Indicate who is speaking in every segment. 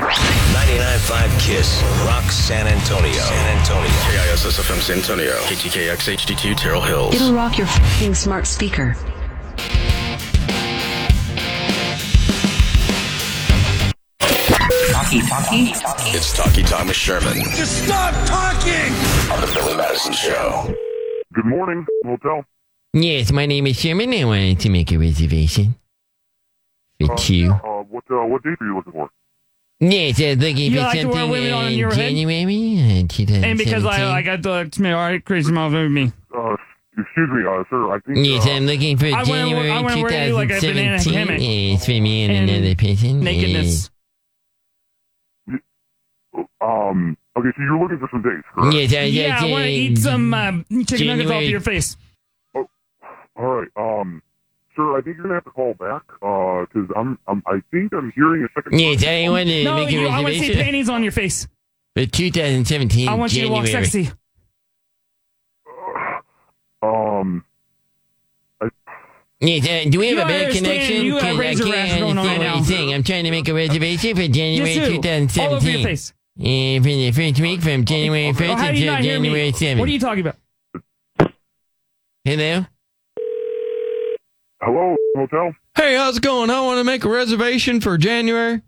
Speaker 1: 99.5 Kiss Rock San Antonio. San Antonio.
Speaker 2: KISSFM San Antonio. KTKX HD2 Terrell Hills.
Speaker 3: It'll rock your fing smart speaker.
Speaker 2: It's Talkie Thomas Sherman. Just stop talking! On the Billy Madison Show.
Speaker 4: Good morning, motel.
Speaker 5: Yes, my name is Sherman. I wanted to make a reservation
Speaker 6: Oh,
Speaker 5: for two.
Speaker 4: Uh, what uh, what date are you looking for?
Speaker 5: Yes, I was looking
Speaker 6: You
Speaker 5: for
Speaker 6: like to wear
Speaker 5: something
Speaker 6: women on
Speaker 5: in
Speaker 6: your head?
Speaker 5: January uh, 2017.
Speaker 6: And because I, I got the it's me, all right, crazy mom over me.
Speaker 4: Uh, excuse me, uh, sir. I think.
Speaker 5: Yes,
Speaker 4: uh,
Speaker 5: I'm looking for
Speaker 6: I wanna- I
Speaker 5: January
Speaker 6: wanna wear you like a banana
Speaker 5: 2017.
Speaker 6: hammock.
Speaker 5: yes, for me and,
Speaker 6: And
Speaker 5: another person.
Speaker 6: Nakedness.
Speaker 4: um. Okay, so you're looking for some dates,
Speaker 5: Yes,
Speaker 4: correct?
Speaker 5: yes, I,
Speaker 6: Yeah, I want to eat some uh, chicken nuggets off
Speaker 5: January.
Speaker 6: your face.
Speaker 4: All right. Um, sir, I think you're gonna have to call back. Uh, because I'm, I'm I think I'm hearing a second.
Speaker 5: Yes, I want to
Speaker 6: No,
Speaker 5: make a
Speaker 6: you, I want to see
Speaker 5: reservation
Speaker 6: panties on your face.
Speaker 5: for 2017
Speaker 6: I want you to
Speaker 5: January.
Speaker 6: walk sexy.
Speaker 4: Um.
Speaker 5: Yes, uh, do we have
Speaker 6: You
Speaker 5: a bad
Speaker 6: understand
Speaker 5: connection?
Speaker 6: you have
Speaker 5: 'Cause I
Speaker 6: razor rash
Speaker 5: can't
Speaker 6: going on
Speaker 5: understand
Speaker 6: right
Speaker 5: what you're
Speaker 6: now.
Speaker 5: saying. I'm trying to make a reservation for January
Speaker 6: Yes, you. All over your
Speaker 5: 2017.
Speaker 6: face.
Speaker 5: Uh, for the first week from January 1st
Speaker 6: Oh, how do
Speaker 5: until
Speaker 6: you not hear
Speaker 5: January
Speaker 6: me? What are
Speaker 5: 7th.
Speaker 6: you talking about?
Speaker 5: Hello?
Speaker 4: Hello, motel.
Speaker 7: Hey, how's it going? I want to make a reservation for January.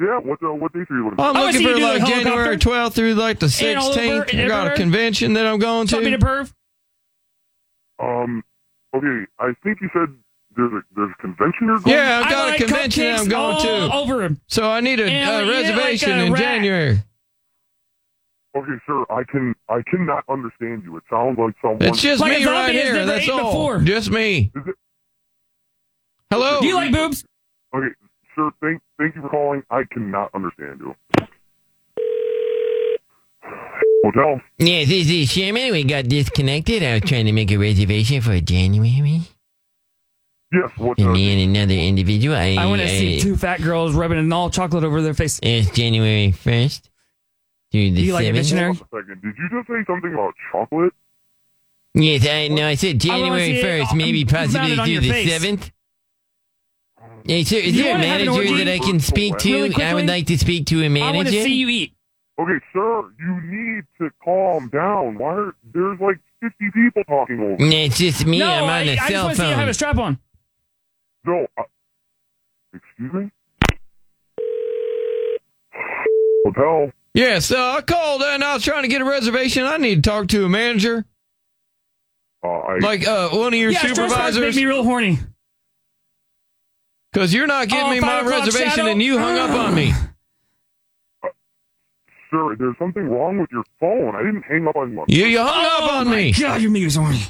Speaker 4: Yeah. What uh, what dates are you looking for?
Speaker 7: I'm
Speaker 6: Oh, I
Speaker 7: looking
Speaker 6: wanna see you
Speaker 7: for
Speaker 5: uh,
Speaker 6: do
Speaker 7: like
Speaker 6: the
Speaker 7: January
Speaker 6: helicopter.
Speaker 7: 12th through like the
Speaker 6: And all over
Speaker 7: 16th.
Speaker 6: and
Speaker 7: I got
Speaker 6: everywhere.
Speaker 7: a convention that I'm going
Speaker 6: Tell me to
Speaker 7: to.
Speaker 6: perv.
Speaker 4: Um. Okay, I think you said there's a there's a convention you're going.
Speaker 7: Yeah, I've
Speaker 6: I
Speaker 7: got
Speaker 6: like
Speaker 7: a convention that I'm
Speaker 6: cupcakes
Speaker 7: going
Speaker 6: all
Speaker 7: to.
Speaker 6: Over him.
Speaker 7: So I need a,
Speaker 6: And
Speaker 7: uh
Speaker 6: I'll eat it like
Speaker 7: reservation
Speaker 6: a
Speaker 7: in
Speaker 6: rat.
Speaker 7: January.
Speaker 4: Okay, sir. I can I cannot understand you. It sounds like someone.
Speaker 7: It's just
Speaker 6: Like a
Speaker 7: me
Speaker 6: zombie
Speaker 7: right
Speaker 6: that's
Speaker 7: here.
Speaker 6: never
Speaker 7: That's
Speaker 6: ate
Speaker 7: all.
Speaker 6: before.
Speaker 7: Just me.
Speaker 4: Is it-
Speaker 7: Hello.
Speaker 6: Do you like boobs?
Speaker 4: Okay, sir. Thank thank you for calling. I cannot understand you. Motel.
Speaker 5: Yes, this is Sherman. We got disconnected. I was trying to make a reservation for January.
Speaker 4: Yes. What?
Speaker 5: And
Speaker 4: Uh,
Speaker 5: me and another individual. I,
Speaker 6: I want to see two fat girls rubbing an all chocolate over their face.
Speaker 5: It's January 1st through the
Speaker 6: Do you like a
Speaker 5: 7th.
Speaker 6: missionary?
Speaker 4: hold on a second. Did you just say something about chocolate?
Speaker 5: yes, I no, I said
Speaker 6: I wanna
Speaker 5: January
Speaker 6: see it,
Speaker 5: 1st,
Speaker 6: uh,
Speaker 5: maybe possibly
Speaker 6: mounted on
Speaker 5: through
Speaker 6: your
Speaker 5: the
Speaker 6: face.
Speaker 5: 7th. Hey, sir, is
Speaker 6: You
Speaker 5: there a
Speaker 6: wanna have an
Speaker 5: manager
Speaker 6: orgy?
Speaker 5: that I can speak to?
Speaker 6: Really
Speaker 5: I would
Speaker 6: quickly?
Speaker 5: like to speak to a
Speaker 6: I want to
Speaker 5: manager.
Speaker 6: see you eat.
Speaker 4: Okay, sir. You need to calm down. Why? Are, there's like 50 people talking over.
Speaker 5: No, It's just me.
Speaker 6: no,
Speaker 5: I'm on
Speaker 6: I,
Speaker 5: a
Speaker 6: I just
Speaker 5: cell
Speaker 6: want to see you
Speaker 5: phone.
Speaker 6: have a strap on.
Speaker 4: No. uh, I, excuse me. Motel.
Speaker 7: Yeah, so I called and I was trying to get a reservation. I need to talk to a manager,
Speaker 4: Uh, I.
Speaker 7: like uh, one of your
Speaker 6: yeah, Star Star's
Speaker 7: supervisors,
Speaker 6: made me real horny.
Speaker 7: because you're not giving
Speaker 6: Oh,
Speaker 7: me
Speaker 6: five
Speaker 7: my
Speaker 6: o'clock
Speaker 7: reservation
Speaker 6: shadow?
Speaker 7: and you hung up on me.
Speaker 4: Sir, there's something wrong with your phone. I didn't hang up on you.
Speaker 7: You, you hung
Speaker 6: oh
Speaker 7: up on
Speaker 6: my
Speaker 7: me.
Speaker 6: God, your meter's horny.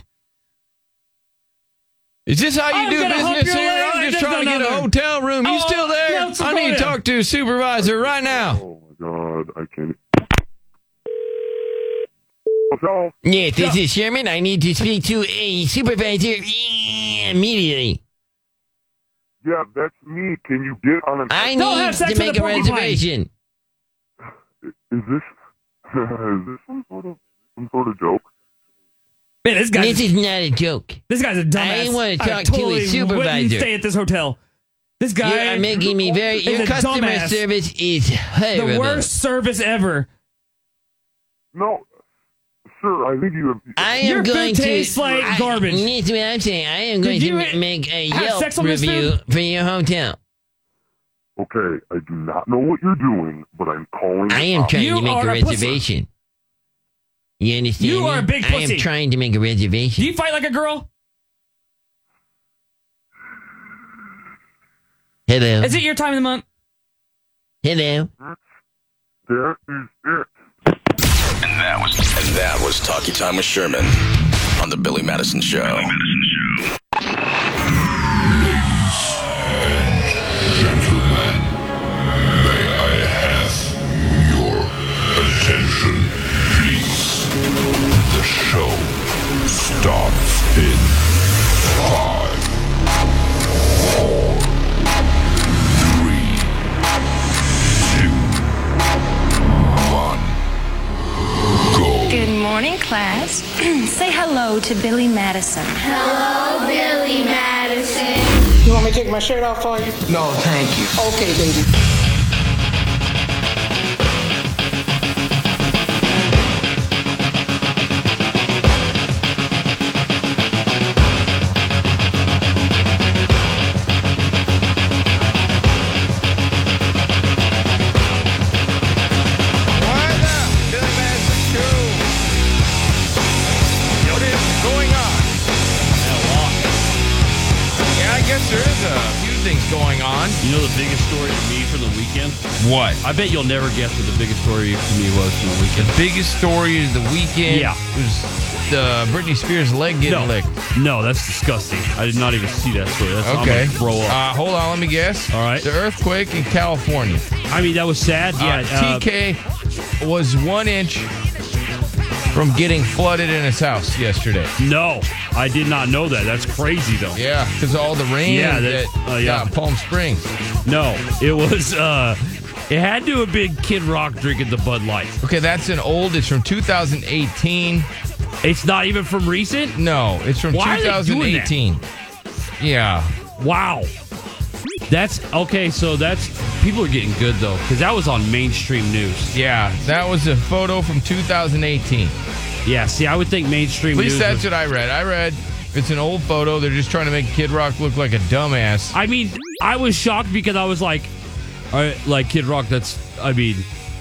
Speaker 7: Is this how you
Speaker 6: I'm
Speaker 7: do
Speaker 6: gonna hope
Speaker 7: business
Speaker 6: you're
Speaker 7: here?
Speaker 6: right.
Speaker 7: I'm just
Speaker 6: There's
Speaker 7: trying to get a
Speaker 6: another.
Speaker 7: hotel room. You
Speaker 6: Oh,
Speaker 7: still there?
Speaker 6: North
Speaker 7: I need to
Speaker 6: Dakota.
Speaker 7: talk to a supervisor right now.
Speaker 4: Oh my god, I can't. Motel.
Speaker 5: Yes, this is Sherman. I need to speak to a supervisor immediately.
Speaker 4: Yeah, that's me. Can you get on an?
Speaker 5: I
Speaker 6: Don't have
Speaker 5: need
Speaker 6: sex
Speaker 5: to
Speaker 6: with
Speaker 5: make
Speaker 6: a
Speaker 5: a
Speaker 6: porcupine.
Speaker 5: reservation.
Speaker 4: Is this is this some sort of some sort of joke?
Speaker 6: Man, this guy's
Speaker 5: This is not a joke.
Speaker 6: This guy's a dumbass.
Speaker 5: I wanna talk to
Speaker 6: totally
Speaker 5: his supervisor.
Speaker 6: Wouldn't stay at this hotel. This
Speaker 5: You
Speaker 6: guy
Speaker 5: are making me very.
Speaker 6: is
Speaker 5: Your
Speaker 6: a
Speaker 5: customer
Speaker 6: dumbass.
Speaker 5: service is
Speaker 6: the
Speaker 5: horrible.
Speaker 6: worst service ever.
Speaker 4: No, sir. I think you have.
Speaker 5: I am
Speaker 6: Your food
Speaker 5: going to.
Speaker 6: tastes like
Speaker 5: I-
Speaker 6: garbage.
Speaker 5: That's what I'm saying. I am going to
Speaker 6: Did you
Speaker 5: ma- make a
Speaker 6: have
Speaker 5: Yelp
Speaker 6: sex on this
Speaker 5: review
Speaker 6: food?
Speaker 5: for your hotel.
Speaker 4: okay, I do not know what you're doing, but I'm calling.
Speaker 5: I am
Speaker 4: out.
Speaker 5: trying
Speaker 6: You
Speaker 5: to make
Speaker 6: are
Speaker 5: a
Speaker 6: a pussy.
Speaker 5: reservation. You understand?
Speaker 6: You
Speaker 5: me?
Speaker 6: are a big
Speaker 5: I am
Speaker 6: pussy.
Speaker 5: trying to make a reservation.
Speaker 6: Do you fight like a girl?
Speaker 5: Hello.
Speaker 6: Is it your time of the month?
Speaker 5: Hello.
Speaker 4: That is it.
Speaker 2: And that was Talkie Thomas Sherman on the Billy Madison Show.
Speaker 8: Gentlemen, may I have
Speaker 9: class, say hello to Billy Madison. Hello, Billy Madison.
Speaker 10: You want me to take my shirt off for you? No, thank you. Okay, baby.
Speaker 3: What is going on?
Speaker 7: Yeah, I guess there is a few things going on.
Speaker 11: You know the biggest story to me from the weekend?
Speaker 7: What?
Speaker 11: I bet you'll never guess what the biggest story to me was from the weekend.
Speaker 7: The biggest story of the weekend
Speaker 11: Yeah.
Speaker 7: was the Britney Spears leg getting
Speaker 11: no.
Speaker 7: licked.
Speaker 11: No, that's disgusting. I did not even see that story. That's
Speaker 7: Okay.
Speaker 11: I'm gonna throw up.
Speaker 7: Uh, hold on, let me guess.
Speaker 11: All right.
Speaker 7: The earthquake in California.
Speaker 11: I mean, that was sad. Yeah.
Speaker 7: Uh,
Speaker 11: uh,
Speaker 7: TK was one inch from getting flooded in his house yesterday.
Speaker 11: no, I did not know that. That's crazy, though.
Speaker 7: Yeah, because all the rain
Speaker 11: Yeah,
Speaker 7: that,
Speaker 11: that- oh, yeah.
Speaker 7: got Palm Springs.
Speaker 11: No, it was. uh It had to have been Kid Rock drinking the Bud Light.
Speaker 7: Okay, that's an old. It's from 2018.
Speaker 11: It's not even from recent.
Speaker 7: No, it's from
Speaker 11: Why are they doing that?
Speaker 7: 2018. Yeah.
Speaker 11: Wow. That's okay. So that's people are getting good though because that was on mainstream news.
Speaker 7: Yeah, that was a photo from 2018.
Speaker 11: Yeah. See, I would think mainstream.
Speaker 7: At least
Speaker 11: news
Speaker 7: that's
Speaker 11: would-
Speaker 7: what I read. I read it's an old photo. They're just trying to make Kid Rock look like a dumbass.
Speaker 11: I mean, I was shocked because I was like, all right, like Kid Rock. That's. I mean,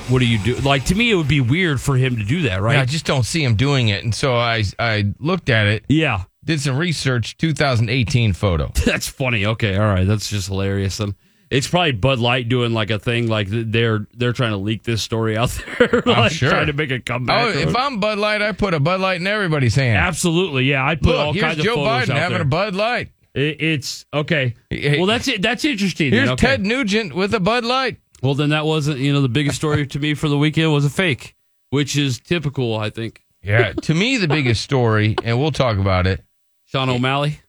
Speaker 11: what do you do? Like to me, it would be weird for him to do that,
Speaker 7: I
Speaker 11: right?
Speaker 7: just don't see him doing it. And so I I looked at it,
Speaker 11: Yeah.
Speaker 7: did some research, 2018 photo.
Speaker 11: That's funny. Okay, all right. That's just hilarious. And it's probably Bud Light doing like a thing, like th- they're they're trying to leak this story out there,
Speaker 7: I'm
Speaker 11: like
Speaker 7: sure.
Speaker 11: trying to make a comeback.
Speaker 7: Oh,
Speaker 11: or-
Speaker 7: if I'm Bud Light, I put a Bud Light in everybody's hand.
Speaker 11: Absolutely, yeah. I put
Speaker 7: Look,
Speaker 11: all
Speaker 7: here's
Speaker 11: kinds
Speaker 7: Joe
Speaker 11: of photos
Speaker 7: Biden
Speaker 11: out
Speaker 7: having
Speaker 11: there.
Speaker 7: a Bud Light.
Speaker 11: It- it's okay.
Speaker 7: Hey,
Speaker 11: Well, that's it. That's interesting.
Speaker 7: Here's
Speaker 11: then. Okay.
Speaker 7: Ted Nugent with a Bud Light.
Speaker 11: Well, then that wasn't you know the biggest story to me for the weekend was a fake, which is typical. I think
Speaker 7: Yeah, to me the biggest story, and we'll talk about it.
Speaker 11: Sean O'Malley.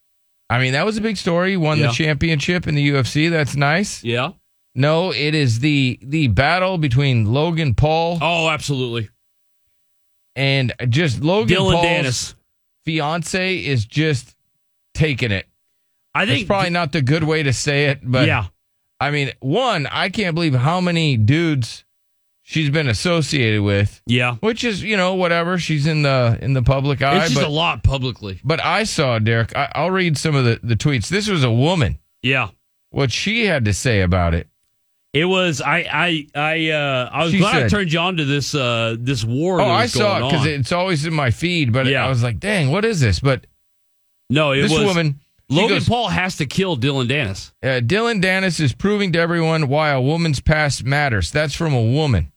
Speaker 7: I mean, that was a big story. Won
Speaker 11: Yeah.
Speaker 7: the championship in the UFC. That's nice.
Speaker 11: Yeah.
Speaker 7: No, it is the the battle between Logan Paul
Speaker 11: Oh, absolutely.
Speaker 7: and just Logan
Speaker 11: Dylan
Speaker 7: Paul's
Speaker 11: Danis.
Speaker 7: fiance is just taking it.
Speaker 11: I
Speaker 7: It's
Speaker 11: think.
Speaker 7: probably not the good way to say it, but
Speaker 11: yeah.
Speaker 7: I mean, one, I can't believe how many dudes she's been associated with,
Speaker 11: Yeah.
Speaker 7: which is you know whatever. She's in the in the public eye,
Speaker 11: It's just
Speaker 7: but
Speaker 11: a lot publicly.
Speaker 7: but I saw Derek. I, I'll read some of the the tweets. This was a woman.
Speaker 11: Yeah.
Speaker 7: What she had to say about it.
Speaker 11: It was I I I uh I was
Speaker 7: She
Speaker 11: glad I
Speaker 7: said-
Speaker 11: turned you on to this uh this war.
Speaker 7: Oh,
Speaker 11: that
Speaker 7: I
Speaker 11: was
Speaker 7: saw it
Speaker 11: going
Speaker 7: because
Speaker 11: on.
Speaker 7: it's always in my feed. But
Speaker 11: Yeah.
Speaker 7: I was like, dang, what is this? But
Speaker 11: no, it
Speaker 7: this
Speaker 11: was
Speaker 7: woman, she
Speaker 11: Logan
Speaker 7: goes,
Speaker 11: Paul has to kill Dylan Dennis.
Speaker 7: Uh, Dylan Dennis is proving to everyone why a woman's past matters. That's from a woman.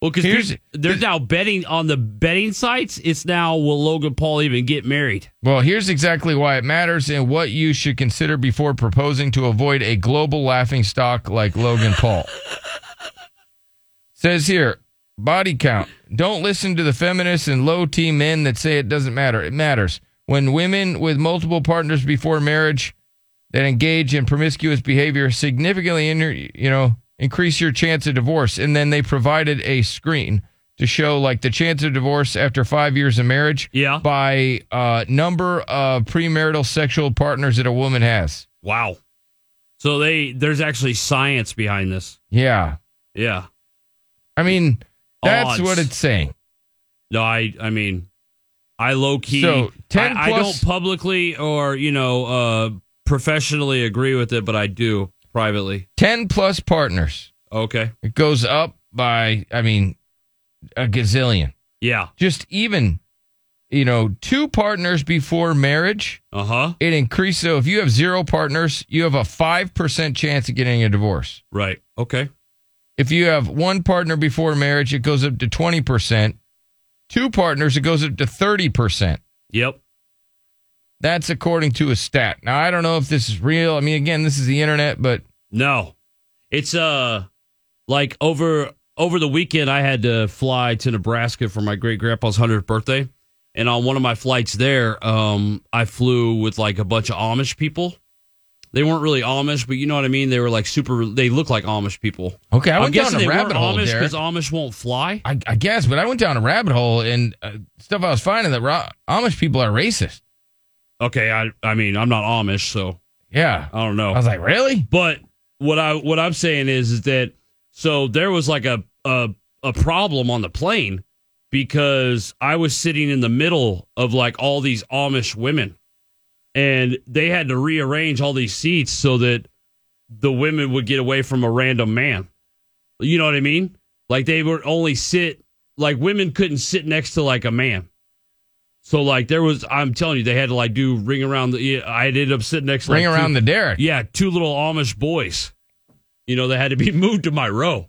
Speaker 11: Well,
Speaker 7: Here's-
Speaker 11: because they're now betting on the betting sites. It's now will Logan Paul even get married?
Speaker 7: Well, here's exactly why it matters and what you should consider before proposing to avoid a global laughing stock like Logan Paul. Says here, body count. Don't listen to the feminists and low T men that say it doesn't matter. It matters. When women with multiple partners before marriage that engage in promiscuous behavior significantly in your, you know increase your chance of divorce and then they provided a screen to show like the chance of divorce after five years of marriage
Speaker 11: Yeah.
Speaker 7: by uh number of premarital sexual partners that a woman has
Speaker 11: Wow. So they there's actually science behind this.
Speaker 7: yeah
Speaker 11: Yeah.
Speaker 7: i mean that's
Speaker 11: Odds.
Speaker 7: what it's saying
Speaker 11: No, I I mean, I low key.
Speaker 7: So, 10
Speaker 11: I, I don't
Speaker 7: plus-
Speaker 11: publicly or you know uh professionally agree with it, but I do privately.
Speaker 7: 10 plus partners
Speaker 11: Okay.
Speaker 7: it goes up by i mean a gazillion
Speaker 11: Yeah.
Speaker 7: just even you know two partners before marriage
Speaker 11: Uh huh.
Speaker 7: it increases. So if you have zero partners, you have a 5% chance of getting a divorce.
Speaker 11: Right. Okay.
Speaker 7: If you have one partner before marriage, it goes up to 20%. Two partners, it goes up to 30%.
Speaker 11: Yep.
Speaker 7: That's according to a stat. Now, I don't know if this is real. I mean, again, this is the internet, but
Speaker 11: No. It's uh like over over the weekend I had to fly to Nebraska for my great grandpa's 100th birthday. And on one of my flights there, um I flew with like a bunch of Amish people They weren't really Amish, but you know what I mean. They were like super. They look like Amish people.
Speaker 7: Okay, I
Speaker 11: I'm
Speaker 7: went down
Speaker 11: guessing
Speaker 7: a
Speaker 11: they weren't
Speaker 7: rabbit hole,
Speaker 11: Amish
Speaker 7: Derek.
Speaker 11: Amish won't fly.
Speaker 7: I, I guess, but I went down a rabbit hole and uh, stuff I was finding that ra- Amish people are racist.
Speaker 11: okay, I I mean I'm not Amish, so
Speaker 7: yeah,
Speaker 11: I don't know. I
Speaker 7: was like, really?
Speaker 11: But what I what I'm saying is is that so there was like a a a problem on the plane because I was sitting in the middle of like all these Amish women, and they had to rearrange all these seats so that the women would get away from a random man. You know what I mean? Like they would only sit like women couldn't sit next to like a man. So like there was, I'm telling you, they had to like do ring around the. yeah, I ended up sitting next to
Speaker 7: Ring
Speaker 11: like,
Speaker 7: around the Derrick.
Speaker 11: Yeah, two little Amish boys. You know, they had to be moved to my row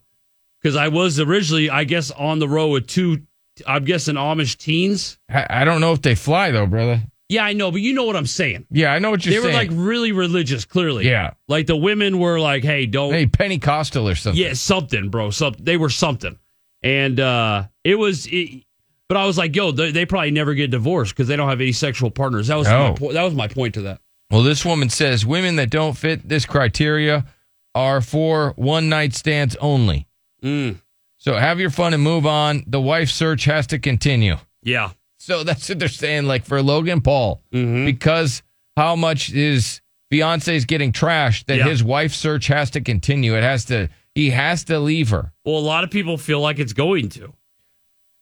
Speaker 11: because I was originally, I guess, on the row with two. I'm guessing Amish teens.
Speaker 7: I, I don't know if they fly though, brother.
Speaker 11: Yeah, I know, but you know what I'm saying.
Speaker 7: Yeah, I know what you're
Speaker 11: they
Speaker 7: saying.
Speaker 11: were like really religious, clearly.
Speaker 7: Yeah.
Speaker 11: Like the women were like, hey, don't.
Speaker 7: Hey, Pentecostal or something.
Speaker 11: Yeah, something, bro. Something. They were something. And uh it was. It, but I was like, yo, they, they probably never get divorced because they don't have any sexual partners. That was
Speaker 7: No.
Speaker 11: my po- that was my point to that.
Speaker 7: Oh. Well, this woman says women that don't fit this criteria are for one night stands only.
Speaker 11: Mm.
Speaker 7: So have your fun and move on. The wife search has to continue.
Speaker 11: Yeah. Mm-hmm.
Speaker 7: So that's what they're saying. Like for Logan Paul, because how much his fiance is getting trashed, that
Speaker 11: Yeah.
Speaker 7: his wife search has to continue. It has to. He has to leave her.
Speaker 11: Well, a lot of people feel like it's going to.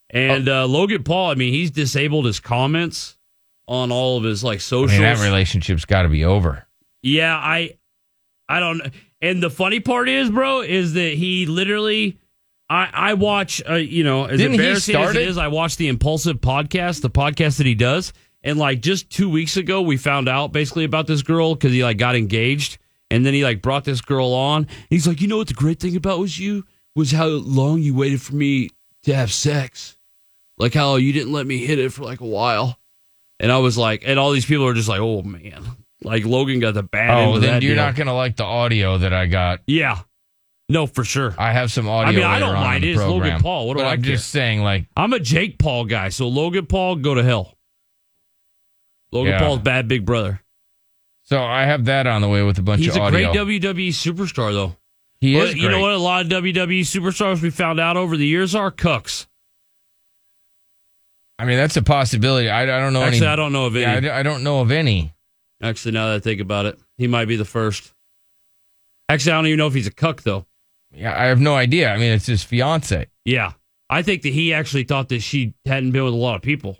Speaker 11: And uh, Logan Paul, I mean, he's disabled his comments on all of his like
Speaker 7: I
Speaker 11: socials.
Speaker 7: mean, that relationship's got to be over.
Speaker 11: Yeah, I I don't and the funny part is, bro, is that he literally I I watch uh, you know, as
Speaker 7: Didn't he
Speaker 11: embarrassing as
Speaker 7: start
Speaker 11: it
Speaker 7: it?
Speaker 11: is, I watch the Impulsive podcast, the podcast that he does, and like just 2 weeks ago we found out basically about this girl cuz he like got engaged and then he like brought this girl on. He's like, "You know what the great thing about was you was how long you waited for me to have sex." Like how you didn't let me hit it for like a while. And I was like, and all these people are just like, "Oh man." Like Logan got the bad end
Speaker 7: Oh,
Speaker 11: of
Speaker 7: then
Speaker 11: that
Speaker 7: you're
Speaker 11: deal.
Speaker 7: not going to like the audio that I got.
Speaker 11: Yeah. No, for sure.
Speaker 7: I have some audio.
Speaker 11: I mean, I
Speaker 7: later
Speaker 11: don't
Speaker 7: on in
Speaker 11: mind
Speaker 7: the
Speaker 11: it. It's Logan
Speaker 7: program.
Speaker 11: Paul. What do
Speaker 7: But
Speaker 11: I
Speaker 7: I'm
Speaker 11: care?
Speaker 7: just saying, like,
Speaker 11: I'm a Jake Paul guy, so Logan Paul go to hell. Logan
Speaker 7: Yeah.
Speaker 11: Paul's bad big brother.
Speaker 7: so I have that on the way with a bunch
Speaker 11: He's
Speaker 7: of
Speaker 11: a
Speaker 7: audio.
Speaker 11: great WWE superstar, though.
Speaker 7: He
Speaker 11: But
Speaker 7: is
Speaker 11: You know
Speaker 7: great.
Speaker 11: what? A lot of WWE superstars we found out over the years are cucks.
Speaker 7: I mean, that's a possibility. I, I don't know. any-
Speaker 11: Actually, I don't know of
Speaker 7: Yeah, I
Speaker 11: any.
Speaker 7: d- I, don't know of any.
Speaker 11: Actually, now that I think about it, he might be the first. Actually, I don't even know if he's a cuck though.
Speaker 7: Yeah, I have no idea. I mean, it's his fiance.
Speaker 11: Yeah, I think that he actually thought that she hadn't been with a lot of people.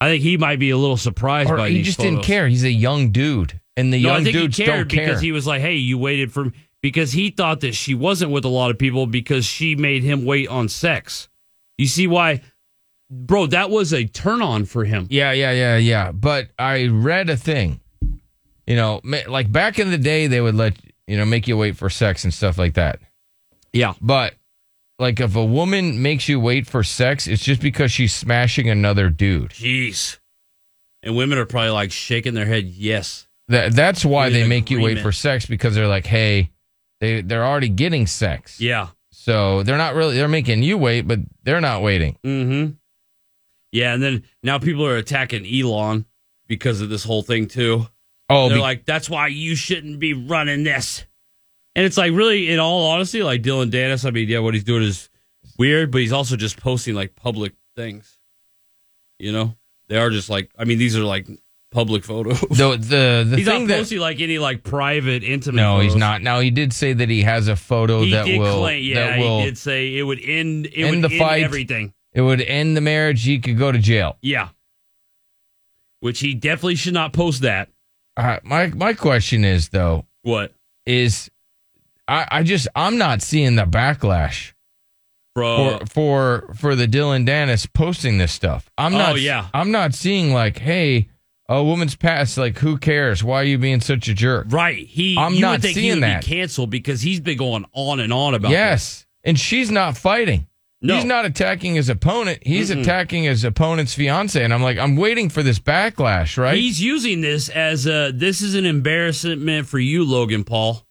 Speaker 11: I think he might be a little surprised
Speaker 7: Or
Speaker 11: by
Speaker 7: he
Speaker 11: these
Speaker 7: just didn't
Speaker 11: photos.
Speaker 7: care. He's a young dude, and the
Speaker 11: no,
Speaker 7: young
Speaker 11: I think
Speaker 7: dudes
Speaker 11: he cared
Speaker 7: don't care.
Speaker 11: because he was like, "Hey, you waited for because he thought that she wasn't with a lot of people because she made him wait on sex." You see why, bro? That was a turn on for him.
Speaker 7: yeah, yeah, yeah, yeah. But I read a thing. You know, ma- like back in the day, they would let you know make you wait for sex and stuff like that.
Speaker 11: Yeah,
Speaker 7: but like if a woman makes you wait for sex, it's just because she's smashing another dude.
Speaker 11: Jeez, and women are probably like shaking their head, "Yes."
Speaker 7: That that's why
Speaker 11: In
Speaker 7: they make you wait
Speaker 11: agreement.
Speaker 7: for sex because they're like, hey, they they're already getting sex,
Speaker 11: Yeah,
Speaker 7: so they're not really they're making you wait, but they're not waiting.
Speaker 11: Mm-hmm. Yeah, and then now people are attacking Elon because of this whole thing too.
Speaker 7: Oh,
Speaker 11: they're
Speaker 7: be-
Speaker 11: like, that's why you shouldn't be running this. And it's like, really, in all honesty, like Dylan Dennis. I mean, yeah, what he's doing is weird, but he's also just posting like public things. You know, they are just like, I mean, these are like public photos.
Speaker 7: Though the the
Speaker 11: he's
Speaker 7: thing
Speaker 11: not
Speaker 7: that
Speaker 11: posting like any like private, intimate.
Speaker 7: no, he's
Speaker 11: photos.
Speaker 7: not. Now he did say that he has a photo
Speaker 11: He
Speaker 7: that
Speaker 11: did
Speaker 7: will
Speaker 11: claim, yeah,
Speaker 7: that will
Speaker 11: he did say it would end. It
Speaker 7: end
Speaker 11: would
Speaker 7: the
Speaker 11: end
Speaker 7: fight.
Speaker 11: Everything.
Speaker 7: It would end the marriage. He could go to jail.
Speaker 11: Yeah. Which he definitely should not post that.
Speaker 7: Uh, my my question is though,
Speaker 11: What?
Speaker 7: is I, I just I'm not seeing the backlash
Speaker 11: Bro.
Speaker 7: for for for the Dylan Dennis posting this stuff. I'm
Speaker 11: Oh,
Speaker 7: not
Speaker 11: yeah.
Speaker 7: I'm not seeing like, hey, a woman's past, like who cares? Why are you being such a jerk?
Speaker 11: Right. He
Speaker 7: I'm
Speaker 11: you
Speaker 7: not
Speaker 11: would think he
Speaker 7: seeing
Speaker 11: would
Speaker 7: that.
Speaker 11: be canceled because he's been going on and on about this.
Speaker 7: Yes. And she's not fighting.
Speaker 11: No.
Speaker 7: He's not attacking his opponent. He's
Speaker 11: Mm-mm.
Speaker 7: attacking his opponent's fiance. And I'm like, I'm waiting for this backlash, right?
Speaker 11: He's using this as a this is an embarrassment for you, Logan Paul.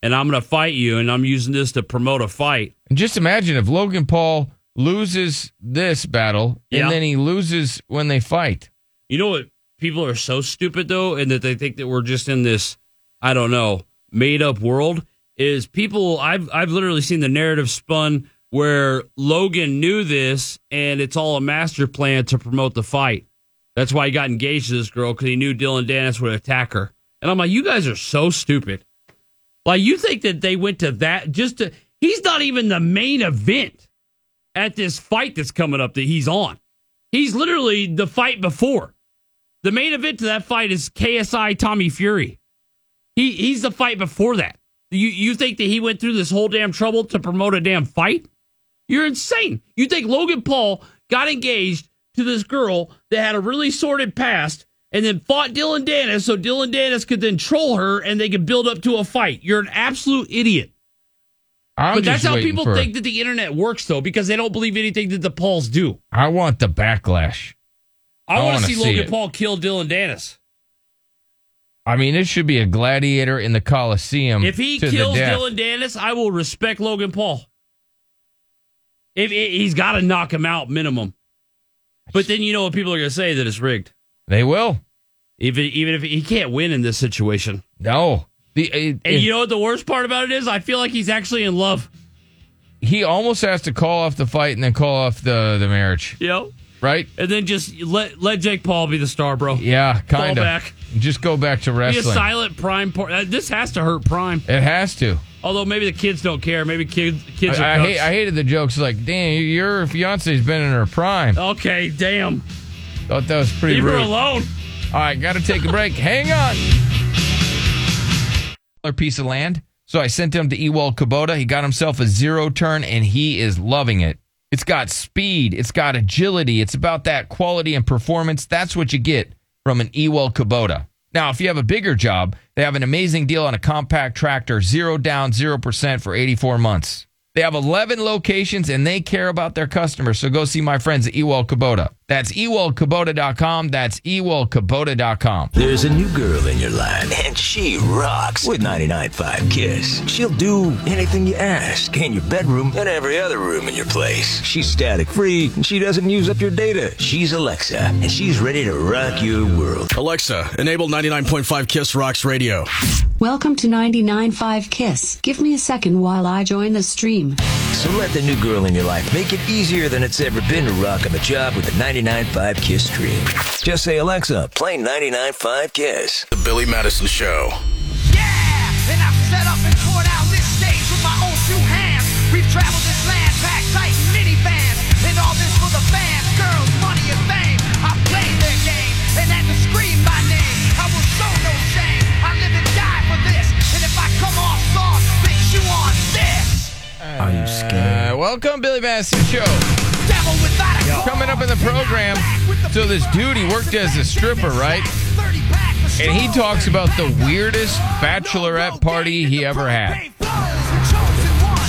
Speaker 11: And I'm gonna fight you and I'm using this to promote a fight.
Speaker 7: And just imagine if Logan Paul loses this battle
Speaker 11: Yeah.
Speaker 7: and then he loses when they fight.
Speaker 11: You know what? People are so stupid though, and that they think that we're just in this I don't know, made up world is people I've I've literally seen the narrative spun where Logan knew this and it's all a master plan to promote the fight. That's why he got engaged to this girl because he knew Dylan Dennis would attack her. And I'm like, you guys are so stupid. Like you think that they went to that just to he's not even the main event at this fight that's coming up that he's on. He's literally the fight before. The main event to that fight is KSI Tommy Fury. He he's the fight before that. You you think that he went through this whole damn trouble to promote a damn fight? You're insane. You think Logan Paul got engaged to this girl that had a really sordid past and then fought Dylan Dennis so Dylan Dennis could then troll her and they could build up to a fight. You're an absolute idiot.
Speaker 7: I'm
Speaker 11: but that's
Speaker 7: just
Speaker 11: how
Speaker 7: waiting
Speaker 11: people
Speaker 7: for-
Speaker 11: think that the internet works though because they don't believe anything that the Pauls do.
Speaker 7: I want the backlash.
Speaker 11: I,
Speaker 7: I
Speaker 11: want
Speaker 7: wanna
Speaker 11: to see
Speaker 7: see
Speaker 11: Logan
Speaker 7: it.
Speaker 11: Paul kill Dylan Dennis.
Speaker 7: I mean, it should be a gladiator in the Coliseum.
Speaker 11: If he
Speaker 7: to the
Speaker 11: kills
Speaker 7: death.
Speaker 11: Dylan Dennis, I will respect Logan Paul. If, i he's got to knock him out minimum, but then you know what people are going to say that it's rigged.
Speaker 7: They will.
Speaker 11: Even even if he can't win in this situation.
Speaker 7: No. The, uh, and
Speaker 11: And you know what the worst part about it is? I feel like he's actually in love.
Speaker 7: he almost has to call off the fight and then call off the the marriage.
Speaker 11: You know?
Speaker 7: Right?
Speaker 11: And then just let let Jake Paul be the star, bro.
Speaker 7: Yeah,
Speaker 11: Fall
Speaker 7: kind of.
Speaker 11: back.
Speaker 7: Just go back to
Speaker 11: Be a
Speaker 7: wrestling.
Speaker 11: silent prime. Por- uh, this has to hurt prime.
Speaker 7: It has to.
Speaker 11: Although maybe the kids don't care. Maybe kids kids.
Speaker 7: I, I
Speaker 11: are
Speaker 7: hate, I hated the jokes like, damn, your fiance's been in her prime.
Speaker 11: Okay, damn.
Speaker 7: Thought that was pretty
Speaker 11: Leave her
Speaker 7: rude.
Speaker 11: alone.
Speaker 7: All right, got to take a break. Hang on. Dollar Piece of land. So I sent him to Ewald Kubota. He got himself a zero turn, and he is loving it. It's got speed. It's got agility. It's about that quality and performance. That's what you get from an Ewald Kubota. Now, if you have a bigger job, they have an amazing deal on a compact tractor, zero down, 0% for 84 months. They have 11 locations and they care about their customers. So go see my friends at Ewald Kubota. That's ewaldkubota.com. That's ewaldkubota.com.
Speaker 1: There's a new girl in your life, and she rocks with 99.5 Kiss. She'll do anything you ask in your bedroom and every other room in your place. She's static free, and she doesn't use up your data. She's Alexa, and she's ready to rock your world.
Speaker 3: Alexa, enable 99.5 Kiss Rocks Radio.
Speaker 12: Welcome to 99.5 Kiss. Give me a second while I join the stream.
Speaker 1: So let the new girl in your life make it easier than it's ever been to rock on the job with the 99.5 Kiss Stream. Just say, Alexa, play 99.5 Kiss.
Speaker 3: The Billy Madison Show.
Speaker 13: Then I've set up and poured out this stage with my own two hands. We've traveled this land, packed tight in minivans, and all this for the fans, girls, money, and fame. I played their game and had to scream my name. I will show no shame. I live and die for this, and if I come off soft, bitch, you on this.
Speaker 7: Are you scared? Uh, welcome, Billy Madison Show.
Speaker 13: Devil without a cause.
Speaker 7: Coming up in the program. So, this dude, he worked as a stripper, right? And he talks about the weirdest bachelorette party he ever had.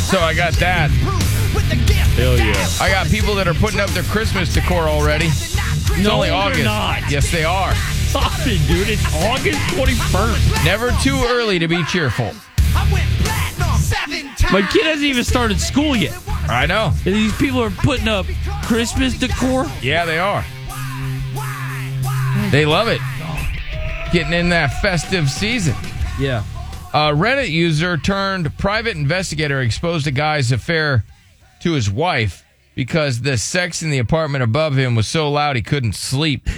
Speaker 7: So, I got that.
Speaker 11: Hell yeah.
Speaker 7: I got people that are putting up their Christmas decor already. It's
Speaker 11: No,
Speaker 7: only
Speaker 11: they're
Speaker 7: August.
Speaker 11: not.
Speaker 7: Yes, they are.
Speaker 11: Stop it, dude. It's August 21st.
Speaker 7: Never too early to be cheerful.
Speaker 11: My kid hasn't even started school yet.
Speaker 7: I know.
Speaker 11: And these people are putting up Christmas decor.
Speaker 7: Yeah, they are. They love it. Getting in that festive season.
Speaker 11: Yeah.
Speaker 7: A Reddit user turned private investigator exposed a guy's affair to his wife because the sex in the apartment above him was so loud he couldn't sleep.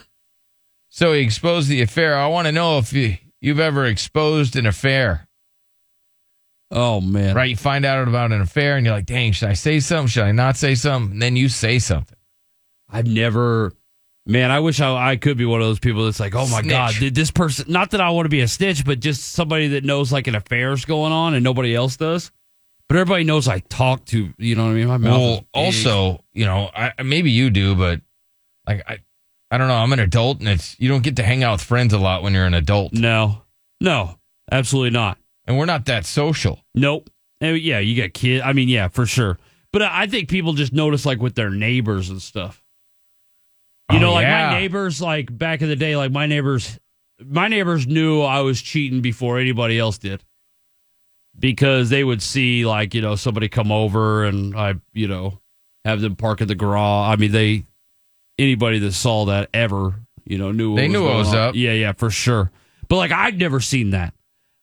Speaker 7: so he exposed the affair. I want to know if you, you've ever exposed an affair.
Speaker 11: Oh man.
Speaker 7: Right? You find out about an affair and you're like, dang, should I say something? Should I not say something? And then you say something.
Speaker 11: I've never man, I wish I, I could be one of those people that's like, oh my
Speaker 7: Snitch.
Speaker 11: god, did this person not that I want to be a snitch, but just somebody that knows like an affair's going on and nobody else does. But everybody knows I talk to you know what I mean? My mouth is
Speaker 7: Well,
Speaker 11: big.
Speaker 7: also, you know, I, maybe you do, but like I, I don't know. I'm an adult, and it's you don't get to hang out with friends a lot when you're an adult.
Speaker 11: No, no, absolutely not.
Speaker 7: And we're not that social.
Speaker 11: Nope. Eh, Yeah, you got kid. I mean, yeah, for sure. But I I think people just notice like with their neighbors and stuff. You
Speaker 7: Oh,
Speaker 11: know, like
Speaker 7: yeah.
Speaker 11: my neighbors, like back in the day, like my neighbors, my neighbors knew I was cheating before anybody else did, because they would see like you know somebody come over and I you know have them park in the garage. I mean, they anybody that saw that ever you know knew what
Speaker 7: They knew what
Speaker 11: was going
Speaker 7: was
Speaker 11: on.
Speaker 7: up.
Speaker 11: Yeah, yeah, for sure. But like I've never seen that.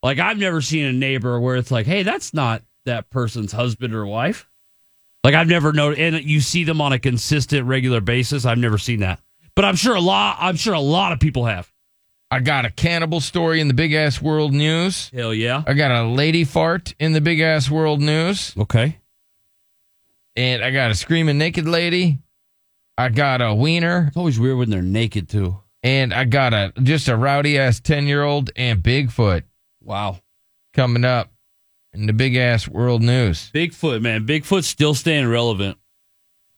Speaker 11: Like I've never seen a neighbor where it's like, hey, that's not that person's husband or wife. Like I've never known, and you see them on a consistent, regular basis. I've never seen that, but I'm sure a lot. I'm sure a lot of people have.
Speaker 7: I got a cannibal story in the big ass world news.
Speaker 11: Hell yeah.
Speaker 7: I got a lady fart in the big ass world news.
Speaker 11: Okay.
Speaker 7: And I got a screaming naked lady. I got a wiener. It's
Speaker 11: always weird when they're naked too.
Speaker 7: And I got a just a rowdy ass ten year old and Bigfoot.
Speaker 11: Wow.
Speaker 7: Coming up in the big ass world news.
Speaker 11: Bigfoot, man. Bigfoot's still staying relevant.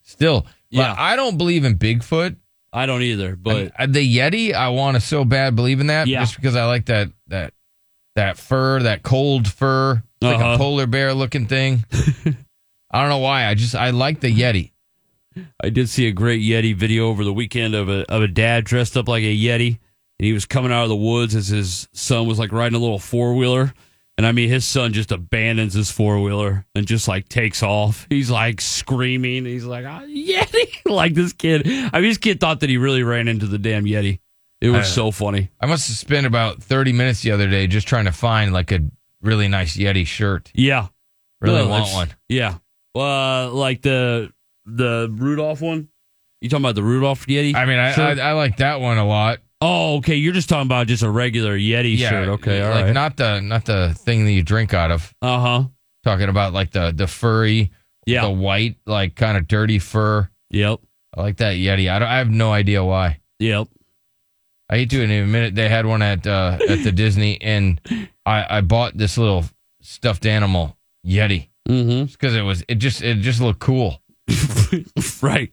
Speaker 7: Still. Yeah. I don't believe in Bigfoot.
Speaker 11: I don't either, but
Speaker 7: I- the Yeti, I want to so bad believe in that
Speaker 11: Yeah.
Speaker 7: just because I like that that that fur, that cold fur, like
Speaker 11: Uh-huh.
Speaker 7: a polar bear looking thing. I don't know why. I just I like the Yeti.
Speaker 11: I did see a great Yeti video over the weekend of a of a dad dressed up like a Yeti, and he was coming out of the woods as his son was like riding a little four wheeler, and I mean his son just abandons his four wheeler and just like takes off. He's like screaming. He's like "Ah, Yeti, like this kid. I mean, this kid thought that he really ran into the damn Yeti. It was
Speaker 7: Uh,
Speaker 11: so funny.
Speaker 7: I must have spent about 30 minutes the other day just trying to find like a really nice Yeti shirt.
Speaker 11: Yeah.
Speaker 7: Really
Speaker 11: No,
Speaker 7: want
Speaker 11: it's-
Speaker 7: one.
Speaker 11: Yeah. Uh, like the the Rudolph one. You talking about the Rudolph Yeti?
Speaker 7: I mean, I,
Speaker 11: shirt?
Speaker 7: I, I like that one a lot.
Speaker 11: Oh, okay. You're just talking about just a regular Yeti shirt. Okay, all
Speaker 7: like
Speaker 11: right.
Speaker 7: not the not the thing that you drink out of.
Speaker 11: Uh huh.
Speaker 7: Talking about like the the furry, yeah, the white like kind of dirty fur.
Speaker 11: Yep.
Speaker 7: I like that Yeti. I don't, I have no idea why.
Speaker 11: Yep.
Speaker 7: I hate to in a minute. They had one at uh, at the Disney, and I I bought this little stuffed animal Yeti
Speaker 11: mm-hmm.
Speaker 7: because it was it just it just looked cool.
Speaker 11: right.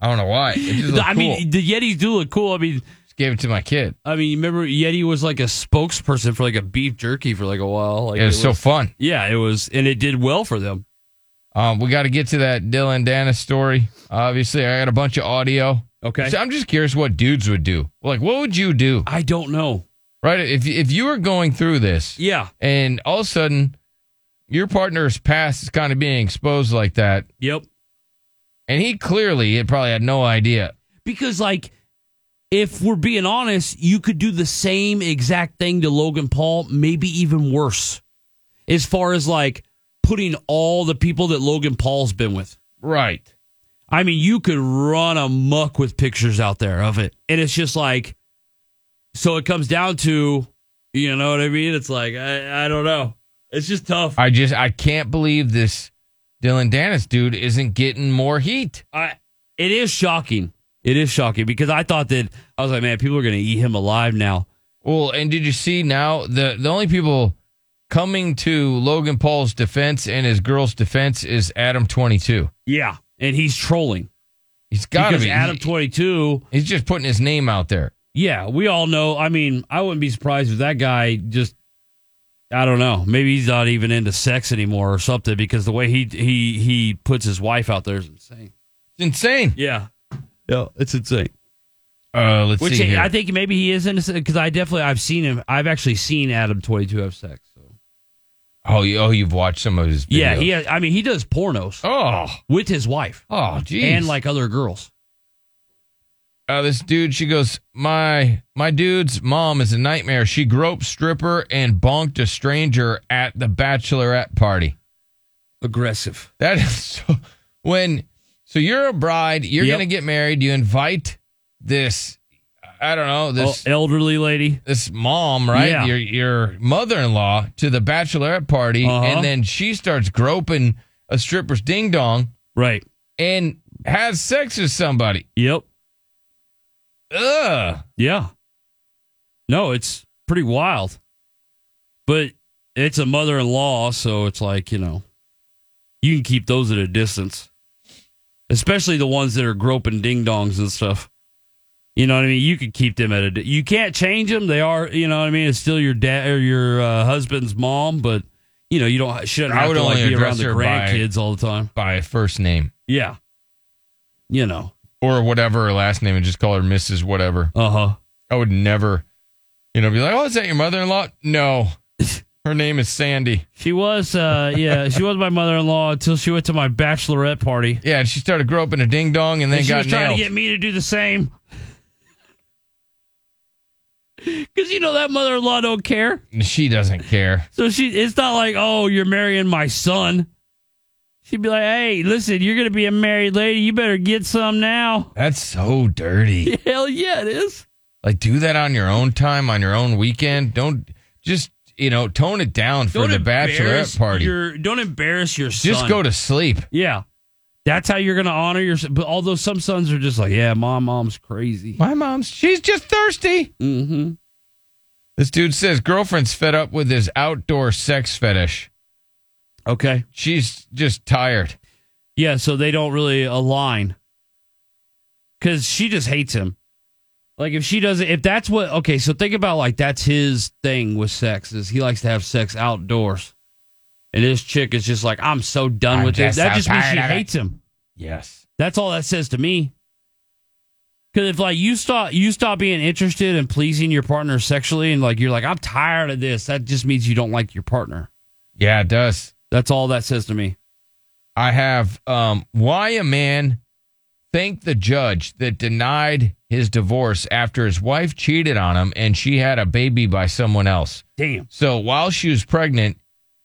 Speaker 7: I don't know why. It just looked
Speaker 11: I
Speaker 7: cool.
Speaker 11: mean, the Yetis do look cool. I mean,
Speaker 7: just gave it to my kid.
Speaker 11: I mean, you remember Yeti was like a spokesperson for like a beef jerky for like a while. Like
Speaker 7: it was so fun.
Speaker 11: Yeah, it was, and it did well for them.
Speaker 7: Um, we got to get to that Dylan Dennis story. Obviously, I got a bunch of audio.
Speaker 11: Okay.
Speaker 7: So I'm just curious what dudes would do. Like, what would you do?
Speaker 11: I don't know.
Speaker 7: Right? If if you were going through this,
Speaker 11: yeah,
Speaker 7: and all of a sudden your partner's past is kind of being exposed like that.
Speaker 11: Yep.
Speaker 7: And he clearly, it probably had no idea.
Speaker 11: Because like, if we're being honest, you could do the same exact thing to Logan Paul, maybe even worse, as far as like putting all the people that Logan Paul's been with.
Speaker 7: Right.
Speaker 11: I mean, you could run amok with pictures out there of it. And it's just like, so it comes down to, you know what I mean? It's like, I, I don't know. Oh, It's just tough.
Speaker 7: I just I can't believe this Dylan Dennis dude isn't getting more heat.
Speaker 11: I it is shocking. It is shocking because I thought that I was like, man, people are going to eat him alive now.
Speaker 7: Well, and did you see now the the only people coming to Logan Paul's defense and his girl's defense is Adam twenty two.
Speaker 11: Yeah, and he's trolling.
Speaker 7: He's got to
Speaker 11: Because
Speaker 7: be
Speaker 11: Adam 22.
Speaker 7: He's just putting his name out there.
Speaker 11: Yeah, we all know. I mean, I wouldn't be surprised if that guy just I don't know. Maybe he's not even into sex anymore or something because the way he he he puts his wife out there is insane.
Speaker 7: It's insane.
Speaker 11: Yeah. Yeah, it's insane.
Speaker 7: Uh, let's
Speaker 11: Which
Speaker 7: see here.
Speaker 11: I think maybe he is into because I definitely I've seen him. I've actually seen Adam 22 have sex.
Speaker 7: oh, you, oh, you've watched some of his. Videos.
Speaker 11: Yeah, he has, I mean, he does pornos.
Speaker 7: Oh.
Speaker 11: With his wife.
Speaker 7: Oh, geez.
Speaker 11: And like other girls.
Speaker 7: uh, this dude, she goes, my my dude's mom is a nightmare. She groped stripper and bonked a stranger at the bachelorette party.
Speaker 11: Aggressive.
Speaker 7: That is so, when so you're a bride, you're
Speaker 11: Yep.
Speaker 7: gonna get married. You invite this, I don't know, this
Speaker 11: Oh, elderly lady,
Speaker 7: this mom, right?
Speaker 11: Yeah.
Speaker 7: Your your mother-in-law to the bachelorette party,
Speaker 11: Uh-huh.
Speaker 7: and then she starts groping a stripper's ding dong,
Speaker 11: right?
Speaker 7: And has sex with somebody.
Speaker 11: Yep.
Speaker 7: Ugh.
Speaker 11: Yeah. No, it's pretty wild. But it's a mother in law, so it's like, you know, you can keep those at a distance. Especially the ones that are groping ding dongs and stuff. You know what I mean? You could keep them at a. di- You can't change them. They are, you know what I mean. It's still your dad or your uh, husband's mom, but you know you don't shouldn't have
Speaker 7: I would
Speaker 11: to like,
Speaker 7: only
Speaker 11: be around
Speaker 7: address
Speaker 11: the
Speaker 7: her by
Speaker 11: grandkids all the time
Speaker 7: by first name.
Speaker 11: Yeah. You know.
Speaker 7: Or whatever her last name and just call her Mrs. Whatever.
Speaker 11: Uh huh.
Speaker 7: I would never, you know, be like, oh, is that your mother in law? No. Her name is Sandy.
Speaker 11: She was, uh, yeah, she was my mother in law until she went to my bachelorette party.
Speaker 7: Yeah, and she started groping a ding dong and then
Speaker 11: she
Speaker 7: got
Speaker 11: was trying
Speaker 7: nailed.
Speaker 11: to get me to do the same. Because you know that mother-in-law don't care.
Speaker 7: She doesn't care.
Speaker 11: So she, it's not like, oh, you're marrying my son. She'd be like, hey, listen, you're gonna be a married lady. You better get some now.
Speaker 7: That's so dirty.
Speaker 11: Hell Oh. yeah, it is.
Speaker 7: Like, do that on your own time, on your own weekend. Don't just, you know, tone it down for the
Speaker 11: embarrass
Speaker 7: bachelorette party.
Speaker 11: Your, don't embarrass your son.
Speaker 7: Just go to sleep.
Speaker 11: Yeah. That's how you're going to honor your. But although some sons are just like, yeah, my mom's crazy.
Speaker 7: My mom's, she's just thirsty.
Speaker 11: Mm-hmm.
Speaker 7: This dude says girlfriend's fed up with his outdoor sex fetish.
Speaker 11: Okay.
Speaker 7: She's just tired.
Speaker 11: Yeah, so they don't really align. Because she just hates him. Like if she doesn't, if that's what. Okay, so think about like that's his thing with sex is he likes to have sex outdoors, and this chick is just like, I'm so done
Speaker 7: I'm
Speaker 11: with
Speaker 7: just
Speaker 11: this. That
Speaker 7: so
Speaker 11: just means
Speaker 7: tired
Speaker 11: she
Speaker 7: of it.
Speaker 11: hates him.
Speaker 7: Yes.
Speaker 11: That's all that says to me. Because if like you stop you stop being interested in pleasing your partner sexually, and like you're like I'm tired of this, that just means you don't like your partner.
Speaker 7: Yeah, it does.
Speaker 11: That's all that says to me.
Speaker 7: I have um, why a man thanked the judge that denied his divorce after his wife cheated on him and she had a baby by someone else.
Speaker 11: Damn.
Speaker 7: So while she was pregnant,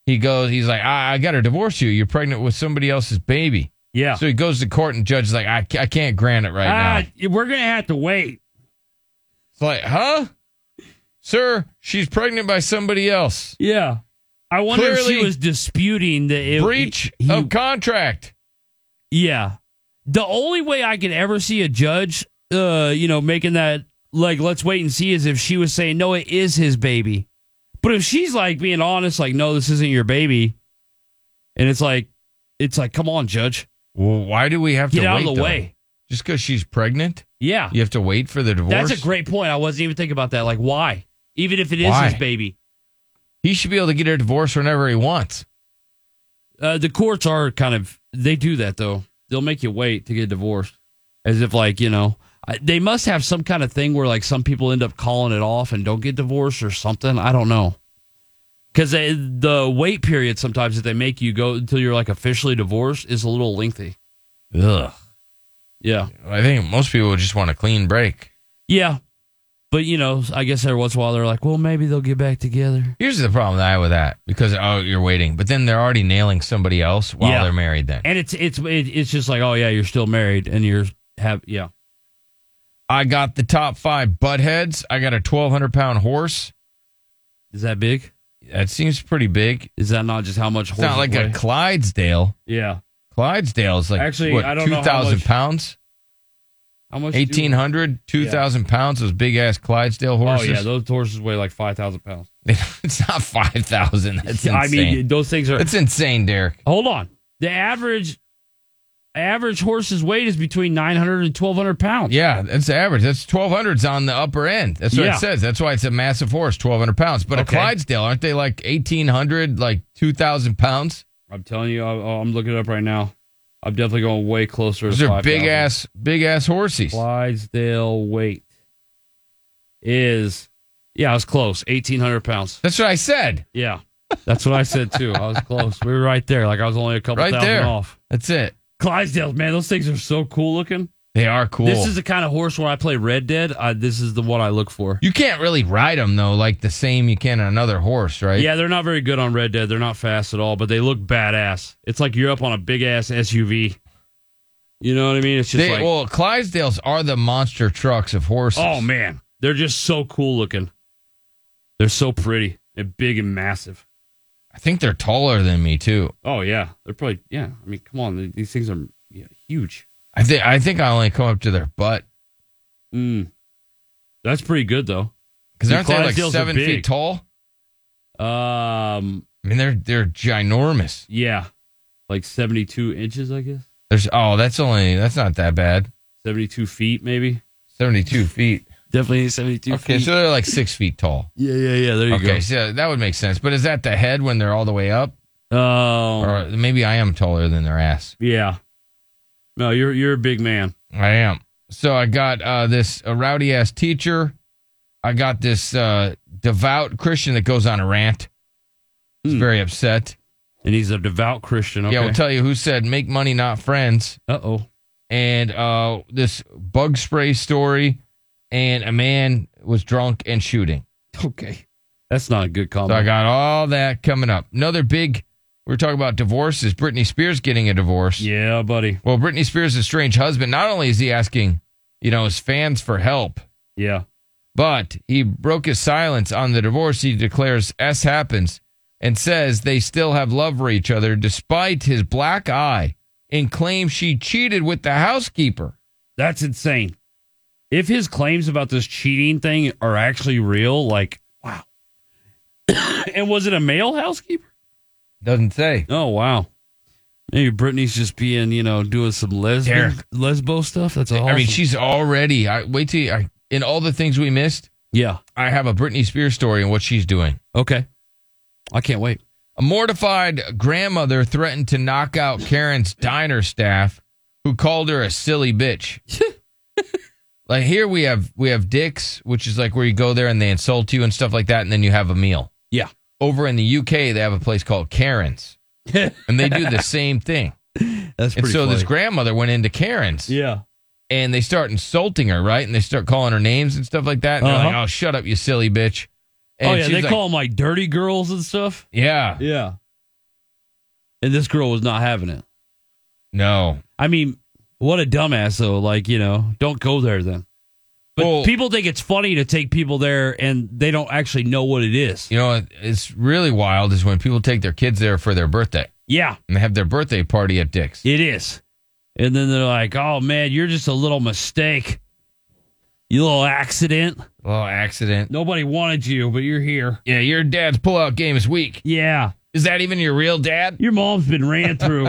Speaker 7: he goes, he's like, I, I got to divorce you. You're pregnant with somebody else's baby.
Speaker 11: Yeah.
Speaker 7: So he goes to court and judge is like, I, ca- I can't grant it right now.
Speaker 11: Ah, we're gonna have to wait.
Speaker 7: It's like, huh? Sir, she's pregnant by somebody else.
Speaker 11: Yeah. I wonder if she
Speaker 7: Clearly-
Speaker 11: was disputing the it,
Speaker 7: Breach
Speaker 11: he-
Speaker 7: of contract.
Speaker 11: Yeah. The only way I could ever see a judge, uh, you know, making that like let's wait and see is if she was saying no, it is his baby. But if she's like being honest, like no, this isn't your baby, and it's like, it's like, come on, judge,
Speaker 7: Well, why do we have to
Speaker 11: Get out
Speaker 7: wait,
Speaker 11: of the
Speaker 7: though?
Speaker 11: way.
Speaker 7: Just because she's pregnant?
Speaker 11: Yeah.
Speaker 7: You have to wait for the divorce?
Speaker 11: that's a great point. I wasn't even thinking about that. Like, why? Even if it is
Speaker 7: Why?
Speaker 11: his baby,
Speaker 7: He should be able to get a divorce whenever he wants.
Speaker 11: uh, the courts are kind of they do that though. They'll make you wait to get divorced, as if like you know I- they must have some kind of thing where like some people end up calling it off and don't get divorced or something. I don't know because the wait period sometimes that they make you go until you're like officially divorced is a little lengthy.
Speaker 7: Ugh.
Speaker 11: Yeah.
Speaker 7: I think most people would just want a clean break.
Speaker 11: Yeah, but you know I guess every once in a while they're like, well maybe they'll get back together.
Speaker 7: Here's the problem that I have with that because, oh, you're waiting. But then they're already nailing somebody else while
Speaker 11: Yeah.
Speaker 7: they're married then.
Speaker 11: And it's it's it- it's just like oh yeah you're still married and you're have yeah
Speaker 7: I got the top five butt heads. I got a 1,200 pound horse.
Speaker 11: is that big?
Speaker 7: That seems pretty big.
Speaker 11: Is that not just how much?
Speaker 7: It's not
Speaker 11: horses
Speaker 7: like
Speaker 11: weigh?
Speaker 7: a Clydesdale.
Speaker 11: Yeah.
Speaker 7: Clydesdale is like
Speaker 11: Actually,
Speaker 7: what,
Speaker 11: I don't know how
Speaker 7: 2,000
Speaker 11: much-
Speaker 7: pounds?
Speaker 11: How much? do you-
Speaker 7: 1,800, 2,000 pounds, those big ass Clydesdale
Speaker 11: Oh
Speaker 7: horses.
Speaker 11: yeah, those horses weigh like five thousand pounds.
Speaker 7: it's not 5,000. That's insane.
Speaker 11: I mean, those things are.
Speaker 7: That's insane, Derek.
Speaker 11: hold on. The average average horse's weight is between 900 and 1,200 pounds.
Speaker 7: Yeah, that's the average. That's 1,200's on the upper end. That's what
Speaker 11: Yeah.
Speaker 7: it says. That's why it's a massive horse, 1,200 pounds. But
Speaker 11: Okay.
Speaker 7: a Clydesdale, aren't they like 1,800, like 2,000 pounds?
Speaker 11: I'm telling you, I, I'm looking it up right now. I'm definitely going way closer.
Speaker 7: Those
Speaker 11: to
Speaker 7: are big
Speaker 11: 5,000.
Speaker 7: ass, big ass horses.
Speaker 11: Clydesdale weight is yeah, I was close. 1,800 pounds.
Speaker 7: That's what I said.
Speaker 11: Yeah, that's what I said too. I was close. We were right there. Like I was only a couple
Speaker 7: Right
Speaker 11: thousand
Speaker 7: there.
Speaker 11: off.
Speaker 7: That's it.
Speaker 11: Clydesdales, man, those things are so cool looking.
Speaker 7: They are cool.
Speaker 11: This is the kind of horse when I play Red Dead. Uh, this is the one I look for.
Speaker 7: you can't really ride them though, like the same you can on another horse, right?
Speaker 11: Yeah, they're not very good on Red Dead. They're not fast at all, but they look badass. It's like you're up on a big ass SUV. You know what I mean? It's just
Speaker 7: They,
Speaker 11: like,
Speaker 7: well, Clydesdales are the monster trucks of horses.
Speaker 11: oh man, they're just so cool looking. They're so pretty and big and massive.
Speaker 7: I think they're taller than me too.
Speaker 11: Oh yeah, they're probably yeah. I mean, come on, these things are yeah, huge.
Speaker 7: I think I think I only come up to their butt
Speaker 11: Mm. That's pretty good though.
Speaker 7: because
Speaker 11: Your
Speaker 7: aren't they like
Speaker 11: Clydesdales are
Speaker 7: seven feet
Speaker 11: big.
Speaker 7: tall?
Speaker 11: Um,
Speaker 7: I mean, they're they're ginormous.
Speaker 11: yeah, like seventy-two inches, I guess.
Speaker 7: There's oh, that's only that's not that bad.
Speaker 11: 72 feet, maybe.
Speaker 7: Seventy two feet.
Speaker 11: Definitely 72
Speaker 7: Okay, so they're like six feet tall.
Speaker 11: yeah, yeah, yeah. There you
Speaker 7: okay, so that would make sense. But is that the head when they're all the way up,
Speaker 11: go. Um,
Speaker 7: or maybe I am taller than their ass?
Speaker 11: Yeah. No, you're you're a big man.
Speaker 7: I am. So I got uh, this a rowdy ass teacher. I got this uh, devout Christian that goes on a rant. He's
Speaker 11: Hmm.
Speaker 7: very upset.
Speaker 11: And he's a devout Christian.
Speaker 7: Yeah, we'll tell you who said make money, not friends.
Speaker 11: Uh oh.
Speaker 7: And uh, this bug spray story, and a man was drunk and shooting.
Speaker 11: Okay. That's not a good combo.
Speaker 7: So I got all that coming up. Another big. We are talking about divorces. Britney Spears getting a divorce.
Speaker 11: Yeah, buddy.
Speaker 7: Well, Britney Spears' estranged husband. Not only is he asking, you know, his fans for help.
Speaker 11: Yeah.
Speaker 7: But he broke his silence on the divorce. He declares S happens and says they still have love for each other despite his black eye and claims she cheated with the housekeeper.
Speaker 11: That's insane. If his claims about this cheating thing are actually real, like, wow. and was it a male housekeeper?
Speaker 7: Doesn't say.
Speaker 11: Oh, wow. Maybe Brittany's just being, you know, doing some lesbian,
Speaker 7: Derek.
Speaker 11: lesbo stuff. That's awesome.
Speaker 7: I mean, she's already. I wait till you- I, in all the things we missed.
Speaker 11: Yeah,
Speaker 7: I have a Britney Spears story and what she's doing.
Speaker 11: Okay, I can't wait.
Speaker 7: A mortified grandmother threatened to knock out Karen's diner staff, who called her a silly bitch. like here we have we have dicks, which is like where you go there and they insult you and stuff like that, and then you have a meal.
Speaker 11: Yeah.
Speaker 7: Over in the UK, they have a place called Karen's, and they do the same thing.
Speaker 11: That's
Speaker 7: and
Speaker 11: pretty
Speaker 7: so this
Speaker 11: funny.
Speaker 7: grandmother went into Karen's.
Speaker 11: Yeah.
Speaker 7: And they start insulting her, right? And they start calling her names and stuff like that. And they're
Speaker 11: Uh-huh.
Speaker 7: like, oh, shut up, you silly bitch. And
Speaker 11: oh yeah,
Speaker 7: she's
Speaker 11: they
Speaker 7: like,
Speaker 11: call them like dirty girls and stuff.
Speaker 7: Yeah.
Speaker 11: Yeah. And this girl was not having it.
Speaker 7: No.
Speaker 11: I mean, what a dumbass though. Like, you know, don't go there then. But people think it's funny to take people there and they don't actually know what it is.
Speaker 7: You know, it's really wild is when people take their kids there for their birthday
Speaker 11: Yeah.
Speaker 7: and they have their birthday party at Dick's.
Speaker 11: It is. And then they're like, oh man, you're just a little mistake. You little accident.
Speaker 7: Little accident.
Speaker 11: Nobody wanted you, but you're here.
Speaker 7: Yeah, your dad's pullout game is weak.
Speaker 11: Yeah.
Speaker 7: Is that even your real dad?
Speaker 11: Your mom's been ran through.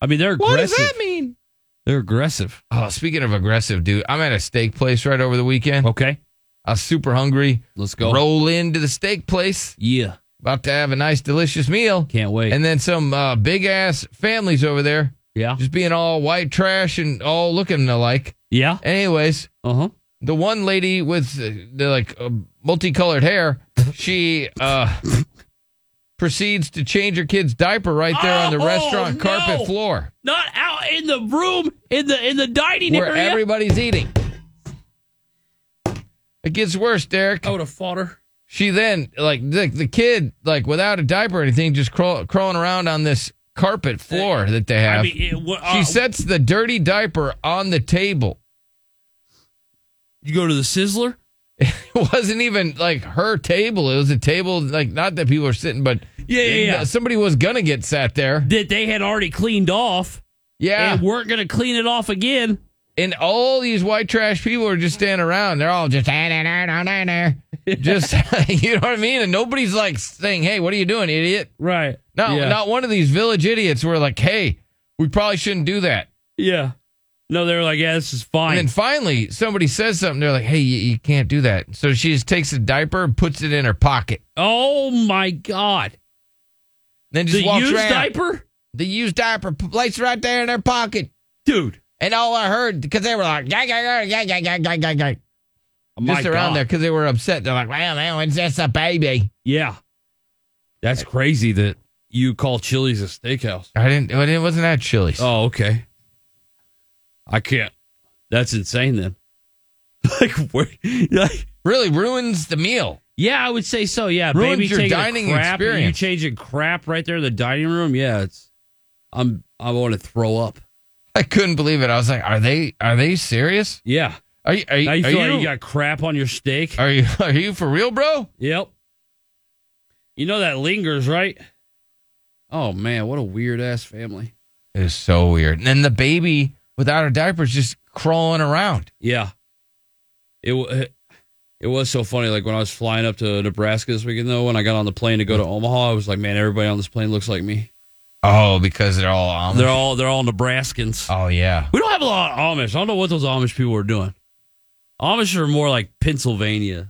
Speaker 11: I mean, they're
Speaker 7: What does
Speaker 11: aggressive.
Speaker 7: that mean?
Speaker 11: They're aggressive.
Speaker 7: Oh, speaking of aggressive, dude, I'm at a steak place right over the weekend.
Speaker 11: Okay.
Speaker 7: I was super hungry.
Speaker 11: Let's go.
Speaker 7: Roll into the steak place.
Speaker 11: Yeah.
Speaker 7: About to have a nice, delicious meal.
Speaker 11: Can't wait.
Speaker 7: And then some uh, big ass families over there.
Speaker 11: Yeah.
Speaker 7: Just being all white trash and all looking alike.
Speaker 11: Yeah.
Speaker 7: Anyways.
Speaker 11: Uh huh.
Speaker 7: The one lady with uh, the like uh, multicolored hair, she uh proceeds to change her kid's diaper right there on the
Speaker 11: Oh,
Speaker 7: restaurant
Speaker 11: no.
Speaker 7: carpet floor
Speaker 11: Not out in the room in the in the dining
Speaker 7: where
Speaker 11: area.
Speaker 7: everybody's eating. It gets worse, Derek.
Speaker 11: I would have fought her.
Speaker 7: She then like the, the kid like without a diaper or anything, just crawl, crawling around on this carpet floor that they have.
Speaker 11: Uh, I mean, it, what, uh,
Speaker 7: she sets the dirty diaper on the table.
Speaker 11: you go to the Sizzler.
Speaker 7: It wasn't even like her table. It was a table like not that people are sitting, but
Speaker 11: Yeah, yeah, yeah.
Speaker 7: somebody was gonna get sat there.
Speaker 11: that they had already cleaned off.
Speaker 7: Yeah.
Speaker 11: And weren't going to clean it off again.
Speaker 7: And all these white trash people are just standing around. They're all just "Ah, nah, nah, nah, nah, nah." just you know what I mean. And nobody's like saying, "Hey, what are you doing, idiot?"
Speaker 11: Right.
Speaker 7: Not
Speaker 11: Yeah.
Speaker 7: not one of these village idiots were like, "Hey, we probably shouldn't do that."
Speaker 11: Yeah. No, they were like, yeah, this is fine.
Speaker 7: And then finally, somebody says something. They're like, "Hey, you, you can't do that." So she just takes a diaper and puts it in her pocket.
Speaker 11: oh my God.
Speaker 7: Then just
Speaker 11: The
Speaker 7: walks
Speaker 11: used
Speaker 7: around.
Speaker 11: diaper?
Speaker 7: The used diaper p- placed right there in their pocket.
Speaker 11: Dude.
Speaker 7: And all I heard, because they were like, yeah, yeah, yeah, yeah, yeah, yeah, yeah, yeah.
Speaker 11: Oh My
Speaker 7: Just around
Speaker 11: God.
Speaker 7: there because they were upset. They're like, well, now it's just a baby.
Speaker 11: Yeah. That's crazy that you call Chili's a steakhouse.
Speaker 7: I didn't, it wasn't that Chili's.
Speaker 11: Oh, okay. I can't. That's insane then. Like, where, like
Speaker 7: Really ruins the meal.
Speaker 11: yeah, I would say so. Yeah,
Speaker 7: Ruins
Speaker 11: baby
Speaker 7: your
Speaker 11: taking a
Speaker 7: dining
Speaker 11: crap, and
Speaker 7: experience.
Speaker 11: You changing crap right there in the dining room. Yeah, it's. I'm. I want to throw up.
Speaker 7: I couldn't believe it. I was like, are they, are they serious?
Speaker 11: Yeah.
Speaker 7: Are you, are you,
Speaker 11: Now you
Speaker 7: are
Speaker 11: feel like you
Speaker 7: you,
Speaker 11: got crap on your steak.
Speaker 7: are you, are you for real, bro?
Speaker 11: Yep. You know that lingers, right? Oh man, what a weird ass family.
Speaker 7: It was so weird. And then the baby without a diaper is just crawling around.
Speaker 11: Yeah. It wa- it was so funny. Like when I was flying up to Nebraska this weekend, though, when I got on the plane to go to Omaha, I was like, man, everybody on this plane looks like me.
Speaker 7: Oh, because they're all, um,
Speaker 11: They're all they're all Nebraskans.
Speaker 7: oh yeah.
Speaker 11: We don't have a lot of Amish. I don't know what those Amish people are doing. Amish are more like Pennsylvania.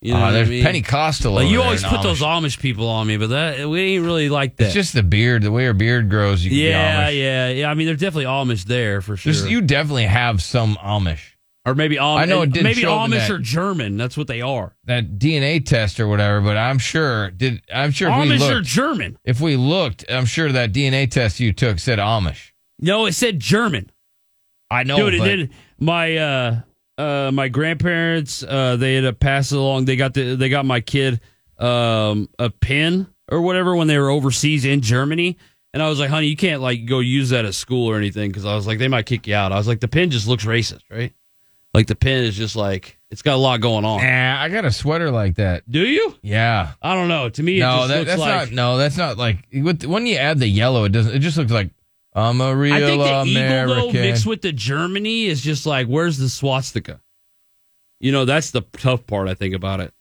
Speaker 11: You know
Speaker 7: oh,
Speaker 11: what I
Speaker 7: there's
Speaker 11: mean?
Speaker 7: Pentecostal.
Speaker 11: Like
Speaker 7: over
Speaker 11: you
Speaker 7: there
Speaker 11: always
Speaker 7: in
Speaker 11: put
Speaker 7: Amish.
Speaker 11: those Amish people on me, but that we ain't really like that.
Speaker 7: It's just the beard, the way your beard grows. You can
Speaker 11: yeah,
Speaker 7: be Amish.
Speaker 11: yeah, yeah. I mean, they're definitely Amish there for sure,
Speaker 7: There's- you definitely have some Amish.
Speaker 11: or maybe Amish.
Speaker 7: I know it didn't
Speaker 11: maybe
Speaker 7: show up in
Speaker 11: Amish
Speaker 7: that-
Speaker 11: or German. That's what they are.
Speaker 7: That DNA test or whatever, but I'm sure did I'm sure if we
Speaker 11: Amish or
Speaker 7: looked,
Speaker 11: German?
Speaker 7: if we looked, I'm sure that DNA test you took said Amish.
Speaker 11: No, it said German.
Speaker 7: I know,
Speaker 11: Dude, it
Speaker 7: but
Speaker 11: did. My uh, uh, uh, my grandparents uh, they had to pass it along. They got the they got my kid um, a pin or whatever when they were overseas in Germany. And I was like, honey, you can't like go use that at school or anything because I was like, they might kick you out. I was like, the pin just looks racist, right? Like the pin is just like it's got a lot going on.
Speaker 7: Nah, I got a sweater like that.
Speaker 11: Do you?
Speaker 7: Yeah.
Speaker 11: I don't know. Oh, To me, it
Speaker 7: no,
Speaker 11: just
Speaker 7: that,
Speaker 11: looks
Speaker 7: that's
Speaker 11: like-
Speaker 7: not. No, that's not like with, when you add the yellow. It doesn't. It just looks like I'm a real
Speaker 11: I think the
Speaker 7: American.
Speaker 11: eagle though mixed with the Germany is just like where's the swastika? You know, that's the tough part I think about it.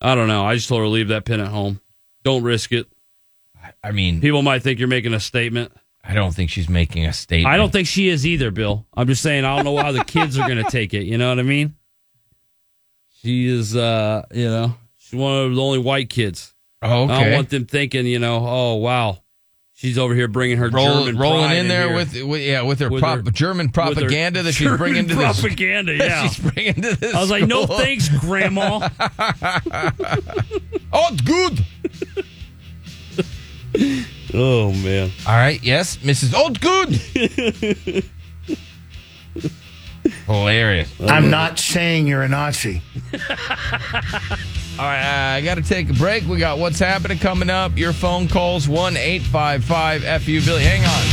Speaker 11: I don't know. I just told her leave that pin at home. Don't risk it.
Speaker 7: I mean,
Speaker 11: people might think you're making a statement.
Speaker 7: I don't think she's making a statement.
Speaker 11: I don't think she is either, Bill. I'm just saying I don't know how the kids are going to take it, you know what I mean? She is uh, you know, she's one of the only white kids.
Speaker 7: Oh,
Speaker 11: I don't
Speaker 7: okay.
Speaker 11: want them thinking, you know, oh wow. She's over here bringing her
Speaker 7: Roll-
Speaker 11: German
Speaker 7: rolling
Speaker 11: pride
Speaker 7: in there
Speaker 11: here.
Speaker 7: with, with yeah with her,
Speaker 11: With
Speaker 7: prop,
Speaker 11: her-
Speaker 7: German
Speaker 11: her
Speaker 7: propaganda that she's
Speaker 11: German
Speaker 7: bringing to this
Speaker 11: propaganda, yeah.
Speaker 7: she's bringing to this.
Speaker 11: I was like, no
Speaker 7: school.
Speaker 11: thanks, Grandma.
Speaker 7: oh, good.
Speaker 11: Oh man.
Speaker 7: All right. Yes, Mrs. Old Good. Hilarious.
Speaker 14: I'm not saying you're a Nazi.
Speaker 7: All right, I got to take a break. We got what's happening coming up. Your phone calls one eight five five fu Billy. Hang on.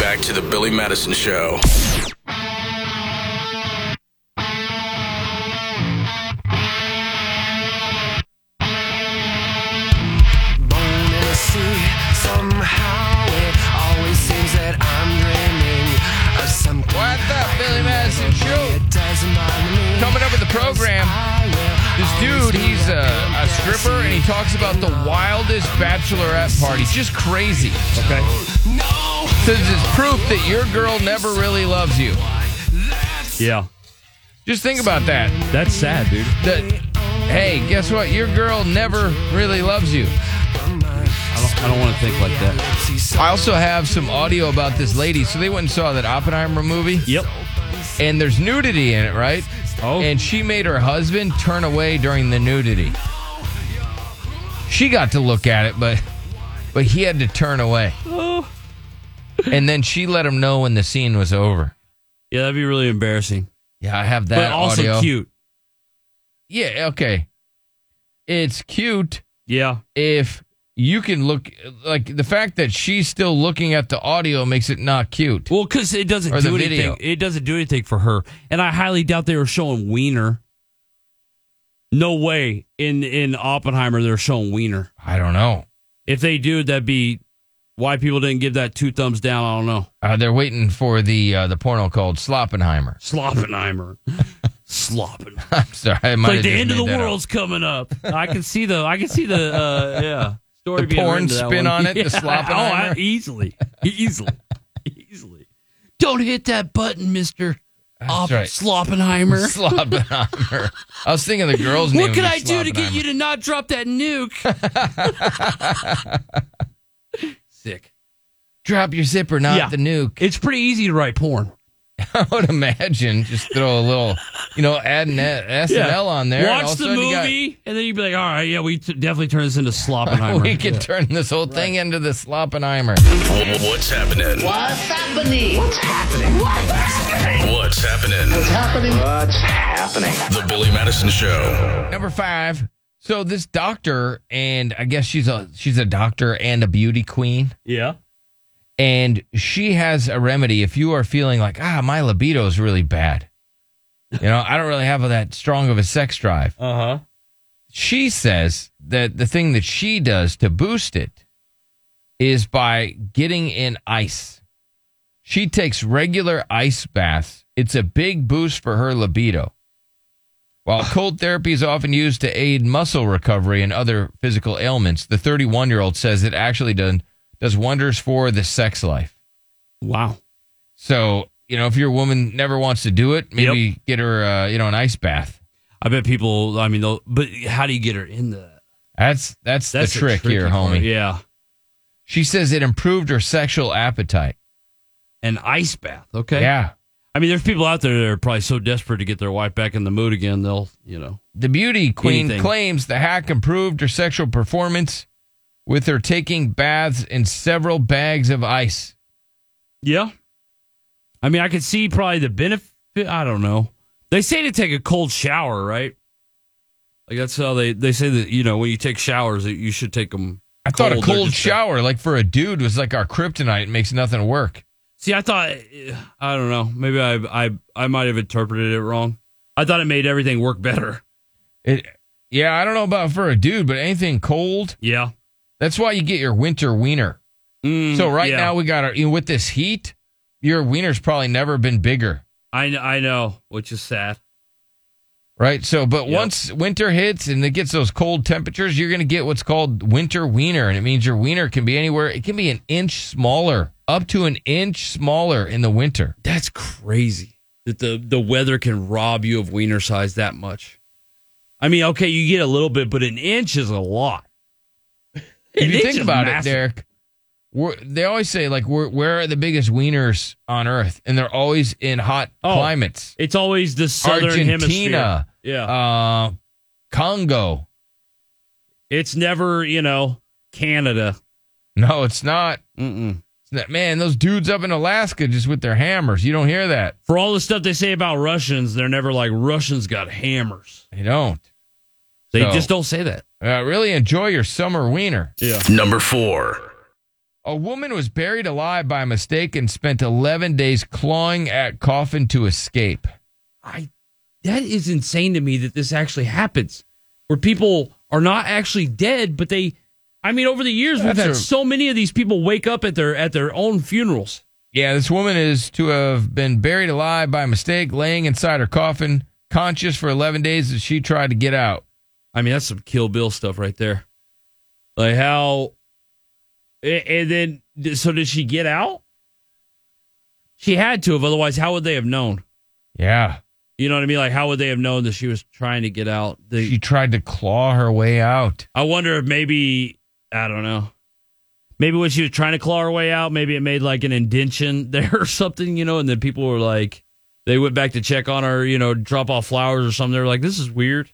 Speaker 3: Back to the Billy Madison Show.
Speaker 13: Born in a sea, somehow it always seems that I'm dreaming of something.
Speaker 7: What's up, Billy Madison Show? Coming up with the program, this dude, he's uh, a, a stripper, and he talks about the wildest bachelorette party. Just crazy. Okay. Says it's proof that your girl never really loves you.
Speaker 11: Yeah.
Speaker 7: Just think about that.
Speaker 11: That's sad, dude.
Speaker 7: That, hey, guess what? Your girl never really loves you.
Speaker 11: I don't, I don't want to think like that.
Speaker 7: I also have some audio about this lady. So they went and saw that Oppenheimer movie.
Speaker 11: Yep.
Speaker 7: And there's nudity in it, right? Oh. And she made her husband turn away during the nudity. She got to look at it, but but he had to turn away.
Speaker 11: Oh.
Speaker 7: And then she let him know when the scene was over.
Speaker 11: Yeah, that'd be really embarrassing.
Speaker 7: Yeah, I have that
Speaker 11: But also
Speaker 7: audio.
Speaker 11: cute.
Speaker 7: Yeah, okay. It's cute.
Speaker 11: Yeah.
Speaker 7: If you can look like the fact that she's still looking at the audio makes it not cute.
Speaker 11: Well, because it doesn't
Speaker 7: or
Speaker 11: do
Speaker 7: the
Speaker 11: anything.
Speaker 7: video.
Speaker 11: It doesn't do anything for her, and I highly doubt they were showing Wiener. No way in in Oppenheimer they're showing Wiener.
Speaker 7: I don't know
Speaker 11: if they do. That'd be why people didn't give that two thumbs down. I don't know.
Speaker 7: Uh, they're waiting for the uh, the porno called Sloppenheimer.
Speaker 11: Sloppenheimer. Sloppin.
Speaker 7: I'm sorry. I
Speaker 11: It's
Speaker 7: might
Speaker 11: like
Speaker 7: have
Speaker 11: the
Speaker 7: just
Speaker 11: end of the
Speaker 7: made that up.
Speaker 11: world's coming up. I can see the I can see the uh, yeah story
Speaker 7: The
Speaker 11: being
Speaker 7: porn
Speaker 11: written to that
Speaker 7: spin
Speaker 11: one.
Speaker 7: on it, the
Speaker 11: Yeah.
Speaker 7: slop
Speaker 11: Oh,
Speaker 7: on
Speaker 11: I,
Speaker 7: it.
Speaker 11: easily, easily, easily. Don't hit that button, Mister. Op-
Speaker 7: right.
Speaker 11: Sloppenheimer.
Speaker 7: Sloppenheimer. I was thinking the girl's name.
Speaker 11: What could
Speaker 7: was
Speaker 11: I do to get you to not drop that nuke? Sick.
Speaker 7: Drop your zipper, not
Speaker 11: Yeah.
Speaker 7: the nuke.
Speaker 11: It's pretty easy to write porn.
Speaker 7: I would imagine just throw a little, you know, add an S and L on there. and all
Speaker 11: Watch
Speaker 7: of a
Speaker 11: the
Speaker 7: sudden you got-
Speaker 11: movie, and then you'd be like, "All right, yeah, we t- definitely turn this into Sloppenheimer."
Speaker 7: we could
Speaker 11: Yeah.
Speaker 7: turn this whole thing into the Sloppenheimer.
Speaker 3: What's happening?
Speaker 13: What's happening? What's happening? What's happening?
Speaker 3: What's happening?
Speaker 13: What's happening? What's
Speaker 3: happening? The Billy Madison Show.
Speaker 7: Number five. So this doctor, and I guess she's a she's a doctor and a beauty queen.
Speaker 11: Yeah.
Speaker 7: And she has a remedy if you are feeling like ah my libido is really bad. You know I don't really have that strong of a sex drive.
Speaker 11: Uh huh.
Speaker 7: She says that the thing that she does to boost it is by getting in ice. She takes regular ice baths. It's a big boost for her libido. While cold therapy is often used to aid muscle recovery and other physical ailments, the 31 year old says it actually does, does wonders for the sex life.
Speaker 11: Wow.
Speaker 7: So, you know, if your woman never wants to do it, maybe get her, uh, you know, an ice bath.
Speaker 11: I bet people. I mean, they'll, but how do you get her in the?
Speaker 7: That's that's,
Speaker 11: That's
Speaker 7: the
Speaker 11: the
Speaker 7: trick
Speaker 11: tricky
Speaker 7: here,
Speaker 11: part,
Speaker 7: homie.
Speaker 11: Yeah.
Speaker 7: She says it improved her sexual appetite.
Speaker 11: An ice bath. Okay.
Speaker 7: Yeah.
Speaker 11: I mean, there's people out there that are probably so desperate to get their wife back in the mood again. They'll, you know,
Speaker 7: The beauty queen
Speaker 11: Anything.
Speaker 7: claims the hack improved her sexual performance with her taking baths in several bags of ice.
Speaker 11: Yeah. I mean, I could see probably the benefit. I don't know. They say to take a cold shower, right? Like that's how they they say that you know when you take showers that you should take them.
Speaker 7: I thought a cold shower, like for a dude, was like our kryptonite. It makes nothing work.
Speaker 11: See, I thought I don't know. Maybe I I I might have interpreted it wrong. I thought it made everything work better.
Speaker 7: It, yeah, I don't know about for a dude, but anything cold.
Speaker 11: Yeah, Mm,
Speaker 7: that's why you get your winter wiener. so right
Speaker 11: yeah.
Speaker 7: now we got our you know, with this heat, your wiener's probably never been bigger,
Speaker 11: I kn- I know, which is sad.
Speaker 7: right? So, but once winter hits and it gets those cold temperatures, you're going to get what's called winter wiener, and it means your wiener can be anywhere. It can be an inch smaller, up to an inch smaller in the winter.
Speaker 11: That's crazy that the the weather can rob you of wiener size that much. I mean, okay, you get a little bit, but an inch is a lot.
Speaker 7: If
Speaker 11: An
Speaker 7: you
Speaker 11: inch
Speaker 7: think
Speaker 11: is
Speaker 7: about
Speaker 11: massive.
Speaker 7: it, Derek, we're, they always say like, we're, "Where are the biggest wieners on Earth?" And they're always in hot climates.
Speaker 11: Oh, It's always the southern hemisphere.
Speaker 7: Argentina,
Speaker 11: Yeah,
Speaker 7: uh, Congo.
Speaker 11: It's never you know Canada.
Speaker 7: No, it's not.
Speaker 11: Mm-mm.
Speaker 7: It's not- Man, those dudes up in Alaska just with their hammers. You don't hear that.
Speaker 11: For all the stuff they say about Russians, they're never like Russians got hammers.
Speaker 7: They don't.
Speaker 11: They
Speaker 7: So-
Speaker 11: just don't say that.
Speaker 7: Uh, really enjoy your summer wiener.
Speaker 11: Yeah.
Speaker 7: Number four. A woman was buried alive by mistake and spent 11 days clawing at coffin to escape.
Speaker 11: That is insane to me that this actually happens, where people are not actually dead, but they. I mean, over the years, we've
Speaker 7: That's
Speaker 11: had
Speaker 7: a-
Speaker 11: so many of these people wake up at their at their own funerals.
Speaker 7: Yeah, this woman is to have been buried alive by mistake, laying inside her coffin, conscious for 11 days as she tried to get out.
Speaker 11: I mean, that's some Kill Bill stuff right there. Like how, and and then so did she get out? She had to have, otherwise, how would they have known?
Speaker 7: Yeah.
Speaker 11: You know what I mean? Like, how would they have known that she was trying to get out? They,
Speaker 7: She tried to claw her way out.
Speaker 11: I wonder if maybe I don't know. Maybe when she was trying to claw her way out, maybe it made like an indention there or something, you know. And then people were like, they went back to check on her, you know, drop off flowers or something. They're like, this is weird.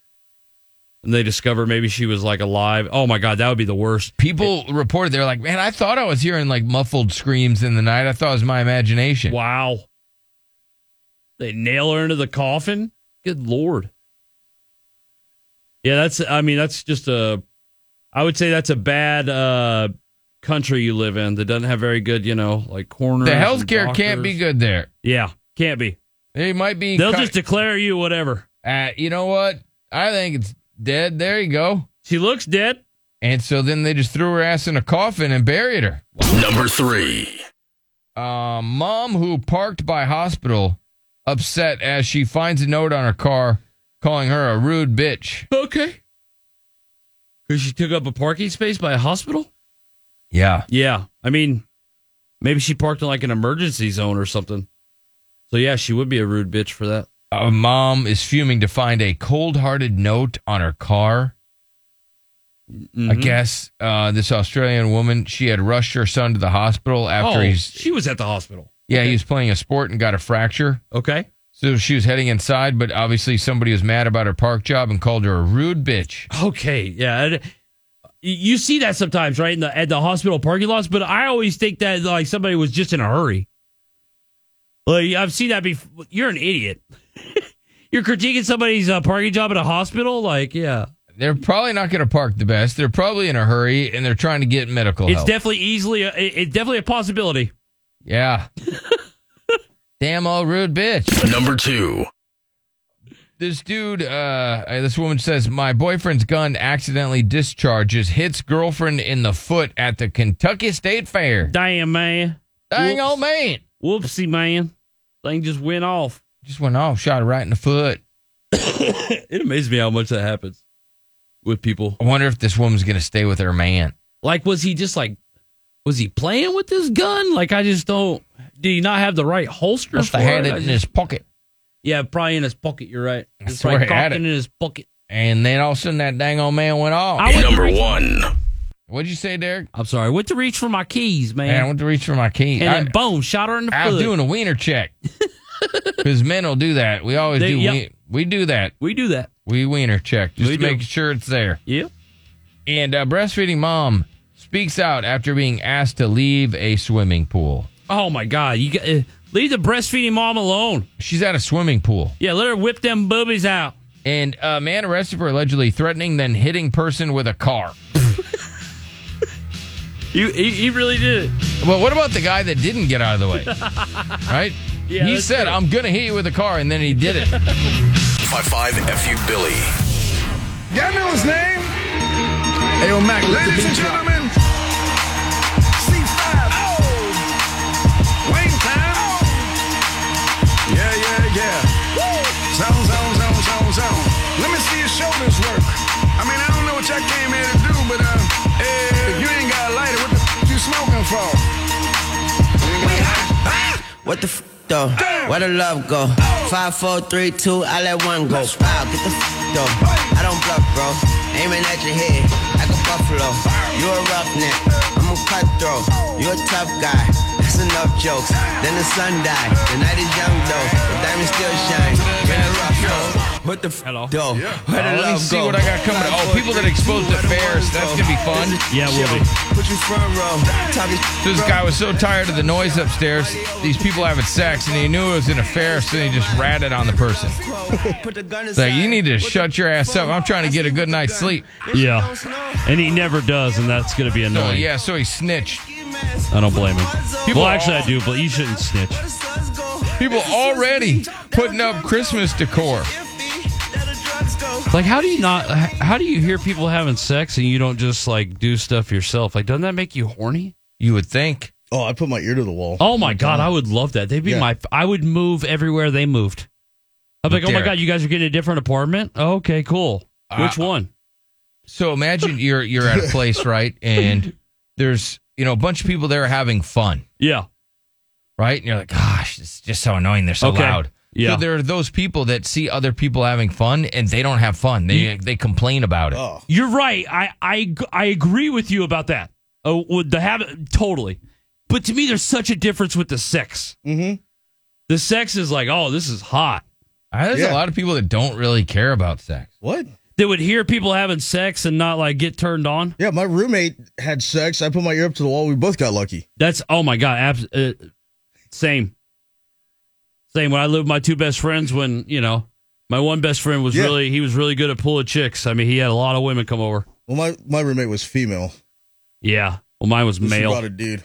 Speaker 11: And they discover maybe she was like alive. Oh my god, that would be the worst.
Speaker 7: People reported they're like, man, I thought I was hearing like muffled screams in the night. I thought it was my imagination.
Speaker 11: Wow. They nail her into the coffin. Good lord. Yeah, that's. I mean, that's just a. I would say that's a bad uh, country you live in that doesn't have very good, you know, like corners.
Speaker 7: The
Speaker 11: and
Speaker 7: healthcare can't
Speaker 11: doctors.
Speaker 7: be good there.
Speaker 11: Yeah, can't be.
Speaker 7: They might be.
Speaker 11: They'll
Speaker 7: cut-
Speaker 11: just declare you whatever.
Speaker 7: Uh, you know what? I think it's dead. There you go.
Speaker 11: She looks dead.
Speaker 7: And so then they just threw her ass in a coffin and buried her.
Speaker 3: Number three.
Speaker 7: Uh, mom who parked by hospital upset as she finds a note on her car calling her a rude bitch.
Speaker 11: Okay. Because she took up a parking space by a hospital.
Speaker 7: Yeah.
Speaker 11: Yeah, I mean, maybe she parked in like an emergency zone or something. So yeah, she would be a rude bitch for that.
Speaker 7: A Uh, mom is fuming to find a cold hearted note on her car. I
Speaker 11: Mm-hmm.
Speaker 7: guess uh, this Australian woman, she had rushed her son to the hospital after
Speaker 11: oh,
Speaker 7: he's
Speaker 11: she was at the hospital.
Speaker 7: Yeah, he was playing a sport and got a fracture.
Speaker 11: Okay.
Speaker 7: So she was heading inside, but obviously somebody was mad about her park job and called her a rude bitch.
Speaker 11: Okay, yeah. and You see that sometimes, right? In the, at the hospital parking lots, but I always think that like somebody was just in a hurry. Like I've seen that before. You're an idiot. You're critiquing somebody's uh, parking job at a hospital. Like, yeah,
Speaker 7: They're probably not going to park the best. They're probably in a hurry and they're trying to get medical
Speaker 11: it's
Speaker 7: help.
Speaker 11: definitely easily. A, it- it's definitely a possibility.
Speaker 7: yeah. Damn old rude bitch. Number two. This dude, uh, this woman says, My boyfriend's gun accidentally discharges, hits girlfriend in the foot at the Kentucky State Fair.
Speaker 11: Damn, man.
Speaker 7: Dang old man.
Speaker 11: Whoopsie, man. Thing just went off.
Speaker 7: Just went off, shot her right in the foot.
Speaker 11: It amazes me how much that happens with people.
Speaker 7: I wonder if this woman's going to stay with her man.
Speaker 11: Like, was he just like, was he playing with this gun? Like, I just don't. Did he not have the right holster?
Speaker 7: Must have had it in his pocket.
Speaker 11: Yeah, probably in his pocket. You're right. It's
Speaker 7: swear
Speaker 11: probably
Speaker 7: he had
Speaker 11: cocked in
Speaker 7: it.
Speaker 11: his pocket.
Speaker 7: And then all of a sudden that dang old man went off.
Speaker 11: I went to Number reach-
Speaker 7: one. What'd you say, Derek?
Speaker 11: I'm sorry. Went to reach for my keys, man.
Speaker 7: I went to reach for my key.
Speaker 11: and
Speaker 7: I-
Speaker 11: then boom, shot her in the
Speaker 7: I was
Speaker 11: foot.
Speaker 7: doing a wiener check. Because men will do that. We always
Speaker 11: They-
Speaker 7: do.
Speaker 11: yep.
Speaker 7: wien- we do that.
Speaker 11: We do that.
Speaker 7: We wiener check just
Speaker 11: We
Speaker 7: to
Speaker 11: do.
Speaker 7: make sure it's there.
Speaker 11: Yep.
Speaker 7: And uh, breastfeeding mom speaks out after being asked to leave a swimming pool.
Speaker 11: Oh my god! You got, uh, leave the breastfeeding mom alone.
Speaker 7: She's at a swimming pool.
Speaker 11: Yeah, let her whip them boobies out.
Speaker 7: And a man arrested for allegedly threatening then hitting person with a car.
Speaker 11: You, he, he really did.
Speaker 7: Well, what about the guy that didn't get out of the way? right?
Speaker 3: Yeah,
Speaker 7: he
Speaker 3: that's
Speaker 7: said, "I'm gonna hit you with a car," and then he did it.
Speaker 3: Five five fu Billy.
Speaker 15: Y'all know his name? Hey, yo, Mac, Ladies and gentlemen, C5. Wayne time. Yeah, yeah, yeah. Zone, zone, zone, zone, zone. Let me see your shoulders work. I mean, I don't know what y'all came here to do, but uh, eh, if you ain't got a lighter, what the f- you smoking for?
Speaker 16: What the f though? Where the love go? Five, four, three, two, I let one go. Wow, get the f though. I don't bluff, bro. Aiming at your head like a buffalo. You a roughneck, I'm a cutthroat. You a tough guy. That's enough jokes. Then the sun died. The night is young though. The diamond still shines. Been a rough road. What the f Hello. though?
Speaker 7: Uh,
Speaker 16: Where the
Speaker 7: let me
Speaker 16: love
Speaker 7: see
Speaker 16: go?
Speaker 7: what I got coming.
Speaker 16: Five,
Speaker 7: Oh,
Speaker 16: four,
Speaker 7: people that
Speaker 16: three,
Speaker 7: expose
Speaker 16: two,
Speaker 7: the
Speaker 16: where the
Speaker 7: fares.
Speaker 16: ones
Speaker 7: That's
Speaker 16: go?
Speaker 7: gonna be fun.
Speaker 16: This is
Speaker 7: Yeah, will
Speaker 16: chill. Put you front
Speaker 15: um,
Speaker 16: row. Talk your
Speaker 7: So this guy was so tired of the noise upstairs. These people having sex, and he knew it was an affair, so he just ratted on the person. It's like you need to shut your ass up. I'm trying to get a good night's sleep.
Speaker 11: Yeah, and he never does, and that's gonna be
Speaker 7: So
Speaker 11: annoying.
Speaker 7: yeah, so he snitched.
Speaker 11: I don't blame him.
Speaker 7: People
Speaker 11: well,
Speaker 7: are-
Speaker 11: actually, I do, but you shouldn't snitch.
Speaker 7: People already putting up Christmas decor.
Speaker 11: Like, how do you not? How do you hear people having sex and you don't just like do stuff yourself? Like, doesn't that make you horny?
Speaker 7: You would think. uh,
Speaker 2: Oh, I put my ear to the wall.
Speaker 11: Oh my god, I would love that. They'd be
Speaker 2: Yeah.
Speaker 11: my. I would move everywhere they moved. I'm like, oh my
Speaker 7: Derek.
Speaker 11: god, you guys are getting a different apartment. Okay, cool. Which
Speaker 7: Uh,
Speaker 11: one?
Speaker 7: So imagine you're you're at a place, right? And there's you know a bunch of people there having fun.
Speaker 11: Yeah.
Speaker 7: Right? And you're like, gosh, it's just so annoying. They're so
Speaker 11: Okay.
Speaker 7: loud.
Speaker 11: Yeah.
Speaker 7: So there are those people that see other people having fun and they don't have fun. They they complain about it.
Speaker 2: Oh.
Speaker 11: You're right. I I I agree with you about that. Oh, with the habit, totally. But to me, there's such a difference with the sex. Mm-hmm. The sex is like, oh, this is hot.
Speaker 7: Uh, There's a lot of people that don't really care about sex.
Speaker 2: What?
Speaker 11: They would hear people having sex and not like get turned on.
Speaker 2: Yeah, my roommate had sex. I put my ear up to the wall. We both got lucky.
Speaker 11: That's oh my god, abs- uh, same, same. When I lived with my two best friends, when you know, my one best friend was
Speaker 2: Yeah.
Speaker 11: really he was really good at pulling chicks. I mean, he had a lot of women come over.
Speaker 2: Well, my my roommate was female.
Speaker 11: Yeah, well, mine was
Speaker 2: She brought a
Speaker 11: male.
Speaker 2: dude.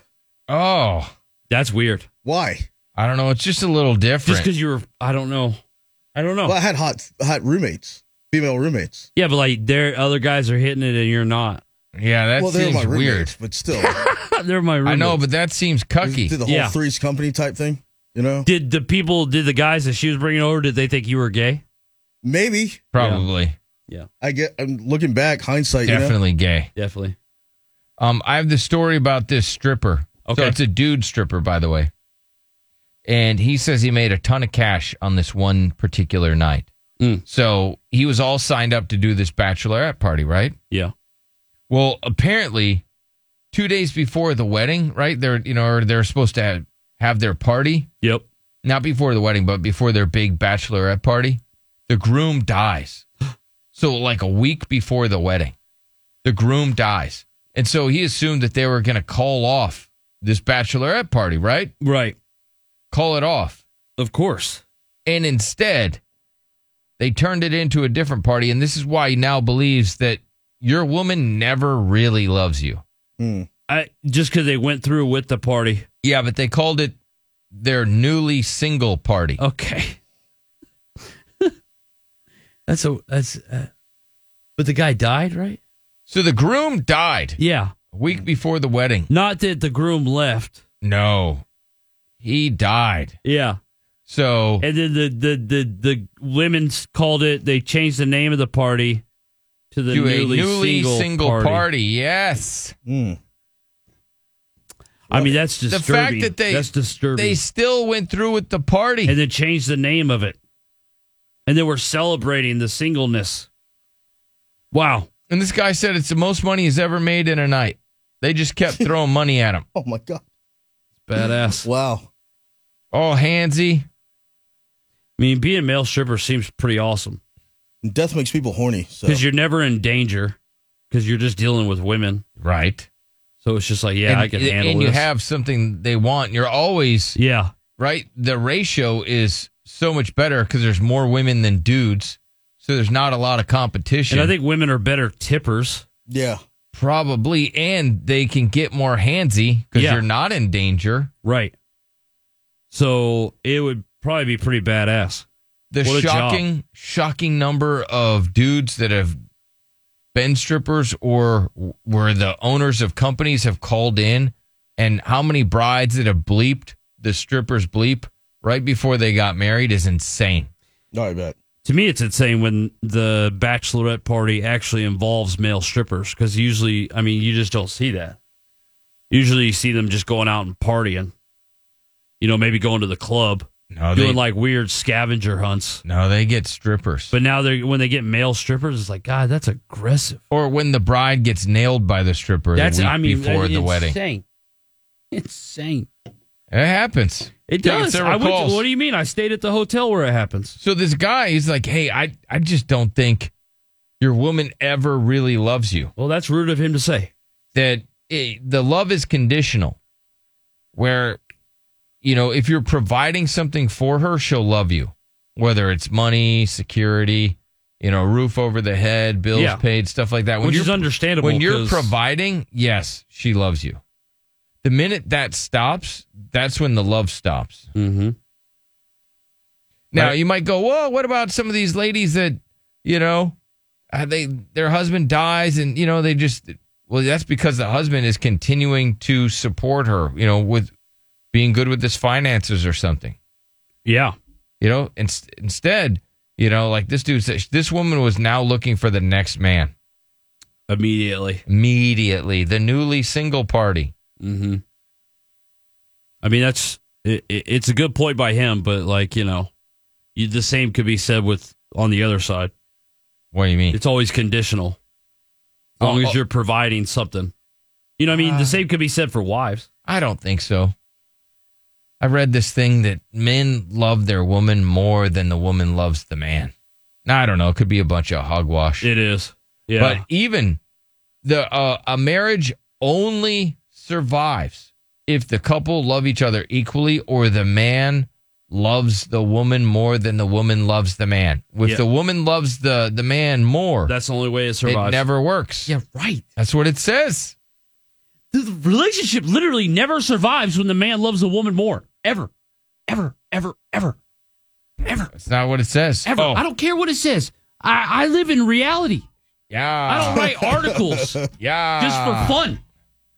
Speaker 7: Oh.
Speaker 11: That's weird.
Speaker 2: Why?
Speaker 7: I don't know. It's just a little different.
Speaker 11: Just because you were, I don't know, I don't know.
Speaker 2: Well, I had hot hot roommates, female roommates.
Speaker 11: Yeah, but like their other guys are hitting it and you're not.
Speaker 7: Yeah, that
Speaker 2: well, they were
Speaker 7: seems
Speaker 2: my
Speaker 7: weird.
Speaker 2: roommates, but still,
Speaker 11: they're my.
Speaker 7: I know, but that seems cucky.
Speaker 2: did the whole threes company type thing. You know,
Speaker 11: Did the people, did the guys that she was bringing over, did they think you were gay?
Speaker 2: Maybe.
Speaker 7: Probably.
Speaker 11: Yeah.
Speaker 2: I get. I'm looking back, hindsight.
Speaker 7: Definitely
Speaker 2: you know?
Speaker 7: gay.
Speaker 11: Definitely.
Speaker 7: Um, I have the story about this stripper.
Speaker 11: Okay.
Speaker 7: So it's a dude stripper, by the way. And he says he made a ton of cash on this one particular night.
Speaker 11: Mm.
Speaker 7: So he was all signed up to do this bachelorette party, right?
Speaker 11: Yeah.
Speaker 7: Well, apparently, two days before the wedding, right? They're you know, or they're supposed to have, have their party.
Speaker 11: Yep.
Speaker 7: Not before the wedding, but before their big bachelorette party, the groom dies. So like a week before the wedding, the groom dies, and so he assumed that they were going to call off this bachelorette party, right?
Speaker 11: Right.
Speaker 7: Call it off.
Speaker 11: Of course.
Speaker 7: And instead, they turned it into a different party, and this is why he now believes that your woman never really loves you.
Speaker 11: I just because they went through with the party.
Speaker 7: Yeah, but they called it their newly single party.
Speaker 11: Okay. That's a that's. Uh, but the guy died, right?
Speaker 7: So the groom died.
Speaker 11: Yeah.
Speaker 7: A week before the wedding.
Speaker 11: Not that the groom left.
Speaker 7: No. He died.
Speaker 11: Yeah.
Speaker 7: So
Speaker 11: and then the the the the women's called it. They changed the name of the party to the
Speaker 7: to
Speaker 11: newly,
Speaker 7: a newly single, party.
Speaker 11: party.
Speaker 7: Yes.
Speaker 11: I mean, that's
Speaker 7: Hmm. The fact
Speaker 11: disturbing.
Speaker 7: that they
Speaker 11: that's disturbing.
Speaker 7: they still went through with the party
Speaker 11: and then changed the name of it. and then we're celebrating the singleness. Wow.
Speaker 7: And this guy said it's the most money he's ever made in a night. They just kept throwing money at him.
Speaker 2: Oh my god.
Speaker 11: Badass.
Speaker 2: Wow.
Speaker 7: All handsy.
Speaker 11: I mean, being a male stripper seems pretty awesome.
Speaker 2: Death makes people horny. So
Speaker 11: because you're never in danger because you're just dealing with women,
Speaker 7: right?
Speaker 11: So it's just like, yeah,
Speaker 7: and,
Speaker 11: I can handle.
Speaker 7: And you
Speaker 11: this.
Speaker 7: have something they want. You're always
Speaker 11: yeah
Speaker 7: right. The ratio is so much better because there's more women than dudes, so there's not a lot of competition.
Speaker 11: And I think women are better tippers.
Speaker 2: Yeah,
Speaker 7: probably, and they can get more handsy because
Speaker 11: Yeah.
Speaker 7: you're not in danger.
Speaker 11: Right. So it would probably be pretty badass.
Speaker 7: The
Speaker 11: What a job.
Speaker 7: shocking, shocking number of dudes that have been strippers or w- where the owners of companies have called in, and how many brides that have bleeped the strippers bleep right before they got married is insane.
Speaker 2: No, I bet.
Speaker 11: To me, it's insane when the bachelorette party actually involves male strippers because usually, I mean, you just don't see that. Usually, you see them just going out and partying. You know, maybe going to the club,
Speaker 7: No,
Speaker 11: doing
Speaker 7: they-
Speaker 11: like weird scavenger hunts.
Speaker 7: No, they get strippers.
Speaker 11: But now they are when they get male strippers, it's like God, that's aggressive.
Speaker 7: Or when the bride gets nailed by the stripper
Speaker 11: That's
Speaker 7: the week
Speaker 11: I mean
Speaker 7: before the
Speaker 11: insane.
Speaker 7: wedding.
Speaker 11: Insane. Insane.
Speaker 7: It happens.
Speaker 11: It
Speaker 7: Taking
Speaker 11: does.
Speaker 7: several
Speaker 11: I went to-
Speaker 7: calls.
Speaker 11: what do you mean? I stayed at the hotel where it happens.
Speaker 7: So this guy, he's like, "Hey, I, I just don't think your woman ever really loves you."
Speaker 11: Well, that's rude of him to say.
Speaker 7: That it, the love is conditional, where, you know, if you're providing something for her, she'll love you, whether it's money, security, you know, roof over the head, bills
Speaker 11: Yeah.
Speaker 7: paid, stuff like that.
Speaker 11: Which
Speaker 7: you're-
Speaker 11: is understandable
Speaker 7: When you're
Speaker 11: 'cause-
Speaker 7: providing, yes, she loves you. The minute that stops, that's when the love stops.
Speaker 11: Mm-hmm.
Speaker 7: Now you might go, well, what about some of these ladies that, you know, uh, they their husband dies and you know they just well that's because the husband is continuing to support her, you know, with being good with his finances or something.
Speaker 11: Yeah,
Speaker 7: you know, in- instead, you know, like this dude said, this woman was now looking for the next man
Speaker 11: immediately.
Speaker 7: Immediately, the newly single party.
Speaker 11: Mm-hmm. I mean, that's it, it- it's a good point by him, but like you know, you, the same could be said with on the other side.
Speaker 7: What do you mean?
Speaker 11: It's always conditional. As long
Speaker 7: Oh, oh.
Speaker 11: as you're providing something, you know. what I mean, the same could be said for wives.
Speaker 7: Ah. I don't think so. I read this thing that men love their woman more than the woman loves the man. Now I don't know. It could be a bunch of hogwash.
Speaker 11: It is. Yeah.
Speaker 7: But even the uh, a marriage only survives if the couple love each other equally, or the man loves the woman more than the woman loves the man. If
Speaker 11: Yeah.
Speaker 7: the woman loves the the man more,
Speaker 11: That's the only way it survives.
Speaker 7: it never works.
Speaker 11: Yeah, right.
Speaker 7: That's what it says.
Speaker 11: The relationship literally never survives when the man loves the woman more. Ever. Ever. Ever. Ever. Ever.
Speaker 7: That's not what it says.
Speaker 11: Ever.
Speaker 7: Oh.
Speaker 11: I don't care what it says. I, I live in reality.
Speaker 7: Yeah.
Speaker 11: I don't write articles.
Speaker 7: yeah.
Speaker 11: Just for fun.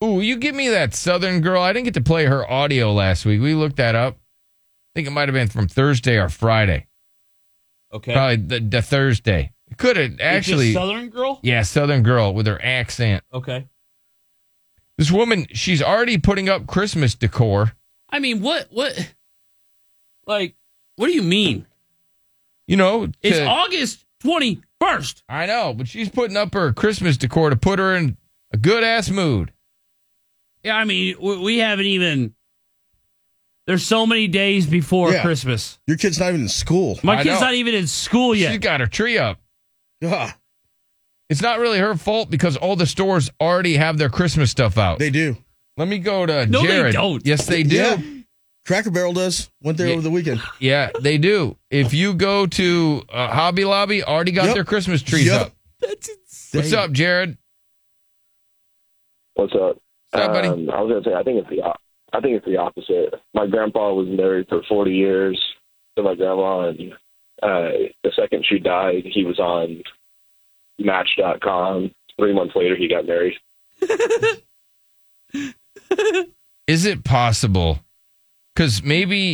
Speaker 7: Ooh, you give me that Southern girl. I didn't get to play her audio last week. We looked that up. I think it might have been from Thursday or Friday.
Speaker 11: Okay.
Speaker 7: Probably the, the Thursday. It Could have actually.
Speaker 11: Southern girl?
Speaker 7: Yeah, Southern girl with her accent.
Speaker 11: Okay.
Speaker 7: This woman, she's already putting up Christmas decor.
Speaker 11: I mean, what what like what do you mean?
Speaker 7: You know,
Speaker 11: It's
Speaker 7: to-
Speaker 11: August twenty first.
Speaker 7: I know, but she's putting up her Christmas decor to put her in a good ass mood.
Speaker 11: Yeah, I mean, we, we haven't even there's so many days before
Speaker 2: Yeah.
Speaker 11: Christmas.
Speaker 2: Your kid's not even in school.
Speaker 11: My kid's not even in school yet.
Speaker 7: She's got her tree up. It's not really her fault because all the stores already have their Christmas stuff out. They
Speaker 2: do.
Speaker 7: Let me go to
Speaker 2: No, they
Speaker 7: Jared.
Speaker 2: don't.
Speaker 7: Yes, they do.
Speaker 2: Yeah. Cracker Barrel does. Went there
Speaker 7: Yeah.
Speaker 2: over the weekend.
Speaker 7: Yeah, they do. If you go to uh, Hobby Lobby, already got
Speaker 2: Yep.
Speaker 7: their Christmas trees
Speaker 2: Yep.
Speaker 7: up. That's insane. What's up, Jared?
Speaker 17: What's up?
Speaker 7: What's up, buddy?
Speaker 17: Um, I was gonna say I think it's the op- I think it's the opposite. My grandpa was married for forty years to my grandma, and uh, the second she died, he was on Match.com. Three months later, he got married.
Speaker 7: Is it possible? Because maybe,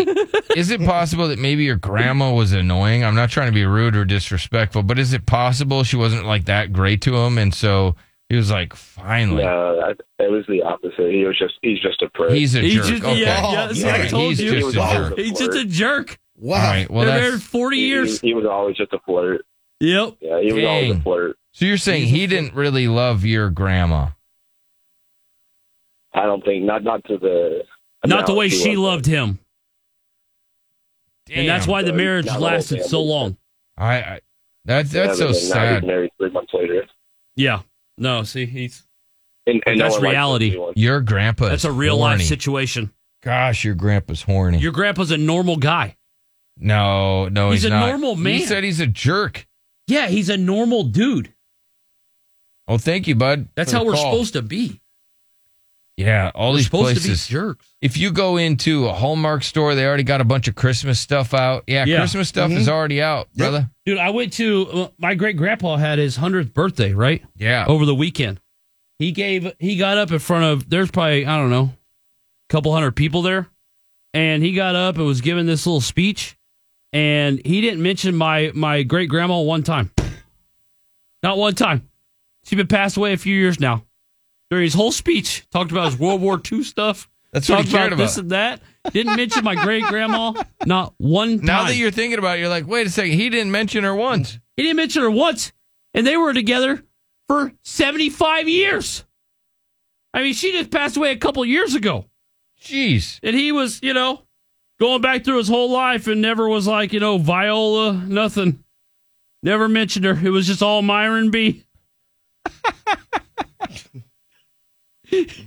Speaker 7: is it possible that maybe your grandma was annoying? I'm not trying to be rude or disrespectful, but is it possible she wasn't like that great to him? And so he was like, finally.
Speaker 17: No, Uh, I, it was the opposite. He was just he's just a prick.
Speaker 7: He's a He's jerk. just- Okay. yeah, yeah, see, I told
Speaker 17: he's
Speaker 7: you.
Speaker 17: Just a
Speaker 7: Wow.
Speaker 17: jerk.
Speaker 11: He's just a jerk.
Speaker 2: Wow.
Speaker 7: well,
Speaker 11: They're
Speaker 7: that's-
Speaker 11: married 40 years.
Speaker 17: He, he was always just a flirt.
Speaker 11: Yep.
Speaker 17: Yeah, he was always a
Speaker 7: Dang.
Speaker 17: flirt.
Speaker 7: So you're saying he didn't really love your grandma?
Speaker 17: I don't think not not to the
Speaker 11: Not the
Speaker 17: amount
Speaker 11: way
Speaker 17: he
Speaker 11: she
Speaker 17: was.
Speaker 11: loved him. And that's why the
Speaker 17: Damn.
Speaker 11: marriage
Speaker 17: Got a little
Speaker 11: lasted so
Speaker 17: family.
Speaker 11: long.
Speaker 7: I, I that's that's so
Speaker 17: Yeah, but then now he's
Speaker 7: sad.
Speaker 17: Married three months later.
Speaker 11: Yeah. No, see, he's.
Speaker 17: And,
Speaker 11: But
Speaker 17: and no
Speaker 11: that's
Speaker 17: one likes
Speaker 11: reality.
Speaker 17: anyone.
Speaker 7: Your grandpa.
Speaker 11: That's
Speaker 7: is
Speaker 11: a real life
Speaker 7: horny.
Speaker 11: situation.
Speaker 7: Gosh, your grandpa's horny.
Speaker 11: Your grandpa's a normal guy.
Speaker 7: no, no, he's,
Speaker 11: He's a
Speaker 7: not.
Speaker 11: normal man.
Speaker 7: He said he's a jerk.
Speaker 11: Yeah, he's a normal dude.
Speaker 7: Oh, thank you, bud.
Speaker 11: That's
Speaker 7: for the
Speaker 11: how we're
Speaker 7: call.
Speaker 11: supposed to be.
Speaker 7: Yeah, all
Speaker 11: We're
Speaker 7: these
Speaker 11: supposed to be
Speaker 7: places.
Speaker 11: jerks.
Speaker 7: If you go into a Hallmark store, they already got a bunch of Christmas stuff out. Yeah,
Speaker 11: Yeah.
Speaker 7: Christmas stuff
Speaker 11: Mhm.
Speaker 7: is already out, brother.
Speaker 11: Dude, I went to uh, my great grandpa had his 100th birthday, right?
Speaker 7: Yeah.
Speaker 11: Over the weekend. He gave he got up in front of there's probably I don't know, a couple hundred people there. And he got up and was giving this little speech and he didn't mention my my great grandma one time. Not one time. She's been passed away a few years now. During his whole speech, talked about his World War II stuff.
Speaker 7: That's what he
Speaker 11: talked
Speaker 7: cared
Speaker 11: this
Speaker 7: about.
Speaker 11: and that. Didn't mention my great grandma. Not one time.
Speaker 7: Now that you're thinking about it, you're like, wait a second, he didn't mention her once.
Speaker 11: He didn't mention her once, and they were together for 75 years. I mean, she just passed away a couple years ago.
Speaker 7: Jeez.
Speaker 11: And he was, you know, going back through his whole life and never was like, you know, Viola, nothing. Never mentioned her. It was just all Myron B.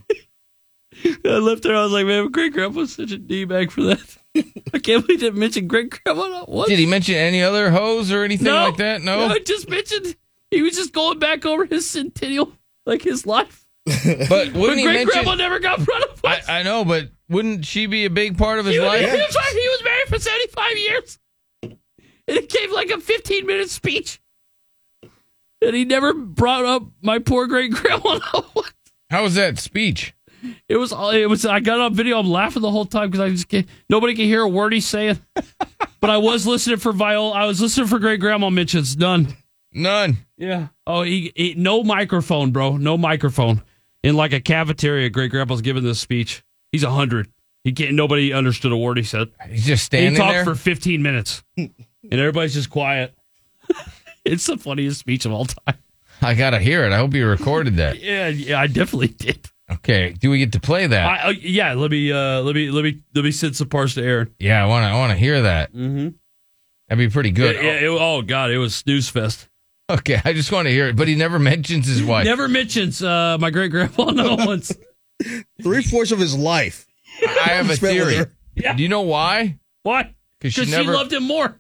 Speaker 11: I left her. I was like, man, great grandpa's such a D bag for that. I can't believe he didn't mention great grandma not once.
Speaker 7: Did he mention any other hoes or anything like that? No.
Speaker 11: I just mentioned he was just going back over his centennial, like his life.
Speaker 7: But
Speaker 11: But
Speaker 7: wouldn't he
Speaker 11: great
Speaker 7: mention?
Speaker 11: grandma never got brought up.
Speaker 7: I, I know, but wouldn't she be a big part of his
Speaker 11: He was,
Speaker 7: life?
Speaker 11: he was like- he was married for 75 years. And it gave like a 15 minute speech. And he never brought up my poor great grandma.
Speaker 7: How was that speech?
Speaker 11: It was all. It was. I got it on video. I'm laughing the whole time because I just can't. Nobody can hear a word he's saying. but I was listening for Viola. I was listening for great grandma mentions. None.
Speaker 7: None.
Speaker 11: Yeah. Oh, he, he, no microphone, bro. No microphone. In like a cafeteria, great grandpa's giving this speech. He's hundred. He can't. Nobody understood a word he said.
Speaker 7: He's just standing
Speaker 11: He talked
Speaker 7: there?
Speaker 11: for fifteen minutes, and everybody's just quiet. it's the funniest speech of all time.
Speaker 7: I gotta hear it. I hope you recorded that.
Speaker 11: Yeah, yeah, I definitely did.
Speaker 7: Okay. Do we get to play that?
Speaker 11: I, uh, yeah, let me uh, let me let me let me send some parts to Aaron.
Speaker 7: yeah, I want to. I want to hear that.
Speaker 11: Mm-hmm.
Speaker 7: That'd be pretty good.
Speaker 11: Yeah, yeah, it- oh god, it was snooze fest.
Speaker 7: Okay, I just want to hear it. But he never mentions his wife.
Speaker 11: Never mentions uh, my great grandpa no once.
Speaker 2: Three fourths of his life.
Speaker 7: I have a
Speaker 2: Spent with
Speaker 7: theory.
Speaker 2: her.
Speaker 7: Do you know why?
Speaker 11: Why?
Speaker 7: Because she
Speaker 11: Because she,
Speaker 7: never.
Speaker 11: loved him more.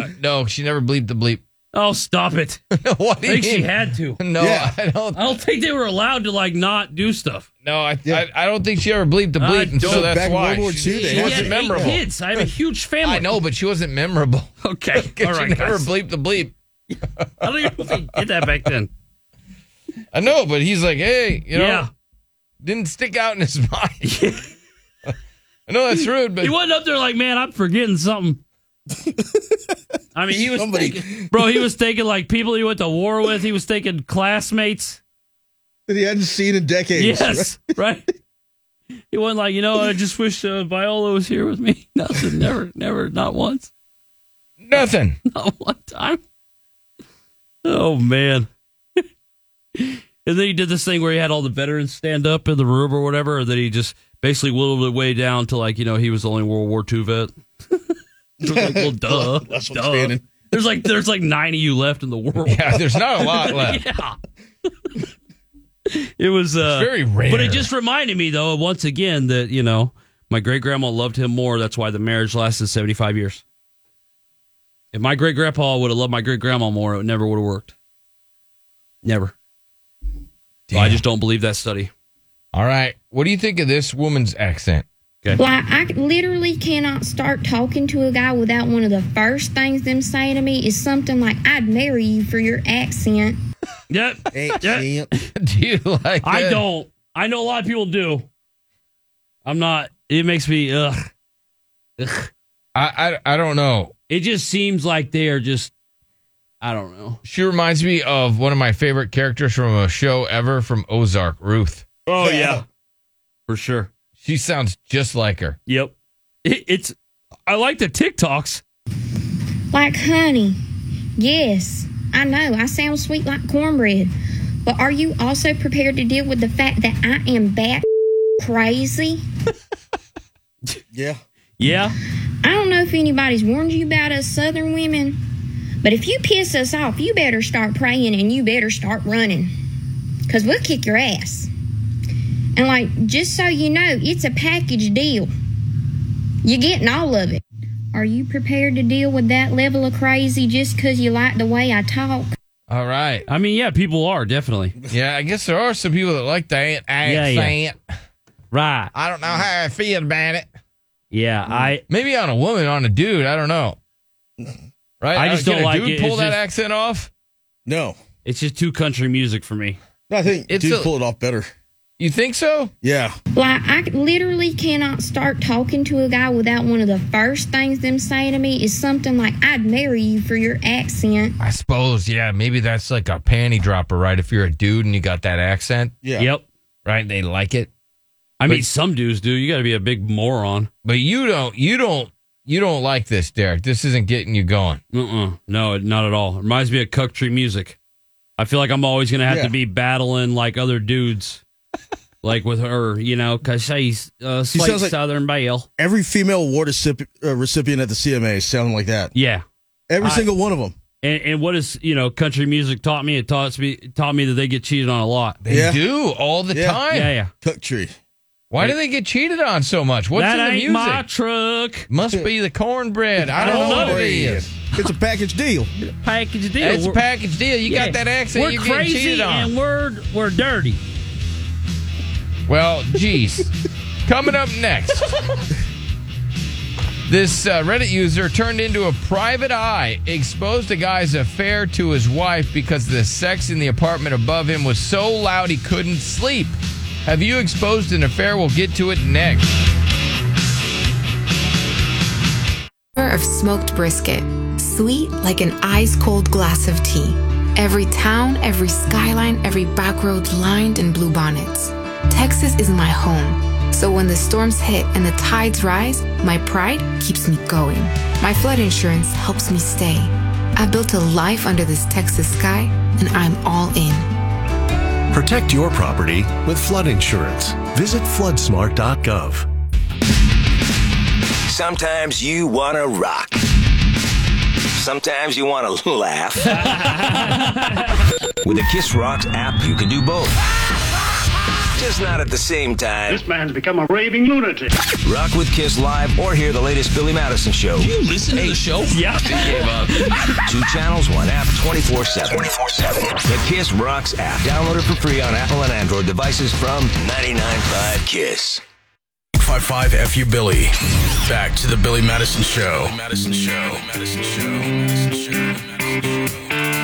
Speaker 7: uh, no, she never bleeped the bleep.
Speaker 11: Oh, stop it!
Speaker 7: what
Speaker 11: I
Speaker 7: do you
Speaker 11: think she
Speaker 7: mean?
Speaker 11: had to.
Speaker 7: No, I don't.
Speaker 11: I don't think they were allowed to like not do stuff.
Speaker 7: No, I, I, I don't think she ever bleeped the
Speaker 11: I
Speaker 7: bleep, and so
Speaker 11: don't.
Speaker 7: that's
Speaker 11: Back in
Speaker 7: why
Speaker 11: World War
Speaker 7: she,
Speaker 11: II, they
Speaker 7: she
Speaker 11: had
Speaker 7: wasn't
Speaker 11: eight
Speaker 7: memorable.
Speaker 11: kids. I have a huge family.
Speaker 7: I know, but she wasn't memorable.
Speaker 11: Okay,
Speaker 7: she
Speaker 11: all right,
Speaker 7: never
Speaker 11: guys.
Speaker 7: bleeped the bleep.
Speaker 11: I don't even think they did that back then.
Speaker 7: I know, but he's like, hey, you know,
Speaker 11: Yeah.
Speaker 7: didn't stick out in his mind. I know that's rude, but
Speaker 11: he wasn't up there like, man, I'm forgetting something. I mean, he was thinking, bro. He was thinking like people he went to war with. He was thinking classmates.
Speaker 2: That he hadn't seen in decades.
Speaker 11: Yes, right. He wasn't like, you know, I just wish uh, Viola was here with me. Nothing, never, never, not once,
Speaker 7: nothing.
Speaker 11: not one time. Oh man. and then he did this thing where he had all the veterans stand up in the room or whatever, and then he just basically whittled it way down to like, you know, he was the only World War II vet. It was like, well, duh.
Speaker 2: That's what
Speaker 11: duh. There's like there's like nine of you left in the world.
Speaker 7: Yeah, there's not a lot left.
Speaker 11: yeah. It was uh,
Speaker 7: very rare.
Speaker 11: But it just reminded me though, once again, that, you know, my great grandma loved him more. That's why the marriage lasted seventy five years. If my great grandpa would have loved my great grandma more, it never would have worked. Never. So I just don't believe that study.
Speaker 7: All right, what do you think of this woman's accent? Okay.
Speaker 18: Like I literally cannot start talking to a guy without one of the first things them say to me is something like "I'd marry you for your accent."
Speaker 11: Yep. yep.
Speaker 7: Do you like?
Speaker 11: I
Speaker 7: that?
Speaker 11: don't. I know a lot of people do. I'm not. It makes me ugh.
Speaker 7: I, I I don't know.
Speaker 11: It just seems like they are just. I don't know.
Speaker 7: She reminds me of one of my favorite characters from a show ever from Ozark, Ruth.
Speaker 11: Oh yeah, for sure.
Speaker 7: She sounds just like her.
Speaker 11: Yep. It, it's. I like the TikToks.
Speaker 19: Like honey. Yes, I know I sound sweet like cornbread, but are you also prepared to deal with the fact that I am bat crazy?
Speaker 2: Yeah.
Speaker 20: Yeah.
Speaker 19: I don't know if anybody's warned you about us southern women, but if you piss us off, you better start praying and you better start running. Because we'll kick your ass. And, like, just so you know, it's a package deal. You're getting all of it. Are you prepared to deal with that level of crazy just because you like the way I talk?
Speaker 7: All right.
Speaker 11: I mean, yeah, people are definitely.
Speaker 7: Yeah, I guess there are some people that like that
Speaker 11: Yeah,
Speaker 7: accent.
Speaker 11: yeah. Right.
Speaker 7: I don't know how I feel about it.
Speaker 11: Yeah, I
Speaker 7: maybe on a woman, on a dude, I don't know. Right? uh,
Speaker 11: I just
Speaker 7: can
Speaker 11: don't
Speaker 7: a
Speaker 11: like
Speaker 7: dude
Speaker 11: it.
Speaker 7: Pull
Speaker 11: It's
Speaker 7: that
Speaker 11: just-
Speaker 7: accent off.
Speaker 2: No.
Speaker 11: It's just too country music for me.
Speaker 2: I think
Speaker 11: It's
Speaker 2: it's dudes
Speaker 11: a-
Speaker 2: pull it off better.
Speaker 7: You think so?
Speaker 2: Yeah.
Speaker 19: Like, I literally cannot start talking to a guy without one of the first things them say to me is something like, I'd marry you for your accent.
Speaker 7: I suppose, yeah, maybe that's like a panty dropper, right? If you're a dude and you got that accent.
Speaker 2: Yeah.
Speaker 11: Yep.
Speaker 7: Right? They like it.
Speaker 11: I mean, some dudes do. You got to be a big moron.
Speaker 7: But you don't, you don't, you don't like this, Derek. This isn't getting you going.
Speaker 11: Uh-uh. No, not at all. It reminds me of country music. I feel like I'm always going to have
Speaker 7: Yeah.
Speaker 11: to be battling like other dudes, like with her, you know, because she's uh,
Speaker 2: She
Speaker 11: slight
Speaker 2: sounds like-
Speaker 11: Southern belle.
Speaker 2: Every female award recipient, uh, recipient at the CMA sound like that.
Speaker 11: Yeah.
Speaker 2: Every
Speaker 11: I-
Speaker 2: single one of them.
Speaker 11: And, and what is you know country music taught me? It taught me taught me that they get cheated on a lot.
Speaker 7: They do all the time.
Speaker 11: Yeah, yeah.
Speaker 2: Country.
Speaker 7: Why do they get cheated on so much? What's in
Speaker 11: that
Speaker 7: the music?
Speaker 11: ain't my truck.
Speaker 7: Must be the cornbread. I don't, know, what it is.
Speaker 2: It's a package deal.
Speaker 11: Package deal.
Speaker 7: It's a
Speaker 11: We're-
Speaker 7: package deal. You
Speaker 11: Yeah.
Speaker 7: got that accent.
Speaker 11: We're
Speaker 7: you're getting
Speaker 11: crazy
Speaker 7: cheated on.
Speaker 11: and we're we're dirty.
Speaker 7: Well, geez. Coming up next, this uh, Reddit user turned into a private eye, exposed a guy's affair to his wife because the sex in the apartment above him was so loud he couldn't sleep. Have you exposed an affair? We'll get to it next.
Speaker 21: Flavor of smoked brisket, sweet like an ice cold glass of tea. Every town, every skyline, every back road lined in blue bonnets. Texas is my home. So when the storms hit and the tides rise, my pride keeps me going. My flood insurance helps me stay. I built a life under this Texas sky, and I'm all in.
Speaker 12: Protect your property with flood insurance. Visit floodsmart.gov.
Speaker 1: Sometimes you want to rock. Sometimes you want to laugh. With the Kiss Rocks app, you can do both. Just not at the same time. This man's become a raving lunatic. Rock with Kiss live or hear the latest Billy Madison show.
Speaker 6: You listen to the show? Yeah.
Speaker 1: Two channels, one app, 24 7. 24 7. The Kiss Rocks app. Download it for free on Apple and Android devices from 99.5 Kiss.
Speaker 22: 55 FU Billy. Back to the Billy Madison Show. Madison Show. Madison Show. Madison Show.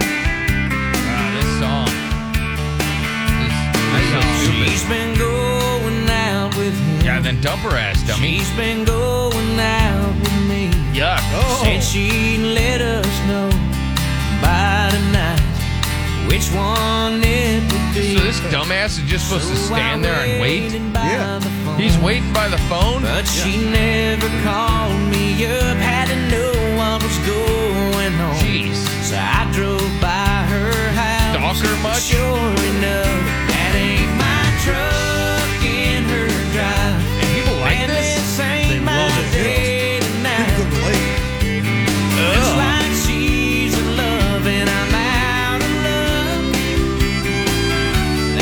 Speaker 7: Wow, this song.
Speaker 6: She's been going out with him.
Speaker 7: Yeah, then dump her ass, dummy.
Speaker 6: She's been going out with me.
Speaker 7: Yuck.
Speaker 6: Said she'd let us know by tonight which one it would be.
Speaker 7: So this dumbass is just supposed to stand there and wait?
Speaker 6: Yeah.
Speaker 7: He's waiting by the phone.
Speaker 6: But she never called me up, had to know what was going on.
Speaker 7: Jeez.
Speaker 6: So I drove by her house.
Speaker 7: Stalker much?
Speaker 6: Sure enough, that ain't my truck in her drive. And
Speaker 7: people like this?
Speaker 6: ain't
Speaker 7: They
Speaker 6: my
Speaker 7: love it.
Speaker 6: day tonight. It's like she's in love and I'm out of love.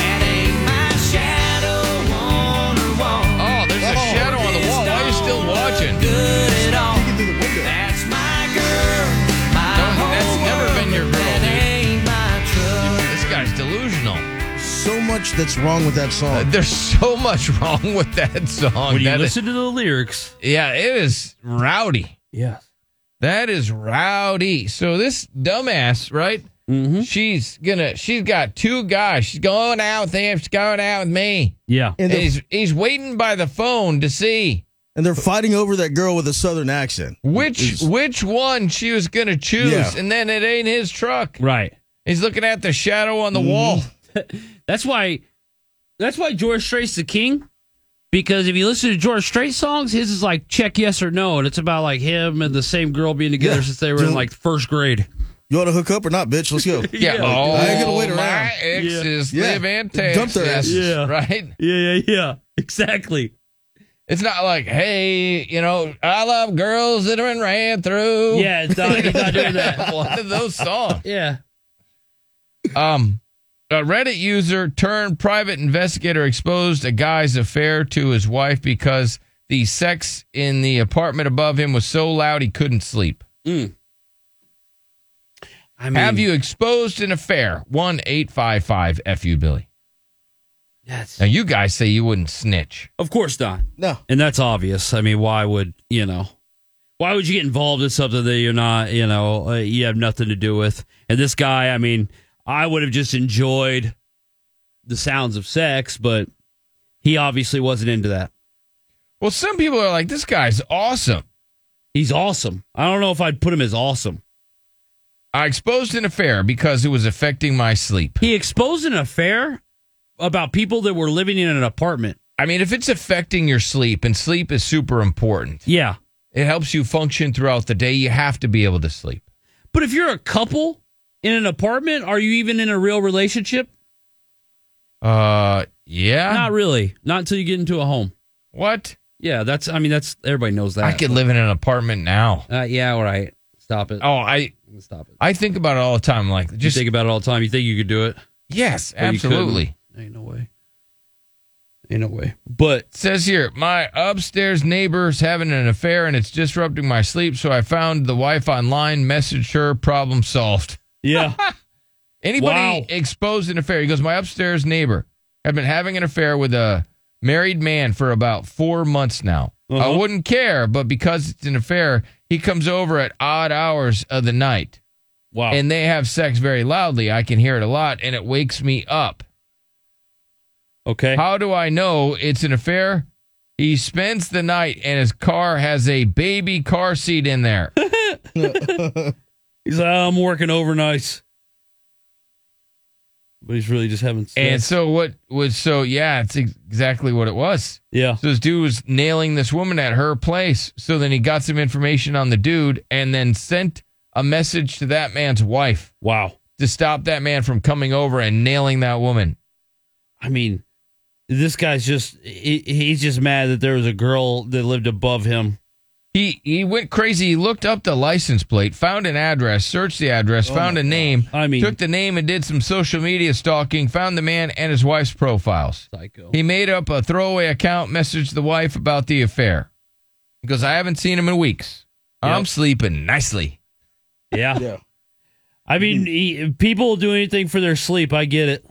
Speaker 6: That ain't my shadow on her wall.
Speaker 7: Oh, there's a shadow on the wall. Why are you still watching?
Speaker 6: Good at all. That's my girl. My whole
Speaker 7: That's never been your girl,
Speaker 6: That
Speaker 7: dude.
Speaker 6: ain't my truck.
Speaker 7: This guy's delusional.
Speaker 2: So much that's wrong with that song.
Speaker 7: Uh, There's so much wrong with that song.
Speaker 11: When you
Speaker 7: That is-
Speaker 11: listen to the lyrics,
Speaker 7: yeah, it is rowdy.
Speaker 11: yeah,
Speaker 7: That is rowdy. So this dumbass, right? Mm-hmm. She's gonna. She's got two guys. She's going out with him. She's going out with me.
Speaker 11: yeah,
Speaker 7: And,
Speaker 2: And the-
Speaker 7: he's he's waiting by the phone to see
Speaker 2: And they're fighting over that girl with a southern accent.
Speaker 7: which which one she was gonna choose,
Speaker 2: Yeah.
Speaker 7: and then it ain't his truck.
Speaker 11: right.
Speaker 7: He's looking at the
Speaker 11: Mm-hmm.
Speaker 7: shadow on the wall.
Speaker 11: That's why. That's why George Strait's the king, Because if you listen to George Strait songs, his is like check yes or no, and it's about like him and the same girl being together since they were in like first grade.
Speaker 2: You want to hook up or not, bitch? Let's go.
Speaker 7: Yeah.
Speaker 2: I ain't gonna wait
Speaker 7: All Oh,
Speaker 2: around.
Speaker 7: my exes
Speaker 2: Yeah.
Speaker 7: live in Texas.
Speaker 2: Dump their asses.
Speaker 7: Yeah. Right? Yeah, yeah, yeah. Exactly. It's not like, hey, you know, I love girls that have been ran through.
Speaker 11: Yeah, it's not- he's not doing that.
Speaker 7: One of those songs.
Speaker 11: Yeah.
Speaker 7: Um, a Reddit user turned private investigator exposed a guy's affair to his wife because the sex in the apartment above him was so loud he couldn't sleep.
Speaker 11: Mm. I mean,
Speaker 7: Have you exposed an affair? One eight five five fu Billy.
Speaker 11: Yes.
Speaker 7: Now you guys say you wouldn't snitch.
Speaker 11: Of course not.
Speaker 2: No.
Speaker 11: And that's obvious. I mean, why would, you know, why would you get involved in something that you're not, you know, uh, you have nothing to do with? And this guy, I mean, I would have just enjoyed the sounds of sex, but he obviously wasn't into that.
Speaker 7: Well, some people are like, this guy's awesome.
Speaker 11: He's awesome. I don't know if I'd put him as awesome.
Speaker 7: I exposed an affair because it was affecting my sleep.
Speaker 11: He exposed an affair about people that were living in an apartment.
Speaker 7: I mean, if it's affecting your sleep, and sleep is super important.
Speaker 11: Yeah.
Speaker 7: It helps you function throughout the day. You have to be able to sleep.
Speaker 11: But if you're a couple in an apartment, are you even in a real relationship?
Speaker 7: Uh, yeah.
Speaker 11: Not really. Not until you get into a home.
Speaker 7: What?
Speaker 11: Yeah, that's. I mean, that's everybody knows that.
Speaker 7: I could live in an apartment now.
Speaker 11: Uh, yeah, all right. Stop it.
Speaker 7: Oh, I
Speaker 11: stop it.
Speaker 7: I think about it all the time. Like,
Speaker 11: Just
Speaker 7: just
Speaker 11: think about it all the time. You think you could do it?
Speaker 7: yes,
Speaker 11: But you couldn't.
Speaker 7: absolutely.
Speaker 11: Ain't no way. Ain't no way. But
Speaker 7: It says here, my upstairs neighbor's having an affair and it's disrupting my sleep. So I found the wife online, messaged her, problem solved.
Speaker 11: Yeah.
Speaker 7: Anybody
Speaker 11: Wow.
Speaker 7: exposed an affair? He goes, my upstairs neighbor had been having an affair with a married man for about four months now.
Speaker 11: Uh-huh.
Speaker 7: I wouldn't care, but because it's an affair, he comes over at odd hours of the night.
Speaker 11: Wow.
Speaker 7: And they have sex very loudly. I can hear it a lot and it wakes me up.
Speaker 11: Okay.
Speaker 7: How do I know it's an affair? He spends the night and his car has a baby car seat in there.
Speaker 11: he's like, I'm working overnight. But he's really just having. Sex.
Speaker 7: and so what was so yeah, it's ex- exactly what it was.
Speaker 11: Yeah.
Speaker 7: So this dude was nailing this woman at her place. So then he got some information on the dude and then sent a message to that man's wife.
Speaker 11: Wow.
Speaker 7: To stop that man from coming over and nailing that woman.
Speaker 11: I mean, this guy's just he, he's just mad that there was a girl that lived above him.
Speaker 7: He he went crazy. He looked up the license plate, found an address, searched the address,
Speaker 11: Oh
Speaker 7: found
Speaker 11: my
Speaker 7: a name.
Speaker 11: I mean-
Speaker 7: took the name and did some social media stalking. Found the man and his wife's profiles.
Speaker 11: Psycho.
Speaker 7: He made up a throwaway account, messaged the wife about the affair. Because I haven't seen him in weeks. I'm sleeping nicely.
Speaker 11: Yeah. I mean, he, people do anything for their sleep. I get it.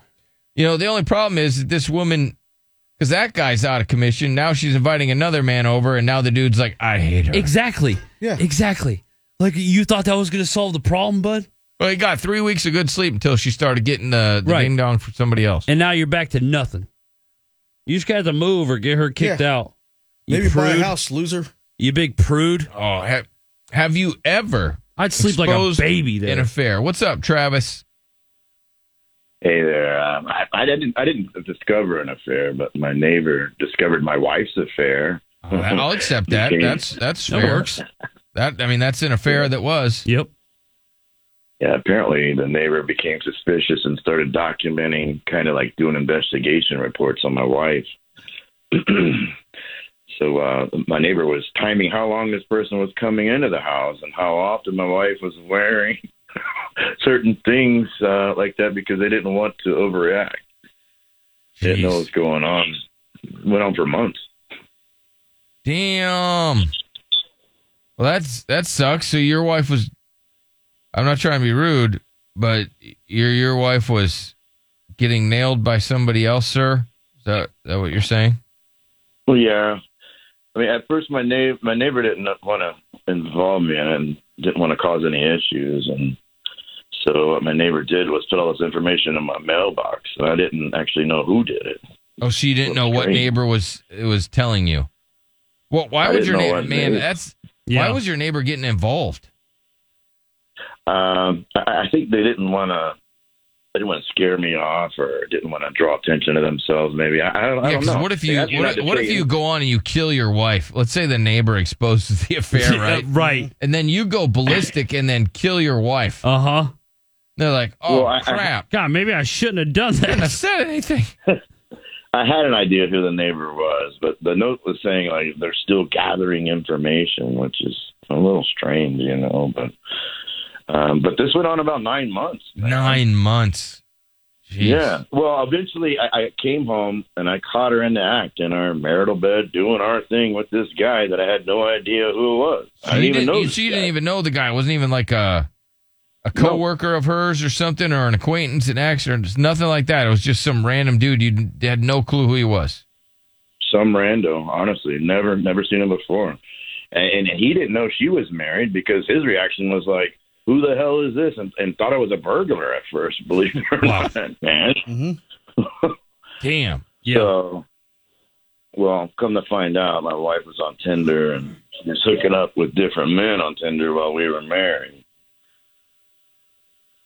Speaker 7: You know, the only problem is that this woman, because that guy's out of commission. Now she's inviting another man over, and now the dude's like, I hate her.
Speaker 11: Exactly. Yeah. Exactly. Like you thought that was going to solve the problem, bud.
Speaker 7: Well, he got three weeks of good sleep until she started getting the, the
Speaker 11: Right.
Speaker 7: ding dong from somebody else.
Speaker 11: And now you're back to nothing. You just got to move or get her kicked
Speaker 2: Yeah.
Speaker 11: out. You
Speaker 2: Maybe buy a
Speaker 11: prude.
Speaker 2: house, loser.
Speaker 11: You big prude.
Speaker 7: Oh, have, have you ever?
Speaker 11: I'd sleep like a
Speaker 7: exposed
Speaker 11: baby there.
Speaker 7: In a fair. What's up, Travis?
Speaker 23: Hey there. Um, I, I didn't. I didn't discover an affair, but my neighbor discovered my wife's affair.
Speaker 7: I'll accept that.
Speaker 23: Became-
Speaker 7: That's that's
Speaker 23: That
Speaker 7: fair.
Speaker 23: works.
Speaker 7: That I mean, that's an affair that was.
Speaker 11: Yep.
Speaker 23: yeah. Apparently, the neighbor became suspicious and started documenting, kind of like doing investigation reports on my wife. so uh, my neighbor was timing how long this person was coming into the house and how often my wife was wearing certain things uh, like that because they didn't want to overreact. They Didn't know what was going on. Went on for months.
Speaker 7: Damn. Well, that's that sucks. So your wife was. I'm not trying to be rude, but your your wife was getting nailed by somebody else, sir. Is that, that what you're saying?
Speaker 23: Well, yeah. I mean, at first my neighbor my neighbor didn't want to involve me in it and didn't want to cause any issues, and so what my neighbor did was put all this information in my mailbox, and I didn't actually know who did it.
Speaker 7: Oh, so you didn't know what
Speaker 23: Great.
Speaker 7: neighbor was was telling you? Well, why
Speaker 23: I
Speaker 7: would
Speaker 23: didn't
Speaker 7: your
Speaker 23: know
Speaker 7: neighbor?
Speaker 23: what
Speaker 7: Man,
Speaker 23: neighbor-
Speaker 7: that's
Speaker 23: Yeah.
Speaker 7: why was your neighbor getting involved?
Speaker 23: Um, I, I think they didn't want to They didn't want to scare me off or didn't want to draw attention to themselves. Maybe I, I don't, I
Speaker 7: Yeah,
Speaker 23: don't
Speaker 7: 'cause
Speaker 23: know.
Speaker 7: what if
Speaker 23: They
Speaker 7: you
Speaker 23: asked me not
Speaker 7: what,
Speaker 23: to
Speaker 7: what
Speaker 23: say
Speaker 7: if you
Speaker 23: anything.
Speaker 7: go on and you kill your wife? Let's say the neighbor exposes the affair,
Speaker 11: Yeah,
Speaker 7: right? right. And then you go ballistic and then kill your wife.
Speaker 11: Uh huh.
Speaker 7: They're like, oh crap.
Speaker 11: God, maybe I shouldn't have done that.
Speaker 7: I said anything.
Speaker 23: I had an idea who the neighbor was, but the note was saying like they're still gathering information, which is a little strange, you know. But um, but this went on about nine months.
Speaker 7: Nine months. Jeez.
Speaker 23: Yeah. Well, eventually I, I came home and I caught her in the act in our marital bed doing our thing with this guy that I had no idea who it was. I
Speaker 7: You
Speaker 23: didn't even
Speaker 7: didn't-
Speaker 23: know.
Speaker 7: you-
Speaker 23: this
Speaker 7: She
Speaker 23: guy.
Speaker 7: didn't even know the guy. It wasn't even like a a coworker of hers or something, or an acquaintance, an ex, or just nothing like that. It was just some random dude. You had no clue who he was.
Speaker 23: some rando. Honestly, never never seen him before, and, and he didn't know she was married because his reaction was like, "Who the hell is this?" and, and thought I was a burglar at first. Believe it or not, man.
Speaker 7: Damn.
Speaker 23: Yeah. So, well, come to find out, my wife was on Tinder and she was hooking up with different men on Tinder while we were married.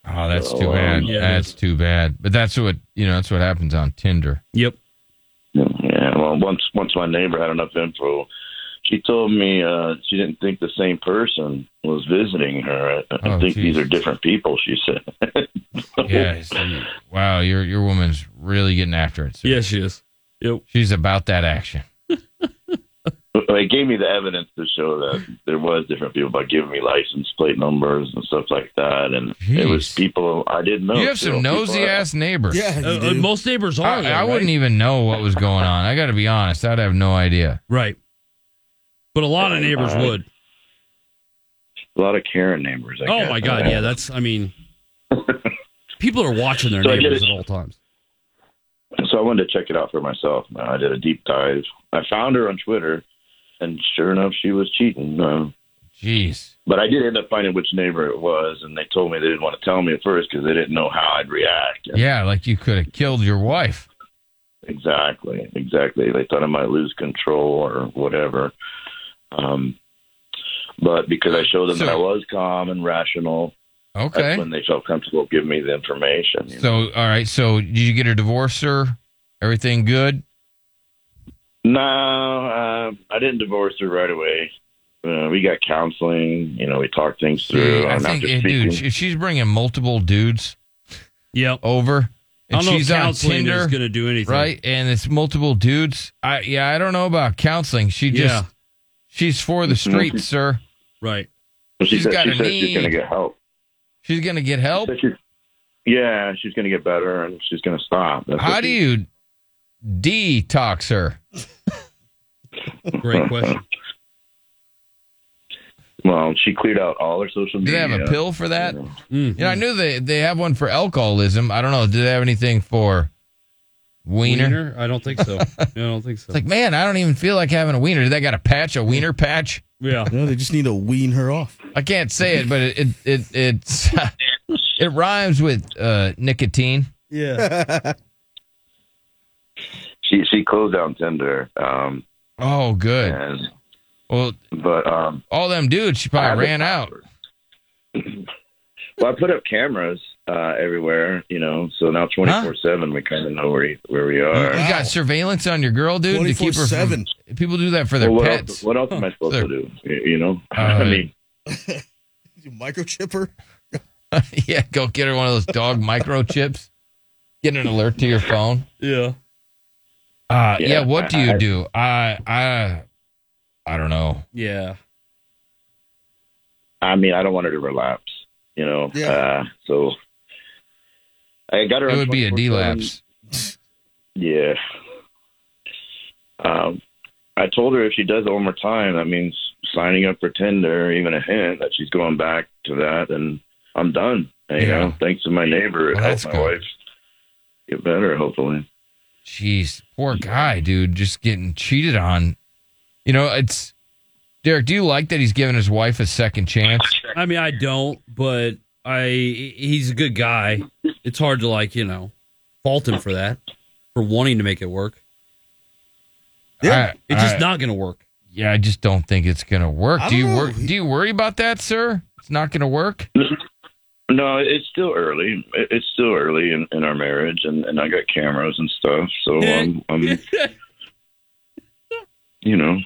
Speaker 7: Oh, that's
Speaker 23: So,
Speaker 7: too
Speaker 23: um,
Speaker 7: bad.
Speaker 23: yeah.
Speaker 7: That's too bad. But that's what you know. That's what happens on Tinder.
Speaker 11: Yep.
Speaker 23: Yeah. Well, once once my neighbor had enough info, she told me uh, she didn't think the same person was visiting her. I, I
Speaker 7: Oh,
Speaker 23: think
Speaker 7: geez.
Speaker 23: these are different people. She said.
Speaker 7: Yeah. so- wow. Your your woman's really getting after it.
Speaker 11: Yeah, she is. Yep.
Speaker 7: She's about that action.
Speaker 23: they gave me the evidence to show that there was different people by giving me license plate numbers and stuff like that, and it was people I didn't know.
Speaker 7: you have
Speaker 23: too.
Speaker 7: some nosy
Speaker 23: People I-
Speaker 7: ass neighbors.
Speaker 11: Yeah, you Uh, do. uh, most neighbors
Speaker 7: I,
Speaker 11: are, though,
Speaker 7: I wouldn't
Speaker 11: right?
Speaker 7: even know what was going on. I got to be honest. I'd have no idea.
Speaker 11: Right. But a lot of neighbors
Speaker 7: Uh,
Speaker 11: would.
Speaker 23: A lot of Karen neighbors. I
Speaker 11: oh
Speaker 23: guess.
Speaker 11: my God. Yeah, that's. I mean, people are watching their
Speaker 23: So I did
Speaker 11: neighbors
Speaker 23: it.
Speaker 11: at all times.
Speaker 23: So I wanted to check it out for myself. Uh, I did a deep dive. I found her on Twitter, and sure enough, she was cheating. Uh,
Speaker 7: Jeez.
Speaker 23: But I did end up finding which neighbor it was, and they told me they didn't want to tell me at first because they didn't know how I'd react.
Speaker 7: Yeah, like you could have killed your wife.
Speaker 23: Exactly, exactly. They thought I might lose control or whatever. Um, but because I showed them that I was calm and rational,
Speaker 7: Okay.
Speaker 23: that's when they felt comfortable giving me the information. you know.
Speaker 7: So, all right. So, did you get her divorce, sir? Everything good?
Speaker 23: No, uh, I didn't divorce her right away. Uh, we got counseling. You know, we talked things through.
Speaker 7: Dude, I
Speaker 23: and
Speaker 7: think,
Speaker 23: after
Speaker 7: eh, dude,
Speaker 23: speaking-
Speaker 7: if she's bringing multiple dudes
Speaker 11: yep.
Speaker 7: over,
Speaker 11: I
Speaker 7: and
Speaker 11: don't know if
Speaker 7: she's on
Speaker 11: counseling
Speaker 7: Tinder,
Speaker 11: is going to do anything.
Speaker 7: right? And it's multiple dudes. I yeah, I don't know about counseling. She just
Speaker 11: Yeah.
Speaker 7: she's for the streets, sir.
Speaker 11: Right.
Speaker 23: Well, she
Speaker 7: she's
Speaker 23: said-
Speaker 7: got
Speaker 23: she
Speaker 7: a
Speaker 23: said she's gonna
Speaker 7: need.
Speaker 23: get help.
Speaker 7: She's gonna get help.
Speaker 23: yeah, she's going to get better and she's going to stop. That's
Speaker 7: How
Speaker 23: what
Speaker 7: do you detox her?
Speaker 11: Great question.
Speaker 23: Well, she cleared out all her social
Speaker 7: Do they
Speaker 23: media.
Speaker 7: have a pill for that?
Speaker 11: Mm-hmm.
Speaker 7: You know, I knew they they have one for alcoholism. I don't know. Do they have anything for wiener?
Speaker 11: I don't think so. I don't think so.
Speaker 7: It's like, man, I don't even feel like having a wiener. Do they got a patch, a wiener patch?
Speaker 11: Yeah.
Speaker 2: No, they just need to wean her off.
Speaker 7: I can't say it, but it it, it it's it rhymes with uh, nicotine.
Speaker 2: Yeah.
Speaker 23: She she closed down Tinder. Um,
Speaker 7: oh, good. well,
Speaker 23: but um,
Speaker 7: all them dudes, she
Speaker 23: I have
Speaker 7: probably
Speaker 23: it.
Speaker 7: ran out.
Speaker 23: well, I put up cameras uh, everywhere, you know. So now twenty four seven, we kind of know where he, where we
Speaker 7: You
Speaker 23: are.
Speaker 7: got surveillance on your girl, dude. To keep her from,
Speaker 23: 24/7.
Speaker 7: people do that for their
Speaker 23: Well, what
Speaker 7: pets.
Speaker 23: Else, what else am I supposed to do? Y- You know,
Speaker 7: Uh,
Speaker 23: I mean,
Speaker 2: you microchip her?
Speaker 7: yeah, go get her one of those dog microchips. Get an alert to your phone.
Speaker 11: Yeah.
Speaker 7: Uh, yeah,
Speaker 11: Yeah,
Speaker 7: What do
Speaker 11: I-
Speaker 7: you
Speaker 11: I-
Speaker 7: do? I I I don't know.
Speaker 11: Yeah.
Speaker 23: I mean, I don't want her to relapse. You know, uh, so I got her.
Speaker 7: It
Speaker 23: on
Speaker 7: would be a
Speaker 23: 24/7.
Speaker 7: delapse.
Speaker 23: Yeah. Um, I told her if she does it one more time, that means signing up for Tinder, even a hint that she's going back to that, and I'm done. You
Speaker 7: Yeah.
Speaker 23: know, thanks to my neighbor, it
Speaker 7: Well,
Speaker 23: helped
Speaker 7: that's
Speaker 23: my
Speaker 7: good.
Speaker 23: wife get better. Hopefully,
Speaker 7: Jeez, poor guy, dude, just getting cheated on. You know, it's Derek. Do you like that he's giving his wife a second chance?
Speaker 11: I mean, I don't, but I he's a good guy. It's hard to like, you know, fault him for that, for wanting to make it work.
Speaker 7: Yeah,
Speaker 11: It's just
Speaker 7: I-
Speaker 11: not going to work.
Speaker 7: Yeah, I just don't think it's gonna work.
Speaker 11: I
Speaker 7: Do you
Speaker 11: don't know.
Speaker 7: work? Do you worry about that, sir? It's not gonna work.
Speaker 23: No, it's still early. It- It's still early in, in our marriage, and, and I got cameras and stuff, so I'm, I'm you know,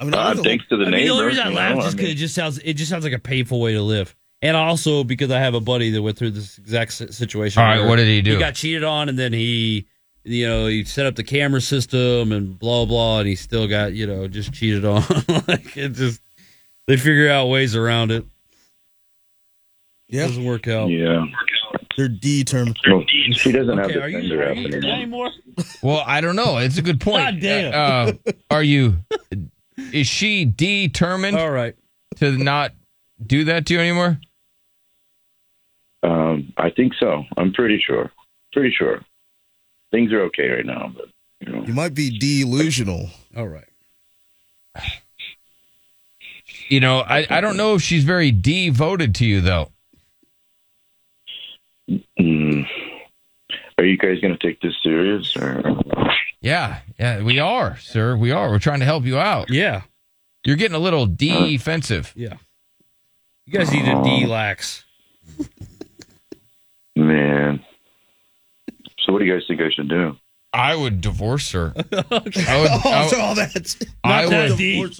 Speaker 24: I mean,
Speaker 23: Uh,
Speaker 24: I'm the-
Speaker 23: thanks to the
Speaker 24: I mean,
Speaker 23: neighbors,
Speaker 24: only reason I
Speaker 23: you
Speaker 24: laugh
Speaker 23: know,
Speaker 24: is
Speaker 23: I
Speaker 24: 'cause
Speaker 23: mean-
Speaker 24: it just sounds it just sounds like a painful way to live. And also because I have a buddy that went through this exact si- situation.
Speaker 7: All right,
Speaker 24: where
Speaker 7: what did he do?
Speaker 24: He got cheated on, and then he, you know, he set up the camera system and blah blah, and he still got you know just cheated on. like it just they figure out ways around it. Yeah, doesn't work out.
Speaker 23: Yeah,
Speaker 2: Their D term.
Speaker 23: She doesn't
Speaker 2: have Okay, the are you- Tinder are app you anymore.
Speaker 7: Well, I don't know. It's a good point.
Speaker 2: God damn.
Speaker 7: Uh, uh, are you? Is she determined? All
Speaker 24: right.
Speaker 7: To not do that to you anymore?
Speaker 23: um, I think so. I'm pretty sure. Pretty sure. Things are okay right now, but
Speaker 2: You might be delusional.
Speaker 24: All right.
Speaker 7: You know, I, I don't know if she's very devoted to you though.
Speaker 23: mm, are you guys going to take this serious? Or?
Speaker 7: Yeah, yeah, we are, sir. We are. We're trying to help you out.
Speaker 24: Yeah.
Speaker 7: You're getting a little defensive.
Speaker 24: Yeah. You guys need to de-lax.
Speaker 23: Man. So what do you guys think I should do?
Speaker 7: I would divorce her. I would,
Speaker 2: oh,
Speaker 7: I would-
Speaker 2: so all that's
Speaker 7: I
Speaker 2: not that
Speaker 7: would-
Speaker 2: deep.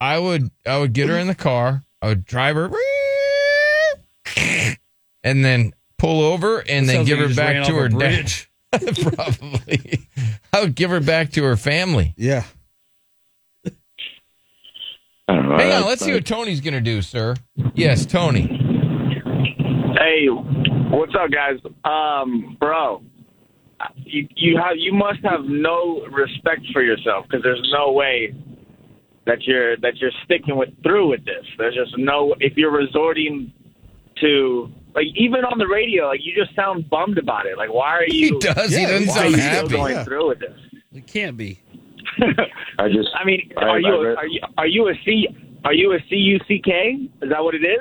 Speaker 7: I would I would get her in the car. I would drive her, and then pull over, and
Speaker 24: That
Speaker 7: then
Speaker 24: sounds like
Speaker 7: give
Speaker 24: you
Speaker 7: her
Speaker 24: just ran
Speaker 7: back to
Speaker 24: off a
Speaker 7: her dad.
Speaker 24: bridge.
Speaker 7: Probably, I would give her back to her family.
Speaker 2: Yeah.
Speaker 23: I don't know.
Speaker 7: Hang
Speaker 23: I-
Speaker 7: on, let's see what Tony's gonna do, sir. Yes, Tony.
Speaker 6: Hey, what's up, guys? Um, bro, you you have you must have no respect for yourself because there's no way that you're that you're sticking with through with this. There's just no if you're resorting to like even on the radio, like you just sound bummed about it. Like why are you?
Speaker 7: He does. He
Speaker 6: why
Speaker 7: doesn't
Speaker 6: are
Speaker 7: sound
Speaker 6: you
Speaker 7: happy.
Speaker 6: Still going
Speaker 7: Yeah.
Speaker 6: through with this.
Speaker 24: It can't be.
Speaker 23: I just.
Speaker 6: I mean,
Speaker 23: I-
Speaker 6: are, you
Speaker 23: I
Speaker 6: a,
Speaker 23: read-
Speaker 6: are you are you a C are you a C U C K? Is that what it is?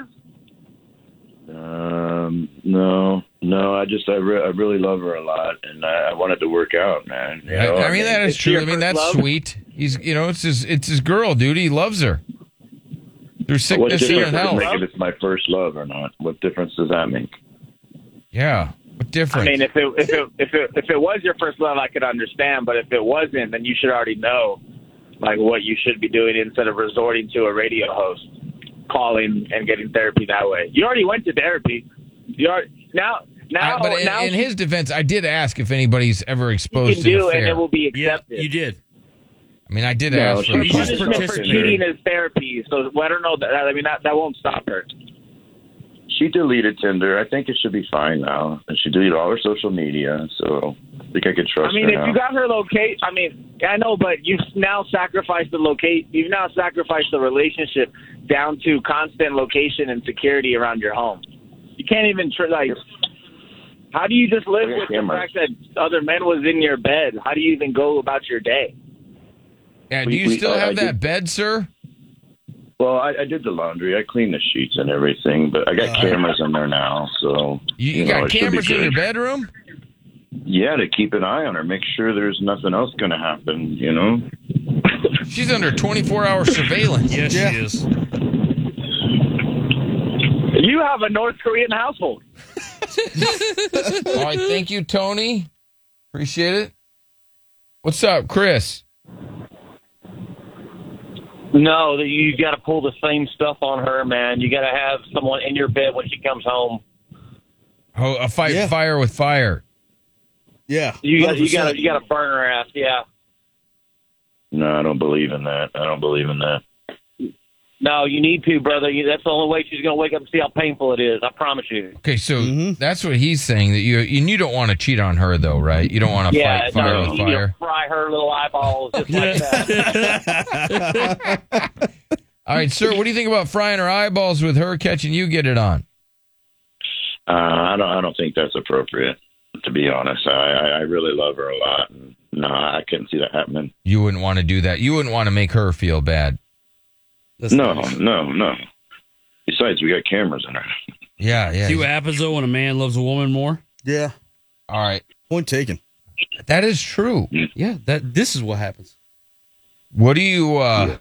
Speaker 23: Um, no, no. I just I, re- I really love her a lot, and I, I wanted to work out, man. You know,
Speaker 7: I, I mean that is
Speaker 23: she
Speaker 7: true.
Speaker 23: your
Speaker 7: I mean
Speaker 23: first
Speaker 7: that's
Speaker 23: love?
Speaker 7: sweet. He's you know it's his it's his girl, dude. He loves her. Through
Speaker 23: What
Speaker 7: sickness
Speaker 23: difference
Speaker 7: and
Speaker 23: does it
Speaker 7: health.
Speaker 23: make if it's my first love or not? What difference does that make?
Speaker 7: Yeah. What difference?
Speaker 6: I mean, if it, if it if it if it was your first love, I could understand. But if it wasn't, then you should already know, like what you should be doing instead of resorting to a radio host, calling and getting therapy that way. You already went to therapy. You are now now
Speaker 7: I- Uh, but in,
Speaker 6: now
Speaker 7: in his defense, I did ask if anybody's ever
Speaker 6: you
Speaker 7: exposed
Speaker 6: can
Speaker 7: to an
Speaker 6: do it,
Speaker 7: affair.
Speaker 6: and it will be accepted.
Speaker 24: you did.
Speaker 7: I mean, I did
Speaker 6: No,
Speaker 7: ask.
Speaker 6: she
Speaker 7: for
Speaker 6: punished her for cheating is therapy, so I don't know. That, I mean, that that won't stop her.
Speaker 23: She deleted Tinder. I think it should be fine now. And she deleted all her social media, so I think I could trust
Speaker 6: I mean,
Speaker 23: her
Speaker 6: if
Speaker 23: now.
Speaker 6: you got her locate, I mean, I know, but you've now sacrificed the locate. You've now sacrificed the relationship down to constant location and security around your home. You can't even tr- like. How do you just live
Speaker 23: I got
Speaker 6: with
Speaker 23: cameras.
Speaker 6: the fact that other men was in your bed? How do you even go about your day?
Speaker 7: Yeah,
Speaker 6: do you still have that
Speaker 7: bed, sir?
Speaker 23: Well, I, I did the laundry. I cleaned the sheets and everything, but I got cameras in there now, so
Speaker 7: Uh, You, you
Speaker 23: know,
Speaker 7: got
Speaker 23: it should be
Speaker 7: cameras in
Speaker 23: good.
Speaker 7: your bedroom?
Speaker 23: Yeah, to keep an eye on her, make sure there's nothing else going to happen. You know.
Speaker 7: She's under 24 hour surveillance. yes, she is.
Speaker 6: You have a North Korean household.
Speaker 7: All right, thank you, Tony. Appreciate it. What's up, Chris?
Speaker 25: No, that you got to pull the same stuff on her, man. You got to have someone in your bed when she comes home.
Speaker 7: Oh, a fight fire with fire.
Speaker 2: Yeah,
Speaker 25: you got you got to you got to burn her ass. Yeah.
Speaker 23: No, I don't believe in that. I don't believe in that.
Speaker 25: No, you need to, brother. You, that's the only way she's going to wake up and see how painful it is. I promise you.
Speaker 7: Okay, so that's what he's saying that you and you don't want to cheat on her though, right? You don't want to
Speaker 25: yeah,
Speaker 7: fight fire
Speaker 25: no,
Speaker 7: with
Speaker 25: you need
Speaker 7: fire.
Speaker 25: to fry her little eyeballs just like that.
Speaker 7: All right, sir, what do you think about frying her eyeballs with her catching you get it on?
Speaker 23: Uh, I don't. I don't think that's appropriate. To be honest, I, I, I really love her a lot, and no, I couldn't see that happening.
Speaker 7: You wouldn't want to do that. You wouldn't want to make her feel bad.
Speaker 23: no, no, no. Besides, we got cameras in her.
Speaker 7: Yeah, yeah.
Speaker 11: See what happens though when a man loves a woman more.
Speaker 2: Yeah.
Speaker 7: All right.
Speaker 2: Point taken.
Speaker 7: That is true.
Speaker 24: Yeah, that this is what happens.
Speaker 7: What do you uh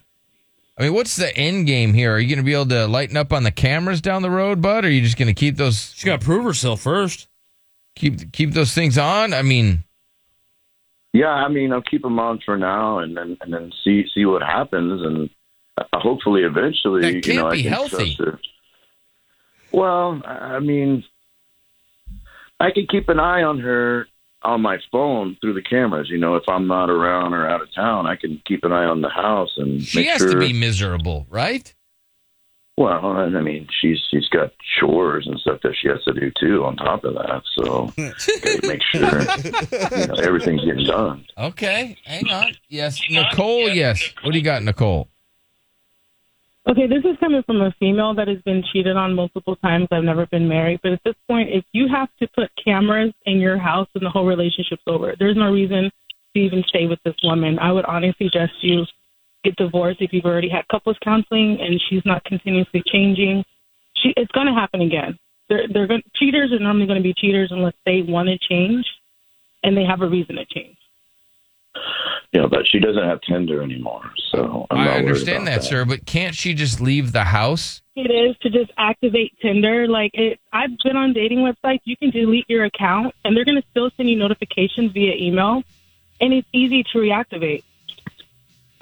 Speaker 7: I mean, what's the end game here? Are you going to be able to lighten up on the cameras down the road, bud? Or are you just going to keep those? She got to prove herself first. Keep keep those things on. I mean,
Speaker 23: Yeah, I mean, I'll keep them on for now, and then and then see see what happens, and uh, hopefully, eventually,
Speaker 7: That
Speaker 23: you know,
Speaker 7: can't
Speaker 23: I
Speaker 7: be
Speaker 23: can
Speaker 7: healthy.
Speaker 23: trust her. Well, I I mean, I can keep an eye on her on my phone through the cameras. You know, if I'm not around or out of town, I can keep an eye on the house and
Speaker 7: she
Speaker 23: make
Speaker 7: has
Speaker 23: sure.
Speaker 7: to be miserable, right?
Speaker 23: well, and I mean, she's she's got chores and stuff that she has to do too. On top of that, so gotta make sure you know, everything's getting done.
Speaker 7: Okay, hang on. Yes, Nicole. Yes. What do you got, Nicole?
Speaker 13: Okay, this is coming from a female that has been cheated on multiple times. I've never been married, but at this point, if you have to put cameras in your house, then the whole relationship's over. There's no reason to even stay with this woman. I would honestly suggest you get divorced if you've already had couples counseling and she's not continuously changing. She, it's going to happen again. They're, they're going cheaters are normally going to be cheaters unless they want to change and they have a reason to change.
Speaker 23: you know, but she doesn't have Tinder anymore, so I'm
Speaker 7: I
Speaker 23: not
Speaker 7: understand
Speaker 23: worried
Speaker 7: that,
Speaker 23: about
Speaker 7: sir, but can't she just leave the house?
Speaker 13: it is to just activate Tinder. Like, it, I've been on dating websites. You can delete your account, and they're going to still send you notifications via email, and it's easy to reactivate.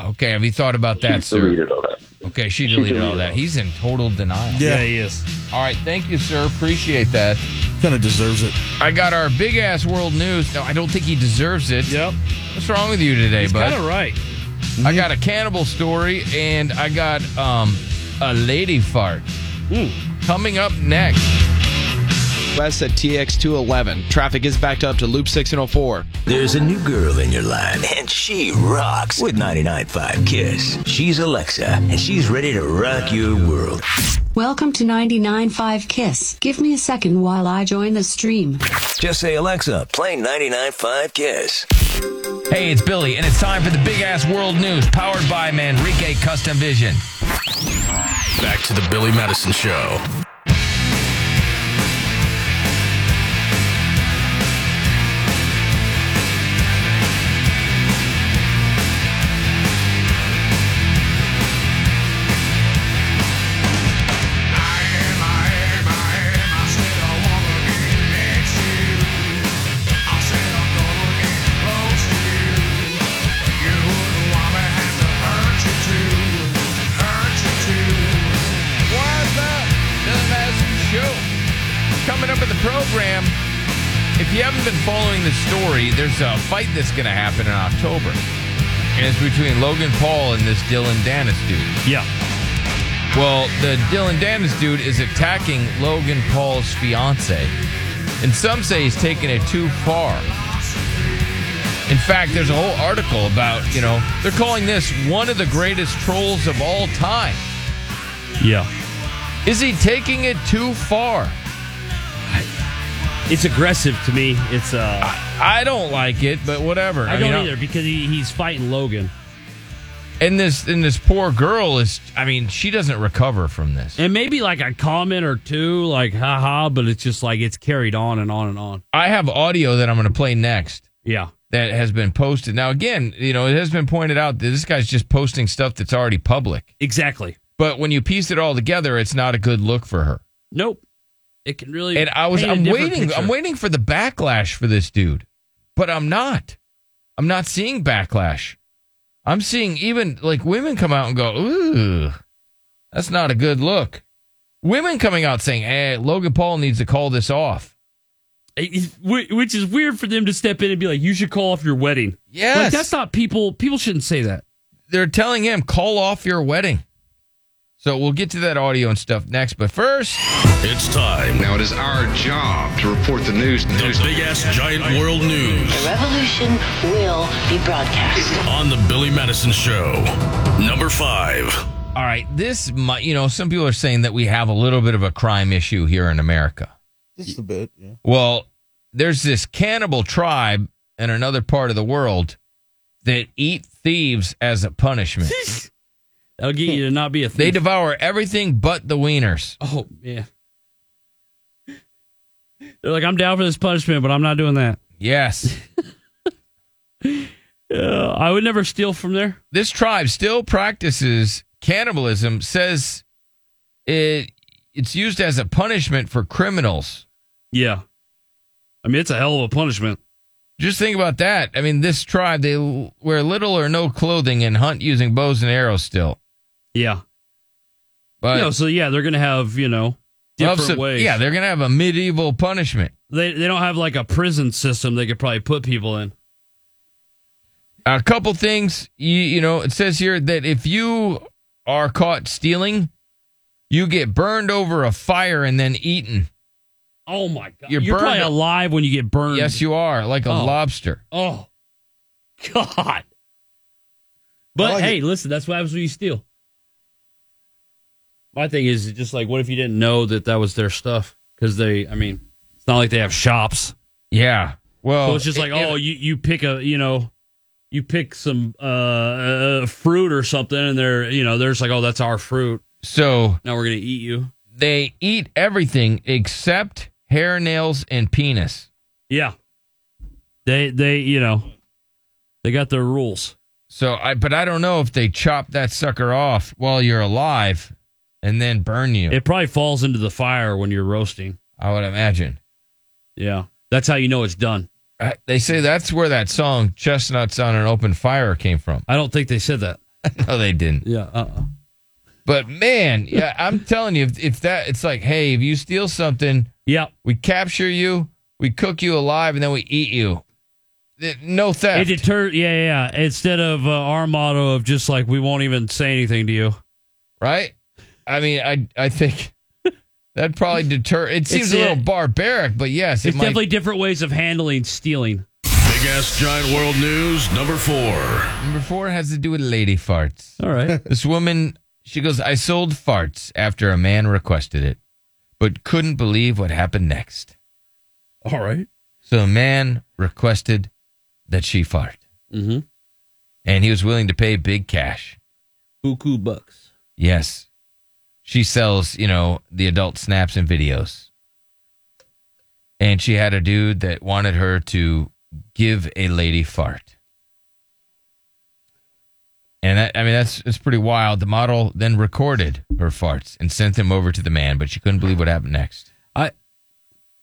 Speaker 7: Okay, have you thought about that, sir?
Speaker 23: deleted all that.
Speaker 7: Okay, she deleted,
Speaker 26: deleted
Speaker 7: all that. He's in total denial.
Speaker 26: Yeah. Yeah,
Speaker 7: he is. All right, thank you, sir. Appreciate that.
Speaker 26: Kind of deserves it.
Speaker 7: I got our big ass world news. No, I don't think he deserves it. Yep. What's wrong with you today,
Speaker 26: He's
Speaker 7: bud?
Speaker 26: kinda
Speaker 7: right.
Speaker 26: Mm-hmm.
Speaker 7: I got a cannibal story and I got um a lady fart. Coming up next.
Speaker 27: West at TX 211. Traffic is backed up to Loop 604.
Speaker 1: There's a new girl in your life, and she rocks with 99.5 Kiss. She's Alexa, and she's ready to rock your world.
Speaker 3: Welcome to 99.5 Kiss. Give me a second while I join the stream.
Speaker 1: Just say, Alexa, play 99.5 Kiss.
Speaker 7: Hey, it's Billy, and it's time for the big ass world news powered by Manrique Custom Vision.
Speaker 2: Back to the Billy Madison Show.
Speaker 7: What's up? Billy Madison Show. Coming up in the program, if you haven't been following the story, there's a fight that's going to happen in October. And it's between Logan Paul and this Dylan Dennis dude. Yeah. Well, the Dylan Dennis dude is attacking Logan Paul's fiance. And some say he's taking it too far. In fact, there's a whole article about, you know, they're calling this one of the greatest trolls of all time.
Speaker 11: Yeah.
Speaker 7: Is he taking it too far?
Speaker 11: It's aggressive to me. It's uh
Speaker 7: I, don't like it, but whatever.
Speaker 11: I,
Speaker 7: I
Speaker 11: don't
Speaker 7: mean, I-
Speaker 11: either because he, he's fighting Logan.
Speaker 7: And this and this poor girl is I mean, she doesn't recover from this.
Speaker 11: And maybe like a comment or two, like haha, but it's just like it's carried on and on and on.
Speaker 7: I have audio that I'm going to play next.
Speaker 11: Yeah.
Speaker 7: That has been posted. Now again, you know, it has been pointed out that this guy's just posting stuff that's already public.
Speaker 11: Exactly.
Speaker 7: But when you piece it all together, it's not a good look for her.
Speaker 11: Nope. It can really
Speaker 7: And I was
Speaker 11: paint a
Speaker 7: I'm
Speaker 11: different
Speaker 7: waiting I'm
Speaker 11: picture.
Speaker 7: waiting for the backlash for this dude. But I'm not. I'm not seeing backlash. I'm seeing even like women come out and go, "Ooh, that's not a good look." Women coming out saying, "Hey, Logan Paul needs to call this off."
Speaker 11: It's- whi- which is weird for them to step in and be like, "You should call off your wedding."
Speaker 7: Yes.
Speaker 11: like, that's not people. People shouldn't say that.
Speaker 7: They're telling him, "Call off your wedding." So we'll get to that audio and stuff next, but first,
Speaker 2: it's time.
Speaker 7: Now it is our job to report the news.
Speaker 2: The big ass giant world news
Speaker 28: The revolution will be broadcast.
Speaker 2: on the Billy Madison Show. Number five.
Speaker 7: All right, this might, you know, some people are saying that we have a little bit of a crime issue here in America.
Speaker 26: Just a bit. Yeah.
Speaker 7: Well, there's this cannibal tribe in another part of the world that eat thieves as a punishment.
Speaker 11: That'll get you to not be a thief.
Speaker 7: They devour everything but the wieners.
Speaker 11: Oh yeah. They're like, I'm down for this punishment, but I'm not doing that.
Speaker 7: Yes.
Speaker 11: Uh, I would never steal from there.
Speaker 7: This tribe still practices cannibalism says it it's used as a punishment for criminals.
Speaker 11: Yeah. I mean, it's a hell of a punishment.
Speaker 7: Just think about that. I mean, this tribe they l- wear little or no clothing and hunt using bows and arrows still.
Speaker 11: Yeah.
Speaker 7: But
Speaker 11: You know, so yeah, they're gonna have you know different
Speaker 7: Loves it.
Speaker 11: ways.
Speaker 7: Yeah, they're gonna have a medieval punishment.
Speaker 11: They they don't have like a prison system they could probably put people in.
Speaker 7: a couple things you, you know it says here that if you are caught stealing you get burned over a fire and then eaten
Speaker 11: Oh my god,
Speaker 7: You're
Speaker 11: you're probably
Speaker 7: burned-
Speaker 11: alive when you get burned.
Speaker 7: yes you are like a
Speaker 11: Oh.
Speaker 7: lobster
Speaker 11: Oh God. But hey, listen, that's what happens when you steal. My thing is just like, what if you didn't know that that was their stuff? Because they, I mean, it's not like they have shops.
Speaker 7: yeah well
Speaker 11: so it's just
Speaker 7: it-
Speaker 11: like,
Speaker 7: it-
Speaker 11: oh, you you pick a, you know, you pick some uh, uh fruit or something, and they're, you know, they're just like, oh, that's our fruit.
Speaker 7: So
Speaker 11: now we're gonna eat you.
Speaker 7: they eat everything except hair nails and penis
Speaker 11: Yeah. They they you know they got their rules.
Speaker 7: So I but I don't know if they chop that sucker off while you're alive and then burn you.
Speaker 11: It probably falls into the fire when you're roasting.
Speaker 7: I would imagine.
Speaker 11: Yeah. That's how you know it's done.
Speaker 7: Uh, they say that's where that song "Chestnuts on an Open Fire" came from.
Speaker 11: I don't think they said that.
Speaker 7: no, they didn't.
Speaker 11: Yeah. Uh-uh.
Speaker 7: But man, yeah, I'm telling you, if, if that, it's like, hey, if you steal something,
Speaker 11: yeah,
Speaker 7: we capture you, we cook you alive, and then we eat you. Th- No
Speaker 11: It
Speaker 7: theft.
Speaker 11: deter yeah, yeah, yeah. Instead of uh, our motto of just like we won't even say anything to you.
Speaker 7: right? I mean, I I think that probably deter. It seems
Speaker 11: It's
Speaker 7: a little
Speaker 11: it.
Speaker 7: barbaric, but yes,
Speaker 11: It's
Speaker 7: it might.
Speaker 11: definitely different ways of handling stealing.
Speaker 3: Big Ass Giant World News number four.
Speaker 7: Number four has to do with lady farts.
Speaker 11: All right.
Speaker 7: this woman, she goes, I sold farts after a man requested it, but couldn't believe what happened next.
Speaker 11: All right.
Speaker 7: So a man requested that she fart.
Speaker 11: Mm-hmm.
Speaker 7: And he was willing to pay big cash.
Speaker 11: Buku bucks.
Speaker 7: Yes. She sells, you know, the adult snaps and videos. And she had a dude that wanted her to give a lady fart. And that, I mean, that's it's pretty wild. The model then recorded her farts and sent them over to the man, but she couldn't believe what happened next.
Speaker 11: I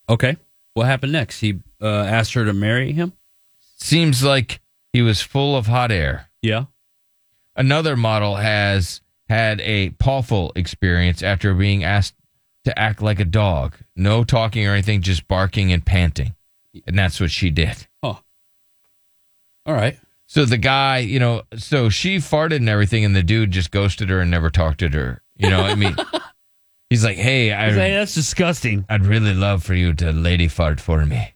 Speaker 11: Okay. What happened next? He uh, asked her to marry him.
Speaker 7: Seems like he was full of hot air.
Speaker 11: Yeah.
Speaker 7: Another model has had a pawful experience after being asked to act like a dog. No talking or anything, just barking and panting. And that's what she did.
Speaker 11: Oh. All right.
Speaker 7: So the guy, you know, so she farted and everything, and the dude just ghosted her and never talked to her. You know, I mean, he's like, hey, I,
Speaker 11: He's like, that's disgusting.
Speaker 7: I'd really love for you to lady fart for me.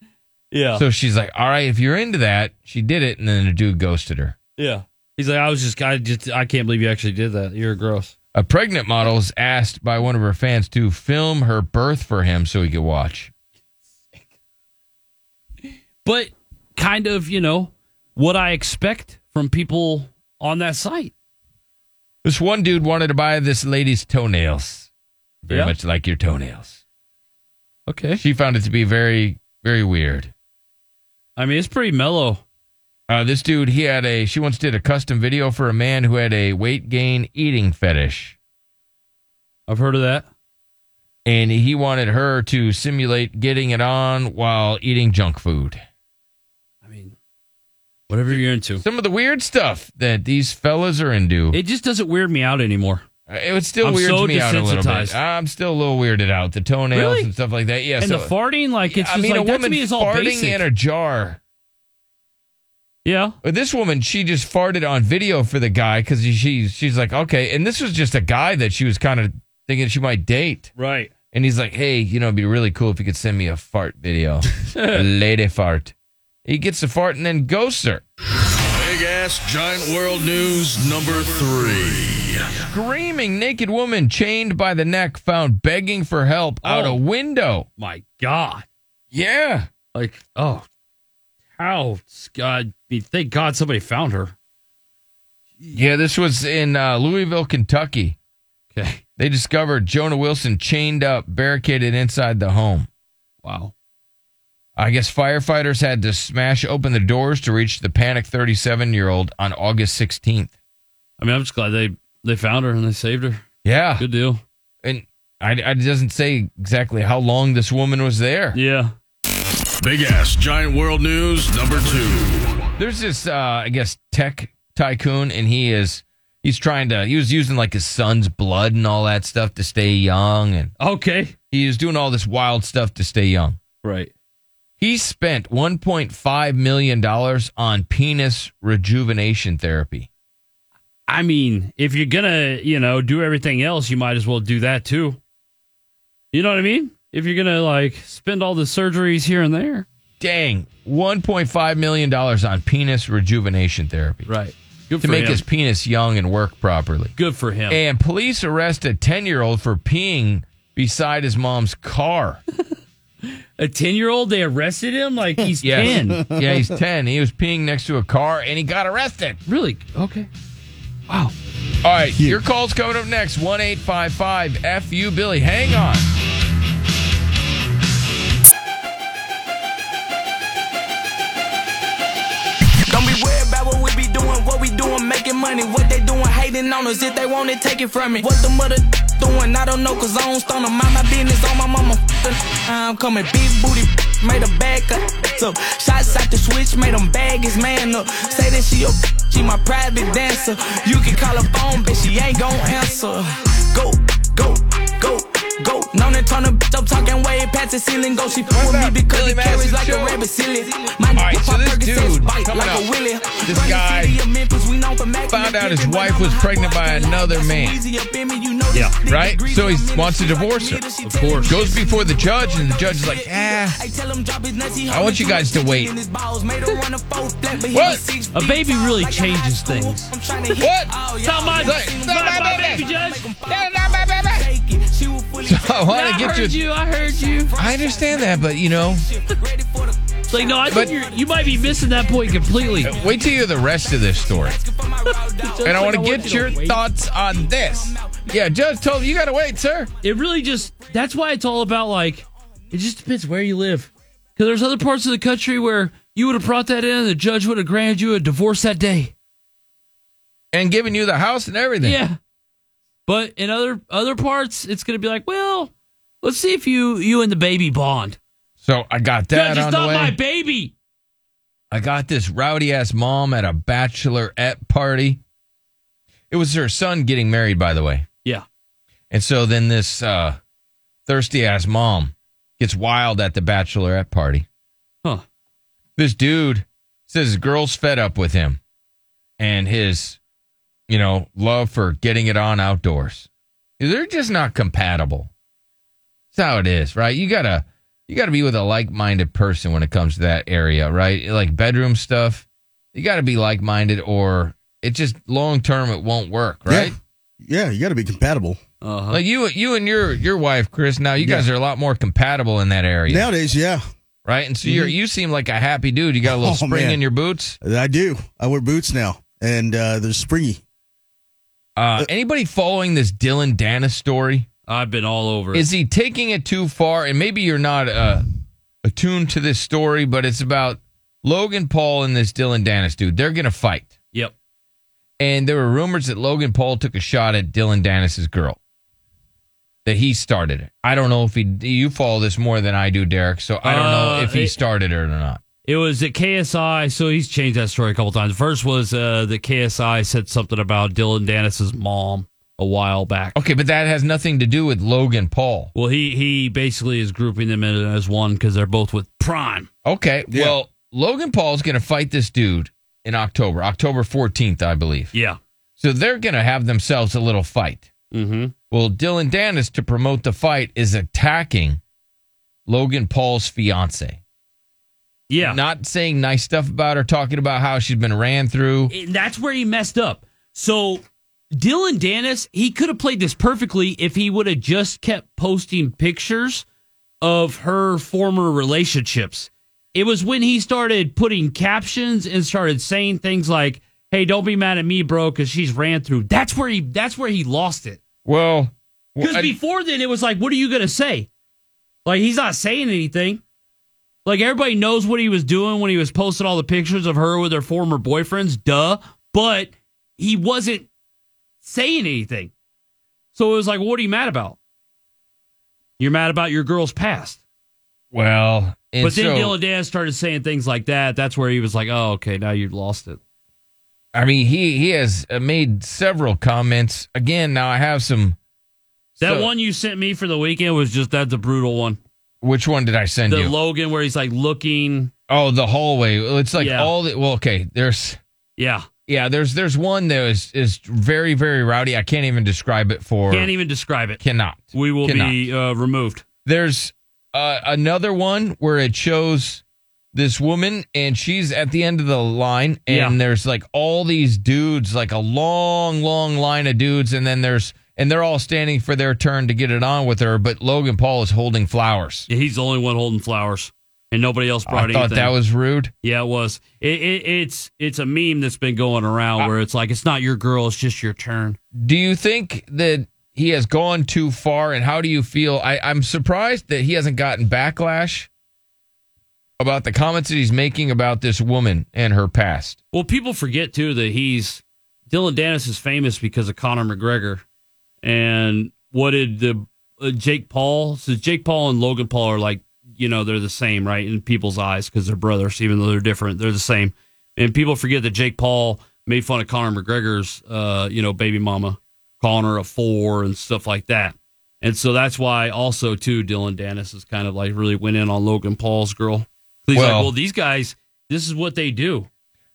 Speaker 11: Yeah.
Speaker 7: So she's like, all right, if you're into that, she did it. And then the dude ghosted her.
Speaker 11: yeah. He's like, I was just I just I can't believe you actually did that. You're gross.
Speaker 7: A pregnant model is asked by one of her fans to film her birth for him so he could watch.
Speaker 11: but kind of, you know, what I expect from people on that site.
Speaker 7: This one dude wanted to buy this lady's toenails, very
Speaker 11: Yeah.
Speaker 7: much like your toenails.
Speaker 11: Okay.
Speaker 7: She found it to be very, very weird.
Speaker 11: I mean, it's pretty mellow.
Speaker 7: Uh, this dude, he had a, she once did a custom video for a man who had a weight gain eating fetish.
Speaker 11: I've heard of that.
Speaker 7: And he wanted her to simulate getting it on while eating junk food.
Speaker 11: Whatever you're into.
Speaker 7: Some of the weird stuff that these fellas are into.
Speaker 11: It just doesn't weird me out anymore.
Speaker 7: Uh, It would still
Speaker 11: I'm
Speaker 7: weirds
Speaker 11: so
Speaker 7: me out a little bit.
Speaker 11: desensitized.
Speaker 7: I'm still a little weirded out. The toenails
Speaker 11: Really?
Speaker 7: and stuff like that. Yeah.
Speaker 11: and
Speaker 7: so,
Speaker 11: the farting, like it's
Speaker 7: I
Speaker 11: just
Speaker 7: mean,
Speaker 11: like
Speaker 7: a
Speaker 11: that
Speaker 7: woman
Speaker 11: to me is all
Speaker 7: farting
Speaker 11: basic.
Speaker 7: in a jar.
Speaker 11: Yeah.
Speaker 7: But this woman, she just farted on video for the guy because she she's like, okay. And this was just a guy that she was kind of thinking she might date.
Speaker 11: Right.
Speaker 7: And he's like, hey, you know, it'd be really cool if you could send me a fart video, A lady fart. He gets the fart and then ghosts her.
Speaker 3: Big Ass Giant World News number three.
Speaker 7: Screaming naked woman chained by the neck found begging for help out a window.
Speaker 11: Oh. My God.
Speaker 7: Yeah.
Speaker 11: Like, oh, how? Oh, God, I mean, thank God somebody found her.
Speaker 7: Yeah, this was in uh, Louisville, Kentucky.
Speaker 11: Okay.
Speaker 7: They discovered Jonah Wilson chained up, barricaded inside the home.
Speaker 11: Wow.
Speaker 7: I guess firefighters had to smash open the doors to reach the panicked 37 year old on August 16th.
Speaker 11: I mean, I'm just glad they
Speaker 24: They found her and they saved her.
Speaker 7: Yeah.
Speaker 24: Good deal.
Speaker 7: And I, I it doesn't say exactly how long this woman was there.
Speaker 24: Yeah.
Speaker 3: Big ass giant world news number two.
Speaker 7: There's this, uh, I guess, tech tycoon, and he is he's trying to he was using like his son's blood and all that stuff to stay young, and
Speaker 24: okay,
Speaker 7: he was doing all this wild stuff to stay young.
Speaker 24: Right.
Speaker 7: He spent 1.5 million dollars on penis rejuvenation therapy.
Speaker 11: I mean, if you're gonna, you know, do everything else, you might as well do that too. You know what I mean? If you're gonna like spend all the surgeries here and there.
Speaker 7: Dang, 1.5 million dollars on penis rejuvenation therapy.
Speaker 24: Right.
Speaker 7: to
Speaker 11: for
Speaker 7: make
Speaker 11: him.
Speaker 7: his penis young and work properly.
Speaker 11: Good for him.
Speaker 7: And police arrest a 10 year old for peeing beside his mom's car.
Speaker 11: a 10 year old? They arrested him? Like he's 10.
Speaker 7: yeah, he's 10. He was peeing next to a car and he got arrested.
Speaker 11: Really? Okay. Wow.
Speaker 7: All right, your call's coming up next 1 855 FU Billy. Hang on.
Speaker 10: Don't be worried about what we be doing, what we doing, making money, what they doing, hating on us. If they want it, take it from me. What the mother doing, I don't know, cause I don't stone them. Mind my business on my mama. I'm coming, big booty, made a back up. So, shots out the switch, made them bag his man up. Say that she your she my private dancer. You can call her phone, but she ain't gon' answer. Go, go, go. Go, known and turn a bitch up, talking way past the ceiling. Go, she fuck with me because he carries like a rabbit silly. My
Speaker 7: All right, so this
Speaker 10: Percocets
Speaker 7: dude
Speaker 10: bite
Speaker 7: coming
Speaker 10: like a
Speaker 7: out,
Speaker 10: willy.
Speaker 7: this
Speaker 10: Run the
Speaker 7: guy
Speaker 10: city of Memphis, we known for making
Speaker 7: Found
Speaker 10: it
Speaker 7: out his
Speaker 10: pimpin'.
Speaker 7: wife was pregnant by another man.
Speaker 10: Easy up in me, you know
Speaker 7: Yeah. Right? So he wants to divorce her. Of course. Goes before the judge, and the judge is like, eh, I want you guys to wait.
Speaker 10: What?
Speaker 11: A baby really changes things.
Speaker 7: What?
Speaker 11: Not my,
Speaker 10: It's not
Speaker 11: not
Speaker 10: my
Speaker 11: my
Speaker 10: baby.
Speaker 11: baby, Judge.
Speaker 7: So I want to
Speaker 11: I
Speaker 7: get
Speaker 11: heard you. I heard you.
Speaker 7: I understand that, but you know,
Speaker 11: It's like, no, I think you're, you might be missing that point completely.
Speaker 7: Uh, wait till you hear the rest of this story. and I want to get your
Speaker 11: thoughts.
Speaker 7: thoughts on this. Yeah, Judge told you, you got to wait, sir.
Speaker 11: It really just, that's why it's all about like, it just depends where you live. Because there's other parts of the country where you would have brought that in and the judge would have granted you a divorce that day.
Speaker 7: And giving you the house and everything.
Speaker 11: Yeah. But in other other parts, it's going to be like, well, let's see if you you and the baby bond.
Speaker 7: So I got that
Speaker 11: judge, it's
Speaker 7: on the
Speaker 11: not
Speaker 7: way.
Speaker 11: my baby.
Speaker 7: I got this rowdy ass mom at a bachelorette party. It was her son getting married, by the way.
Speaker 11: Yeah.
Speaker 7: And so then this uh, thirsty ass mom gets wild at the bachelorette party.
Speaker 11: Huh.
Speaker 7: This dude says his girl's fed up with him and his, you know, love for getting it on outdoors. They're just not compatible. That's how it is, right? You gotta you gotta be with a like minded person when it comes to that area, right? Like bedroom stuff. You gotta be like minded or it just long term it won't work, right?
Speaker 2: Yeah, you got to be compatible. Uh-huh.
Speaker 7: Like you, you and your your wife, Chris. Now you guys are a lot more compatible in that area
Speaker 2: Nowadays, yeah.
Speaker 7: right? And so you are
Speaker 2: Mhm.
Speaker 7: you seem like a happy dude. You got a little
Speaker 2: Oh,
Speaker 7: spring
Speaker 2: man.
Speaker 7: in your boots.
Speaker 2: I do. I wear boots now, and uh, they're springy.
Speaker 7: Uh, anybody following this Dylan Danis story?
Speaker 11: I've been all over.
Speaker 7: Is he taking it too far? And maybe you're not uh, attuned to this story, but it's about Logan Paul and this Dylan Danis dude. They're gonna fight.
Speaker 11: Yep.
Speaker 7: and there were rumors that Logan Paul took a shot at Dylan Danis's girl. That he started it. I don't know if he. You follow this more than I do, Derek. So I don't know
Speaker 11: Uh,
Speaker 7: if he
Speaker 11: it-
Speaker 7: started it or not.
Speaker 11: It was at KSI, so he's changed that story a couple times. First was uh, that KSI said something about Dylan Dennis's mom a while back.
Speaker 7: Okay, but that has nothing to do with Logan Paul.
Speaker 11: Well, he he basically is grouping them in as one because they're both with Prime.
Speaker 7: Okay. Well, Logan Paul's going to fight this dude in October, October 14th, I believe.
Speaker 11: Yeah.
Speaker 7: So they're going to have themselves a little fight.
Speaker 11: Mm-hmm.
Speaker 7: Well, Dylan Danis, to promote the fight, is attacking Logan Paul's fiance.
Speaker 11: Yeah.
Speaker 7: Not saying nice stuff about her, talking about how she's been ran through.
Speaker 11: And Eh, that's where he messed up. So Dylan Dennis, he could have played this perfectly if he would have just kept posting pictures of her former relationships. It was when he started putting captions and started saying things like, "Hey, don't be mad at me, bro, because she's ran through." That's where he. That's where he lost it.
Speaker 7: Well,
Speaker 11: Because before then, it was like, what are you going to say? Like, he's not saying anything. Like, everybody knows what he was doing when he was posting all the pictures of her with her former boyfriends, duh. But he wasn't saying anything. So it was like, what are you mad about? You're mad about your girl's past.
Speaker 7: Well, and
Speaker 11: but then
Speaker 7: so-
Speaker 11: Dylan Dan started saying things like that. That's where he was like, oh, okay, now you've lost it.
Speaker 7: I mean, he he has uh, made several comments. Again, now I have some.
Speaker 11: That
Speaker 7: so-
Speaker 11: one you sent me for the weekend was just that's a brutal one.
Speaker 7: Which one did I send
Speaker 11: the
Speaker 7: you?
Speaker 11: Logan where he's like looking.
Speaker 7: Oh, the hallway. It's like
Speaker 11: Yeah.
Speaker 7: all the well, okay. There's
Speaker 11: yeah,
Speaker 7: yeah. There's there's one that is is very very rowdy. I can't even describe it for.
Speaker 11: Can't even describe it.
Speaker 7: Cannot.
Speaker 11: We will
Speaker 7: Cannot.
Speaker 11: be uh, removed.
Speaker 7: There's uh, another one where it shows this woman and she's at the end of the line and
Speaker 11: Yeah.
Speaker 7: there's like all these dudes like a long long line of dudes and then there's and they're all standing for their turn to get it on with her but Logan Paul is holding flowers.
Speaker 11: He's the only one holding flowers, and nobody else brought
Speaker 7: I thought
Speaker 11: anything.
Speaker 7: that was rude.
Speaker 11: Yeah, it was. It, it, it's it's a meme that's been going around where it's like it's not your girl, it's just your turn.
Speaker 7: Do you think that he has gone too far, and how do you feel? I, I'm surprised that he hasn't gotten backlash about the comments that he's making about this woman and her past.
Speaker 11: Well, people forget too that he's Dylan Dennis is famous because of Conor McGregor, and what did the uh, Jake Paul? So Jake Paul and Logan Paul are like you know they're the same, right? In people's eyes because they're brothers, even though they're different, they're the same. And people forget that Jake Paul made fun of Conor McGregor's uh, you know baby mama, calling her a four and stuff like that. And so that's why also too Dylan Dennis is kind of like really went in on Logan Paul's girl. He's like,
Speaker 7: Well-
Speaker 11: well, these guys, this is what they do.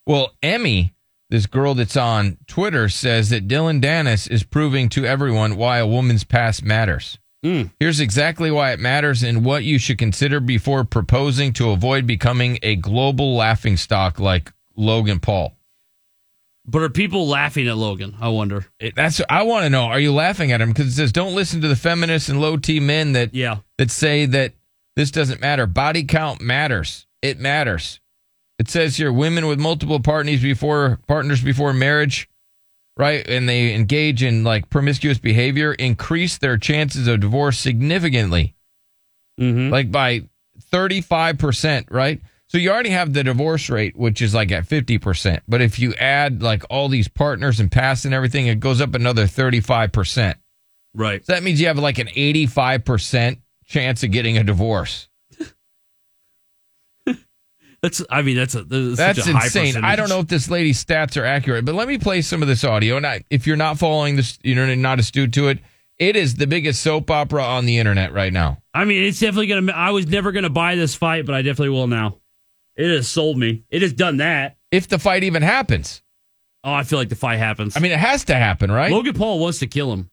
Speaker 7: Well, Emmy, this girl that's on Twitter, says that Dylan Dennis is proving to everyone why a woman's past matters.
Speaker 11: Hmm.
Speaker 7: Here's exactly why it matters and what you should consider before proposing to avoid becoming a global laughingstock like Logan Paul.
Speaker 11: But are people laughing at Logan? I wonder.
Speaker 7: It- That's I want to know. Are you laughing at him? Because it says don't listen to the feminists and low T men that
Speaker 11: yeah
Speaker 7: that say that this doesn't matter. Body count matters. It matters. It says here women with multiple partners before partners before marriage, right? And they engage in like promiscuous behavior increase their chances of divorce significantly,
Speaker 11: Mm-hmm.
Speaker 7: like by thirty five percent, right? So you already have the divorce rate, which is like at fifty percent. But if you add like all these partners and past and everything, it goes up another thirty five percent.
Speaker 11: Right.
Speaker 7: So that means you have like an 85% chance of getting a divorce.
Speaker 11: That's I mean that's a that's,
Speaker 7: That's
Speaker 11: such a high
Speaker 7: insane. I
Speaker 11: percentage.
Speaker 7: don't know if this lady's stats are accurate, but let me play some of this audio. And I, if you're not following this, you're not astute to it. It is the biggest soap opera on the internet right now.
Speaker 11: I mean, it's definitely gonna. I was never gonna buy this fight, but I definitely will now. It has sold me. It has done that.
Speaker 7: If the fight even happens.
Speaker 11: Oh, I feel like the fight happens.
Speaker 7: I mean, it has to happen, right?
Speaker 11: Logan Paul wants to kill him.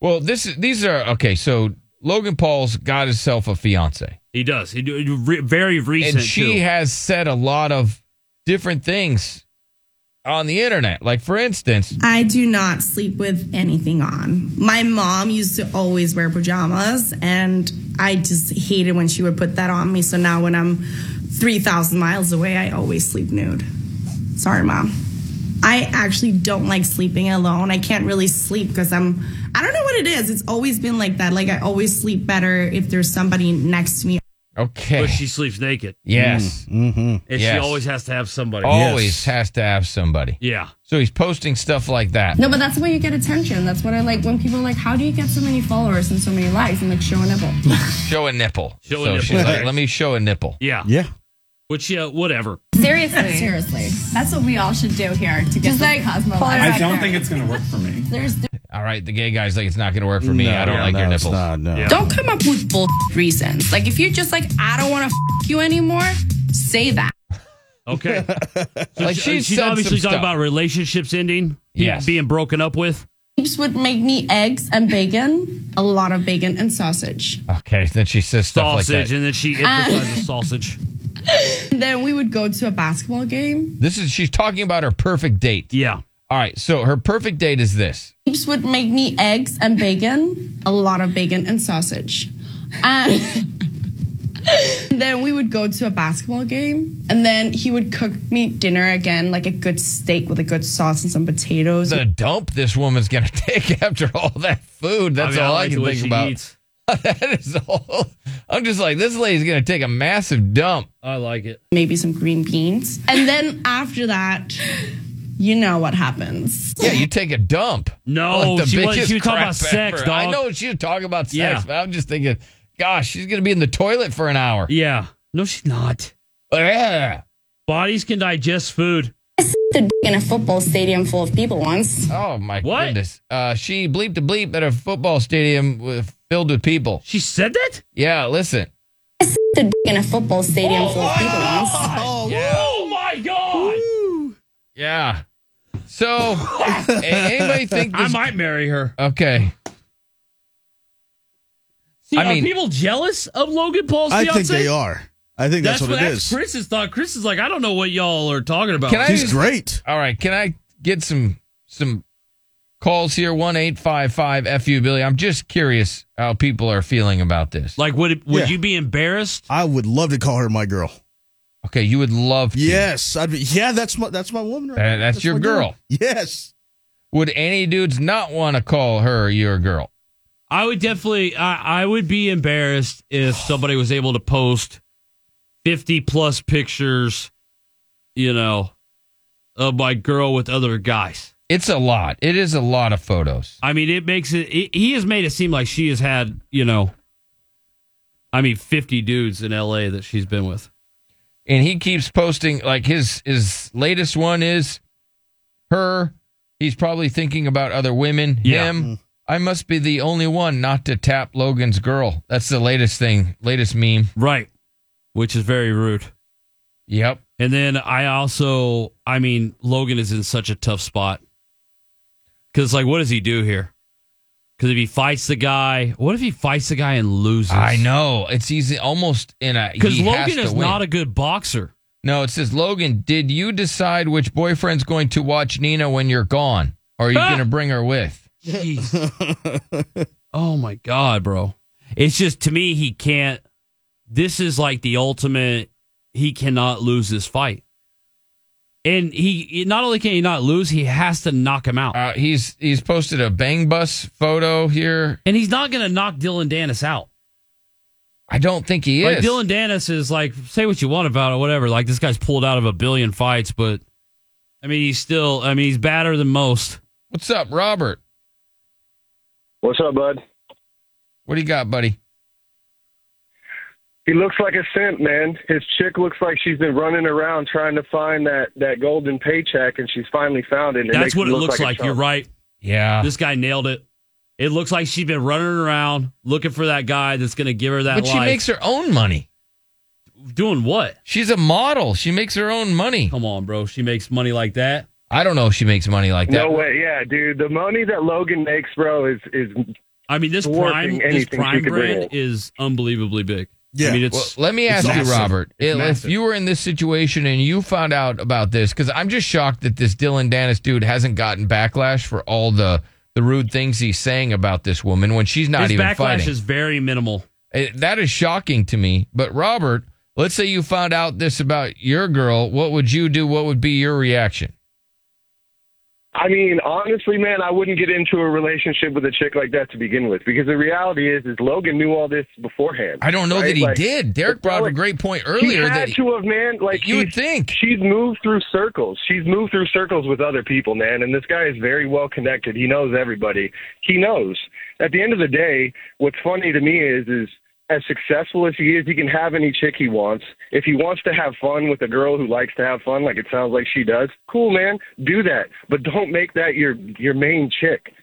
Speaker 7: Well, this is these are okay. So Logan Paul's got himself a fiance.
Speaker 11: He does. He do, he do- re- very recent.
Speaker 7: and she
Speaker 11: too.
Speaker 7: has said a lot of different things on the internet. Like for instance,
Speaker 14: I do not sleep with anything on. My mom used to always wear pajamas, and I just hated when she would put that on me. So now when I'm 3,000 miles away, I always sleep nude. Sorry, mom. I actually don't like sleeping alone. I can't really sleep because I'm, I don't know what it is. It's always been like that. Like, I always sleep better if there's somebody next to me.
Speaker 7: okay,
Speaker 11: but she sleeps naked. Mm.
Speaker 7: Yes. Mm-hmm.
Speaker 11: and she always has to have somebody.
Speaker 7: Always has to have somebody.
Speaker 11: Yeah.
Speaker 7: So he's posting stuff like that.
Speaker 15: No, but that's why you get attention. That's what I like when people are like, how do you get so many followers and so many likes? I'm like, show a nipple.
Speaker 7: Show a nipple.
Speaker 11: Show a
Speaker 7: so
Speaker 11: nipple.
Speaker 7: she's like, let me show a nipple.
Speaker 11: Yeah.
Speaker 2: Yeah.
Speaker 11: Which yeah, whatever.
Speaker 15: Seriously. Seriously. That's what we all should do here to get Just like, Cosmo. pull it life. back there.
Speaker 7: think it's going to work for me.
Speaker 15: There's
Speaker 7: All right. The gay guy's like, it's not going to work for me. I don't like your nipples.
Speaker 15: Don't come up with bull reasons. Like if you're just like, I don't want to f- you anymore, say that.
Speaker 11: Okay. So
Speaker 15: Like,
Speaker 11: she-
Speaker 15: she
Speaker 11: she's
Speaker 15: said
Speaker 11: obviously
Speaker 15: some
Speaker 11: talking
Speaker 15: stuff.
Speaker 11: about relationships ending. Yes. Being broken up with.
Speaker 15: Heaps would make me eggs and bacon, a lot of bacon and sausage.
Speaker 7: Okay. Then she says stuff
Speaker 11: Sausage,
Speaker 7: like that.
Speaker 11: and then she
Speaker 15: Ah.
Speaker 11: emphasizes sausage.
Speaker 15: And then we would go to a basketball game.
Speaker 7: This is, she's talking about her perfect date.
Speaker 11: Yeah.
Speaker 7: All right. So her perfect date is this.
Speaker 15: Heaps would make me eggs and bacon, a lot of bacon and sausage. And then we would go to a basketball game, and then he would cook me dinner again, like a good steak with a good sauce and some potatoes.
Speaker 7: The dump this woman's going to take after all that food. That's
Speaker 15: I mean, I
Speaker 7: all I,
Speaker 15: like the
Speaker 7: can
Speaker 15: way
Speaker 7: think
Speaker 15: she
Speaker 7: about.
Speaker 15: eats.
Speaker 7: that is all. I'm just like, this lady's going to take a massive dump.
Speaker 11: I like it.
Speaker 15: Maybe some green beans. And then after that,
Speaker 14: you know what happens.
Speaker 7: Yeah, you take a dump.
Speaker 11: No,
Speaker 7: Like the
Speaker 11: she was-
Speaker 7: bitches
Speaker 11: she was talking
Speaker 7: crap
Speaker 11: about sex,
Speaker 7: ever. I
Speaker 11: dog.
Speaker 7: know she was talking about sex,
Speaker 11: Yeah.
Speaker 7: but I'm just thinking, gosh, she's gonna be in the toilet for an hour.
Speaker 11: Yeah. No, she's not.
Speaker 7: Yeah.
Speaker 11: Bodies can digest food.
Speaker 15: The d- in a football stadium full of people once.
Speaker 7: Oh my goodness. Uh, she bleeped a bleep at a football stadium with, filled with people.
Speaker 11: She said that?
Speaker 7: Yeah, listen.
Speaker 15: The d- in a football stadium full of people once.
Speaker 7: Oh, my god! Yeah. So, a- anybody think
Speaker 11: I
Speaker 7: this?
Speaker 11: might marry her?
Speaker 7: Okay.
Speaker 11: See,
Speaker 7: I
Speaker 11: are
Speaker 7: mean-
Speaker 11: people jealous of Logan Paul's
Speaker 2: I
Speaker 11: fiance?
Speaker 2: think they are. I think that's, what, it
Speaker 11: that's
Speaker 2: is.
Speaker 11: Chris's thought. Chris is like, I don't know what y'all are talking about.
Speaker 7: Can I just- All right. Can I get some some calls here? One eight five five fu Billy. I'm just curious how people are feeling about this.
Speaker 11: Like, would it, would
Speaker 2: Yeah.
Speaker 11: you be embarrassed?
Speaker 2: I would love to call her my girl.
Speaker 7: Okay, you would love. To.
Speaker 2: Yes, I'd be. Yeah, that's my that's my woman. Right
Speaker 7: Uh,
Speaker 2: now.
Speaker 7: that's your
Speaker 2: my
Speaker 7: girl.
Speaker 2: Yes.
Speaker 7: Would any dudes not want to call her your girl?
Speaker 11: I would definitely. I, I would be embarrassed if somebody was able to post fifty plus pictures. You know, of my girl with other guys.
Speaker 7: It's a lot. It is a lot of photos.
Speaker 11: I mean, it makes it, it. He has made it seem like she has had. You know, I mean, fifty dudes in L.A. that she's been with.
Speaker 7: and he keeps posting like his his latest one is her he's probably thinking about other women
Speaker 11: Yeah. Mm.
Speaker 7: him i must be the only one not to tap logan's girl that's the latest thing latest meme
Speaker 11: Right. Which is very rude.
Speaker 7: Yep.
Speaker 11: And then I also, I mean, Logan is in such a tough spot. Because, like, what does he do here? Because if he fights the guy, what if he fights the guy and loses?
Speaker 7: i know it's easy almost in a
Speaker 11: Because
Speaker 7: he has
Speaker 11: Logan
Speaker 7: to
Speaker 11: is
Speaker 7: win.
Speaker 11: not a good boxer.
Speaker 7: no it says logan did you decide which boyfriend's going to watch nina when you're gone or are you gonna bring her with
Speaker 11: Jeez. oh my god, bro. It's just to me he can't this is like the ultimate he cannot lose this fight. And he not only can he not lose, he has to knock him out.
Speaker 7: uh, he's he's posted a bang bus photo here
Speaker 11: and he's not going to knock Dylan Dennis out.
Speaker 7: i don't think he
Speaker 11: Like
Speaker 7: is
Speaker 11: Dylan Dennis is like, say what you want about it, whatever. Like this guy's pulled out of a billion fights, but I mean he's still I mean he's badder than most.
Speaker 7: what's up robert
Speaker 6: What's up, bud?
Speaker 7: what do you got buddy
Speaker 29: He looks like a simp, man. His chick looks like she's been running around trying to find that, that golden paycheck, and she's finally found it. and
Speaker 11: That's
Speaker 29: makes
Speaker 11: what
Speaker 29: him
Speaker 11: it
Speaker 29: look
Speaker 11: looks
Speaker 29: a
Speaker 11: like. You're
Speaker 29: chump.
Speaker 11: right.
Speaker 7: Yeah.
Speaker 11: This guy nailed it. It looks like she's been running around looking for that guy that's going to give her that
Speaker 7: but she
Speaker 11: life.
Speaker 7: makes her own money.
Speaker 11: Doing what?
Speaker 7: She's a model. She makes her own money.
Speaker 11: Come on, bro. She makes money like that.
Speaker 7: I don't know if she makes money like that.
Speaker 29: No way, yeah, dude. The money that Logan makes, bro, is is.
Speaker 11: I mean, this
Speaker 29: dwarfing
Speaker 11: prime this
Speaker 29: anything she
Speaker 11: prime
Speaker 29: could bring
Speaker 11: brand
Speaker 29: in.
Speaker 11: is unbelievably big. I mean, it's
Speaker 7: Well, let me
Speaker 11: it's
Speaker 7: ask you,
Speaker 11: massive.
Speaker 7: Robert,
Speaker 11: It's
Speaker 7: if- if
Speaker 11: massive.
Speaker 7: you were in this situation and you found out about this, because I'm just shocked that this Dylan Dennis dude hasn't gotten backlash for all the the rude things he's saying about this woman when she's not
Speaker 11: his
Speaker 7: even
Speaker 11: backlash
Speaker 7: fighting.
Speaker 11: is very minimal.
Speaker 7: It- that is shocking to me. But Robert, let's say you found out this about your girl, what would you do? What would be your reaction?
Speaker 29: I mean, honestly, man, I wouldn't get into a relationship with a chick like that to begin with, because the reality is, is Logan knew all this beforehand.
Speaker 7: I don't know
Speaker 29: right?
Speaker 7: that he
Speaker 29: Like,
Speaker 7: did. Derek
Speaker 29: it's not
Speaker 7: brought up a
Speaker 29: like-
Speaker 7: great point
Speaker 29: She
Speaker 7: earlier
Speaker 29: had
Speaker 7: that
Speaker 29: to have, man. Like
Speaker 7: you would
Speaker 29: she's-
Speaker 7: think
Speaker 29: she's moved through circles. She's moved through circles with other people, man. And this guy is very well connected. He knows everybody. He knows. At the end of the day, what's funny to me is, is as successful as he is, he can have any chick he wants. If he wants to have fun with a girl who likes to have fun, like it sounds like she does, cool, man. Do that, but don't make that your your main chick.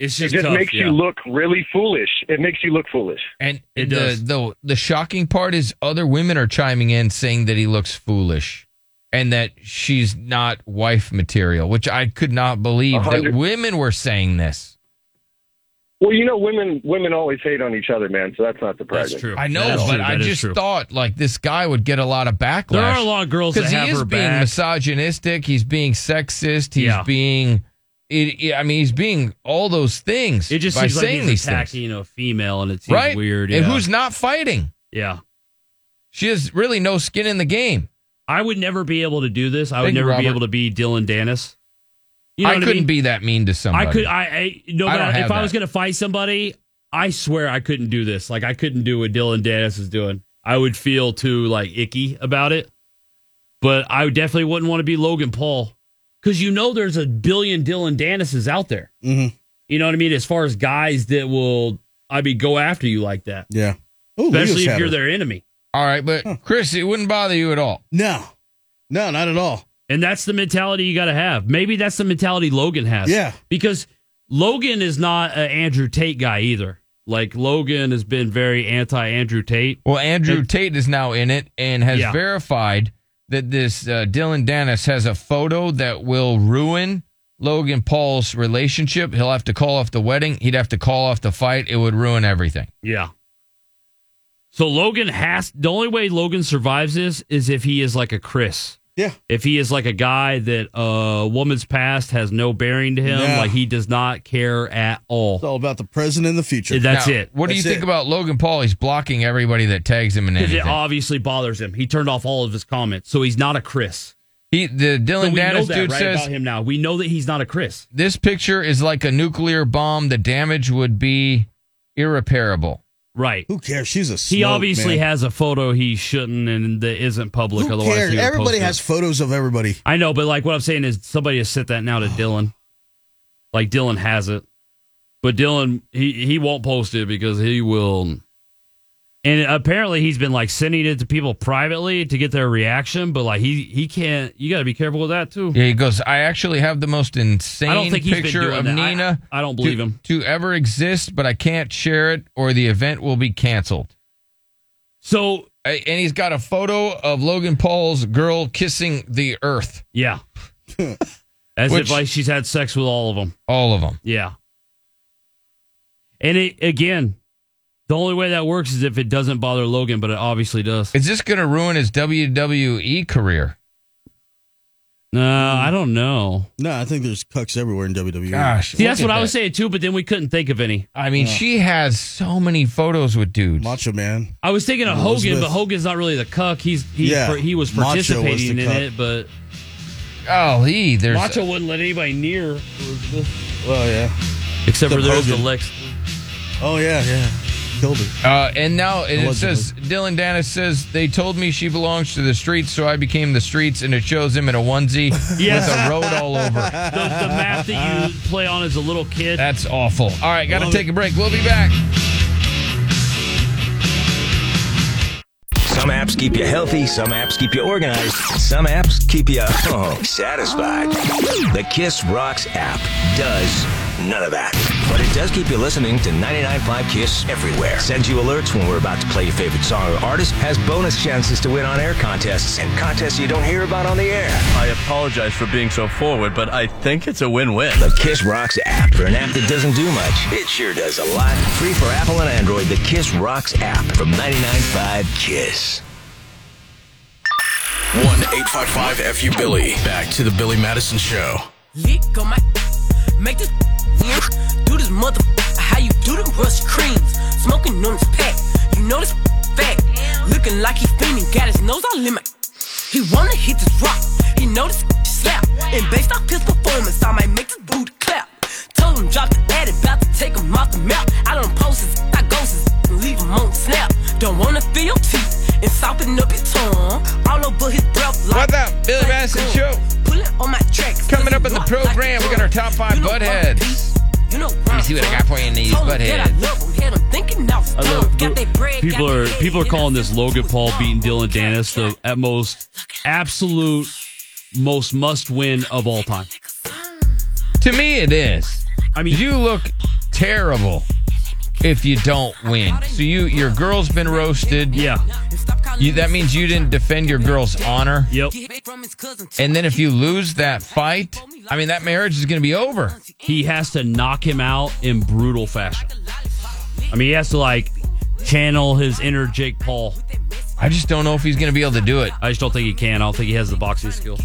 Speaker 11: It's
Speaker 29: It
Speaker 11: just,
Speaker 29: just
Speaker 11: tough,
Speaker 29: makes
Speaker 11: yeah.
Speaker 29: you look really foolish. It makes you look foolish.
Speaker 7: And
Speaker 29: It
Speaker 7: the,
Speaker 29: does.
Speaker 7: The, the shocking part is other women are chiming in saying that he looks foolish and that she's not wife material, which I could not believe that
Speaker 29: hundred-
Speaker 7: women were saying this.
Speaker 29: Well, you know, women women always hate on each other, man. So that's not surprising.
Speaker 7: I know, but I just thought like this guy would get a lot of backlash.
Speaker 29: There are a lot of girls that
Speaker 7: because he
Speaker 29: have
Speaker 7: is
Speaker 29: her
Speaker 7: being
Speaker 29: back.
Speaker 7: misogynistic. He's being sexist. He's
Speaker 11: Yeah.
Speaker 7: being, it, it- I mean, he's being all those things.
Speaker 11: It just
Speaker 7: by
Speaker 11: seems like
Speaker 7: saying
Speaker 11: he's
Speaker 7: these things.
Speaker 11: attacking a female, and it seems
Speaker 7: right?
Speaker 11: weird.
Speaker 7: And
Speaker 11: yeah.
Speaker 7: who's not fighting?
Speaker 11: Yeah.
Speaker 7: She has really no skin in the game.
Speaker 11: I would never be able to do this. I would
Speaker 7: Thank you,
Speaker 11: never be
Speaker 7: Robert.
Speaker 11: able to be Dylan Dennis. You know
Speaker 7: I
Speaker 11: what
Speaker 7: couldn't
Speaker 11: mean?
Speaker 7: be that mean to somebody.
Speaker 11: I could. I, I no.
Speaker 7: I
Speaker 11: But
Speaker 7: don't
Speaker 11: if
Speaker 7: have
Speaker 11: I was
Speaker 7: that.
Speaker 11: going to fight somebody, I swear I couldn't do this. Like I couldn't do what Dylan Dennis is doing. I would feel too like icky about it. But I definitely wouldn't want to be Logan Paul. because you know there's a billion Dylan Danises out there.
Speaker 2: Mm-hmm.
Speaker 11: You know what I mean? As far as guys that will, I mean, go after you like that.
Speaker 2: Yeah.
Speaker 11: Especially if you're their enemy.
Speaker 7: All right, but Chris, it wouldn't bother you at all.
Speaker 2: Hmm. No, no, not at all.
Speaker 11: And that's the mentality you got to have. Maybe that's the mentality Logan has.
Speaker 2: Yeah.
Speaker 11: because Logan is not an Andrew Tate guy either. Like Logan has been very anti Andrew Tate.
Speaker 7: Well, Andrew Tate is now in it and has
Speaker 11: Yeah.
Speaker 7: verified that this uh, Dylan Dennis has a photo that will ruin Logan Paul's relationship. He'll have to call off the wedding. He'd have to call off the fight. It would ruin everything.
Speaker 11: Yeah. So Logan has the only way Logan survives this is if he is like a Chris.
Speaker 2: Yeah.
Speaker 11: If he is like a guy that a uh, woman's past has no bearing to him,
Speaker 2: No.
Speaker 11: like he does not care at all.
Speaker 2: It's all about the present and the future.
Speaker 11: That's
Speaker 7: Now,
Speaker 11: it.
Speaker 7: What do you think about Logan Paul? He's blocking everybody that tags him in
Speaker 11: Because
Speaker 7: anything.
Speaker 11: it obviously bothers him. He turned off all of his comments, so he's not a Chris.
Speaker 7: He the Dylan
Speaker 11: so we know
Speaker 7: Danis
Speaker 11: that,
Speaker 7: dude
Speaker 11: right,
Speaker 7: says-
Speaker 11: about him now. We know that he's not a Chris.
Speaker 7: this picture is like a nuclear bomb. The damage would be irreparable.
Speaker 11: Right.
Speaker 2: Who cares? She's a
Speaker 11: he
Speaker 2: smoke,
Speaker 11: obviously
Speaker 2: man.
Speaker 11: has a photo he shouldn't and that isn't public.
Speaker 2: Who
Speaker 11: otherwise,
Speaker 2: cares?
Speaker 11: he would
Speaker 2: Everybody
Speaker 11: post it.
Speaker 2: has photos of everybody.
Speaker 11: I know, but like what I'm saying is somebody has sent that now to Dylan. Like Dylan has it, but Dylan he he won't post it because he will. And apparently he's been like sending it to people privately to get their reaction, but like he he can't. You got to be careful with that too.
Speaker 7: Yeah, he goes. I actually have the most insane
Speaker 11: I don't think he's been
Speaker 7: picture
Speaker 11: doing
Speaker 7: of
Speaker 11: that. I-
Speaker 7: Nina.
Speaker 11: I don't believe
Speaker 7: to,
Speaker 11: him.
Speaker 7: to ever exist, but I can't share it or the event will be canceled.
Speaker 11: So,
Speaker 7: and he's got a photo of Logan Paul's girl kissing the earth.
Speaker 11: Yeah, as
Speaker 7: Which-
Speaker 11: if like she's had sex with all of them.
Speaker 7: all of them.
Speaker 11: Yeah. And it again, the only way that works is if it doesn't bother Logan, but it obviously does.
Speaker 7: Is this going to ruin his WWE career?
Speaker 11: No, I don't know.
Speaker 2: No, I think there's cucks everywhere in E. WWE.
Speaker 7: Gosh,
Speaker 11: See, that's what I was saying too, but then we couldn't think of any.
Speaker 7: I mean, she has so many photos with dudes.
Speaker 2: Macho Man.
Speaker 11: I was thinking of Hogan,
Speaker 2: Elizabeth.
Speaker 11: but Hogan's not really the cuck. He's he
Speaker 2: Yeah,
Speaker 11: he was
Speaker 2: Macho was the
Speaker 11: participating in
Speaker 2: cuck.
Speaker 11: it, but
Speaker 7: Oh, he there's
Speaker 11: Macho wouldn't let anybody near. Elizabeth.
Speaker 2: Well, yeah.
Speaker 11: Except for
Speaker 7: Except
Speaker 11: there's the
Speaker 7: Hogan.
Speaker 11: Lex.
Speaker 2: Oh yeah, yeah. Killed her.
Speaker 7: Uh, and now and it
Speaker 2: Allegedly.
Speaker 7: says Dylan Dennis says they told me she belongs to the streets, so I became the streets, and it shows him in a onesie
Speaker 11: Yes.
Speaker 7: with a road all over.
Speaker 11: The, the map that you play on as a little kid.
Speaker 7: That's awful. All right, got to
Speaker 11: Love
Speaker 7: take
Speaker 11: it.
Speaker 7: a break. We'll be back.
Speaker 1: Some apps keep you healthy, some apps keep you organized, some apps keep you oh, satisfied. The Kiss Rocks app does none of that. But it does keep you listening to 99.5 Kiss everywhere. Sends you alerts when we're about to play your favorite song or artist, has bonus chances to win on air contests and contests you don't hear about on the air.
Speaker 16: I apologize for being so forward, but I think it's a win-win.
Speaker 1: The Kiss Rocks app. For an app that doesn't do much, it sure does a lot. Free for Apple and Android, the Kiss Rocks app from 99.5 Kiss.
Speaker 3: 1 855 FU Billy. Back to the Billy Madison Show.
Speaker 17: Lick on my make this do this mother how you do them rust creams smoking on this pack you know this fat looking like he fiending got his nose all in my he wanna hit this rock he know this slap and based off his performance I might make this boot clap told him drop the ad about to take him off the map I don't post his I ghost his and leave him on snap don't wanna feel your teeth and soften up his tongue all over his breath like
Speaker 7: What's up, Billy Madison Show?
Speaker 17: Pulling on my tracks
Speaker 7: Coming up in the program, we got our top five buttheads.
Speaker 17: you know
Speaker 7: Let me see what I got for you in these buttheads.
Speaker 11: I love people are people are calling this Logan Paul beating Dylan Danis the at most absolute most must win of all time.
Speaker 7: To me, it is. I mean, you look terrible if you don't win. So you, your girl's been roasted.
Speaker 11: Yeah.
Speaker 7: You, that means you didn't defend your girl's honor.
Speaker 11: Yep.
Speaker 7: And then if you lose that fight, I mean, that marriage is going to be over.
Speaker 11: He has to knock him out in brutal fashion. I mean, he has to like channel his inner Jake Paul.
Speaker 7: I just don't know if he's going to be able to do it.
Speaker 11: I just don't think he can. I don't think he has the boxing skill.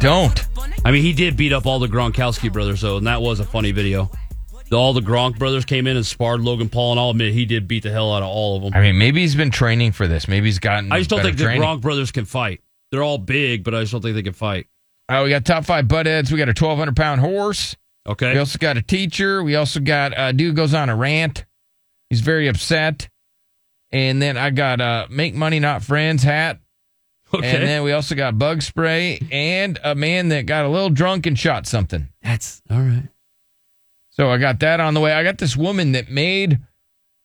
Speaker 7: Don't.
Speaker 11: I mean, he did beat up all the Gronkowski brothers, though, and that was a funny video. The- All the Gronk brothers came in and sparred Logan Paul, and I'll admit he did beat the hell out of all of them.
Speaker 7: I mean, maybe he's been training for this. Maybe he's gotten.
Speaker 11: I just don't
Speaker 7: better
Speaker 11: think
Speaker 7: training.
Speaker 11: the Gronk brothers can fight. They're all big, but I just don't think they can fight.
Speaker 7: All right, we got top five butt heads. We got a twelve hundred pound horse.
Speaker 11: Okay.
Speaker 7: We also got a teacher. We also got a dude goes on a rant. He's very upset. And then I got a make money not friends hat. And then we also got bug spray and a man that got a little drunk and shot something.
Speaker 24: That's all right.
Speaker 7: So I got that on the way. I got this woman that made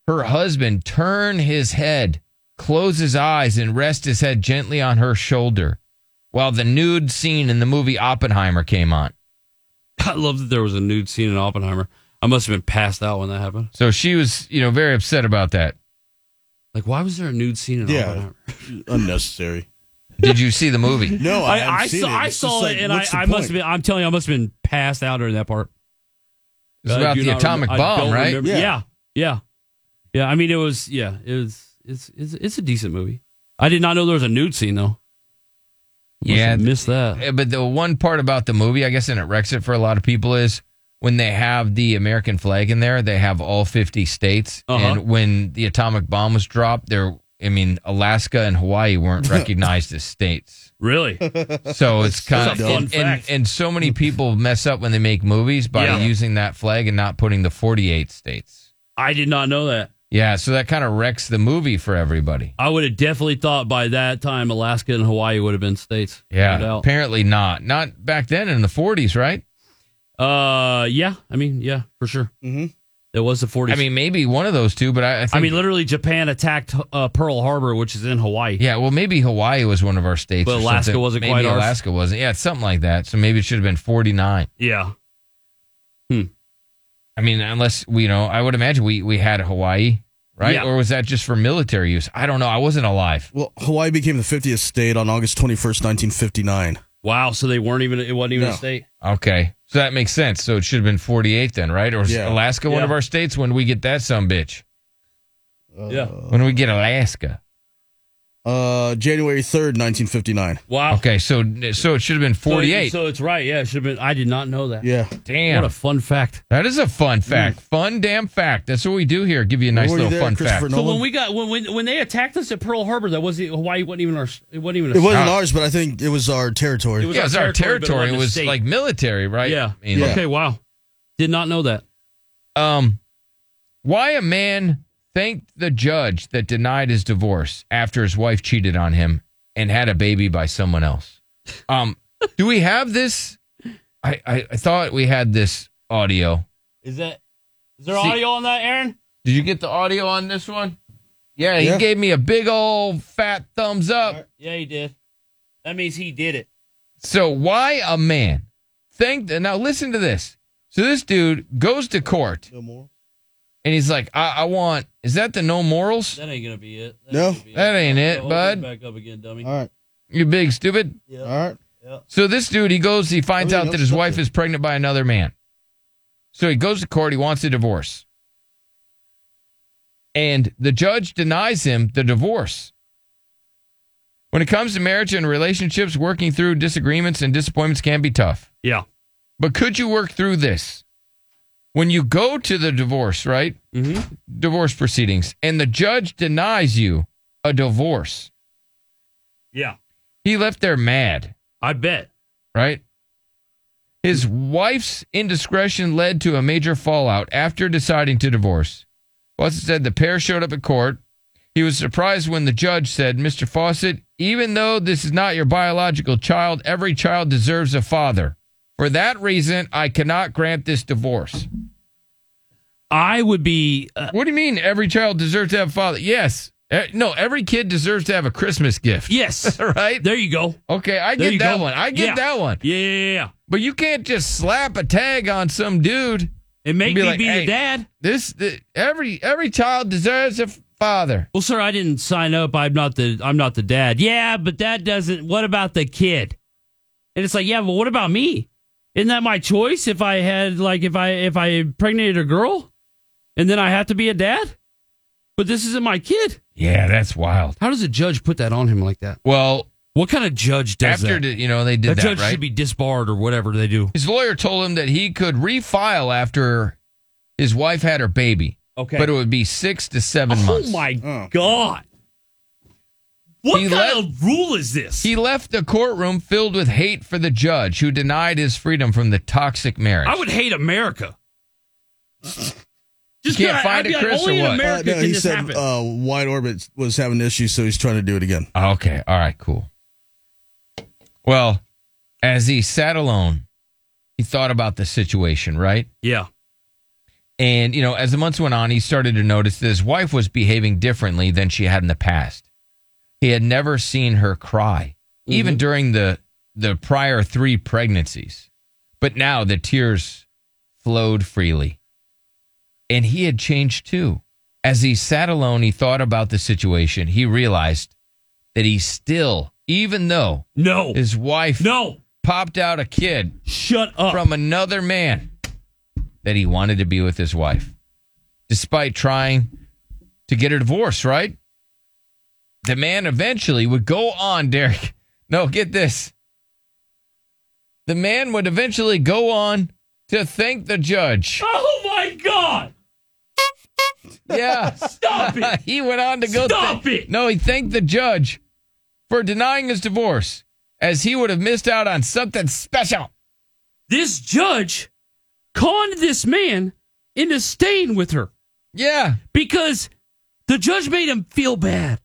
Speaker 7: her husband turn his head, close his eyes, and rest his head gently on her shoulder while the nude scene in the movie Oppenheimer came on.
Speaker 11: I love that there was a nude scene in Oppenheimer. I must have been passed out when that happened.
Speaker 7: So she was, you know, very upset about that.
Speaker 11: Like, why was there a nude scene in
Speaker 7: Yeah,
Speaker 11: Oppenheimer?
Speaker 7: unnecessary. Did you see the movie?
Speaker 11: I, I, saw, I saw it, and I, I must have been. I'm telling you, I must have been passed out during that part.
Speaker 7: It's
Speaker 11: I
Speaker 7: about
Speaker 11: do
Speaker 7: the
Speaker 11: not
Speaker 7: atomic
Speaker 11: I
Speaker 7: bomb,
Speaker 11: don't
Speaker 7: right?
Speaker 11: remember-
Speaker 7: Yeah.
Speaker 11: Yeah. yeah, yeah, I mean, it was. Yeah, it was. It's it's it's a decent movie. I did not know there was a nude scene though.
Speaker 7: Yeah,
Speaker 11: missed that.
Speaker 7: But the one part about the movie, I guess, and it wrecks it for a lot of people is when they have the American flag in there, they have all fifty states,
Speaker 11: Uh-huh.
Speaker 7: and when the atomic bomb was dropped, there, I mean, Alaska and Hawaii weren't recognized as states.
Speaker 11: Really?
Speaker 7: So it's kind of
Speaker 11: fun
Speaker 7: and, and,
Speaker 11: fact.
Speaker 7: and so many people mess up when they make movies by
Speaker 11: Yeah.
Speaker 7: using that flag and not putting the forty-eight states.
Speaker 11: I did not know that.
Speaker 7: Yeah, so that kind of wrecks the movie for everybody.
Speaker 11: I would have definitely thought by that time Alaska and Hawaii would have been states.
Speaker 7: Yeah,
Speaker 11: No doubt.
Speaker 7: apparently not. Not back then in the 40s, right?
Speaker 11: Uh, yeah. I mean, yeah, for sure. Mm-hmm. It was the 40s.
Speaker 7: I mean, maybe one of those two, but I, I think.
Speaker 11: I mean, literally, Japan attacked uh, Pearl Harbor, which is in Hawaii.
Speaker 7: yeah, well, maybe Hawaii was one of our states.
Speaker 11: But
Speaker 7: or
Speaker 11: Alaska
Speaker 7: something.
Speaker 11: wasn't
Speaker 7: maybe
Speaker 11: quite ours.
Speaker 7: Alaska wasn't. Yeah, it's something like that. So maybe it should have been 49.
Speaker 11: Yeah. Hmm.
Speaker 7: I mean, unless, we- you know, I would imagine we, we had Hawaii, right?
Speaker 2: Yeah.
Speaker 7: Or was that just for military use? I don't know. I wasn't alive.
Speaker 2: Well, Hawaii became the 50th state on August 21st, 1959.
Speaker 11: Wow. So they weren't even, it wasn't even a
Speaker 2: No.
Speaker 11: state.
Speaker 7: Okay. So that makes sense. So it should have been 48 then, right? Or is
Speaker 11: Yeah.
Speaker 7: Alaska one
Speaker 11: Yeah.
Speaker 7: of our states when we get that some bitch?
Speaker 11: yeah.
Speaker 7: When we get Alaska.
Speaker 2: Uh, January 3rd, 1959.
Speaker 11: Wow.
Speaker 7: Okay, so so it should have been
Speaker 11: So
Speaker 7: 48.
Speaker 11: it- So, it's right. Yeah. It should have been. I did not know that.
Speaker 2: Yeah.
Speaker 7: Damn.
Speaker 11: What a fun fact.
Speaker 7: That is a fun fact. Fun damn fact. That's what we do here. Give you a nice little fun fact.
Speaker 11: So when we got when, when when they attacked us at Pearl Harbor, that wasn't Hawaii wasn't even our it wasn't even a
Speaker 2: It wasn't
Speaker 11: state.
Speaker 2: ours, but I think it was our territory.
Speaker 11: It was Yeah, it was our our territory, but it territory. It wasn't a was state. like
Speaker 7: military, right?
Speaker 11: Yeah.
Speaker 7: I mean-
Speaker 11: Okay. Wow. Did not know that.
Speaker 7: Um, why a man thanked the judge that denied his divorce after his wife cheated on him and had a baby by someone else. Um, do we have this? I, I I thought we had this audio.
Speaker 11: Is that is there audio on that, Aaron?
Speaker 7: Did you get the audio on this one? Yeah, he
Speaker 11: Yeah.
Speaker 7: gave me a big old fat thumbs up.
Speaker 11: Yeah, he did. That means he did it.
Speaker 7: So why a man thanked now listen to this. So this dude goes to court. No more. And he's like, I, I want is that the no morals?
Speaker 11: That ain't gonna be it.
Speaker 7: no. That ain't it,
Speaker 11: Open
Speaker 7: bud.
Speaker 11: Back up again, dummy.
Speaker 7: right. You big stupid. All right. So this dude, he goes, he finds
Speaker 11: I mean,
Speaker 7: out
Speaker 11: no
Speaker 7: that his
Speaker 11: stupid.
Speaker 7: wife is pregnant by another man. So he goes to court, he wants a divorce. And the judge denies him the divorce. When it comes to marriage and relationships, working through disagreements and disappointments can be tough.
Speaker 11: Yeah.
Speaker 7: But could you work through this? When you go to the divorce, right? Mm-hmm. Divorce proceedings, and the judge denies you a divorce.
Speaker 11: Yeah.
Speaker 7: He left there mad.
Speaker 11: I bet.
Speaker 7: Right? His wife's indiscretion led to a major fallout after deciding to divorce. Fawcett said the pair showed up at court. He was surprised when the judge said, Mr. Fawcett, even though this is not your biological child, every child deserves a father. For that reason, I cannot grant this divorce.
Speaker 11: I would be. uh,
Speaker 7: what do you mean every child deserves to have a father? Yes. Eh, No, every kid deserves to have a Christmas gift.
Speaker 11: Yes.
Speaker 7: right?
Speaker 11: There you go.
Speaker 7: Okay, I
Speaker 11: There
Speaker 7: get
Speaker 11: you
Speaker 7: that
Speaker 11: go.
Speaker 7: one. I get
Speaker 11: Yeah.
Speaker 7: that one.
Speaker 11: Yeah, yeah, yeah, yeah.
Speaker 7: But you can't just slap a tag on some dude
Speaker 11: and
Speaker 7: make
Speaker 11: me be your dad."
Speaker 7: This th- every every child deserves a f- father.
Speaker 11: Well, sir, I didn't sign up. I'm not the I'm not the dad. Yeah, but that doesn't. What about the kid? And it's like, yeah, but what about me? Isn't that my choice? If I had like if I if I impregnated a girl, and then I have to be a dad. But this isn't my kid.
Speaker 7: Yeah, that's wild.
Speaker 11: How does a judge put that on him like that?
Speaker 7: Well,
Speaker 11: what kind of judge does
Speaker 7: after
Speaker 11: that?
Speaker 7: the- you know they did that,
Speaker 11: judge
Speaker 7: right?
Speaker 11: should be disbarred or whatever they do.
Speaker 7: His lawyer told him that he could refile after his wife had her baby.
Speaker 11: Okay.
Speaker 7: but it would be six to seven months.
Speaker 11: Oh my god! What
Speaker 7: he
Speaker 11: kind
Speaker 7: left-
Speaker 11: of rule is this?
Speaker 7: He left the courtroom filled with hate for the judge who denied his freedom from the toxic marriage.
Speaker 11: I would hate America. Just
Speaker 7: You can't
Speaker 11: I-
Speaker 7: find
Speaker 11: I'd
Speaker 7: it,
Speaker 11: be like,
Speaker 7: Chris, or
Speaker 11: only in
Speaker 7: what?
Speaker 11: America
Speaker 2: Uh, no,
Speaker 11: can
Speaker 2: he
Speaker 11: this
Speaker 2: said
Speaker 11: happen.
Speaker 2: uh, Wide Orbit was having issues, so he's trying to do it again.
Speaker 7: Okay. Oh, All right. Cool. Well, as he sat alone, he thought about the situation, right?
Speaker 11: Yeah.
Speaker 7: And, you know, as the months went on, he started to notice that his wife was behaving differently than she had in the past. He had never seen her cry,
Speaker 11: Mm-hmm.
Speaker 7: even during the the prior three pregnancies. But now the tears flowed freely. And he had changed too. As he sat alone, he thought about the situation. He realized that he still, even though
Speaker 11: no,
Speaker 7: his wife
Speaker 11: no
Speaker 7: popped out a kid,
Speaker 11: shut up
Speaker 7: from another man, that he wanted to be with his wife, despite trying to get a divorce. Right? The man eventually would go on, Derek. No, get this. The man would eventually go on to thank the judge.
Speaker 11: Oh my God!
Speaker 7: Yeah.
Speaker 11: Stop it.
Speaker 7: he went on to go.
Speaker 11: Stop
Speaker 7: it. No, he thanked the judge for denying his divorce, as he would have missed out on something special.
Speaker 11: This judge conned this man into staying with her.
Speaker 7: Yeah.
Speaker 11: Because the judge made him feel bad.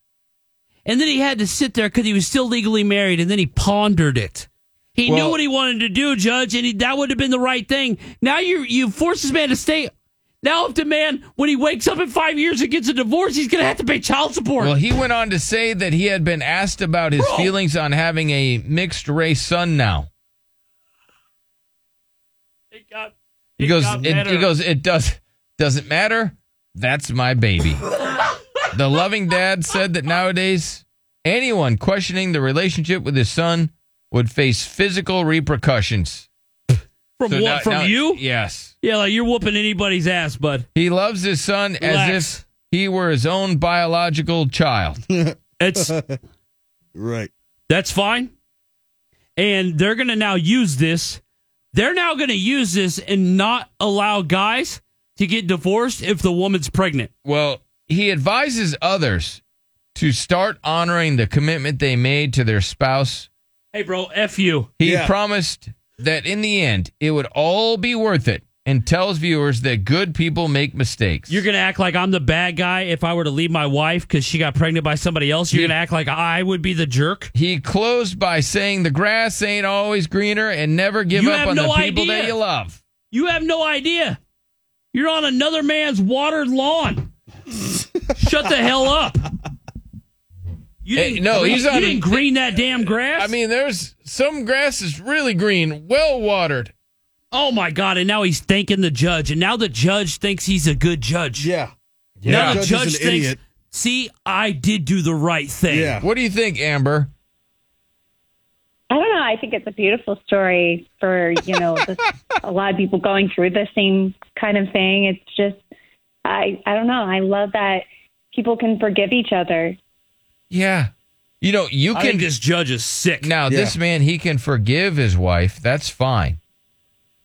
Speaker 11: And then he had to sit there because he was still legally married, and then he pondered it. He knew
Speaker 7: Well-
Speaker 11: what he wanted to do, Judge, and he, that would have been the right thing. Now you you force this man to stay. Now if the man, when he wakes up in five years and gets a divorce, he's going to have to pay child support.
Speaker 7: Well, he went on to say that he had been asked about his feelings on having a mixed race son now. He goes,
Speaker 13: got
Speaker 7: it,
Speaker 13: better.
Speaker 7: he goes, it does doesn't matter. That's my baby. the loving dad said that nowadays anyone questioning the relationship with his son would face physical repercussions.
Speaker 11: From
Speaker 7: So
Speaker 11: what?
Speaker 7: now-
Speaker 11: from
Speaker 7: now-
Speaker 11: you?
Speaker 7: Yes.
Speaker 11: Yeah, like you're whooping anybody's ass, bud.
Speaker 7: He loves his son as
Speaker 11: Relax.
Speaker 7: if he were his own biological child.
Speaker 11: It's
Speaker 2: right.
Speaker 11: That's fine. And they're going to now use this. They're now going to use this and not allow guys to get divorced if the woman's pregnant.
Speaker 7: Well, he advises others to start honoring the commitment they made to their spouse.
Speaker 11: Hey, bro, F you.
Speaker 7: He promised that in the end, it would all be worth it and tells viewers that good people make mistakes.
Speaker 11: You're going to act like I'm the bad guy if I were to leave my wife because she got pregnant by somebody else. You're going to act like I would be the jerk.
Speaker 7: He closed by saying the grass ain't always greener and never give
Speaker 11: You
Speaker 7: up
Speaker 11: have
Speaker 7: on
Speaker 11: no
Speaker 7: the people
Speaker 11: idea.
Speaker 7: that you love.
Speaker 11: You have no idea. You're on another man's watered lawn. Shut the hell up. You
Speaker 7: Hey,
Speaker 11: didn't,
Speaker 7: no,
Speaker 11: green,
Speaker 7: he's on-
Speaker 11: you didn't green that damn grass.
Speaker 7: I mean, there's some grass is really green, well watered.
Speaker 11: Oh my God! And now he's thanking the judge, and now the judge thinks he's a good judge.
Speaker 2: Yeah.
Speaker 7: Yeah.
Speaker 11: Now the
Speaker 7: Judge is
Speaker 11: judge
Speaker 7: an
Speaker 11: thinks,
Speaker 7: idiot.
Speaker 11: see, I did do the right thing.
Speaker 7: What do you think, Amber?
Speaker 18: I don't know. I think it's a beautiful story for you know this, a lot of people going through the same kind of thing. It's just I I don't know. I love that people can forgive each other.
Speaker 7: Yeah. You know, you can
Speaker 11: I think this judge is sick.
Speaker 7: Now, this man, he can forgive his wife. That's fine.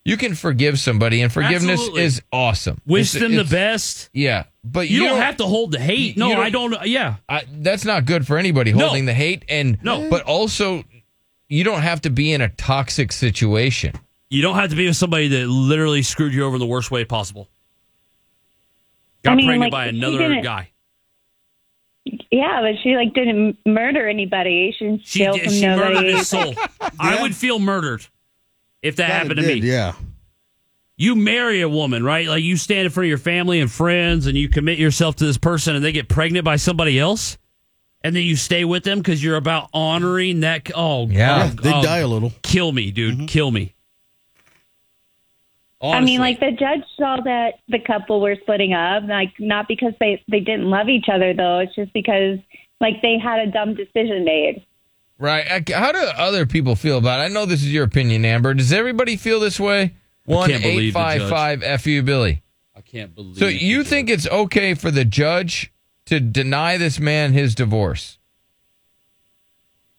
Speaker 7: You can forgive somebody, and forgiveness
Speaker 11: Absolutely.
Speaker 7: is awesome.
Speaker 11: Wish
Speaker 7: It's-
Speaker 11: them
Speaker 7: it's-
Speaker 11: the best.
Speaker 7: Yeah, but
Speaker 11: you,
Speaker 7: you
Speaker 11: don't,
Speaker 7: don't-
Speaker 11: have to hold the hate.
Speaker 7: you
Speaker 11: No,
Speaker 7: don't-
Speaker 11: I don't. Yeah,
Speaker 7: I, that's not good for anybody holding the hate, and
Speaker 11: No.
Speaker 7: but also you don't have to be in a toxic situation.
Speaker 11: you don't have to be with somebody that literally screwed you over in the worst way possible. Got
Speaker 18: I mean,
Speaker 11: pregnant
Speaker 18: like,
Speaker 11: by
Speaker 18: he
Speaker 11: another
Speaker 18: didn't-
Speaker 11: guy.
Speaker 18: Yeah, but she like didn't m- murder anybody. She didn't
Speaker 11: She,
Speaker 18: steal
Speaker 11: did-
Speaker 18: from
Speaker 11: she
Speaker 18: nobody.
Speaker 11: murdered his soul. I would feel murdered if that happened to me.
Speaker 2: Yeah.
Speaker 11: you marry a woman, right? Like you stand in front of your family and friends and you commit yourself to this person and they get pregnant by somebody else and then you stay with them because you're about honoring that. Oh,
Speaker 2: Yeah,
Speaker 11: oh,
Speaker 2: they
Speaker 11: oh,
Speaker 2: die a little.
Speaker 11: Kill me, dude. Kill me.
Speaker 18: I
Speaker 11: Honestly.
Speaker 18: mean, like the judge saw that the couple were splitting up, like not because they they didn't love each other though. It's just because like they had a dumb decision made.
Speaker 7: Right. I- How do other people feel about it? I know this is your opinion, Amber. Does everybody feel this way? One
Speaker 11: can't
Speaker 7: eight
Speaker 11: believe the
Speaker 7: five five fu Billy.
Speaker 24: I can't believe.
Speaker 7: So you think it's okay for the judge to deny this man his divorce?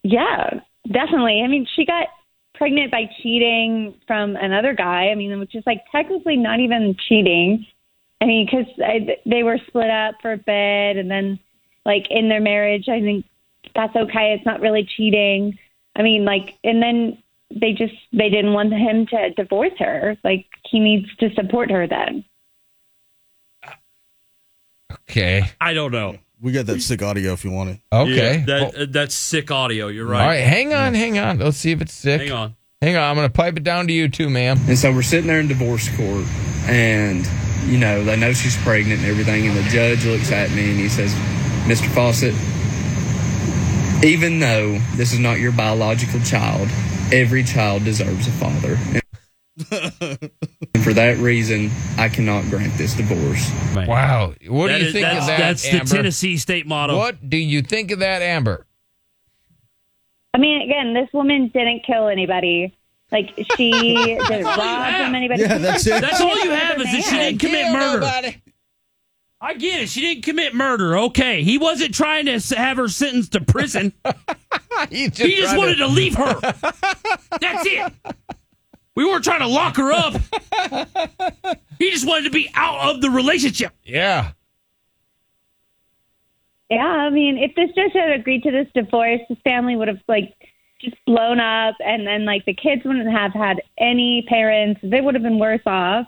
Speaker 18: Yeah, definitely. I mean, she got pregnant by cheating from another guy. I mean, which is like technically not even cheating. I mean, because they were split up for a bit, and then like in their marriage, I think that's okay. It's not really cheating. I mean, like, and then they just they didn't want him to divorce her. Like, he needs to support her then.
Speaker 7: Okay.
Speaker 11: I don't know.
Speaker 2: We got that sick audio if you want it.
Speaker 7: Okay.
Speaker 11: Yeah, that, uh, that's sick audio. You're
Speaker 7: All right,
Speaker 11: right.
Speaker 7: hang on, hang on. Let's see if it's sick.
Speaker 11: Hang on.
Speaker 7: Hang on, I'm going to pipe it down to you too, ma'am.
Speaker 30: And so we're sitting there in divorce court, and you know they know she's pregnant and everything. And the judge looks at me and he says, "Mr. Fawcett, even though this is not your biological child, every child deserves a father." And for that reason, I cannot grant this divorce.
Speaker 7: Wow. What
Speaker 30: That
Speaker 7: do you
Speaker 30: is-
Speaker 7: think
Speaker 30: that's-
Speaker 7: of that?
Speaker 30: that's the
Speaker 7: Amber?
Speaker 30: Tennessee
Speaker 11: state
Speaker 30: motto.
Speaker 7: What do you think of that, Amber?
Speaker 18: I mean, again, this woman didn't kill anybody. Like she didn't
Speaker 13: all you
Speaker 18: rob
Speaker 13: have.
Speaker 18: from anybody.
Speaker 13: Yeah, that's it.
Speaker 11: That's all you have is that she didn't commit
Speaker 13: Kill
Speaker 11: murder.
Speaker 13: nobody.
Speaker 11: I get it. She didn't commit murder. Okay. He wasn't trying to s- have her sentenced to prison.
Speaker 7: he just,
Speaker 13: tried to-
Speaker 11: wanted to leave her. That's it. We weren't trying to lock her up. He just wanted to be out of the relationship.
Speaker 7: Yeah.
Speaker 18: Yeah, I mean, if this judge had agreed to this divorce, this family would have like just blown up, and then like the kids wouldn't have had any parents. They would have been worse off.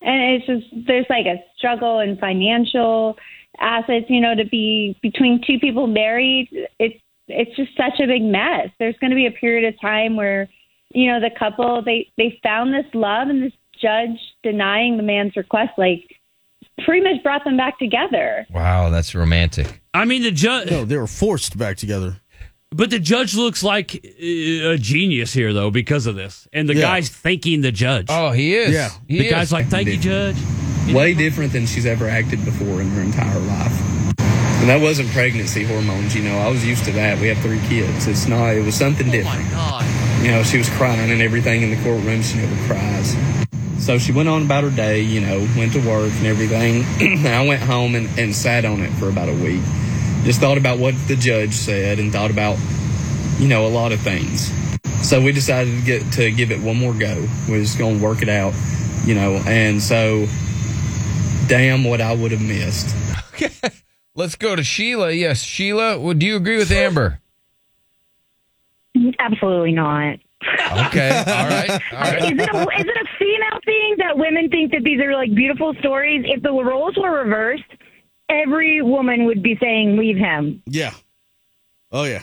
Speaker 18: And it's just there's like a struggle in financial assets, you know, to be between two people married. It's it's just such a big mess. There's going to be a period of time where, you know, the couple they they found this love, and this judge denying the man's request, like pretty much brought them back together.
Speaker 7: Wow, that's romantic.
Speaker 11: I mean, the judge.
Speaker 2: No, they were forced back together.
Speaker 11: But the judge looks like uh, a genius here, though, because of this. And the
Speaker 30: Yeah.
Speaker 11: guy's thanking the judge.
Speaker 30: Oh, he is. Yeah.
Speaker 11: the
Speaker 30: He is.
Speaker 11: guy's like, "Thank you, judge."
Speaker 30: Way different than she's ever acted before in her entire life. And that wasn't pregnancy hormones, you know. I was used to that. We have three kids. It's not, it was something different. You know, she was crying and everything in the courtroom. She never cries. So she went on about her day, you know, went to work and everything. and I went home and, and sat on it for about a week. Just thought about what the judge said and thought about, you know, a lot of things. So we decided to get to give it one more go. We're just going to work it out, you know. And so, damn what I would have missed.
Speaker 7: Let's go to Sheila. Yes, Sheila, would you agree with Amber?
Speaker 31: Absolutely not.
Speaker 7: Okay. All right.
Speaker 31: is, it a, is it a female thing that women think that these are like beautiful stories? If the roles were reversed, every woman would be saying, "Leave him."
Speaker 2: Yeah. Oh yeah.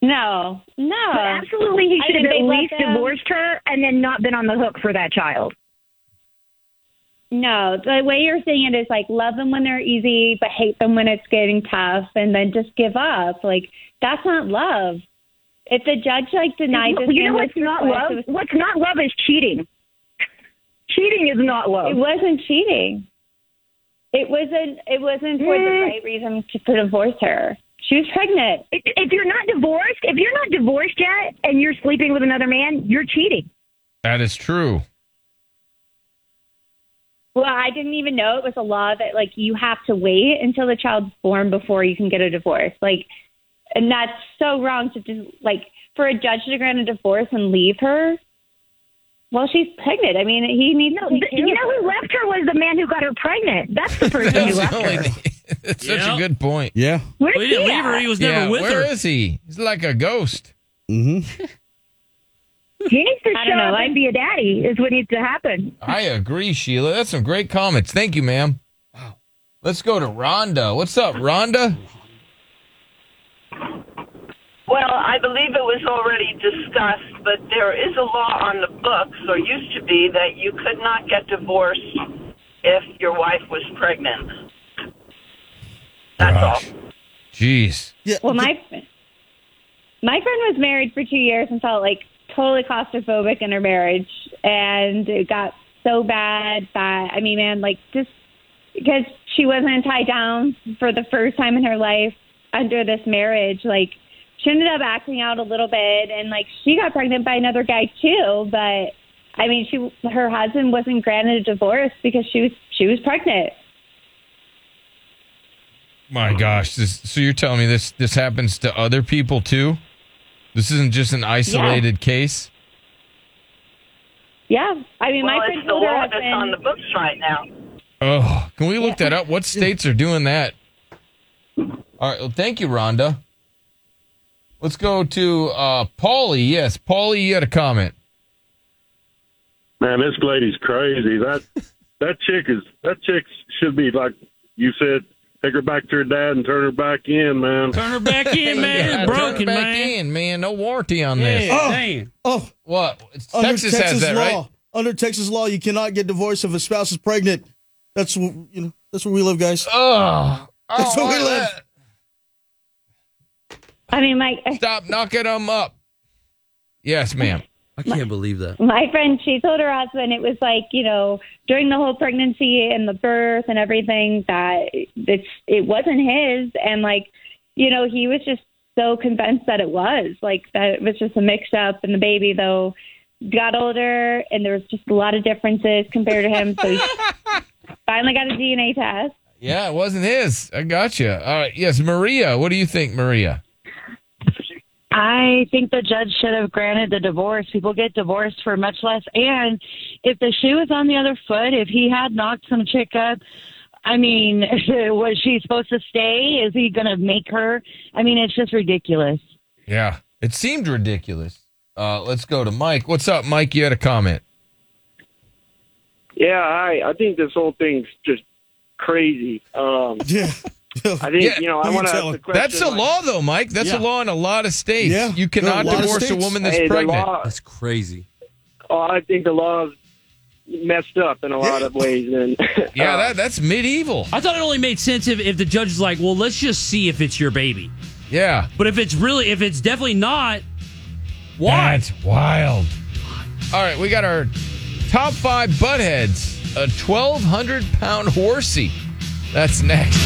Speaker 18: No, no.
Speaker 31: But absolutely, he
Speaker 18: I
Speaker 31: should have
Speaker 18: think
Speaker 31: at
Speaker 18: they let
Speaker 31: least
Speaker 18: them-
Speaker 31: divorced her and then not been on the hook for that child.
Speaker 18: No, the way you're saying it is like love them when they're easy, but hate them when it's getting tough, and then just give up. Like that's not love. If the judge like denied this,
Speaker 31: you know
Speaker 18: man
Speaker 31: what's
Speaker 18: this
Speaker 31: not
Speaker 18: request,
Speaker 31: love?
Speaker 18: it was-
Speaker 31: what's not love is cheating. Cheating is not love.
Speaker 18: It wasn't cheating. It wasn't. It
Speaker 31: Mm.
Speaker 18: wasn't for the right reason to to divorce her. She was pregnant.
Speaker 31: If, if you're not divorced, if you're not divorced yet, and you're sleeping with another man, you're cheating.
Speaker 7: That is true.
Speaker 18: Well, I didn't even know it was a law that like you have to wait until the child's born before you can get a divorce. Like, and that's so wrong to just like for a judge to grant a divorce and leave her. Well, she's pregnant. I mean, he needs.
Speaker 31: No,
Speaker 18: to take
Speaker 31: th-
Speaker 18: care
Speaker 31: you
Speaker 18: of
Speaker 31: know who
Speaker 18: her.
Speaker 31: left her was the man who got her pregnant. That's the person who left her.
Speaker 7: That's such a good point. Yeah.
Speaker 31: Where's Well, he didn't he leave her. at?
Speaker 11: He was never with her.
Speaker 7: Where is he? He's like a ghost.
Speaker 2: Mm-hmm.
Speaker 31: He needs to
Speaker 18: I
Speaker 31: show
Speaker 18: don't know.
Speaker 31: up
Speaker 18: I-
Speaker 31: and be a daddy. Is what needs to happen.
Speaker 7: I agree, Sheila. That's some great comments. Thank you, ma'am. Wow. Let's go to Rhonda. What's up, Rhonda?
Speaker 25: Well, I believe it was already discussed, but there is a law on the books, or used to be, that you could not get divorced if your wife was pregnant.
Speaker 7: Gosh. Jeez.
Speaker 18: Well, my my friend was married for two years and felt like totally claustrophobic in her marriage, and it got so bad that I mean, man, like just because she wasn't tied down for the first time in her life under this marriage, like she ended up acting out a little bit, and like she got pregnant by another guy too, but. I mean, she her husband wasn't granted a divorce because she was she was pregnant.
Speaker 7: My gosh. This, so you're telling me this this happens to other people too? This isn't just an isolated case.
Speaker 18: Yeah, I mean,
Speaker 25: well,
Speaker 18: my friend
Speaker 25: it's the
Speaker 18: told her
Speaker 25: law that's
Speaker 18: husband-
Speaker 25: on the books right now.
Speaker 7: Oh, can we look that up? What states are doing that? All right. Well, thank you, Rhonda. Let's go to uh Paulie. Yes, Paulie, you had a comment.
Speaker 32: Man, this lady's crazy. That that chick is that chick should be like you said
Speaker 23: Take her back to her dad and turn her back in, man.
Speaker 7: Turn her
Speaker 11: back in, man. It's broken,
Speaker 7: back
Speaker 11: man.
Speaker 7: in, man. No warranty on this.
Speaker 2: oh,
Speaker 7: oh, what? It's-
Speaker 2: Under
Speaker 7: Texas has that,
Speaker 2: law,
Speaker 7: right?
Speaker 2: Under Texas law, you cannot get divorced if a spouse is pregnant. That's wh- you know. That's where we live, guys.
Speaker 7: Oh,
Speaker 2: that's where we live.
Speaker 18: I mean, my
Speaker 7: stop knocking them up. Yes, ma'am.
Speaker 24: I can't believe that.
Speaker 18: My friend, she told her husband it was like, you know, during the whole pregnancy and the birth and everything that it's it wasn't his and like, you know, he was just so convinced that it was. Like that it was just a mix up and the baby though got older and there was just a lot of differences compared to him. So he finally got a DNA test.
Speaker 7: Yeah, it wasn't his. I got you. All right. Yes, Maria. What do you think, Maria?
Speaker 28: I think the judge should have granted the divorce. People get divorced for much less. And if the shoe was on the other foot, if he had knocked some chick up, I mean, was she supposed to stay? Is he going to make her? I mean, it's just ridiculous.
Speaker 7: Yeah, it seemed ridiculous. Uh, let's go to Mike. What's up, Mike? You had a comment.
Speaker 23: Yeah, I I think this whole thing's just crazy. Um,
Speaker 2: yeah.
Speaker 23: I think you know I want to.
Speaker 7: That's a law, though, Mike. That's a law in a lot of states. you cannot divorce a woman that's pregnant.
Speaker 24: That's crazy.
Speaker 23: Oh, I think the law's messed up in a lot of ways. And
Speaker 7: yeah, that, that's medieval.
Speaker 11: I thought it only made sense if, if the judge is like, well, let's just see if it's your baby.
Speaker 7: Yeah.
Speaker 11: But if it's really, if it's definitely not, why?
Speaker 7: That's wild. All right, we got our top five buttheads. A 1,200 pound horsey. That's next.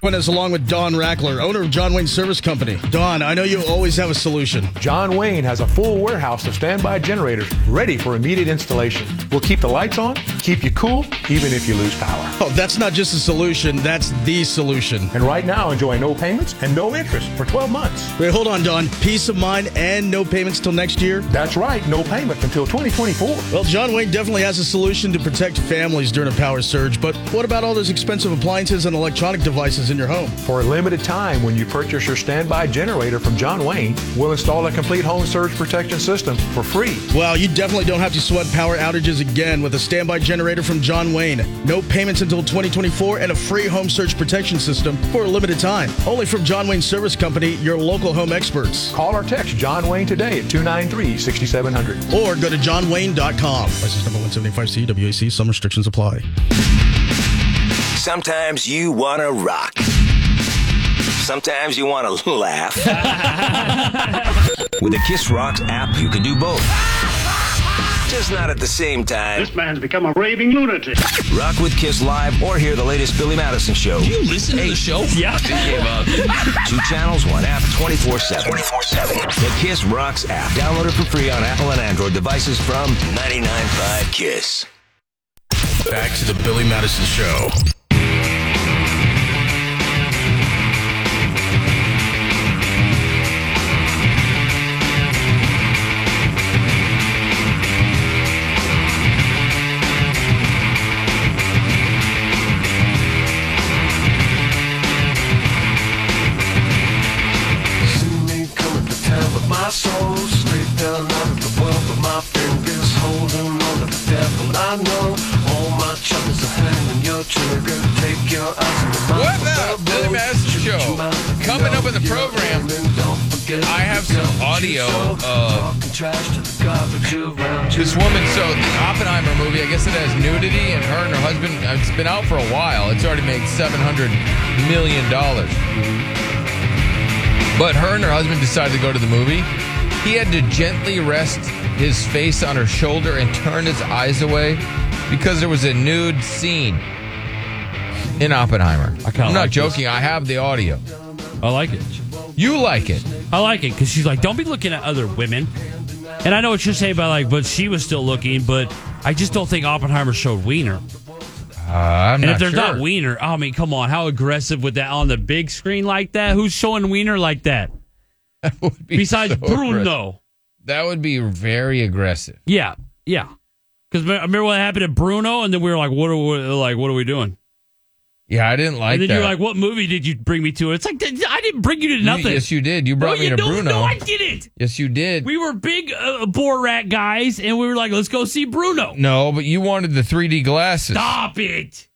Speaker 2: When is along with Don Rackler, owner of John Wayne Service Company. Don, I know you always have a solution.
Speaker 5: John Wayne has a full warehouse of standby generators ready for immediate installation. We'll keep the lights on, keep you cool, even if you lose power.
Speaker 2: Oh, that's not just a solution, that's the solution.
Speaker 5: And right now, enjoy no payments and no interest for 12 months.
Speaker 2: Wait, hold on, Don. Peace of mind and no payments till next year?
Speaker 5: That's right, no payments until 2024.
Speaker 2: Well, John Wayne definitely has a solution to protect families during a power surge, but what about all those expensive appliances and electronic devices in your home?
Speaker 5: For a limited time, when you purchase your standby generator from John Wayne, we'll install a complete home surge protection system for free.
Speaker 2: Wow, you definitely don't have to sweat power outages again with a standby generator from John Wayne. No payments until 2024 and a free home search protection system for a limited time. Only from John Wayne Service Company, your local home experts.
Speaker 5: Call or text John Wayne today at 293 6700.
Speaker 2: Or go to johnwayne.com. License number 175C, WAC, some restrictions apply.
Speaker 1: Sometimes you want to rock. Sometimes you want to laugh. With the Kiss Rocks app, you can do both. Just not at the same time. This man's become a raving lunatic. Rock with Kiss Live or hear the latest Billy Madison show. You listen to the show? Yeah. Two channels, one app, 24 7. 24 7. The Kiss Rocks app. Download it for free on Apple and Android devices from 99.5 Kiss.
Speaker 3: Back to the Billy Madison Show.
Speaker 32: See me coming to town with my soul straight down out of the world with my fingers holding on to the devil I know all my troubles are hanging your trigger take your eyes from the
Speaker 7: What the Billy Madison Show? Coming up in the program, I have some audio of this woman. So the Oppenheimer movie, I guess it has nudity, and her and her husband. uh, It's been out for a while. It's already made seven hundred million dollars. But her and her husband decided to go to the movie. He had to gently rest his face on her shoulder and turn his eyes away because there was a nude scene in Oppenheimer. I am not
Speaker 11: like this.
Speaker 7: joking. I have the audio.
Speaker 11: I like it.
Speaker 7: You like it.
Speaker 11: I like it because she's like, don't be looking at other women. And I know what you're saying about like, but she was still looking, but I just don't think Oppenheimer showed Wiener.
Speaker 7: Uh, I'm
Speaker 11: and
Speaker 7: not
Speaker 11: if there's
Speaker 7: sure.
Speaker 11: not Wiener, I mean, come on, how aggressive would that on the big screen like that? Who's showing Wiener like that? Besides
Speaker 7: so
Speaker 11: Bruno.
Speaker 7: aggressive. Oh, That would be very aggressive.
Speaker 11: Yeah, yeah. Because remember what happened at Bruno, and then we were like, "What are we, like? What are we doing?"
Speaker 7: Yeah, I didn't like
Speaker 11: and then
Speaker 7: that.
Speaker 11: you're like, "What movie did you bring me to?" It's like "Th- I didn't bring you to nothing.
Speaker 7: yes, you did. You brought
Speaker 11: No,
Speaker 7: me to
Speaker 11: don't-
Speaker 7: Bruno.
Speaker 11: No, I didn't.
Speaker 7: yes, you did.
Speaker 11: We were big uh, boar rat guys, and we were like, "Let's go see Bruno."
Speaker 7: no, but you wanted the 3D glasses.
Speaker 11: Stop it.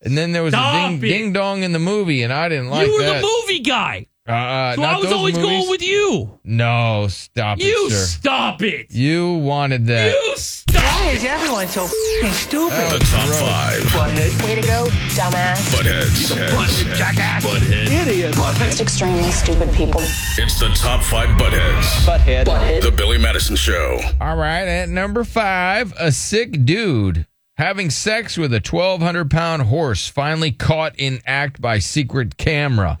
Speaker 7: And then there was
Speaker 11: Stop
Speaker 7: a ding,
Speaker 11: it.
Speaker 7: ding dong in the movie, and I didn't like
Speaker 11: you were
Speaker 7: that.
Speaker 11: the movie guy.
Speaker 7: Uh, uh,
Speaker 11: so
Speaker 7: not
Speaker 11: I was
Speaker 7: those
Speaker 11: always
Speaker 7: movies.
Speaker 11: going with you.
Speaker 7: No, stop
Speaker 11: You
Speaker 7: it, sir.
Speaker 11: stop it.
Speaker 7: You wanted that.
Speaker 11: You stop.
Speaker 13: Why is everyone so f***ing stupid?
Speaker 7: The top five.
Speaker 13: Butthead. Way to go, dumbass.
Speaker 3: Buttheads.
Speaker 13: You
Speaker 3: Heads.
Speaker 13: butthead jackass.
Speaker 3: Butthead.
Speaker 13: Idiot. Just extremely stupid people.
Speaker 3: It's the top five buttheads. Butthead. The Billy Madison Show.
Speaker 7: All right, at number five, a sick dude having sex with a 1,200 pound horse finally caught in act by secret camera.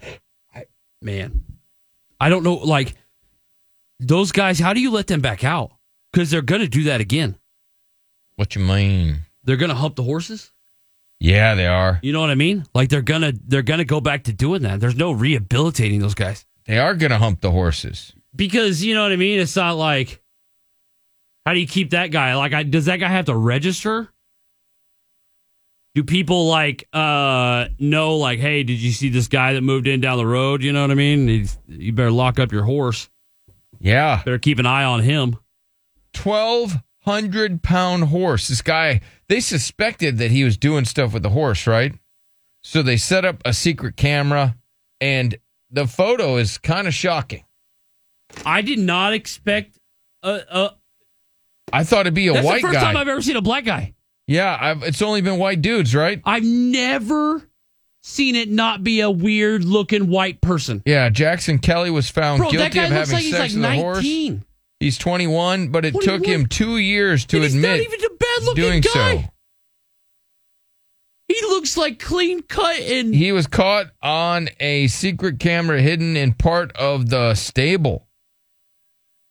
Speaker 11: Man, I don't know. Like those guys, how do you let them back out? Because they're gonna do that again.
Speaker 7: What you mean?
Speaker 11: They're gonna hump the horses.
Speaker 7: Yeah, they are.
Speaker 11: You know what I mean? Like they're gonna they're gonna go back to doing that. There's no rehabilitating those guys
Speaker 7: They are going to hump the horses.
Speaker 11: because you know what I mean. It's not like how do you keep that guy? Like, I, does that guy have to register? Do people like uh know like, hey, did you see this guy that moved in down the road? You know what I mean? He's, you better lock up your horse.
Speaker 7: Yeah,
Speaker 11: better keep an eye on him.
Speaker 7: 1,200 pound horse. This guy, they suspected that he was doing stuff with the horse, right? So they set up a secret camera, and the photo is kind of shocking.
Speaker 11: I did not expect a. a
Speaker 7: I thought it'd Uh, be a
Speaker 11: that's
Speaker 7: white
Speaker 11: the first
Speaker 7: guy.
Speaker 11: time I've ever seen a black guy.
Speaker 7: Yeah, I've, it's only been white dudes, right?
Speaker 11: I've never seen it not be a weird looking white person.
Speaker 7: Yeah, Jackson Kelly was found
Speaker 11: Bro, that
Speaker 7: guilty
Speaker 11: guy
Speaker 7: of
Speaker 11: looks
Speaker 7: having
Speaker 11: like he's
Speaker 7: sex
Speaker 11: like
Speaker 7: with a
Speaker 11: 19.
Speaker 7: horse. He's 21, but it took him two years to
Speaker 11: And he's not
Speaker 7: admit
Speaker 11: even a bad looking
Speaker 7: doing
Speaker 11: guy.
Speaker 7: so.
Speaker 11: He looks like clean cut and
Speaker 7: He was caught on a secret camera hidden in part of the stable.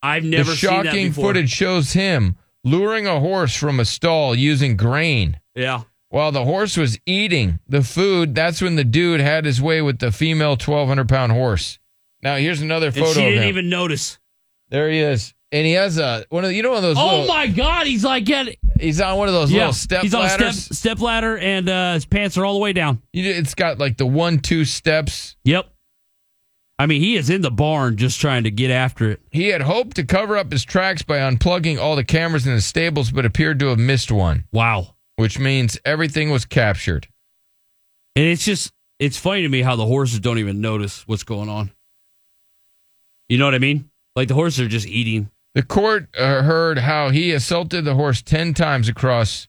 Speaker 11: I've never
Speaker 7: the
Speaker 11: seen that
Speaker 7: shocking
Speaker 11: before.
Speaker 7: footage shows him luring a horse from a stall using grain.
Speaker 11: Yeah.
Speaker 7: While the horse was eating the food, that's when the dude had his way with the female 1,200 pound horse. Now, here's another
Speaker 11: And
Speaker 7: photo
Speaker 11: she
Speaker 7: of
Speaker 11: didn't
Speaker 7: him.
Speaker 11: even notice.
Speaker 7: There he is, and he has a one of the, you know one of those.
Speaker 11: Oh
Speaker 7: little-
Speaker 11: my God, he's like at
Speaker 7: He's on one of those little step
Speaker 11: he's on a
Speaker 7: ladders.
Speaker 11: step, step ladder and uh, his pants are all the way down.
Speaker 7: You- It's got like the one two steps.
Speaker 11: Yep. I mean, he is in the barn just trying to get after it.
Speaker 7: He had hoped to cover up his tracks by unplugging all the cameras in the stables, but appeared to have missed one.
Speaker 11: Wow,
Speaker 7: which means everything was captured.
Speaker 11: And it's just it's funny to me how the horses don't even notice what's going on. You know what I mean? Like the horses are just eating.
Speaker 7: The court uh, heard how he assaulted the horse ten times across,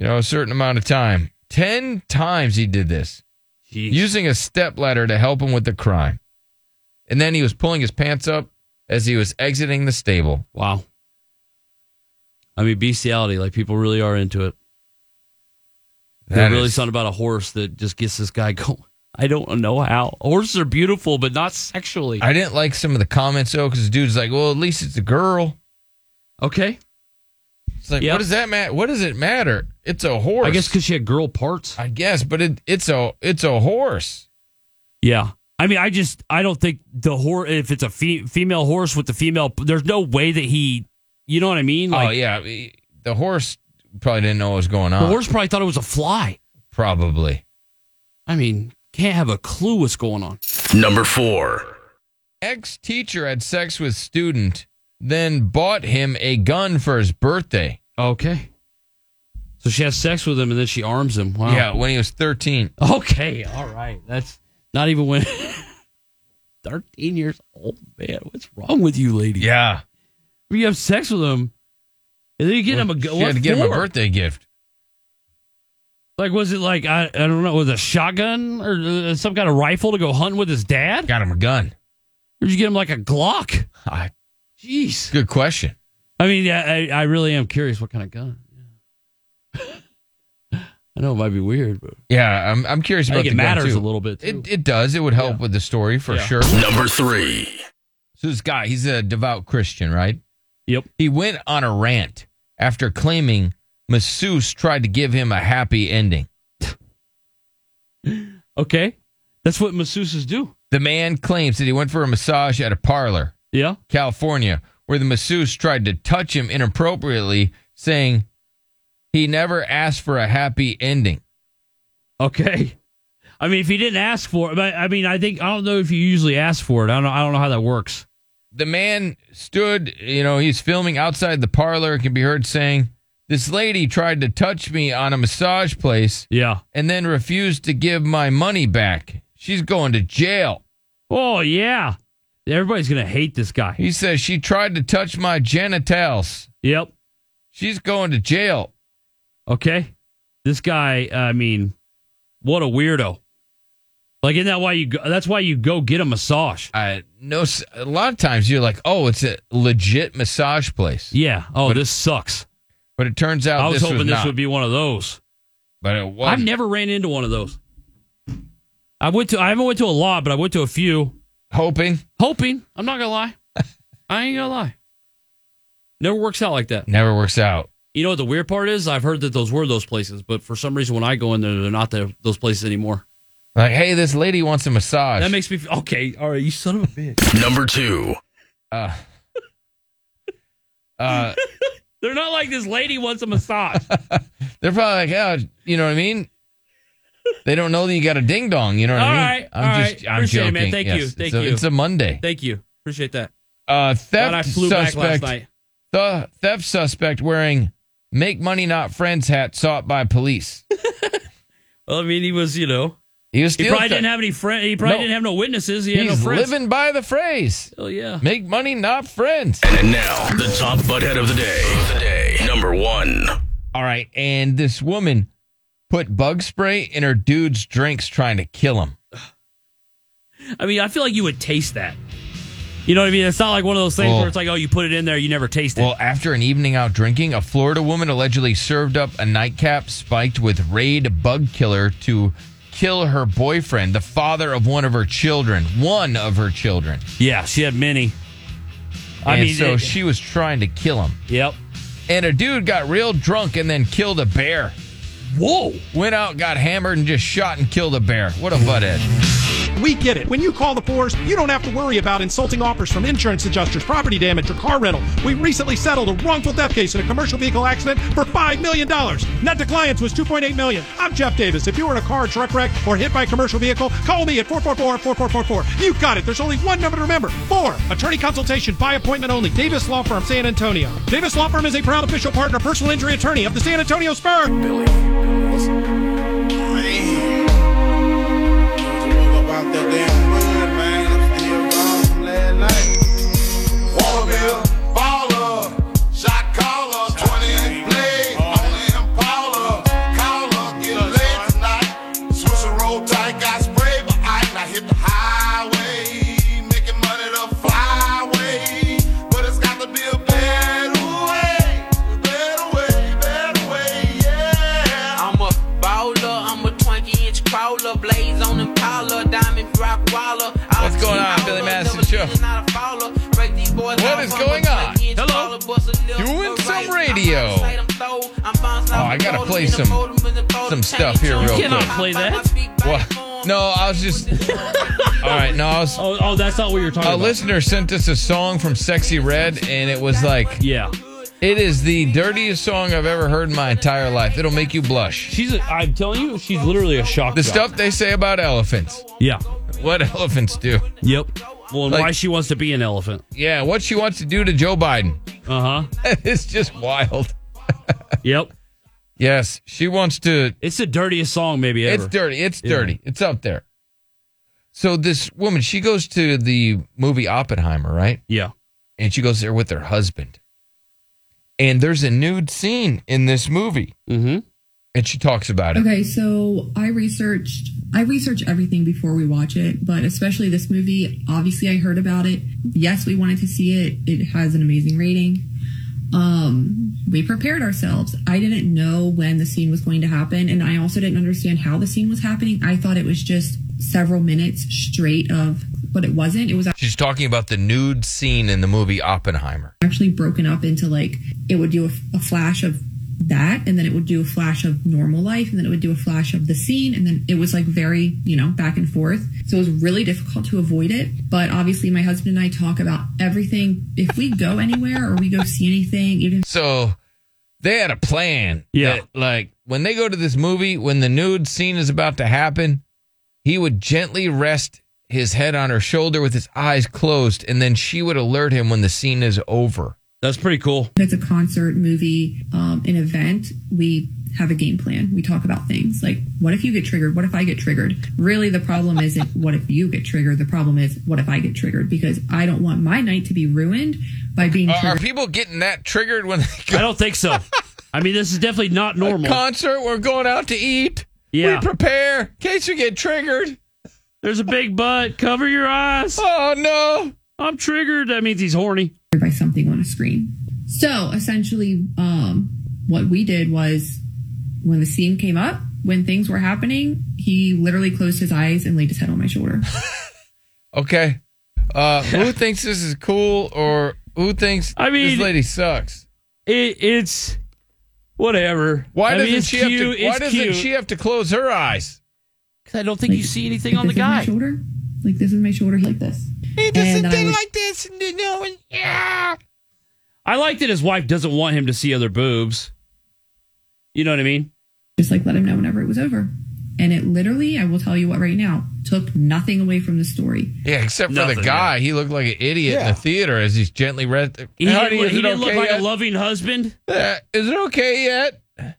Speaker 7: you know, a certain amount of time. Ten times he did this, using a step ladder to help him with the crime, and then he was pulling his pants up as he was exiting the stable.
Speaker 11: Wow. I mean, bestiality. Like people really are into it. They're
Speaker 7: That
Speaker 11: really
Speaker 7: is-
Speaker 11: something about a horse that just gets this guy going. I don't know how horses are beautiful, but not sexually.
Speaker 7: I didn't like some of the comments though, because dude's like, "Well, at least it's a girl."
Speaker 11: Okay.
Speaker 7: It's like,
Speaker 11: Yep.
Speaker 7: what does that matter? What does it matter? It's a horse.
Speaker 11: I guess because she had girl parts.
Speaker 7: I guess, but it, it's a it's a horse.
Speaker 11: Yeah. I mean, I just I don't think the horse. If it's a fe- female horse with the female, there's no way that he. You know what I mean?
Speaker 7: oh yeah, the horse probably didn't know what was going on.
Speaker 11: The horse probably thought it was a fly.
Speaker 7: Probably.
Speaker 11: I mean, can't have a clue what's going on.
Speaker 3: Number four.
Speaker 7: Ex teacher had sex with student, then bought him a gun for his birthday.
Speaker 11: Okay. So she has sex with him and then she arms him. Wow.
Speaker 7: Yeah, when he was thirteen.
Speaker 11: Okay. All right. That's not even when. 13 years old, man. What's wrong with you, lady?
Speaker 7: Yeah.
Speaker 11: You have sex with him and then you get him a gun.
Speaker 7: She had to
Speaker 11: What
Speaker 7: get him a
Speaker 11: for?
Speaker 7: birthday gift.
Speaker 11: Like, was it like, I, I don't know, was it a shotgun or uh, some kind of rifle to go hunting with his dad?
Speaker 7: Got him a gun.
Speaker 11: Or did you get him like a Glock?
Speaker 7: I,
Speaker 11: Jeez.
Speaker 7: Good question.
Speaker 11: I mean, yeah, I, I really am curious what kind of gun. I know it might be weird, but
Speaker 7: Yeah, I'm I'm curious
Speaker 11: I
Speaker 7: about
Speaker 11: think
Speaker 7: the
Speaker 11: it
Speaker 7: gun,
Speaker 11: matters
Speaker 7: too.
Speaker 11: a little bit,
Speaker 7: It it does. It would help with the story for
Speaker 11: Yeah.
Speaker 7: sure.
Speaker 3: Number three.
Speaker 7: So this guy, he's a devout Christian, right?
Speaker 11: Yep.
Speaker 7: He went on a rant after claiming masseuse tried to give him a happy ending.
Speaker 11: okay. That's what masseuses do.
Speaker 7: The man claims that he went for a massage at a parlor.
Speaker 11: Yeah.
Speaker 7: California, where the masseuse tried to touch him inappropriately, saying he never asked for a happy ending.
Speaker 11: Okay. I mean, if he didn't ask for it, but I mean, I think I don't know if you usually ask for it. I don't. know- I don't know how that works.
Speaker 7: The man stood, you know, he's filming outside the parlor, can be heard saying, This lady tried to touch me on a massage place.
Speaker 11: Yeah.
Speaker 7: And then refused to give my money back. She's going to jail.
Speaker 11: Oh, yeah. Everybody's going to hate this guy.
Speaker 7: He says she tried to touch my genitals.
Speaker 11: Yep.
Speaker 7: She's going to jail.
Speaker 11: Okay. This guy, I mean, what a weirdo. Like, isn't that why you go? That's why you go get a massage.
Speaker 7: I no. A lot of times you're like, oh, it's a legit massage place.
Speaker 11: Yeah. Oh, this sucks.
Speaker 7: But it turns out
Speaker 11: I was
Speaker 7: this
Speaker 11: hoping
Speaker 7: was
Speaker 11: this
Speaker 7: not.
Speaker 11: would be one of those.
Speaker 7: But it was.
Speaker 11: I've never ran into one of those. I went to I haven't went to a lot, but I went to a few.
Speaker 7: Hoping.
Speaker 11: Hoping. I'm not gonna lie. I ain't gonna lie. Never works out like that.
Speaker 7: Never works out.
Speaker 11: You know what the weird part is? I've heard that those were those places, but for some reason when I go in there, they're not there, those places anymore.
Speaker 7: Like, hey, this lady wants a massage.
Speaker 11: That makes me feel, okay. All right, you son of a bitch.
Speaker 7: Number two. Uh, uh,
Speaker 11: They're not like this lady wants a massage.
Speaker 7: they're probably like, oh, you know what I mean? They don't know that you got a ding dong. You know what
Speaker 11: All
Speaker 7: I mean?
Speaker 11: right,
Speaker 7: I'm
Speaker 11: all
Speaker 7: just,
Speaker 11: right.
Speaker 7: I'm
Speaker 11: Appreciate it,
Speaker 7: joking.
Speaker 11: man. Thank you,
Speaker 7: Yes,
Speaker 11: thank
Speaker 7: it's a,
Speaker 11: you.
Speaker 7: It's a Monday.
Speaker 11: Thank you. Appreciate that.
Speaker 7: Uh, theft
Speaker 11: God, I flew back last
Speaker 7: suspect.
Speaker 11: night.
Speaker 7: The theft suspect wearing "Make Money Not Friends" hat sought by police.
Speaker 11: Well, I mean, he was, you know,
Speaker 7: He was
Speaker 11: he
Speaker 7: still
Speaker 11: probably
Speaker 7: th-
Speaker 11: didn't have any friend. He probably
Speaker 7: No.
Speaker 11: didn't have no witnesses. He had no
Speaker 7: He's
Speaker 11: friends.
Speaker 7: living by the phrase.
Speaker 11: Hell yeah.
Speaker 7: Make money, not friends.
Speaker 3: And now, the top butthead of the day. The day number one.
Speaker 7: All right, and this woman put bug spray in her dude's drinks, trying to kill him.
Speaker 11: I mean, I feel like you would taste that. You know what I mean? It's not like one of those things
Speaker 7: Well-
Speaker 11: where it's like, oh, you put it in there, you never taste it.
Speaker 7: Well, after an evening out drinking, a Florida woman allegedly served up a nightcap spiked with Raid bug killer to kill her boyfriend, the father of one of her children. One of her children.
Speaker 11: yeah, she had many. I
Speaker 7: and
Speaker 11: mean,
Speaker 7: so
Speaker 11: it-
Speaker 7: she was trying to kill him.
Speaker 11: Yep.
Speaker 7: And a dude got real drunk and then killed a bear.
Speaker 11: Whoa.
Speaker 7: Went out, got hammered, and just shot and killed a bear. What a butthead.
Speaker 12: We get it. When you call the force, you don't have to worry about insulting offers from insurance adjusters, property damage, or car rental. We recently settled a wrongful death case in a commercial vehicle accident for $5 million. Net to clients was $2.8 million. I'm Jeff Davis. If you were in a car, truck wreck, or hit by a commercial vehicle, call me at 444-4444. You got it. There's only one number to remember. Four. Attorney consultation by appointment only. Davis Law Firm, San Antonio. Davis Law Firm is a proud official partner, personal injury attorney of the San Antonio Spurs.
Speaker 17: I'm a bowler, I'm a 20 inch crawler, blaze on Impala, diamond rock waller.
Speaker 7: What's going on, Billy Madison Show? What is going on?
Speaker 17: Hello.
Speaker 7: Doing some radio. Oh, I gotta play some some stuff here real
Speaker 11: You cannot
Speaker 7: quick.
Speaker 11: play that.
Speaker 7: What? No, I was just. All right, no, I was.
Speaker 11: Oh, oh, that's not what you're talking
Speaker 7: A
Speaker 11: about.
Speaker 7: listener sent us a song from Sexy Red, and it was like,
Speaker 11: yeah,
Speaker 7: it is the dirtiest song I've ever heard in my entire life. It'll make you blush.
Speaker 11: She's, a, I'm telling you, she's literally a shock.
Speaker 7: The
Speaker 11: jock.
Speaker 7: stuff they say about elephants.
Speaker 11: Yeah.
Speaker 7: What elephants do?
Speaker 11: Yep. Well, and
Speaker 7: Like-
Speaker 11: why she wants to be an elephant?
Speaker 7: Yeah, what she wants to do to Joe Biden.
Speaker 11: Uh
Speaker 7: huh. it's just wild.
Speaker 11: Yep.
Speaker 7: Yes, she wants to.
Speaker 11: It's the dirtiest song maybe ever.
Speaker 7: It's dirty. It's
Speaker 11: Yeah.
Speaker 7: dirty. It's up there. So this woman, she goes to the movie Oppenheimer, right?
Speaker 11: Yeah.
Speaker 7: And she goes there with her husband. And there's a nude scene in this movie.
Speaker 11: Mm-hmm.
Speaker 7: And she talks about it.
Speaker 9: Okay, so I researched I research everything before we watch it, but especially this movie. Obviously, I heard about it. Yes, we wanted to see it. It has an amazing rating. Um, we prepared ourselves. I didn't know when the scene was going to happen, and I also didn't understand how the scene was happening. I thought it was just several minutes straight of, but it wasn't. It was
Speaker 7: She's talking about the nude scene in the movie Oppenheimer.
Speaker 9: actually broken up into like it would do a, a flash of that and then it would do a flash of normal life and then it would do a flash of the scene and then it was like very you know back and forth so it was really difficult to avoid it but obviously my husband and i talk about everything if we go anywhere or we go see anything even
Speaker 7: So they had a plan. Yeah. like when they go to this movie, when the nude scene is about to happen, he would gently rest his head on her shoulder with his eyes closed, and then she would alert him when the scene is over.
Speaker 24: That's pretty cool.
Speaker 9: If it's a concert, movie, um, an event, we have a game plan. We talk about things like what if you get triggered? What if I get triggered? Really, the problem isn't what if you get triggered. The problem is what if I get triggered because I don't want my night to be ruined by being
Speaker 11: Uh,
Speaker 7: Are, are
Speaker 9: triggered.
Speaker 7: people getting that triggered when they go?
Speaker 11: I don't think so. I mean, this is definitely not normal.
Speaker 7: concert, we're going out to eat.
Speaker 11: Yeah.
Speaker 7: We prepare in case you get triggered.
Speaker 11: There's a big butt. Cover your eyes.
Speaker 7: Oh no.
Speaker 11: I'm triggered. That means he's horny.
Speaker 9: by something on a screen. So essentially, um, what we did was when the scene came up, when things were happening, he literally closed his eyes and laid his head on my shoulder.
Speaker 7: Okay. Uh, who thinks this is cool or who thinks I mean, this lady sucks?
Speaker 11: It, it's whatever.
Speaker 7: Why
Speaker 11: I mean,
Speaker 7: doesn't
Speaker 11: it's
Speaker 7: she have
Speaker 11: cute,
Speaker 7: to? Why
Speaker 11: it's
Speaker 7: doesn't
Speaker 11: cute.
Speaker 7: she have to close her eyes?
Speaker 11: Because I don't think you see anything on the
Speaker 9: this is my
Speaker 11: guy.
Speaker 9: shoulder, like this is my shoulder, he like this.
Speaker 7: He
Speaker 9: doesn't think
Speaker 7: like this. No, and yeah.
Speaker 11: I like that his wife doesn't want him to see other boobs. You know what I mean?
Speaker 9: just like let him know whenever it was over. And it literally, I will tell you what right now, took nothing away from the story.
Speaker 7: Yeah, except for the guy. He looked like an idiot in the theater as he's gently read.
Speaker 11: He didn't, look- he didn't look like
Speaker 7: yet?
Speaker 11: a loving husband.
Speaker 7: Uh, is it okay yet?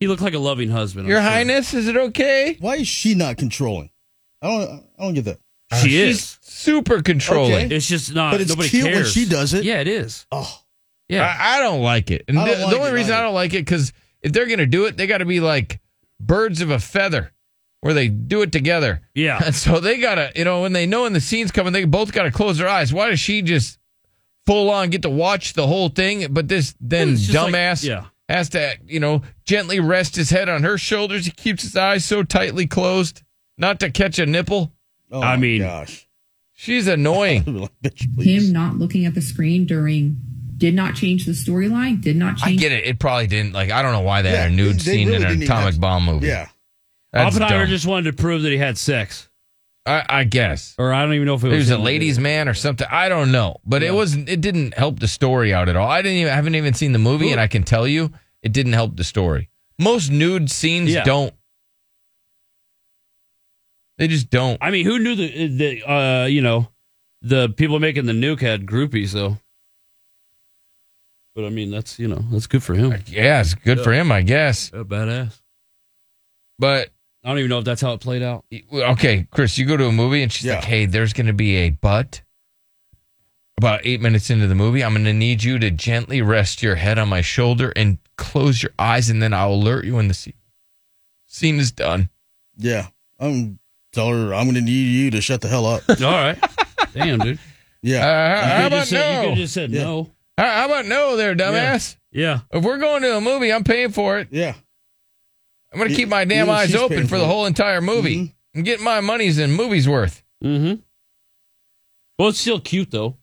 Speaker 11: He looked like a loving husband. I'm
Speaker 7: Your
Speaker 11: sure.
Speaker 7: Highness, is it okay?
Speaker 2: Why is she not controlling? I don't. I don't get that.
Speaker 11: She
Speaker 7: Uh,
Speaker 11: is
Speaker 7: she's super controlling.
Speaker 11: It's just not.
Speaker 2: But it's
Speaker 11: nobody
Speaker 2: cute when
Speaker 11: cares.
Speaker 2: she does it.
Speaker 11: Yeah, it is.
Speaker 2: Oh,
Speaker 11: Yeah.
Speaker 7: I, I don't like it. And
Speaker 2: I don't
Speaker 7: the,
Speaker 2: like
Speaker 7: the only
Speaker 2: it
Speaker 7: reason I don't like it because if they're gonna do it, they got to be like birds of a feather, where they do it together.
Speaker 11: Yeah.
Speaker 7: And so they gotta, you know, when they know when the scene's coming, they both gotta close their eyes. Why does she just full on get to watch the whole thing? But this then
Speaker 11: It's just like-
Speaker 7: dumbass
Speaker 11: yeah.
Speaker 7: has to, you know, gently rest his head on her shoulders. He keeps his eyes so tightly closed not to catch a nipple.
Speaker 2: Oh,
Speaker 11: I mean,
Speaker 7: she's annoying.
Speaker 9: Him not looking at the screen during did not change the storyline, did not
Speaker 7: I
Speaker 9: change
Speaker 7: get it. It probably didn't. Like I don't know why they had a
Speaker 9: Yeah,
Speaker 7: nude
Speaker 9: they- they
Speaker 7: scene
Speaker 9: really
Speaker 7: in an
Speaker 9: didn't even
Speaker 7: atomic
Speaker 9: have-
Speaker 7: bomb movie.
Speaker 9: yeah.
Speaker 7: That's
Speaker 11: Oppenheimer
Speaker 7: dumb.
Speaker 11: just wanted to prove that he had sex.
Speaker 7: I, I guess,
Speaker 11: or I don't even know if it
Speaker 7: He
Speaker 11: was
Speaker 7: was a
Speaker 11: him.
Speaker 7: ladies' man or something. I don't know, but it wasn't. It didn't help the story out at all. I didn't even. I haven't even seen the movie, and I can tell you, it didn't help the story. Most nude scenes
Speaker 11: Yeah.
Speaker 7: don't. They just don't.
Speaker 11: I mean, who knew the, the uh, you know, the people making the nuke had groupies though. But I mean, that's you know, that's good for him.
Speaker 7: Yeah, it's good for him, I guess.
Speaker 11: Yeah, badass.
Speaker 7: But
Speaker 11: I don't even know if that's how it played out.
Speaker 7: Okay, Chris, you go to a movie, and she's like, "Hey, there's going to be a butt." About eight minutes into the movie, I'm going to need you to gently rest your head on my shoulder and close your eyes, and then I'll alert you when the scene, scene is done.
Speaker 2: Yeah. I'm tell her I'm gonna need you to shut the hell up. All
Speaker 11: right. Damn, dude.
Speaker 2: Yeah.
Speaker 7: Uh, how about no?
Speaker 2: Yeah.
Speaker 7: How, how about no, there, dumbass?
Speaker 11: Yeah.
Speaker 7: If we're going to a movie, I'm paying for it.
Speaker 2: Yeah.
Speaker 7: I'm going to
Speaker 2: Yeah,
Speaker 7: keep my damn
Speaker 2: even
Speaker 7: eyes
Speaker 2: she's
Speaker 7: open
Speaker 2: paying
Speaker 7: for
Speaker 2: for
Speaker 7: the
Speaker 2: it. Mm-hmm.
Speaker 7: whole entire movie. I'm getting my money's in movies worth.
Speaker 11: Mm-hmm. Well, it's still cute though.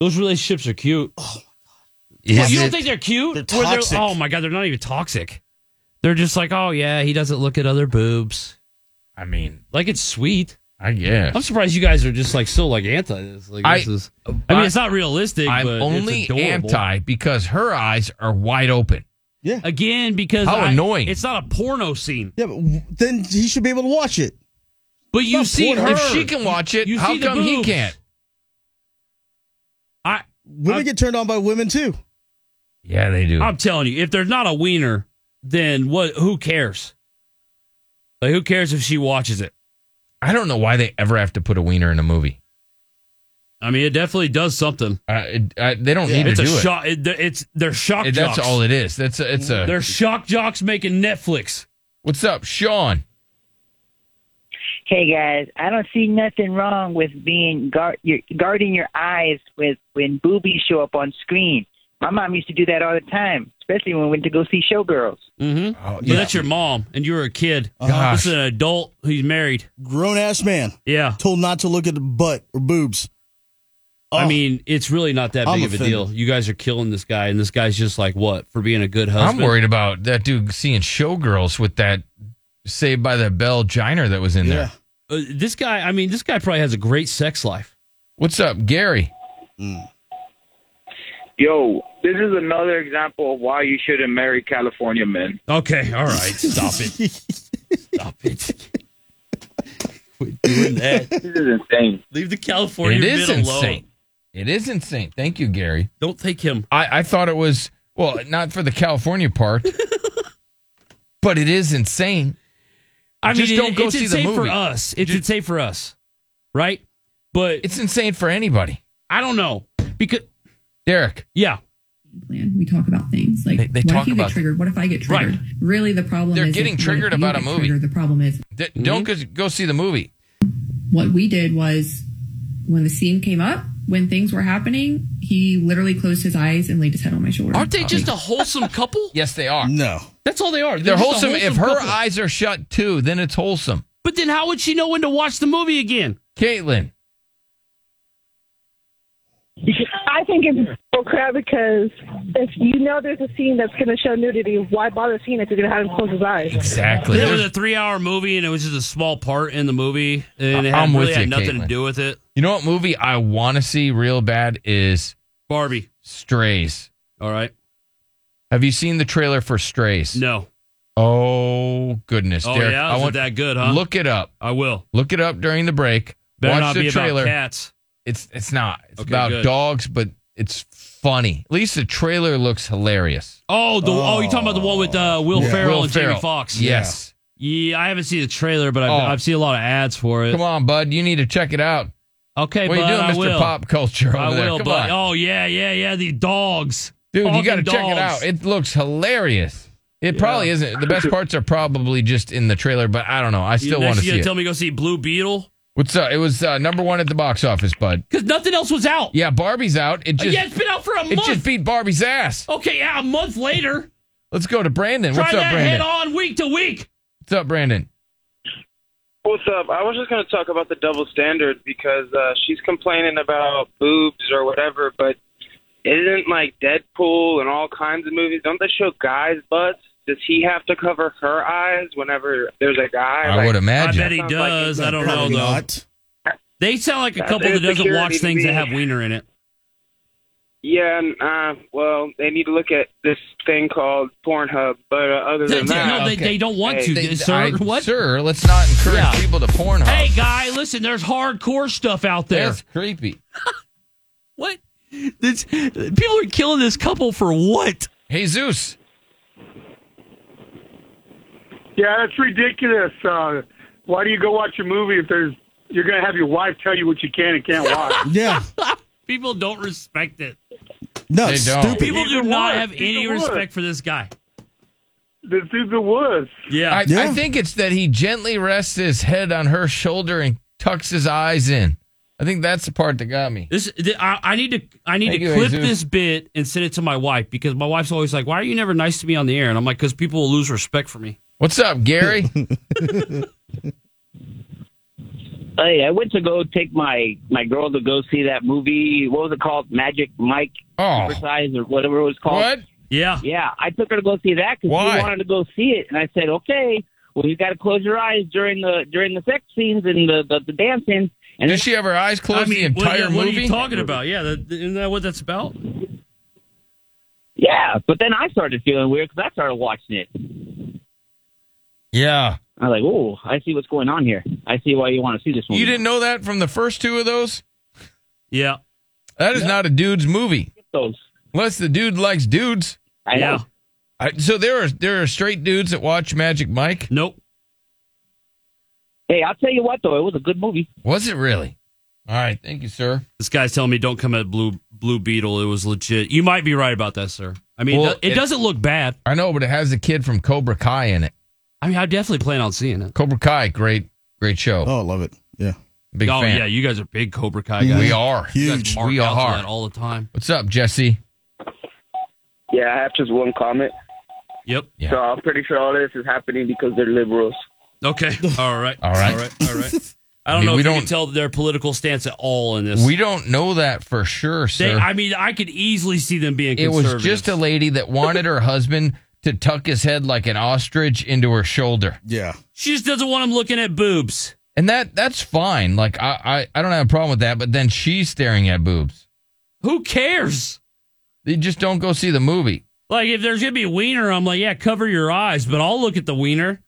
Speaker 11: Those relationships are cute. Oh my god.
Speaker 7: Is
Speaker 11: you don't
Speaker 7: it?
Speaker 11: think they're cute?
Speaker 7: They're
Speaker 11: Or
Speaker 7: toxic.
Speaker 11: oh my god, they're not even toxic. They're just like, oh yeah, he doesn't look at other boobs.
Speaker 7: I mean,
Speaker 11: like it's sweet.
Speaker 7: I guess.
Speaker 11: I'm surprised you guys are just like so like anti this. Like
Speaker 7: I-
Speaker 11: this is. I mean, it's not realistic.
Speaker 7: I'm
Speaker 11: but it's
Speaker 7: only
Speaker 11: adorable.
Speaker 7: anti because her eyes are wide open.
Speaker 2: Yeah.
Speaker 11: Again, because
Speaker 7: How
Speaker 11: I-
Speaker 7: annoying.
Speaker 11: It's not a porno scene.
Speaker 2: Yeah, but w- then he should be able to watch it.
Speaker 11: But you
Speaker 2: Not
Speaker 11: see
Speaker 2: porn.
Speaker 11: her.
Speaker 2: If she can
Speaker 7: watch it,
Speaker 11: You
Speaker 7: how
Speaker 11: see the
Speaker 7: come he
Speaker 11: boobs.
Speaker 7: can't?
Speaker 11: I
Speaker 2: women get turned on by women too.
Speaker 7: Yeah, they do.
Speaker 11: I'm telling you, if there's not a wiener, then what? Who cares? Like, who cares if she watches it?
Speaker 7: I don't know why they ever have to put a wiener in a movie.
Speaker 11: I mean, it definitely does something.
Speaker 7: I, I, they don't need to
Speaker 11: it's
Speaker 7: do
Speaker 11: a
Speaker 7: it.
Speaker 11: shock- it- It's they're shock.
Speaker 7: It- that's
Speaker 11: jocks.
Speaker 7: all it is. That's a, it's a.
Speaker 11: They're shock jocks making Netflix.
Speaker 7: What's up, Sean?
Speaker 10: Hey guys, I don't see nothing wrong with being guard, your, guarding your eyes with when boobies show up on screen. My mom used to do that all the time, especially when we went to go see Showgirls.
Speaker 11: Mm-hmm.
Speaker 28: Oh,
Speaker 11: but that's your mom, and you were a kid.
Speaker 2: Uh-huh.
Speaker 11: This is an adult who's married.
Speaker 2: Grown ass man.
Speaker 11: Yeah.
Speaker 2: Told not to look at the butt or boobs.
Speaker 11: I
Speaker 2: Oh.
Speaker 11: mean, it's really not that big
Speaker 2: I'm
Speaker 11: of a
Speaker 2: offended.
Speaker 11: deal. You guys are killing this guy, and this guy's just like, what, for being a good husband?
Speaker 7: I'm worried about that dude seeing showgirls with that Saved by the Bell giner that was in there.
Speaker 11: Uh, this guy, I mean, this guy probably has a great sex life.
Speaker 7: What's up, Gary?
Speaker 2: Mm.
Speaker 14: Yo, this is another example of why you shouldn't marry California men.
Speaker 11: Okay, all right. Stop it. Stop it. Quit doing that.
Speaker 14: This is insane.
Speaker 11: Leave the California
Speaker 14: It is
Speaker 11: men alone.
Speaker 14: insane.
Speaker 7: It It is insane. Thank you, Gary.
Speaker 11: Don't take him.
Speaker 7: I, I thought it was well, not for the California part, but it is insane.
Speaker 11: I
Speaker 7: Just
Speaker 11: mean,
Speaker 7: don't
Speaker 11: it-
Speaker 7: go
Speaker 11: it's
Speaker 7: see the
Speaker 11: insane for
Speaker 7: movie.
Speaker 11: us. It's insane for us, right? But
Speaker 7: it's insane for anybody.
Speaker 11: I don't know because
Speaker 7: Derek,
Speaker 11: yeah,
Speaker 9: plan. We talk about things like
Speaker 7: they
Speaker 9: what
Speaker 7: talk
Speaker 9: if you
Speaker 7: about-
Speaker 9: get triggered? What if I get
Speaker 7: Right.
Speaker 9: triggered? Really, the problem
Speaker 7: They're
Speaker 9: is
Speaker 7: getting
Speaker 9: if you-
Speaker 7: triggered
Speaker 9: you
Speaker 7: about
Speaker 9: get
Speaker 7: a movie.
Speaker 9: triggered, the problem is
Speaker 7: D- don't
Speaker 11: Mm-hmm.
Speaker 7: go, go see the movie.
Speaker 9: what we did was when the scene came up, when things were happening, he literally closed his eyes and laid his head on my shoulder. Oh.
Speaker 11: aren't they just a wholesome couple?
Speaker 7: Yes, they are.
Speaker 2: No,
Speaker 11: That's all they are.
Speaker 7: they're
Speaker 11: just a
Speaker 7: wholesome. If her
Speaker 11: couple.
Speaker 7: eyes are shut too, then it's wholesome.
Speaker 11: but then how would she know when to watch the movie again?
Speaker 7: Caitlin,
Speaker 29: I think it's bull crap because if you know there's a scene that's going to show nudity, why bother seeing it if you're going to have him close his eyes?
Speaker 7: Exactly.
Speaker 11: It was a three-hour movie, and it was just a small part in the movie, and it had,
Speaker 7: I'm with
Speaker 11: really had
Speaker 7: you,
Speaker 11: nothing
Speaker 7: Caitlin.
Speaker 11: to do with it.
Speaker 7: you know what movie I want to see real bad is
Speaker 11: Barbie
Speaker 7: Strays.
Speaker 11: All right.
Speaker 7: Have you seen the trailer for Strays?
Speaker 11: No.
Speaker 7: Oh goodness,
Speaker 11: Oh,
Speaker 7: Derek!
Speaker 11: yeah?
Speaker 7: I
Speaker 11: Is it
Speaker 7: want
Speaker 11: that good, huh?
Speaker 7: Look it up.
Speaker 11: I will.
Speaker 7: Look it up during the break.
Speaker 11: Better
Speaker 7: Watch
Speaker 11: not
Speaker 7: the
Speaker 11: be about
Speaker 7: trailer.
Speaker 11: cats.
Speaker 7: It's it's not. It's
Speaker 11: Okay,
Speaker 7: about
Speaker 11: good.
Speaker 7: dogs, but it's funny. At least the trailer looks hilarious.
Speaker 11: Oh, the oh, you're talking about the one with uh, Will
Speaker 7: Yeah.
Speaker 11: Ferrell
Speaker 7: Will
Speaker 11: and
Speaker 7: Ferrell.
Speaker 11: Jamie Foxx?
Speaker 7: Yes.
Speaker 11: Yeah, I haven't seen the trailer, but I've,
Speaker 7: Oh.
Speaker 11: I've seen a lot of ads for it.
Speaker 7: Come on, bud. You need to check it out.
Speaker 11: Okay,
Speaker 7: what
Speaker 11: bud,
Speaker 7: you doing,
Speaker 11: I
Speaker 7: Mr.
Speaker 11: will.
Speaker 7: Pop Culture? Over
Speaker 11: I
Speaker 7: there?
Speaker 11: will,
Speaker 7: Come
Speaker 11: but
Speaker 7: on.
Speaker 11: oh yeah, yeah, yeah, the dogs,
Speaker 7: dude, you
Speaker 11: Fucking
Speaker 7: got to check it out.
Speaker 11: dogs.
Speaker 7: It looks hilarious. It probably isn't. The best parts are probably just in the trailer, but I don't know. I
Speaker 11: you,
Speaker 7: still
Speaker 11: next
Speaker 7: want to
Speaker 11: you
Speaker 7: see
Speaker 11: gonna
Speaker 7: it.
Speaker 11: Tell me, to go see Blue Beetle
Speaker 7: What's up? It was uh, number one at the box office, bud.
Speaker 11: because nothing else was out.
Speaker 7: Yeah, Barbie's out. It
Speaker 11: Uh,
Speaker 7: just
Speaker 11: yeah, it's been out for a
Speaker 7: It
Speaker 11: month.
Speaker 7: just beat Barbie's ass.
Speaker 11: Okay, yeah, a month later.
Speaker 7: Let's go to Brandon.
Speaker 11: Try
Speaker 7: What's up,
Speaker 11: that head
Speaker 7: Brandon?
Speaker 11: on week to week.
Speaker 7: What's up, Brandon?
Speaker 15: What's up? I was just going to talk about the double standard because uh, she's complaining about boobs or whatever, but isn't like Deadpool and all kinds of movies? Don't they show guys' butts? Does he have to cover her eyes whenever there's a guy?
Speaker 7: I would imagine.
Speaker 11: I bet he
Speaker 15: Sounds like
Speaker 11: does.
Speaker 15: he's
Speaker 11: I don't know
Speaker 15: probably
Speaker 11: though.
Speaker 15: not.
Speaker 11: They sound like a
Speaker 15: That's
Speaker 11: couple that doesn't
Speaker 15: insecurity
Speaker 11: watch
Speaker 15: to
Speaker 11: things
Speaker 15: me.
Speaker 11: that have wiener in it.
Speaker 15: Yeah, and, uh, well, they need to look at this thing called Pornhub. But uh, other than
Speaker 11: They- they-
Speaker 15: that,
Speaker 11: no, they- they don't want to. They- Sir, I- what?
Speaker 7: Sir, let's not encourage
Speaker 11: Yeah.
Speaker 7: people to Pornhub.
Speaker 11: Hey guy, listen, there's hardcore stuff out there.
Speaker 7: That's creepy.
Speaker 11: what? This, people are killing this couple for what?
Speaker 7: Jesus.
Speaker 16: Yeah, that's ridiculous. Uh, why do you go watch a movie if there's you're going to have your wife tell you what you can and can't watch?
Speaker 2: yeah.
Speaker 11: People don't respect it.
Speaker 2: No,
Speaker 7: They
Speaker 2: it's
Speaker 7: don't.
Speaker 2: stupid.
Speaker 11: People do
Speaker 16: He's the
Speaker 11: not
Speaker 16: worst.
Speaker 11: have
Speaker 16: He's
Speaker 11: any
Speaker 16: the worst.
Speaker 11: respect for this guy.
Speaker 16: This is the worst.
Speaker 11: Yeah.
Speaker 7: I, I think it's that he gently rests his head on her shoulder and tucks his eyes in. I think that's the part that got me.
Speaker 11: This th- I, I need to I need
Speaker 7: Thank
Speaker 11: to
Speaker 7: you,
Speaker 11: clip
Speaker 7: Jesus.
Speaker 11: this bit and send it to my wife because my wife's always like, "Why are you never nice to me on the air?" And I'm like, "Because people will lose respect for me."
Speaker 7: What's up, Gary?
Speaker 6: Hey, I went to go take my my girl to go see that movie. What was it called? Magic Mike
Speaker 7: oh.
Speaker 6: Supersize or whatever it was called.
Speaker 7: What?
Speaker 11: Yeah.
Speaker 6: Yeah, I took her to go see that because
Speaker 7: Why?
Speaker 6: she wanted to go see it, and I said, okay, well you got to close your eyes during the during the sex scenes and the the, the dancing. And
Speaker 7: Does she have her eyes closed the
Speaker 6: mean, what-
Speaker 7: entire
Speaker 6: what are you
Speaker 7: movie?
Speaker 11: Talking
Speaker 6: talking
Speaker 11: about yeah, that, isn't that what that's about?
Speaker 6: yeah, but then I started feeling weird because I started watching it.
Speaker 7: Yeah.
Speaker 6: I was like, oh, I see what's going on here. I see why you want to see this movie.
Speaker 7: You didn't know that from the first two of those?
Speaker 11: Yeah.
Speaker 7: That is not a dude's movie.
Speaker 6: Those.
Speaker 7: Unless the dude likes dudes.
Speaker 6: I know. Yeah.
Speaker 7: I- so there are there are straight dudes that watch Magic Mike?
Speaker 11: Nope.
Speaker 6: Hey, I'll tell you what though, it was a good movie.
Speaker 7: Was it really? All right, thank you, sir.
Speaker 11: This guy's telling me don't come at Blue Blue Beetle. It was legit. You might be right about that, sir. I mean,
Speaker 7: Well,
Speaker 11: it, it
Speaker 7: it-
Speaker 11: doesn't look bad.
Speaker 7: I know, but it has the kid from Cobra Kai in it.
Speaker 11: I mean, I definitely plan on seeing it.
Speaker 7: Cobra Kai, great, great show.
Speaker 2: Oh, I love it. Yeah.
Speaker 7: Big
Speaker 11: oh
Speaker 7: fan.
Speaker 11: yeah, you guys are big Cobra Kai guys.
Speaker 7: We are.
Speaker 11: You guys mark
Speaker 7: We
Speaker 11: out to
Speaker 7: are.
Speaker 11: that all the time.
Speaker 7: What's up, Jesse?
Speaker 15: Yeah, I have just one comment.
Speaker 11: Yep.
Speaker 15: So I'm pretty sure all this is happening because they're liberals.
Speaker 11: Okay. All right.
Speaker 7: All right.
Speaker 11: All right. All right. I don't
Speaker 7: mean,
Speaker 11: know.
Speaker 7: we
Speaker 11: if you
Speaker 7: don't-
Speaker 11: can tell their political stance at all in this.
Speaker 7: We don't know that for sure, sir.
Speaker 11: They, I mean, I could easily see them being.
Speaker 7: it was
Speaker 11: conservative.
Speaker 7: just a lady that wanted her husband to tuck his head like an ostrich into her shoulder.
Speaker 2: Yeah.
Speaker 11: She just doesn't want him looking at boobs.
Speaker 7: And that that's fine. Like I, I, I don't have a problem with that, but then she's staring at boobs.
Speaker 11: Who cares?
Speaker 7: They just don't go see the movie.
Speaker 11: Like if there's gonna be wiener, I'm like, yeah, cover your eyes, but I'll look at the wiener.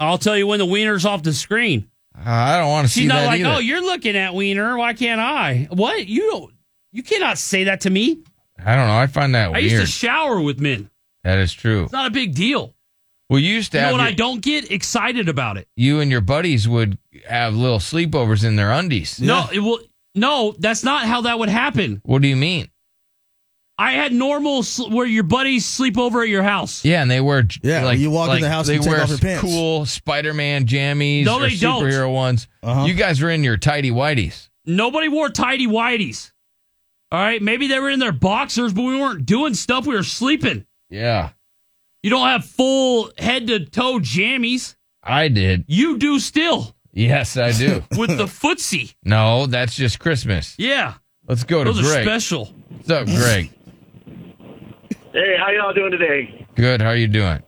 Speaker 11: I'll tell you when the wiener's off the screen.
Speaker 7: I don't want to
Speaker 11: She's
Speaker 7: see
Speaker 11: not
Speaker 7: that
Speaker 11: like,
Speaker 7: either.
Speaker 11: oh, you're looking at wiener. Why can't I? What you don't? You cannot say that to me.
Speaker 7: I don't know. I find that
Speaker 11: I
Speaker 7: weird.
Speaker 11: used to shower with men.
Speaker 7: that is true.
Speaker 11: It's not a big deal.
Speaker 7: Well, you used to
Speaker 11: You know
Speaker 7: have
Speaker 11: what
Speaker 7: your-
Speaker 11: I don't get excited about it.
Speaker 7: you and your buddies would have little sleepovers in their undies.
Speaker 11: No, it will. No, that's not how that would happen.
Speaker 7: What do you mean?
Speaker 11: I had normal sl- where your buddies sleep over at your house.
Speaker 7: Yeah, and they wear yeah. Like,
Speaker 11: you walk in
Speaker 7: like
Speaker 11: the house
Speaker 7: they
Speaker 11: and take
Speaker 7: wear
Speaker 11: off your pants.
Speaker 7: Cool Spider-Man jammies.
Speaker 11: No,
Speaker 7: or
Speaker 11: they don't.
Speaker 7: superhero ones.
Speaker 11: Uh-huh.
Speaker 7: You guys were in your tidy whities.
Speaker 11: Nobody wore tidy whities. All right, maybe they were in their boxers, but we weren't doing stuff. We were sleeping.
Speaker 7: Yeah,
Speaker 11: You don't have full head to toe jammies.
Speaker 7: I did.
Speaker 11: You do still
Speaker 7: Yes, I do.
Speaker 11: with the footsie.
Speaker 7: no, that's just Christmas.
Speaker 11: Yeah,
Speaker 7: Let's go
Speaker 11: those
Speaker 7: to
Speaker 11: are
Speaker 7: Greg.
Speaker 11: special.
Speaker 7: What's up, Greg?
Speaker 6: Hey, how y'all doing today?
Speaker 7: Good. How are you doing?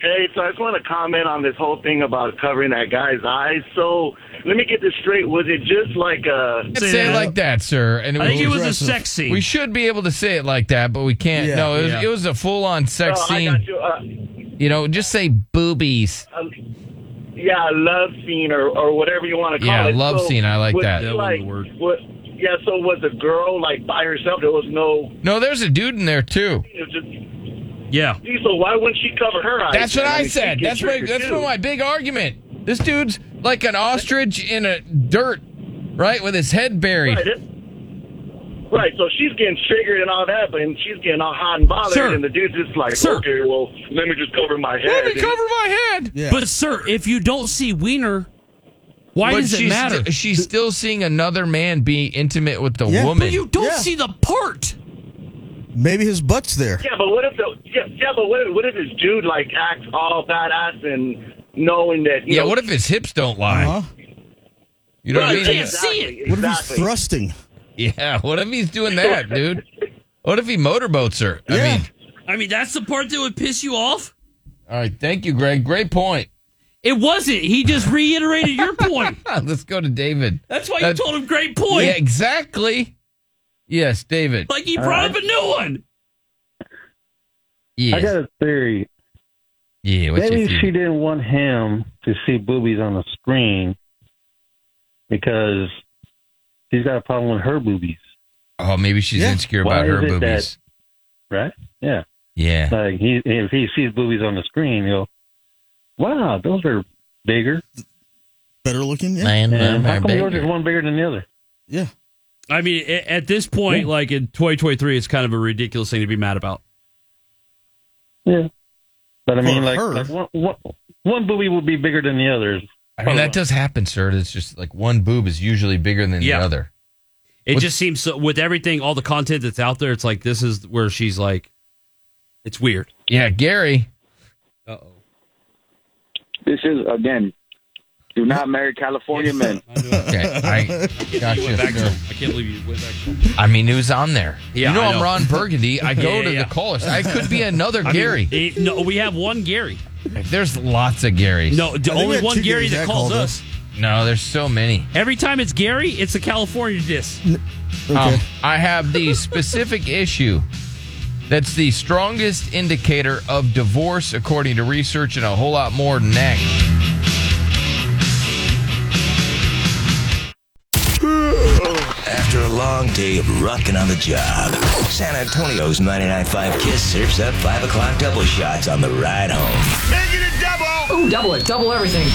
Speaker 6: Hey, so I just want to comment on this whole thing about covering that guy's eyes. So let me get this straight. Was it just like a.
Speaker 7: say it like that, sir. And
Speaker 6: I think it was a sex scene.
Speaker 7: We should be able to say it like that, but we can't.
Speaker 6: Yeah.
Speaker 7: no, it was,
Speaker 6: Yeah.
Speaker 7: it was a full-on sex
Speaker 6: Oh, I
Speaker 7: scene.
Speaker 6: got you. Uh,
Speaker 7: You know, just say boobies.
Speaker 6: um, yeah, a love scene or, or whatever you want to call
Speaker 7: Yeah,
Speaker 6: it.
Speaker 7: love
Speaker 6: So
Speaker 7: scene. I like
Speaker 6: was
Speaker 7: that.
Speaker 6: it
Speaker 7: That was
Speaker 6: Like,
Speaker 7: the word.
Speaker 6: What, yeah, so was the girl like by herself? There was no.
Speaker 7: No, there's a dude in there too.
Speaker 6: It was just,
Speaker 11: Yeah.
Speaker 6: so why wouldn't she cover her eyes?
Speaker 7: That's what
Speaker 6: then?
Speaker 7: I
Speaker 6: mean, she
Speaker 7: said.
Speaker 6: gets
Speaker 7: That's my
Speaker 6: triggered,
Speaker 7: that's
Speaker 6: too.
Speaker 7: what my big argument. This dude's like an ostrich in a dirt, right, with his head buried.
Speaker 6: Right, it- right, so she's getting triggered and all that, but and she's getting all hot and bothered,
Speaker 11: Sir.
Speaker 6: and the dude's just like,
Speaker 11: Sir.
Speaker 6: okay, well, let me just cover my head. and-
Speaker 7: my head.
Speaker 11: But sir, if you don't see wiener, why
Speaker 7: But
Speaker 11: does it
Speaker 7: she's
Speaker 11: matter?
Speaker 7: sti- she's still seeing another man be intimate with the woman.
Speaker 11: But you don't see the part.
Speaker 33: Maybe his butt's there.
Speaker 6: Yeah, but what if the yeah, yeah but what if, what if this dude like acts all badass and knowing that you
Speaker 7: yeah,
Speaker 6: know,
Speaker 7: what if his hips don't lie?
Speaker 33: Uh-huh.
Speaker 7: You know
Speaker 6: Right,
Speaker 7: what I mean?
Speaker 6: you can't see it. What if he's Exactly.
Speaker 33: thrusting?
Speaker 7: Yeah, what if he's doing that, dude? What if he motorboats her? I mean,
Speaker 11: I mean, that's the part that would piss you off.
Speaker 7: all right, thank you, Greg. Great point.
Speaker 11: It wasn't. He just reiterated your point.
Speaker 7: Let's go to David.
Speaker 11: That's why you
Speaker 7: Uh,
Speaker 11: told him great point.
Speaker 7: Yeah, exactly. Yes, David.
Speaker 11: Like he brought up a new one.
Speaker 32: I got a theory.
Speaker 7: Yeah,
Speaker 32: what's
Speaker 7: your
Speaker 32: maybe
Speaker 7: theory?
Speaker 32: she didn't want him to see boobies on the screen because she's got a problem with her boobies.
Speaker 7: Oh, maybe she's insecure
Speaker 32: Why
Speaker 7: about her
Speaker 32: is it
Speaker 7: boobies.
Speaker 32: that- right? Yeah.
Speaker 7: Yeah.
Speaker 32: Like he, if he sees boobies on the screen, he'll, wow, those are bigger,
Speaker 33: better looking. Yeah.
Speaker 32: Man,
Speaker 11: them
Speaker 32: how
Speaker 11: are
Speaker 32: come yours
Speaker 11: bigger.
Speaker 32: is one bigger than the other?
Speaker 33: Yeah.
Speaker 11: I mean, a- at this point, like in 2023, it's kind of a ridiculous thing to be mad about.
Speaker 32: Yeah. But I
Speaker 11: For
Speaker 32: mean, like,
Speaker 11: her.
Speaker 32: like one, one, one boobie will be bigger than the others.
Speaker 7: I mean,
Speaker 11: Oh.
Speaker 7: that does happen, sir. It's just like one boob is usually bigger than
Speaker 11: Yeah.
Speaker 7: the other.
Speaker 11: It just seems so, with everything, all the content that's out there, it's like this is where she's like, it's weird.
Speaker 7: Yeah, Gary.
Speaker 11: Uh oh.
Speaker 34: This is again. Do not marry California men.
Speaker 7: Okay, I got you. sir.
Speaker 11: I can't believe you went back.
Speaker 7: I mean, it was on there.
Speaker 11: Yeah,
Speaker 7: you know,
Speaker 11: I
Speaker 7: I'm
Speaker 11: know.
Speaker 7: Ron Burgundy. I go
Speaker 11: Yeah, yeah,
Speaker 7: to
Speaker 11: yeah.
Speaker 7: the callers. I could be another
Speaker 11: I mean,
Speaker 7: Gary.
Speaker 11: it- no, we have one Gary.
Speaker 7: There's lots of Garys.
Speaker 11: No, d- only one Gary that calls us.
Speaker 7: No, there's so many.
Speaker 11: Every time it's Gary, it's a California diss.
Speaker 7: Um, I have the specific issue that's the strongest indicator of divorce, according to research, and a whole lot more than that.
Speaker 1: After a long day of rocking on the job, San Antonio's 99.5 Kiss serves up 5 o'clock double shots on the ride home.
Speaker 28: Make it a double. Ooh, double it, double everything.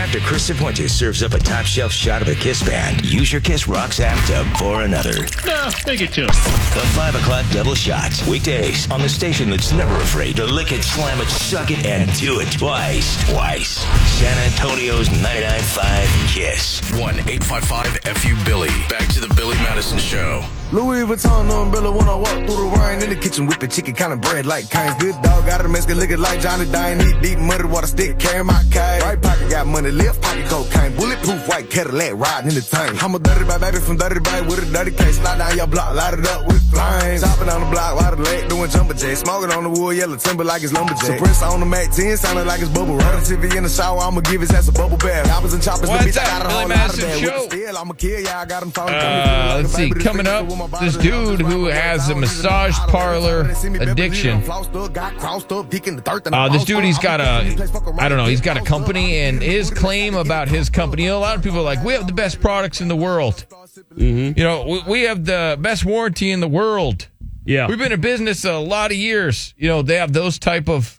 Speaker 1: After Kristen Fuentes serves up a top shelf shot of a Kiss band, use your Kiss Rocks app to pour another.
Speaker 28: No, make it two.
Speaker 1: The 5 o'clock double shots, weekdays, on the station that's never afraid to lick it, slam it, suck it, and do it twice. Twice. San Antonio's 99.5 Kiss.
Speaker 35: 1 855 FU Billy. Back to the Billy Madison Show.
Speaker 31: Louis Vuitton umbrella when I walk through the rain in the kitchen whipping chicken kind of bread like kind good dog got a Mexican looking like Johnny Dine knee deep muddy water stick carrying my cane right pocket got money left pocket cocaine bulletproof white Cadillac riding in the tank I'm a dirty bag baby from dirty bag with a dirty case slide down your block light it up with flames chopping on the block while the leg doing jumper jacks smoking on the wood yellow timber like it's lumberjack suppressor on the Mac 10 sounding like it's bubble running TV in the shower I'ma give his ass a bubble bath choppers and choppers the
Speaker 7: What's
Speaker 31: bitch
Speaker 7: up,
Speaker 31: got a
Speaker 7: Billy
Speaker 31: whole lot of
Speaker 7: Madison
Speaker 31: that
Speaker 7: Show?
Speaker 31: with the steel I'ma kill ya I got him
Speaker 7: Uh, let's see. Coming up, this dude who has a massage parlor addiction. Uh, this dude, he's got a, I don't know, he's got a company, and his claim about his company, you know, a lot of people are like, we have the best products in the world.
Speaker 11: Mm-hmm.
Speaker 7: You know, we, we have the best warranty in the world.
Speaker 11: Yeah.
Speaker 7: We've been in business a lot of years. You know, they have those type of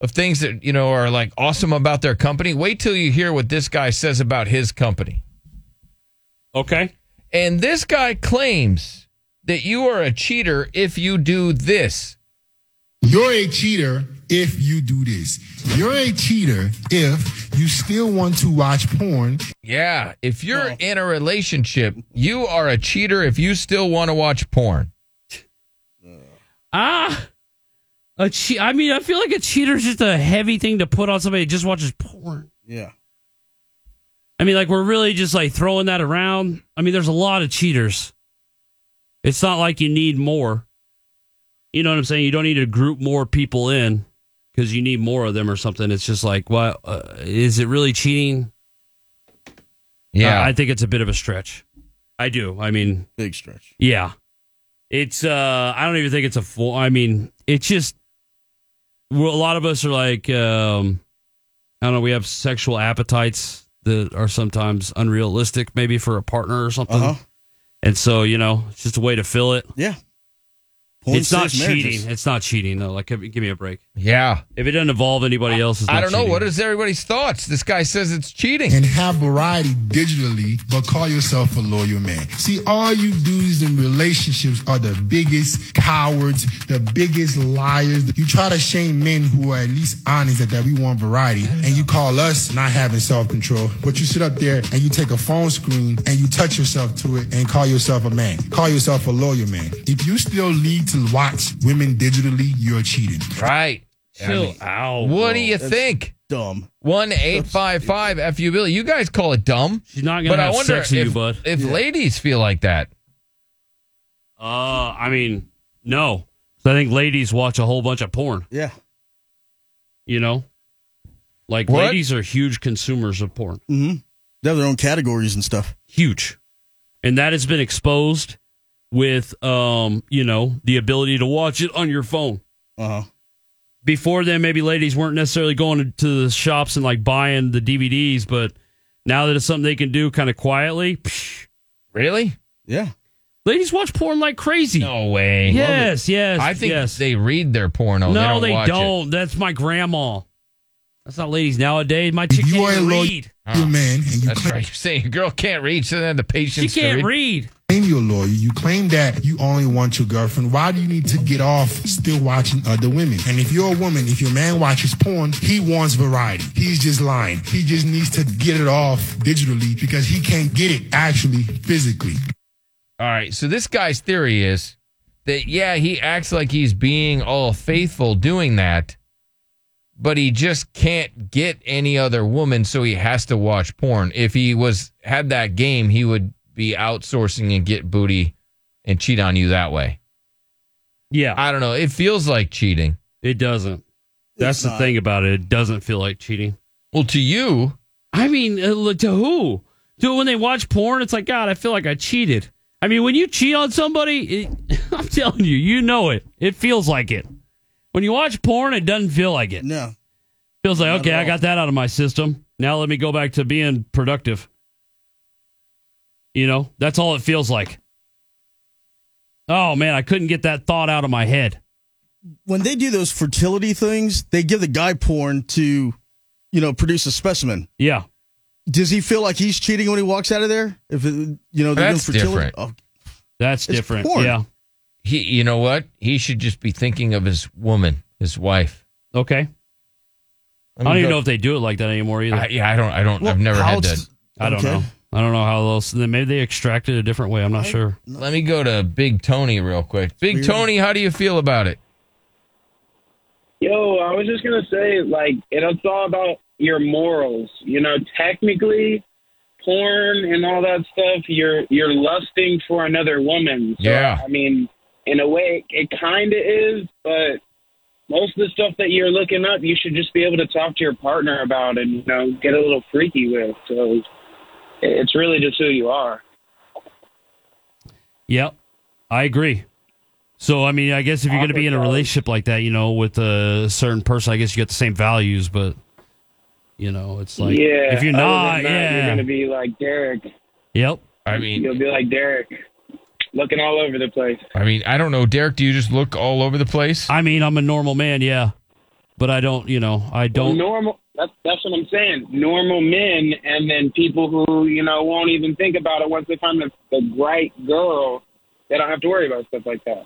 Speaker 7: of things that, you know, are like awesome about their company. Wait till you hear what this guy says about his company.
Speaker 11: Okay.
Speaker 7: And this guy claims that you are a cheater if you do this.
Speaker 8: You're a cheater if you do this. You're a cheater if you still want to watch porn.
Speaker 7: Yeah. If you're in a relationship, you are a cheater if you still want to watch porn.
Speaker 11: Ah, a che- I mean, I feel like a cheater is just a heavy thing to put on somebody that just watches porn.
Speaker 2: Yeah.
Speaker 11: I mean, like we're really just like throwing that around. I mean, there's a lot of cheaters. It's not like you need more. You know what I'm saying? You don't need to group more people in because you need more of them or something. It's just like, what uh, is it really cheating?
Speaker 7: Yeah.
Speaker 11: I I think it's a bit of a stretch. I do. I mean,
Speaker 2: big stretch.
Speaker 11: Yeah. It's uh I don't even think it's a full I mean, it's just well, a lot of us are like um I don't know, we have sexual appetites that are sometimes unrealistic maybe for a partner or something.
Speaker 2: Uh-huh.
Speaker 11: And so, you know, it's just a way to fill it.
Speaker 2: Yeah.
Speaker 11: it's not
Speaker 7: Porn-sized
Speaker 11: cheating.
Speaker 7: marriages.
Speaker 11: It's not cheating though. Like give me give me a break.
Speaker 7: Yeah.
Speaker 11: If it doesn't involve anybody else, it's
Speaker 7: I
Speaker 11: not
Speaker 7: don't know.
Speaker 11: cheating.
Speaker 7: What is everybody's thoughts? This guy says it's cheating.
Speaker 8: And have variety digitally, but call yourself a loyal man. See, all you dudes in relationships are the biggest cowards, the biggest liars. You try to shame men who are at least honest that, that we want variety, and you call us not having self control. But you sit up there and you take a phone screen and you touch yourself to it and call yourself a man. Call yourself a loyal man. If you still need to watch women digitally, you're cheating.
Speaker 7: Right.
Speaker 8: Chill
Speaker 11: out.
Speaker 7: What
Speaker 8: bro.
Speaker 7: do you
Speaker 8: That's
Speaker 7: think?
Speaker 2: Dumb.
Speaker 7: One eight five five FU Billy. You guys call it dumb.
Speaker 11: She's not gonna have sex with
Speaker 7: if,
Speaker 11: you, bud.
Speaker 7: if
Speaker 11: Yeah.
Speaker 7: ladies feel like that.
Speaker 11: Uh I mean, no. So I think ladies watch a whole bunch of porn.
Speaker 2: Yeah.
Speaker 11: You know? Like
Speaker 2: What?
Speaker 11: ladies are huge consumers of porn.
Speaker 2: Mm-hmm. They have their own categories and stuff.
Speaker 11: huge and that has been exposed with um you know the ability to watch it on your phone
Speaker 2: uh-huh
Speaker 11: before then maybe ladies weren't necessarily going to the shops and like buying the dvds but now that it's something they can do kind of quietly psh,
Speaker 7: really
Speaker 2: yeah
Speaker 11: ladies watch porn like crazy
Speaker 7: no way
Speaker 11: yes yes
Speaker 7: I think
Speaker 11: yes.
Speaker 7: they read their porno. they
Speaker 11: no
Speaker 7: don't.
Speaker 11: they don't,
Speaker 7: watch it.
Speaker 11: that's my grandma that's not ladies nowadays my chick
Speaker 8: You are a
Speaker 11: can't
Speaker 8: lo-
Speaker 11: read
Speaker 8: you man, and you
Speaker 7: That's right. You're saying a girl can't read, so they have the patience.
Speaker 8: She can't
Speaker 7: to
Speaker 11: read.
Speaker 8: claim you're a lawyer. You claim that you only want your girlfriend. Why do you need to get off still watching other women? And if you're a woman, if your man watches porn, he wants variety. He's just lying. He just needs to get it off digitally because he can't get it actually physically.
Speaker 7: All right. So this guy's theory is that yeah, he acts like he's being all faithful doing that, but he just can't get any other woman, so he has to watch porn. If he was had that game, he would be outsourcing and get booty and cheat on you that way.
Speaker 11: Yeah.
Speaker 7: I don't know. It feels like cheating.
Speaker 11: It doesn't. That's the thing about it. It doesn't feel like cheating.
Speaker 7: Well, to you.
Speaker 11: I mean, uh, look, to who? To when they watch porn, it's like, God, I feel like I cheated. I mean, when you cheat on somebody, it, I'm telling you, you know it. It feels like it. When you watch porn, it doesn't feel like it.
Speaker 2: No.
Speaker 11: Feels like,
Speaker 2: Not at
Speaker 11: okay, I
Speaker 2: all.
Speaker 11: got that out of my system. Now let me go back to being productive. You know, that's all it feels like. Oh, man, I couldn't get that thought out of my head.
Speaker 2: When they do those fertility things, they give the guy porn to, you know, produce a specimen.
Speaker 11: Yeah.
Speaker 2: Does he feel like he's cheating when he walks out of there? If it, you know, they're
Speaker 7: That's
Speaker 2: doing fertility. Oh.
Speaker 7: different.
Speaker 11: That's
Speaker 2: It's different. porn. Yeah.
Speaker 7: He you know what? He should just be thinking of his woman, his wife.
Speaker 11: Okay. I don't even know if they do it like that anymore either.
Speaker 7: I- yeah, I don't- I don't- Well, I've never how had that. else-
Speaker 11: I don't
Speaker 7: Okay.
Speaker 11: know. I don't know how else. Then maybe they extract it a different way. I'm not sure.
Speaker 7: Let me go to Big Tony real quick. Big
Speaker 11: weird.
Speaker 7: Tony, how do you feel about it?
Speaker 14: Yo, I was just gonna say, like, it's all about your morals. You know, technically, porn and all that stuff, you're you're lusting for another woman. So,
Speaker 7: Yeah.
Speaker 14: I mean, in a way, it kind of is, but most of the stuff that you're looking up, you should just be able to talk to your partner about and you know get a little freaky with. So, it- it's really just who you are.
Speaker 11: Yep. I agree. So I mean, I guess if you're going to be in a relationship like that, you know, with a certain person, I guess you got the same values, but you know, it's like
Speaker 14: yeah.
Speaker 11: if you're
Speaker 14: other
Speaker 11: not,
Speaker 14: than that,
Speaker 11: yeah,
Speaker 14: you're gonna be like Derek.
Speaker 11: yep.
Speaker 7: I mean,
Speaker 14: You'll be like Derek, looking all over the place.
Speaker 7: I mean, I don't know, Derek. Do you just look all over the place?
Speaker 11: I mean, I'm a normal man, yeah, but I don't, you know, I don't.
Speaker 14: normal. That's that's what I'm saying. Normal men, and then people who you know won't even think about it once they find the, the right girl. They don't have to worry about stuff like that.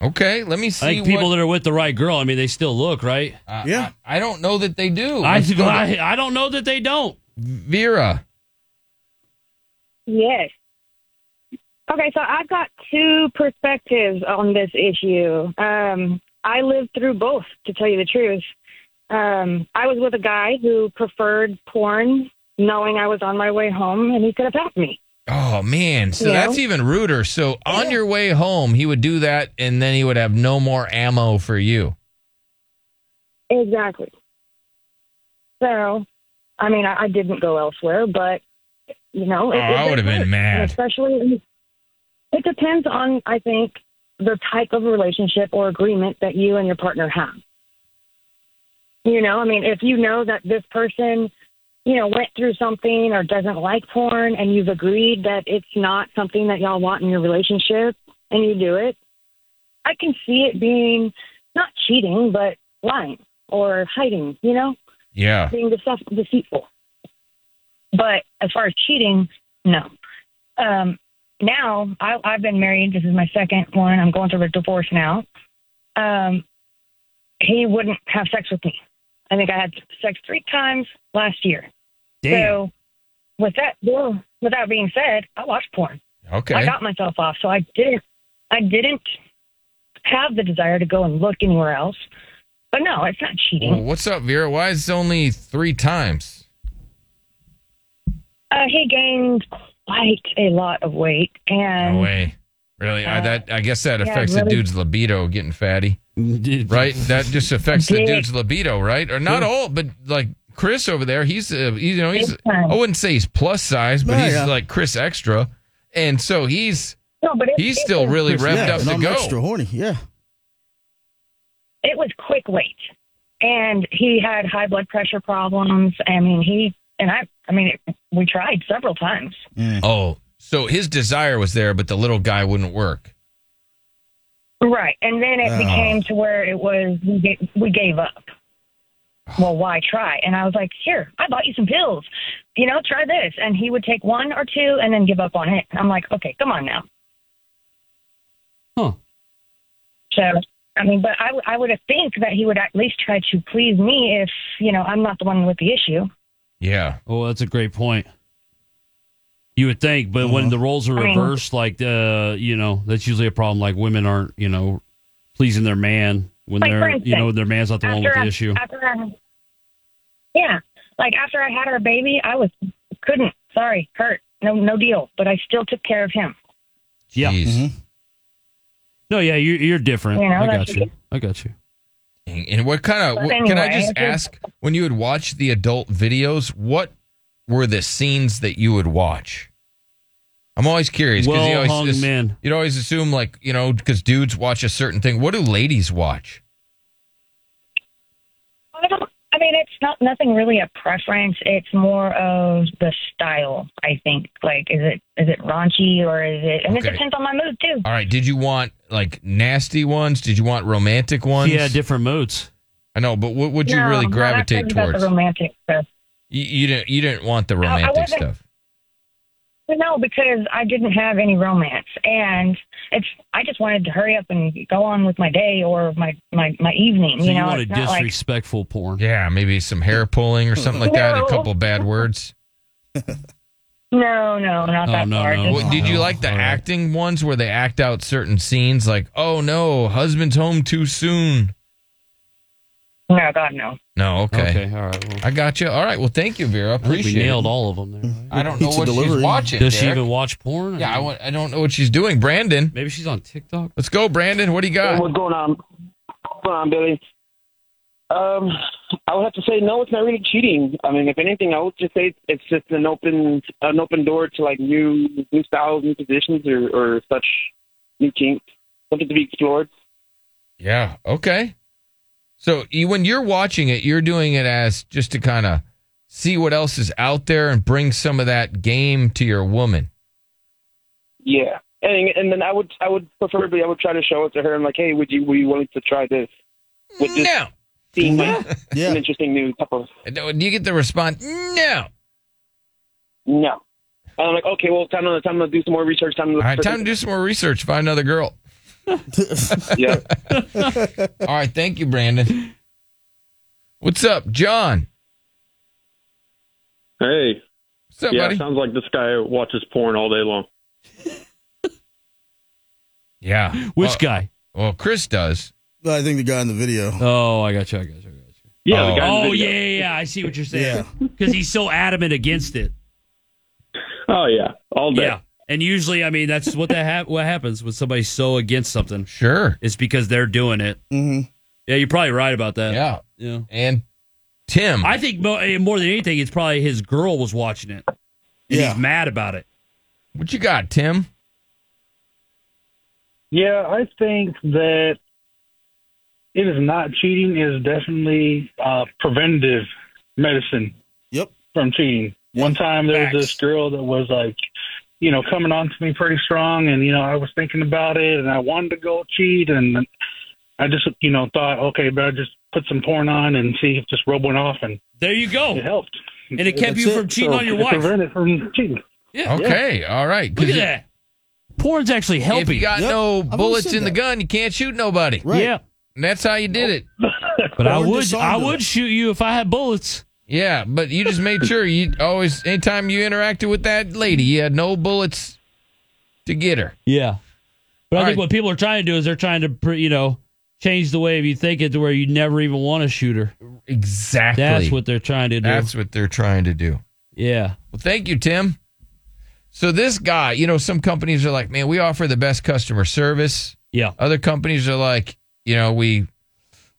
Speaker 7: okay, let me see.
Speaker 11: Hmm. I think
Speaker 7: what-
Speaker 11: people that are with the right girl, I mean, they still look right.
Speaker 7: yeah, I, I don't know that they do.
Speaker 11: I,
Speaker 7: Let's go to-
Speaker 11: I, I don't know that they don't.
Speaker 7: Vera.
Speaker 28: Yes. Okay, so I've got two perspectives on this issue. Um, I lived through both, to tell you the truth. Um, I was with a guy who preferred porn, knowing I was on my way home, and he could have passed me.
Speaker 7: Oh man, so
Speaker 28: You know?
Speaker 7: that's even ruder. So on your way home, he would do that, and then he would have no more ammo for you.
Speaker 28: Exactly. So, I mean, I, I didn't go elsewhere, but you know,
Speaker 7: Oh, I
Speaker 28: does
Speaker 7: would've been
Speaker 28: hurt. And
Speaker 7: mad.
Speaker 28: Especially, it depends on I think the type of relationship or agreement that you and your partner have. You know, I mean, if you know that this person, you know, went through something or doesn't like porn, and you've agreed that it's not something that y'all want in your relationship, and you do it, I can see it being not cheating, but lying or hiding, you know,
Speaker 7: Yeah.
Speaker 28: being decef- deceitful. But as far as cheating, no. Um, now I, I've been married. This is my second one. I'm going through a divorce now. Um, he wouldn't have sex with me. I think I had sex three times last year.
Speaker 7: Damn.
Speaker 28: So with that, well, with that being said, I watched porn.
Speaker 7: Okay.
Speaker 28: I got myself off, so I didn't. I didn't have the desire to go and look anywhere else. But no, it's not cheating.
Speaker 7: Well, what's up, Vera? Why is it only three times?
Speaker 28: Uh, he gained quite a lot of weight, and
Speaker 7: No way. Really? I, that I guess that
Speaker 28: Mm. Uh, yeah,
Speaker 7: affects the
Speaker 28: really.
Speaker 7: dude's libido getting fatty, right? That just affects the
Speaker 28: Dick.
Speaker 7: dude's libido, right? Or not all, but like Chris over there, he's uh, he's, you know he's
Speaker 28: Big time.
Speaker 7: I wouldn't say he's plus size, but
Speaker 28: No,
Speaker 7: he's
Speaker 28: yeah.
Speaker 7: like Chris extra, and so he's
Speaker 28: No, but it-
Speaker 7: he's
Speaker 28: it
Speaker 7: still
Speaker 28: was-
Speaker 7: really
Speaker 28: Chris,
Speaker 7: revved
Speaker 28: yeah,
Speaker 7: up
Speaker 28: and
Speaker 7: to
Speaker 28: I'm
Speaker 7: go.
Speaker 28: extra
Speaker 7: horny, yeah.
Speaker 28: it was quick weight. And he had high blood pressure problems. I mean, he and I. I mean, it, we tried several times.
Speaker 7: Oh, so his desire was there, but the little guy wouldn't work.
Speaker 28: Right, and then it
Speaker 7: Oh.
Speaker 28: became to where it was we ga- we gave up. Well, why try? And I was like, here, I bought you some pills. You know, try this. And he would take one or two and then give up on it. I'm like, okay, come on now.
Speaker 11: Huh.
Speaker 28: So, I mean, but I, w- I would have think that he would at least try to please me if, you know, I'm not the one with the issue.
Speaker 7: Yeah.
Speaker 11: Oh, that's a great point. You would think, but
Speaker 28: Uh-huh.
Speaker 11: when the roles are
Speaker 28: I mean-
Speaker 11: reversed, like uh, you know, that's usually a problem. Like women aren't, you know, pleasing their man when
Speaker 28: Like, for
Speaker 11: they're, you know,
Speaker 28: instance,
Speaker 11: their man's not the one with
Speaker 28: after
Speaker 11: the
Speaker 28: I-
Speaker 11: issue.
Speaker 28: After I, yeah, like after I had our baby, I was couldn't. Sorry, hurt. No, no deal. But I still took care of him.
Speaker 11: yeah. Mm-hmm. No, yeah, you're, you're different.
Speaker 28: You know,
Speaker 11: I got
Speaker 28: that's-
Speaker 11: you. I got you.
Speaker 7: And what kind of?
Speaker 28: But
Speaker 7: What, can I
Speaker 28: anyway,
Speaker 7: just
Speaker 28: it's just-
Speaker 7: ask? When you would watch the adult videos, what were the scenes that you would watch? I'm always curious because you
Speaker 11: Well-hung
Speaker 7: always
Speaker 11: men.
Speaker 7: you'd always assume like you know because dudes watch a certain thing. What do ladies watch?
Speaker 28: I don't. I mean, it's not nothing really a preference. It's more of the style. I think. Like, is it is it raunchy or is it? And
Speaker 7: Okay.
Speaker 28: it depends on my mood too.
Speaker 7: All right, did you want like nasty ones? Did you want romantic ones?
Speaker 11: Yeah, different moods.
Speaker 7: I know, but what would you really gravitate towards?
Speaker 28: the romantic stuff.
Speaker 7: you, you didn't you didn't want the
Speaker 28: I- I
Speaker 7: romantic
Speaker 28: wasn't-
Speaker 7: stuff.
Speaker 28: No, because I didn't have any romance, and it's. I just wanted to hurry up and go on with my day or my my my evening.
Speaker 7: So
Speaker 28: you
Speaker 7: you
Speaker 28: know,
Speaker 7: wanted
Speaker 28: it's not like
Speaker 11: disrespectful porn.
Speaker 7: Yeah, maybe some hair pulling or something like that. A
Speaker 28: No.
Speaker 7: couple bad words.
Speaker 28: no, no,
Speaker 7: Oh,
Speaker 11: Oh,
Speaker 28: not that far. Just-
Speaker 7: Well, Did you like the acting ones where they act out certain scenes? Like, oh no, husband's home too soon.
Speaker 28: No, God, no.
Speaker 7: No, okay,
Speaker 11: all right.
Speaker 7: I got you. All right, well, thank you, Vera.
Speaker 11: think we
Speaker 7: Appreciate
Speaker 11: nailed
Speaker 7: it.
Speaker 11: all of them. There,
Speaker 7: I don't know what she's watching.
Speaker 11: Does she
Speaker 7: Derek.
Speaker 11: even watch porn?
Speaker 7: Yeah, I, want, I don't know what she's doing, Brandon.
Speaker 11: Maybe she's on TikTok.
Speaker 7: Let's go, Brandon. What do you got?
Speaker 5: Hey, what's going on? What's going on, Billy?
Speaker 14: Um, I would have to say no. It's not really cheating. I mean, if anything, I would just say it's just an open an open door to like new new styles, new positions, or, or such new kinks, something to be explored.
Speaker 7: Yeah. Okay. So you, when you're watching it, you're doing it as just to kind of see what else is out there and bring some of that game to your woman.
Speaker 14: Yeah, and and then I would I would preferably I would try to show it to her. and like, hey, would you were you willing to try this? Would this
Speaker 7: No.
Speaker 14: seem like an interesting new couple?
Speaker 7: uh, Do you get the response? No.
Speaker 14: No. And I'm like, okay, well, time to time to do some more research. Time to
Speaker 7: All right, time to do some more research. Find another girl.
Speaker 14: yeah.
Speaker 7: All right. Thank you, Brandon. What's up, John?
Speaker 36: Hey.
Speaker 7: What's up,
Speaker 36: yeah,
Speaker 7: buddy?
Speaker 36: sounds like this guy watches porn all day long.
Speaker 7: Yeah.
Speaker 36: Which
Speaker 7: guy? Well, Chris does.
Speaker 2: I think the guy in the video.
Speaker 11: Oh, I got you. I got you. I got you.
Speaker 36: Yeah,
Speaker 11: Oh,
Speaker 36: the guy in the video.
Speaker 11: yeah, yeah, yeah. I see what you're saying. Because he's so adamant against it.
Speaker 36: Oh yeah, all day.
Speaker 11: Yeah, and usually, I mean, that's what that hap what happens when somebody's so against something.
Speaker 7: Sure,
Speaker 11: it's because they're doing it.
Speaker 2: Mm-hmm.
Speaker 11: Yeah, you're probably right about that.
Speaker 7: Yeah,
Speaker 11: yeah.
Speaker 7: And Tim,
Speaker 11: I think mo- eh, more than anything, it's probably his girl was watching it. And he's mad about it.
Speaker 7: What you got, Tim?
Speaker 25: Yeah, I think that it is not cheating. It is definitely uh, preventative medicine.
Speaker 2: Yep.
Speaker 25: From cheating. One time there was this girl that was like, you know, coming on to me pretty strong, and you know, I was thinking about it, and I wanted to go cheat, and I just, you know, thought, okay, better just put some porn on and see if this rub went off, and
Speaker 11: there you go.
Speaker 25: It helped,
Speaker 11: And it kept you from cheating on your
Speaker 25: it
Speaker 11: wife.
Speaker 25: Prevented from cheating.
Speaker 11: Yeah.
Speaker 7: Okay. All right.
Speaker 11: Look at that. Porn's actually helping.
Speaker 7: If you got
Speaker 11: Yep.
Speaker 7: no
Speaker 11: I've always
Speaker 7: bullets
Speaker 11: said
Speaker 7: in the
Speaker 11: that.
Speaker 7: gun, you can't shoot nobody.
Speaker 11: Right. Yeah.
Speaker 7: And that's how you did it.
Speaker 11: But I would, I would shoot you if I had bullets.
Speaker 7: Yeah, but you just made sure you always, anytime you interacted with that lady, you had no bullets to get her.
Speaker 11: Yeah. But I
Speaker 7: All
Speaker 11: think
Speaker 7: right.
Speaker 11: what people are trying to do is they're trying to, pre- you know, change the way of you think it to where you never even want to shoot her.
Speaker 7: Exactly.
Speaker 11: That's what they're trying to do.
Speaker 7: That's what they're trying to do.
Speaker 11: Yeah.
Speaker 7: Well, thank you, Tim. So this guy, you know, some companies are like, man, we offer the best customer service.
Speaker 11: Yeah.
Speaker 7: Other companies are like, you know, we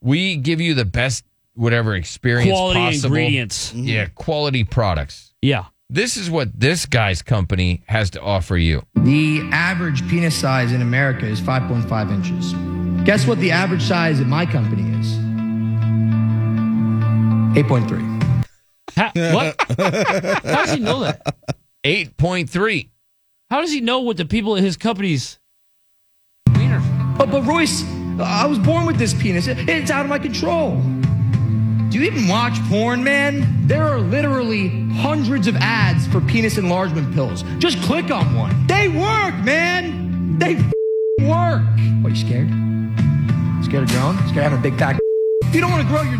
Speaker 7: we give you the best whatever experience
Speaker 11: Quality
Speaker 7: possible.
Speaker 11: ingredients.
Speaker 7: Yeah, quality products.
Speaker 11: Yeah.
Speaker 7: This is what this guy's company has to offer you.
Speaker 6: The average penis size in America is 5.5 inches. Guess what the average size at my company is? 8.3.
Speaker 11: what? How does he know that?
Speaker 7: 8.3.
Speaker 11: How does he know what the people at his company's
Speaker 6: But, but Royce, uh, I was born with this penis. It- It's out of my control. Do you even watch porn, man? There are literally hundreds of ads for penis enlargement pills. Just click on one. They work, man. They f***ing work. What, you scared? Scared of growing? Scared of having a big pack? You don't want to grow your.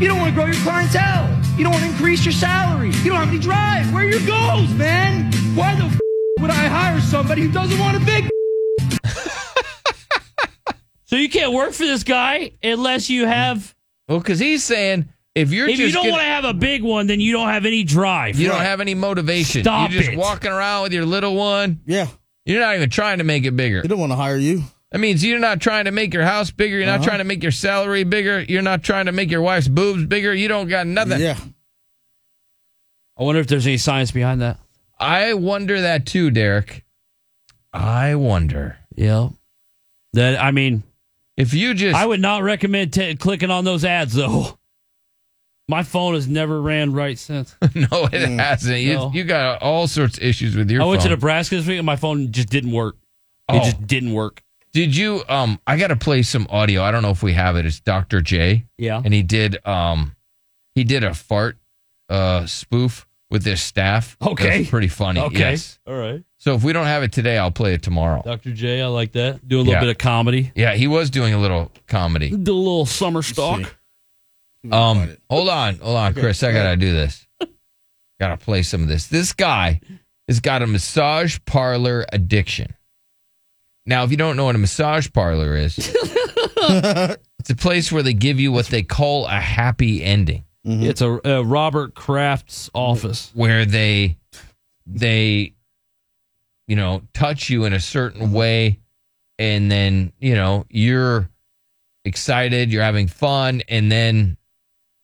Speaker 6: You don't want to grow your clientele. You don't want to increase your salary. You don't have any drive. Where are your goals, man? Why the f- would I hire somebody who doesn't want a big?
Speaker 11: So you can't work for this guy unless you have.
Speaker 7: Well, because he's saying if you're
Speaker 11: if you
Speaker 7: just
Speaker 11: don't
Speaker 7: gonna-
Speaker 11: want to have a big one, then you don't have any drive.
Speaker 7: You don't have any motivation.
Speaker 11: Stop
Speaker 7: You're just
Speaker 11: it.
Speaker 7: walking around with your little one.
Speaker 2: Yeah.
Speaker 7: You're not even trying to make it bigger. They
Speaker 2: don't want to hire you.
Speaker 7: That means you're not trying to make your house bigger. You're not
Speaker 2: Uh-huh.
Speaker 7: trying to make your salary bigger. You're not trying to make your wife's boobs bigger. You don't got nothing.
Speaker 2: Yeah.
Speaker 11: I wonder if there's any science behind that.
Speaker 7: I wonder that too, Derek. I wonder.
Speaker 11: Yeah. That I mean,
Speaker 7: if you just,
Speaker 11: I would not recommend t- clicking on those ads though. My phone has never ran right since.
Speaker 7: no, it hasn't. You, you got all sorts of issues with your
Speaker 11: Mm. I went to
Speaker 7: phone.
Speaker 11: Nebraska this week and my phone just didn't work. It
Speaker 7: Oh.
Speaker 11: just didn't work.
Speaker 7: Did you um I gotta play some audio. I don't know if we have it. It's Dr. J.
Speaker 11: Yeah.
Speaker 7: And he did um he did a fart uh spoof with his staff.
Speaker 11: Okay.
Speaker 7: That's pretty funny.
Speaker 11: Okay.
Speaker 7: Yes.
Speaker 11: All right.
Speaker 7: So if we don't have it today, I'll play it tomorrow.
Speaker 11: Dr. J, I like that. Do a little
Speaker 7: Yeah.
Speaker 11: bit of comedy.
Speaker 7: Yeah, he was doing a little comedy.
Speaker 11: Do a little summer stock.
Speaker 7: Um hold on, hold on,
Speaker 11: Okay.
Speaker 7: Chris. I gotta do this. gotta play some of this. This guy has got a massage parlor addiction. Now, if you don't know what a massage parlor is, It's a place where they give you what they call a happy ending.
Speaker 11: It's a, uh Robert Kraft's office
Speaker 7: where they they you know touch you in a certain way, and then you know you're excited, you're having fun, and then,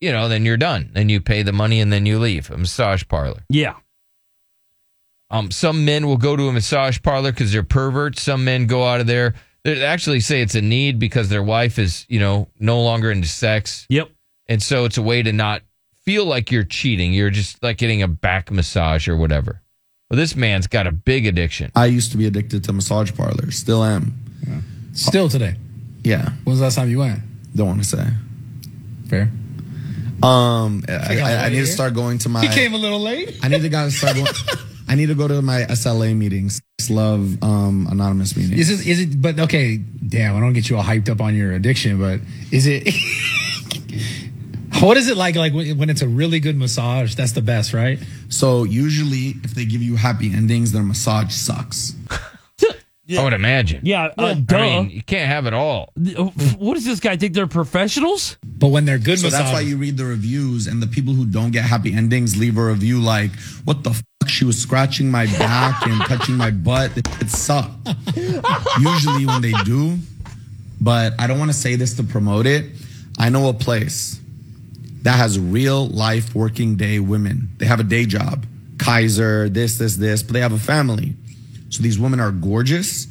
Speaker 7: you know, then you're done. Then you pay the money and then you leave a massage parlor.
Speaker 11: Yeah.
Speaker 7: Um, some men will go to a massage parlor because they're perverts. Some men go out of there. They actually say it's a need because their wife is, you know, no longer into sex.
Speaker 11: Yep.
Speaker 7: And so it's a way to not feel like you're cheating. You're just like getting a back massage or whatever. Well, this man's got a big addiction.
Speaker 24: I used to be addicted to massage parlors. Still am.
Speaker 9: Still today.
Speaker 24: Yeah.
Speaker 9: When's the last time you went?
Speaker 24: Don't want to say.
Speaker 9: Fair.
Speaker 24: Um, I,
Speaker 9: Think I'm
Speaker 24: I, I
Speaker 9: right
Speaker 24: need to
Speaker 9: here?
Speaker 24: start going to my.
Speaker 9: He came a little late.
Speaker 24: I need to go start going. I need to go to my SLA meetings. Love um, anonymous meetings.
Speaker 9: Is it? Is it? But okay, damn. I don't get you all hyped up on your addiction, but is it? what is it like? Like when, when it's a really good massage, that's the best, right?
Speaker 24: So usually, if they give you happy endings, their massage sucks.
Speaker 7: I would imagine.
Speaker 11: Yeah, uh,
Speaker 7: I
Speaker 11: duh. uh,
Speaker 7: mean, you can't have it all.
Speaker 11: What does this guy think? They're professionals?
Speaker 9: But when they're good
Speaker 24: so that's
Speaker 9: massage-
Speaker 24: why you read the reviews, and the people who don't get happy endings leave a review like, "What the fuck? She was scratching my back and touching my butt. It, it sucked." Usually when they do, but I don't want to say this to promote it. I know a place that has real life working day women. They have a day job, Kaiser, this, this, this, but they have a family. So these women are gorgeous,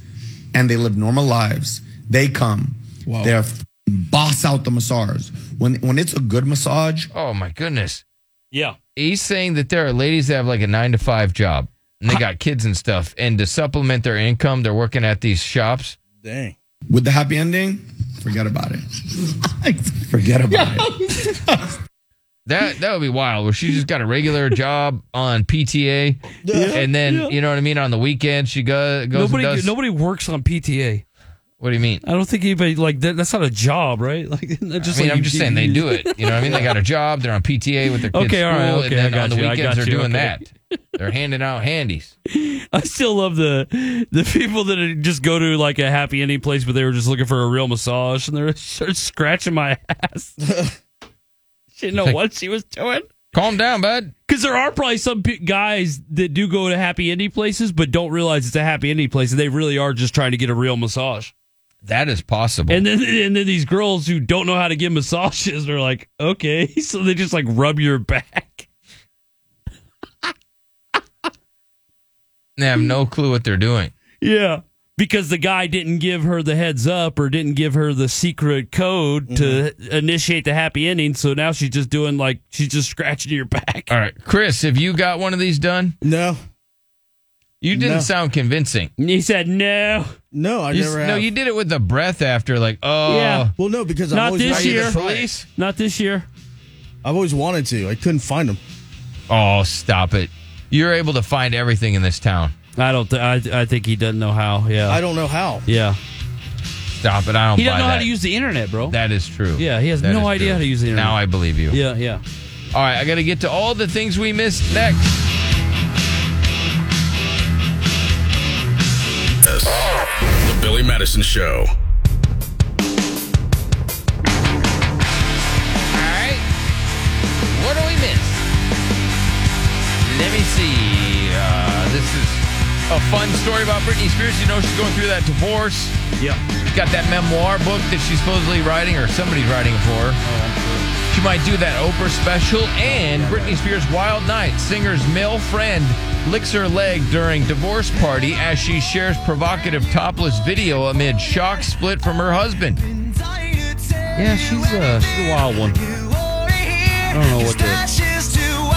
Speaker 24: and they live normal lives. They come.
Speaker 7: Whoa.
Speaker 24: They're f- boss out the massage. When when it's a good massage,
Speaker 7: Oh my goodness.
Speaker 11: Yeah.
Speaker 7: He's saying that there are ladies that have like a nine to five job and they got kids and stuff. And to supplement their income, they're working at these shops.
Speaker 24: Dang. With the happy ending, forget about it. forget about it.
Speaker 7: That that would be wild. Where she just got a regular job on PTA, and then
Speaker 11: yeah.
Speaker 7: you know what I mean. On the weekend, she go, goes.
Speaker 11: nobody
Speaker 7: and does,
Speaker 11: nobody works on PTA.
Speaker 7: What do you mean?
Speaker 11: I don't think anybody like that, that's not a job, right? Like just
Speaker 7: I mean,
Speaker 11: like
Speaker 7: I'm
Speaker 11: you-
Speaker 7: just saying they do it. You know what I mean? They got a job. They're on PTA with their kids'
Speaker 11: Okay, all right,
Speaker 7: school,
Speaker 11: okay,
Speaker 7: and then
Speaker 11: I got
Speaker 7: on the
Speaker 11: you, I
Speaker 7: weekends
Speaker 11: got
Speaker 7: they're
Speaker 11: you,
Speaker 7: doing
Speaker 11: okay.
Speaker 7: that. They're handing out handies.
Speaker 11: I still love the the people that just go to like a happy ending place, but they were just looking for a real massage, and they're they're scratching my ass. she didn't know what she was doing.
Speaker 7: Calm down, bud.
Speaker 11: Because there are probably some pe- guys that do go to happy ending places, but don't realize it's a happy ending place, and they really are just trying to get a real massage.
Speaker 7: That is possible.
Speaker 11: And then and then these girls who don't know how to give massages are like, okay, so they just like rub your back.
Speaker 7: They have no clue what they're doing.
Speaker 11: Yeah. Because the guy didn't give her the heads up or didn't give her the secret code
Speaker 7: Mm-hmm.
Speaker 11: to initiate the happy ending. So now she's just doing like, she's just scratching your back.
Speaker 7: All right, Chris, have you got one of these done?
Speaker 2: No.
Speaker 7: You didn't
Speaker 11: No.
Speaker 7: sound convincing.
Speaker 11: He said no.
Speaker 2: No, I
Speaker 7: you,
Speaker 2: never
Speaker 7: No,
Speaker 2: have.
Speaker 7: you did it with the breath after, like, oh,
Speaker 2: Yeah. Well, no, because I'm
Speaker 7: not
Speaker 2: always
Speaker 7: this
Speaker 2: ready to
Speaker 7: year.
Speaker 2: try it.
Speaker 11: Not this year.
Speaker 2: I've always wanted to. I couldn't find them.
Speaker 7: Oh, stop it! You're able to find everything in this town.
Speaker 11: I don't. Th- I I think he doesn't know how. Yeah.
Speaker 2: I don't know how.
Speaker 11: Yeah.
Speaker 7: Stop it! I don't.
Speaker 11: He doesn't
Speaker 7: buy
Speaker 11: know how
Speaker 7: that.
Speaker 11: to use the internet, bro.
Speaker 7: That is true.
Speaker 11: Yeah, he has no
Speaker 7: is
Speaker 11: idea how to use the internet.
Speaker 7: Now I believe you.
Speaker 11: Yeah, yeah.
Speaker 7: All right, I got to get to all the things we missed next.
Speaker 3: This. The Billy Madison Show.
Speaker 7: All right. What do we miss? Let me see. Uh, this is a fun story about Britney Spears. You know, she's going through that divorce.
Speaker 11: Yeah.
Speaker 7: Got that memoir book that she's supposedly writing, or somebody's writing it for her. She might do that Oprah special and Britney Spears' Wild Night. Singer's male friend licks her leg during divorce party as she shares provocative topless video amid shock split from her husband. Yeah, she's a, she's a wild one. I
Speaker 11: don't know what to.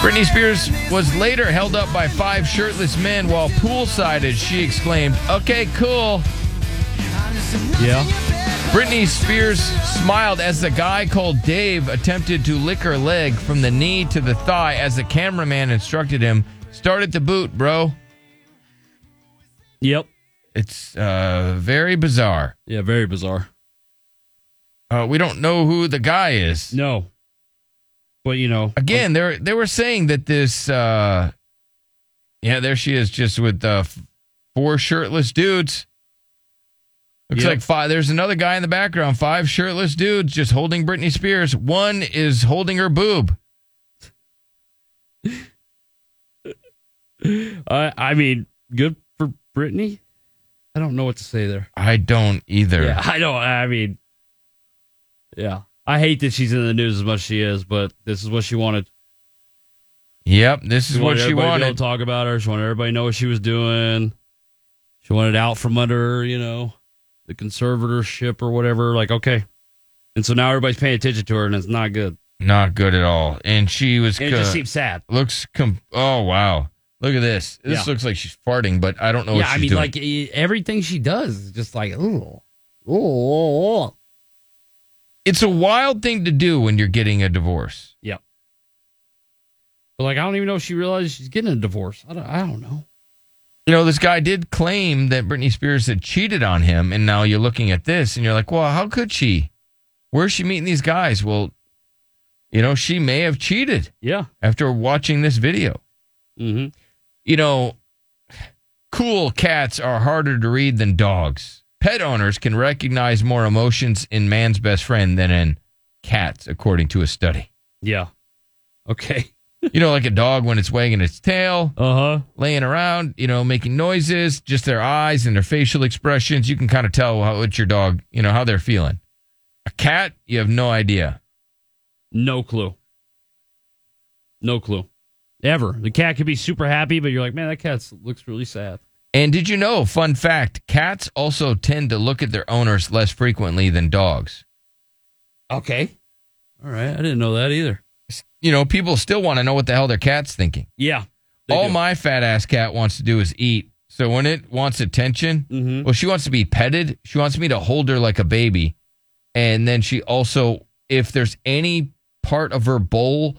Speaker 7: Britney Spears was later held up by five shirtless men while poolside as she exclaimed, Okay, cool.
Speaker 11: Yeah.
Speaker 7: Britney Spears smiled as the guy called Dave attempted to lick her leg from the knee to the thigh as the cameraman instructed him, Start at the boot, bro.
Speaker 11: Yep.
Speaker 7: It's uh, very bizarre.
Speaker 11: Yeah, very bizarre.
Speaker 7: Uh, we don't know who the guy is.
Speaker 11: No. But, you know.
Speaker 7: Again, they they were saying that this. Uh, yeah, there she is, just with uh, f- four shirtless dudes. Looks
Speaker 11: Yep.
Speaker 7: like five. There's another guy in the background. Five shirtless dudes just holding Britney Spears. One is holding her boob.
Speaker 11: I I mean, good for Brittany. I don't know what to say there.
Speaker 7: I don't either.
Speaker 11: Yeah, I don't. I mean, Yeah. I hate that she's in the news as much as she is, but this is what she wanted.
Speaker 7: Yep, this is what
Speaker 11: wanted
Speaker 7: she
Speaker 11: everybody to be able
Speaker 7: wanted.
Speaker 11: to talk about her. She wanted everybody to know what she was doing. She wanted out from under, her, you know, the conservatorship or whatever. Like, okay. And so now everybody's paying attention to her, and it's not good.
Speaker 7: Not good at all. And she was.
Speaker 11: And it just
Speaker 7: co-
Speaker 11: seems sad.
Speaker 7: Looks. Com- oh wow! Look at this. This
Speaker 11: Yeah.
Speaker 7: looks like she's farting, but I don't know.
Speaker 11: yeah,
Speaker 7: what she's
Speaker 11: I mean,
Speaker 7: doing.
Speaker 11: like e- everything she does is just like, ooh, ooh, ooh, ooh.
Speaker 7: it's a wild thing to do when you're getting a divorce.
Speaker 11: Yeah. But like, I don't even know if she realizes she's getting a divorce. I don't, I don't know.
Speaker 7: You know, this guy did claim that Britney Spears had cheated on him, and now you're looking at this and you're like, well, how could she? Where's she meeting these guys? Well, you know, she may have cheated.
Speaker 11: Yeah.
Speaker 7: After watching this video.
Speaker 11: Mm-hmm.
Speaker 7: You know, cool cats are harder to read than dogs. Pet owners can recognize more emotions in man's best friend than in cats, according to a study.
Speaker 11: Yeah. Okay.
Speaker 7: you know, like a dog when it's wagging its tail,
Speaker 11: uh huh,
Speaker 7: laying around, you know, making noises, just their eyes and their facial expressions. You can kind of tell how it's your dog, you know, how they're feeling. A cat, you have no idea.
Speaker 11: No clue. No clue. Ever. The cat could be super happy, but you're like, man, that cat looks really sad.
Speaker 7: And did you know, fun fact, cats also tend to look at their owners less frequently than dogs.
Speaker 11: Okay. All right. I didn't know that either.
Speaker 7: You know, people still want to know what the hell their cat's thinking.
Speaker 11: Yeah.
Speaker 7: All my fat ass cat wants to do is eat. So when it wants attention,
Speaker 11: Mm-hmm.
Speaker 7: well, she wants to be petted. She wants me to hold her like a baby. And then she also, if there's any part of her bowl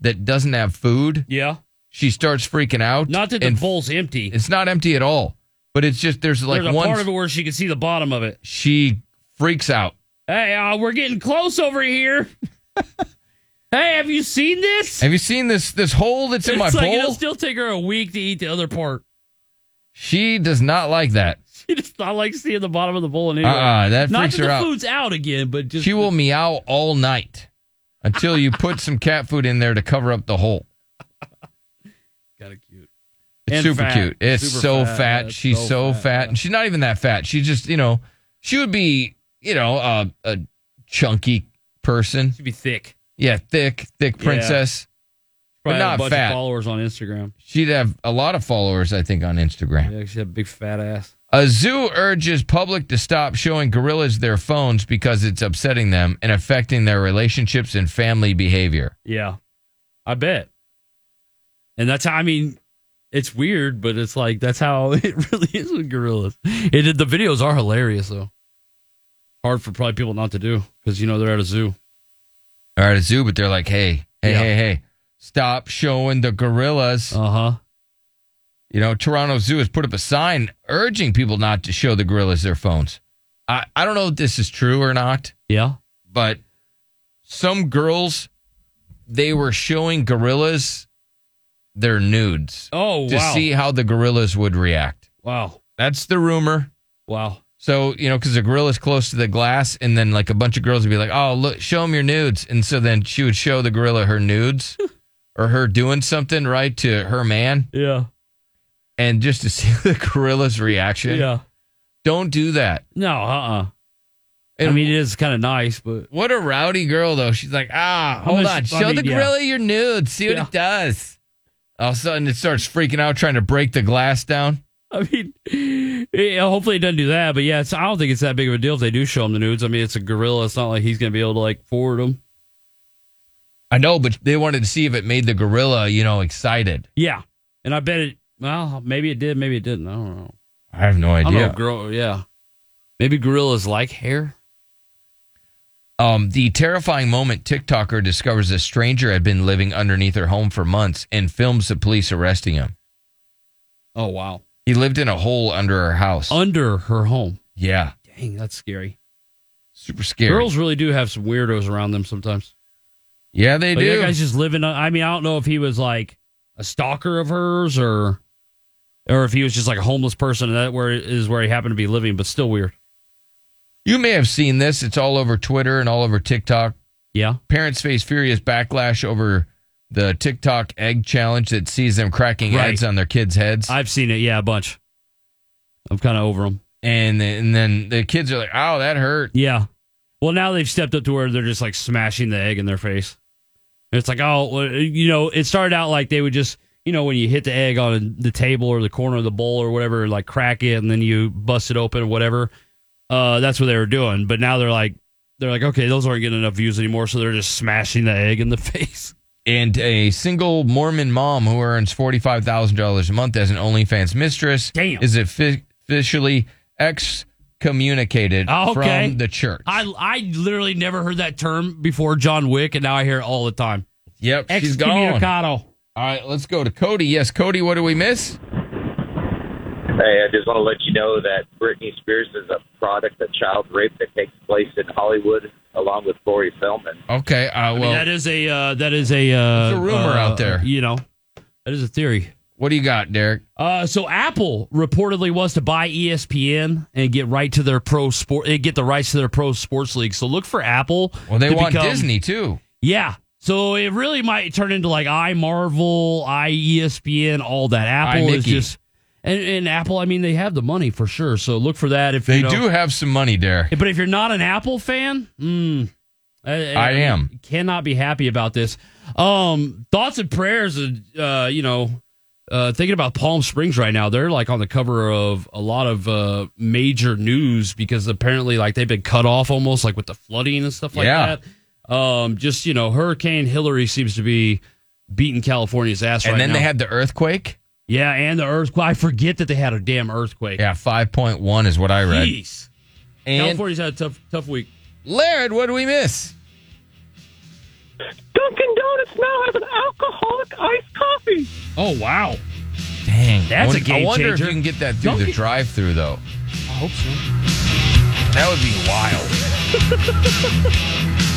Speaker 7: that doesn't have food,
Speaker 11: yeah,
Speaker 7: she starts freaking out. Not
Speaker 11: that the bowl's empty.
Speaker 7: It's not empty at all. But it's just there's like
Speaker 11: There's a
Speaker 7: one.
Speaker 11: part of it where she can see the bottom of it.
Speaker 7: She freaks out.
Speaker 11: Hey, uh, we're getting close over here. hey, have you seen this?
Speaker 7: Have you seen this this hole that's in my
Speaker 11: it's like
Speaker 7: bowl?
Speaker 11: It'll still take her a week to eat the other part.
Speaker 7: she does not like that.
Speaker 11: She just not like seeing the bottom of the bowl. And anyway,
Speaker 7: Uh-uh, that
Speaker 11: not
Speaker 7: freaks
Speaker 11: that
Speaker 7: her
Speaker 11: the
Speaker 7: out.
Speaker 11: food's out again, but just
Speaker 7: She will meow all night until you put some cat food in there to cover up the hole.
Speaker 11: kind of cute.
Speaker 7: It's
Speaker 11: And
Speaker 7: super
Speaker 11: fat.
Speaker 7: cute. It's
Speaker 11: Super
Speaker 7: so
Speaker 11: fat.
Speaker 7: fat.
Speaker 11: It's
Speaker 7: She's
Speaker 11: so
Speaker 7: so, fat. And she's not even that fat. She's just, you know, she would be, you know, uh, a chunky person.
Speaker 11: She'd be thick.
Speaker 7: Yeah, thick, thick
Speaker 11: Yeah.
Speaker 7: princess.
Speaker 11: Probably
Speaker 7: But
Speaker 11: have a
Speaker 7: not
Speaker 11: bunch of
Speaker 7: fat.
Speaker 11: followers on Instagram.
Speaker 7: She'd have a lot of followers, I think, on Instagram.
Speaker 11: Yeah, she had a big fat ass.
Speaker 7: A zoo urges public to stop showing gorillas their phones because it's upsetting them and affecting their relationships and family behavior.
Speaker 11: Yeah, I bet. And that's how I mean, it's weird, but it's like that's how it really is with gorillas. It the videos are hilarious though. Hard for probably people not to do because you know they're at a zoo.
Speaker 7: They're at a zoo, but they're like, hey, hey,
Speaker 11: Yeah.
Speaker 7: hey, hey, stop showing the gorillas. Uh
Speaker 11: huh.
Speaker 7: You know, Toronto Zoo has put up a sign urging people not to show the gorillas their phones. I, I don't know if this is true or not.
Speaker 11: Yeah.
Speaker 7: But some girls, they were showing gorillas their nudes.
Speaker 11: Oh,
Speaker 7: to
Speaker 11: wow.
Speaker 7: see how the gorillas would react.
Speaker 11: Wow.
Speaker 7: That's the rumor.
Speaker 11: Wow.
Speaker 7: So, you know, because the gorilla's close to the glass, and then like a bunch of girls would be like, oh, look, show them your nudes. And so then she would show the gorilla her nudes or her doing something, right, to her man.
Speaker 11: Yeah.
Speaker 7: And just to see the gorilla's reaction.
Speaker 11: Yeah.
Speaker 7: Don't do that.
Speaker 11: No, uh uh I mean, it is kind of nice, but
Speaker 7: What a rowdy girl, though. She's like, ah,
Speaker 11: I'm
Speaker 7: hold
Speaker 11: gonna-
Speaker 7: on.
Speaker 11: I
Speaker 7: Show
Speaker 11: mean,
Speaker 7: the
Speaker 11: yeah.
Speaker 7: gorilla your nudes. See what
Speaker 11: Yeah.
Speaker 7: it does. All of a sudden, it starts freaking out, trying to break the glass down.
Speaker 11: I mean, yeah, hopefully it doesn't do that. But yeah, it's, I don't think it's that big of a deal if they do show him the nudes. I mean, it's a gorilla. It's not like he's going to be able to like forward them.
Speaker 7: I know, but they wanted to see if it made the gorilla, you know, excited.
Speaker 11: Yeah, and I bet it. Well, maybe it did. Maybe it didn't. I don't know.
Speaker 7: I have no
Speaker 11: I don't know
Speaker 7: idea.
Speaker 11: if gor- yeah, maybe gorillas like hair.
Speaker 7: Um, the terrifying moment TikToker discovers a stranger had been living underneath her home for months and films the police arresting him.
Speaker 11: Oh wow,
Speaker 7: He lived in a hole under her house.
Speaker 11: Under her home.
Speaker 7: Yeah.
Speaker 11: dang, that's scary.
Speaker 7: Super scary.
Speaker 11: Girls really do have some weirdos around them sometimes.
Speaker 7: Yeah, they
Speaker 11: Like,
Speaker 7: do.
Speaker 11: That guy's just living. I mean, I don't know if he was like a stalker of hers or, or if he was just like a homeless person and that where is where he happened to be living, but still weird.
Speaker 7: You may have seen this. It's all over Twitter and all over TikTok.
Speaker 11: Yeah.
Speaker 7: Parents face furious backlash over the TikTok egg challenge that sees them cracking
Speaker 11: Right.
Speaker 7: eggs on their kids' heads.
Speaker 11: I've seen it. Yeah, a bunch. I'm kind of over them.
Speaker 7: And then, and then the kids are like, "Oh, that hurt."
Speaker 11: Yeah. Well, now they've stepped up to where they're just like smashing the egg in their face. And it's like, oh, well, you know, it started out like they would just, you know, when you hit the egg on the table or the corner of the bowl or whatever, like crack it and then you bust it open or whatever. Uh, that's what they were doing. But now they're like, they're like, okay, those aren't getting enough views anymore, so they're just smashing the egg in the face.
Speaker 7: And a single Mormon mom who earns forty-five thousand dollars a month as an OnlyFans mistress is offi- officially excommunicated
Speaker 11: Ah, Oh, Okay.
Speaker 7: from the church.
Speaker 11: I I literally never heard that term before John Wick, and now I hear it all the time.
Speaker 7: Yep, she's gone.
Speaker 11: Excommunicado.
Speaker 7: All right, let's go to Cody. Yes, Cody, what do we miss?
Speaker 6: Hey, I just want to let you know that Britney Spears is a product of child rape that takes place in Hollywood along with Corey Feldman.
Speaker 7: Okay, uh, well,
Speaker 11: I mean, that is a uh, that is a uh,
Speaker 7: It's a rumor
Speaker 11: uh,
Speaker 7: out there.
Speaker 11: You know, that is a theory.
Speaker 7: What do you got, Derek?
Speaker 11: Uh, so Apple reportedly wants to buy E ESPN and get right to their pro sport, eh, get the rights to their pro sports league. So look for Apple.
Speaker 7: Well, they
Speaker 11: to
Speaker 7: want
Speaker 11: become-
Speaker 7: Disney too.
Speaker 11: Yeah. So it really might turn into like I Marvel, I E ESPN, all that. Apple is
Speaker 7: iNicky.
Speaker 11: just and, and Apple. I mean, they have the money for sure. So look for that. If
Speaker 7: They
Speaker 11: you know-
Speaker 7: do have some money, Derek.
Speaker 11: but if you're not an Apple fan, mm, I,
Speaker 7: I am.
Speaker 11: Cannot be happy about this. Um, thoughts and prayers. Uh, you know, uh, thinking about Palm Springs right now. They're like on the cover of a lot of uh, major news because apparently, like they've been cut off almost, like with the flooding and stuff like
Speaker 7: Yeah.
Speaker 11: that. Um, just you know, Hurricane Hillary seems to be beating California's ass
Speaker 7: And
Speaker 11: right
Speaker 7: then
Speaker 11: now.
Speaker 7: they had the earthquake.
Speaker 11: yeah, and the earthquake. I forget that they had a damn earthquake.
Speaker 7: Yeah, five point one is what I read.
Speaker 11: Jeez.
Speaker 7: And-
Speaker 11: California's had a tough, tough week.
Speaker 7: Laird, what do we miss?
Speaker 37: Dunkin' Donuts now has an alcoholic iced coffee.
Speaker 11: Oh wow,
Speaker 7: dang,
Speaker 11: That's
Speaker 7: I
Speaker 11: a game
Speaker 7: I wonder
Speaker 11: changer.
Speaker 7: if you can get that through the drive-through though.
Speaker 11: I hope so.
Speaker 7: That would be wild.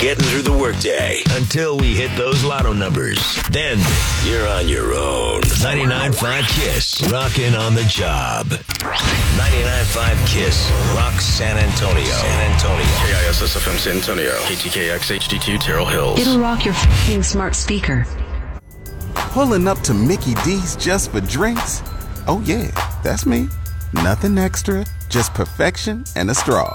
Speaker 1: Getting through the workday until we hit those lotto numbers. Then you're on your own. 99.5 Kiss, rocking on the job. 99.5 Kiss, rock San Antonio. San Antonio.
Speaker 2: KISSFM San Antonio. KTKX HD2 Terrell Hills.
Speaker 3: It'll rock your fing smart speaker.
Speaker 38: Pulling up to Mickey D's just for drinks? Oh, yeah, that's me. Nothing extra, just perfection and a straw.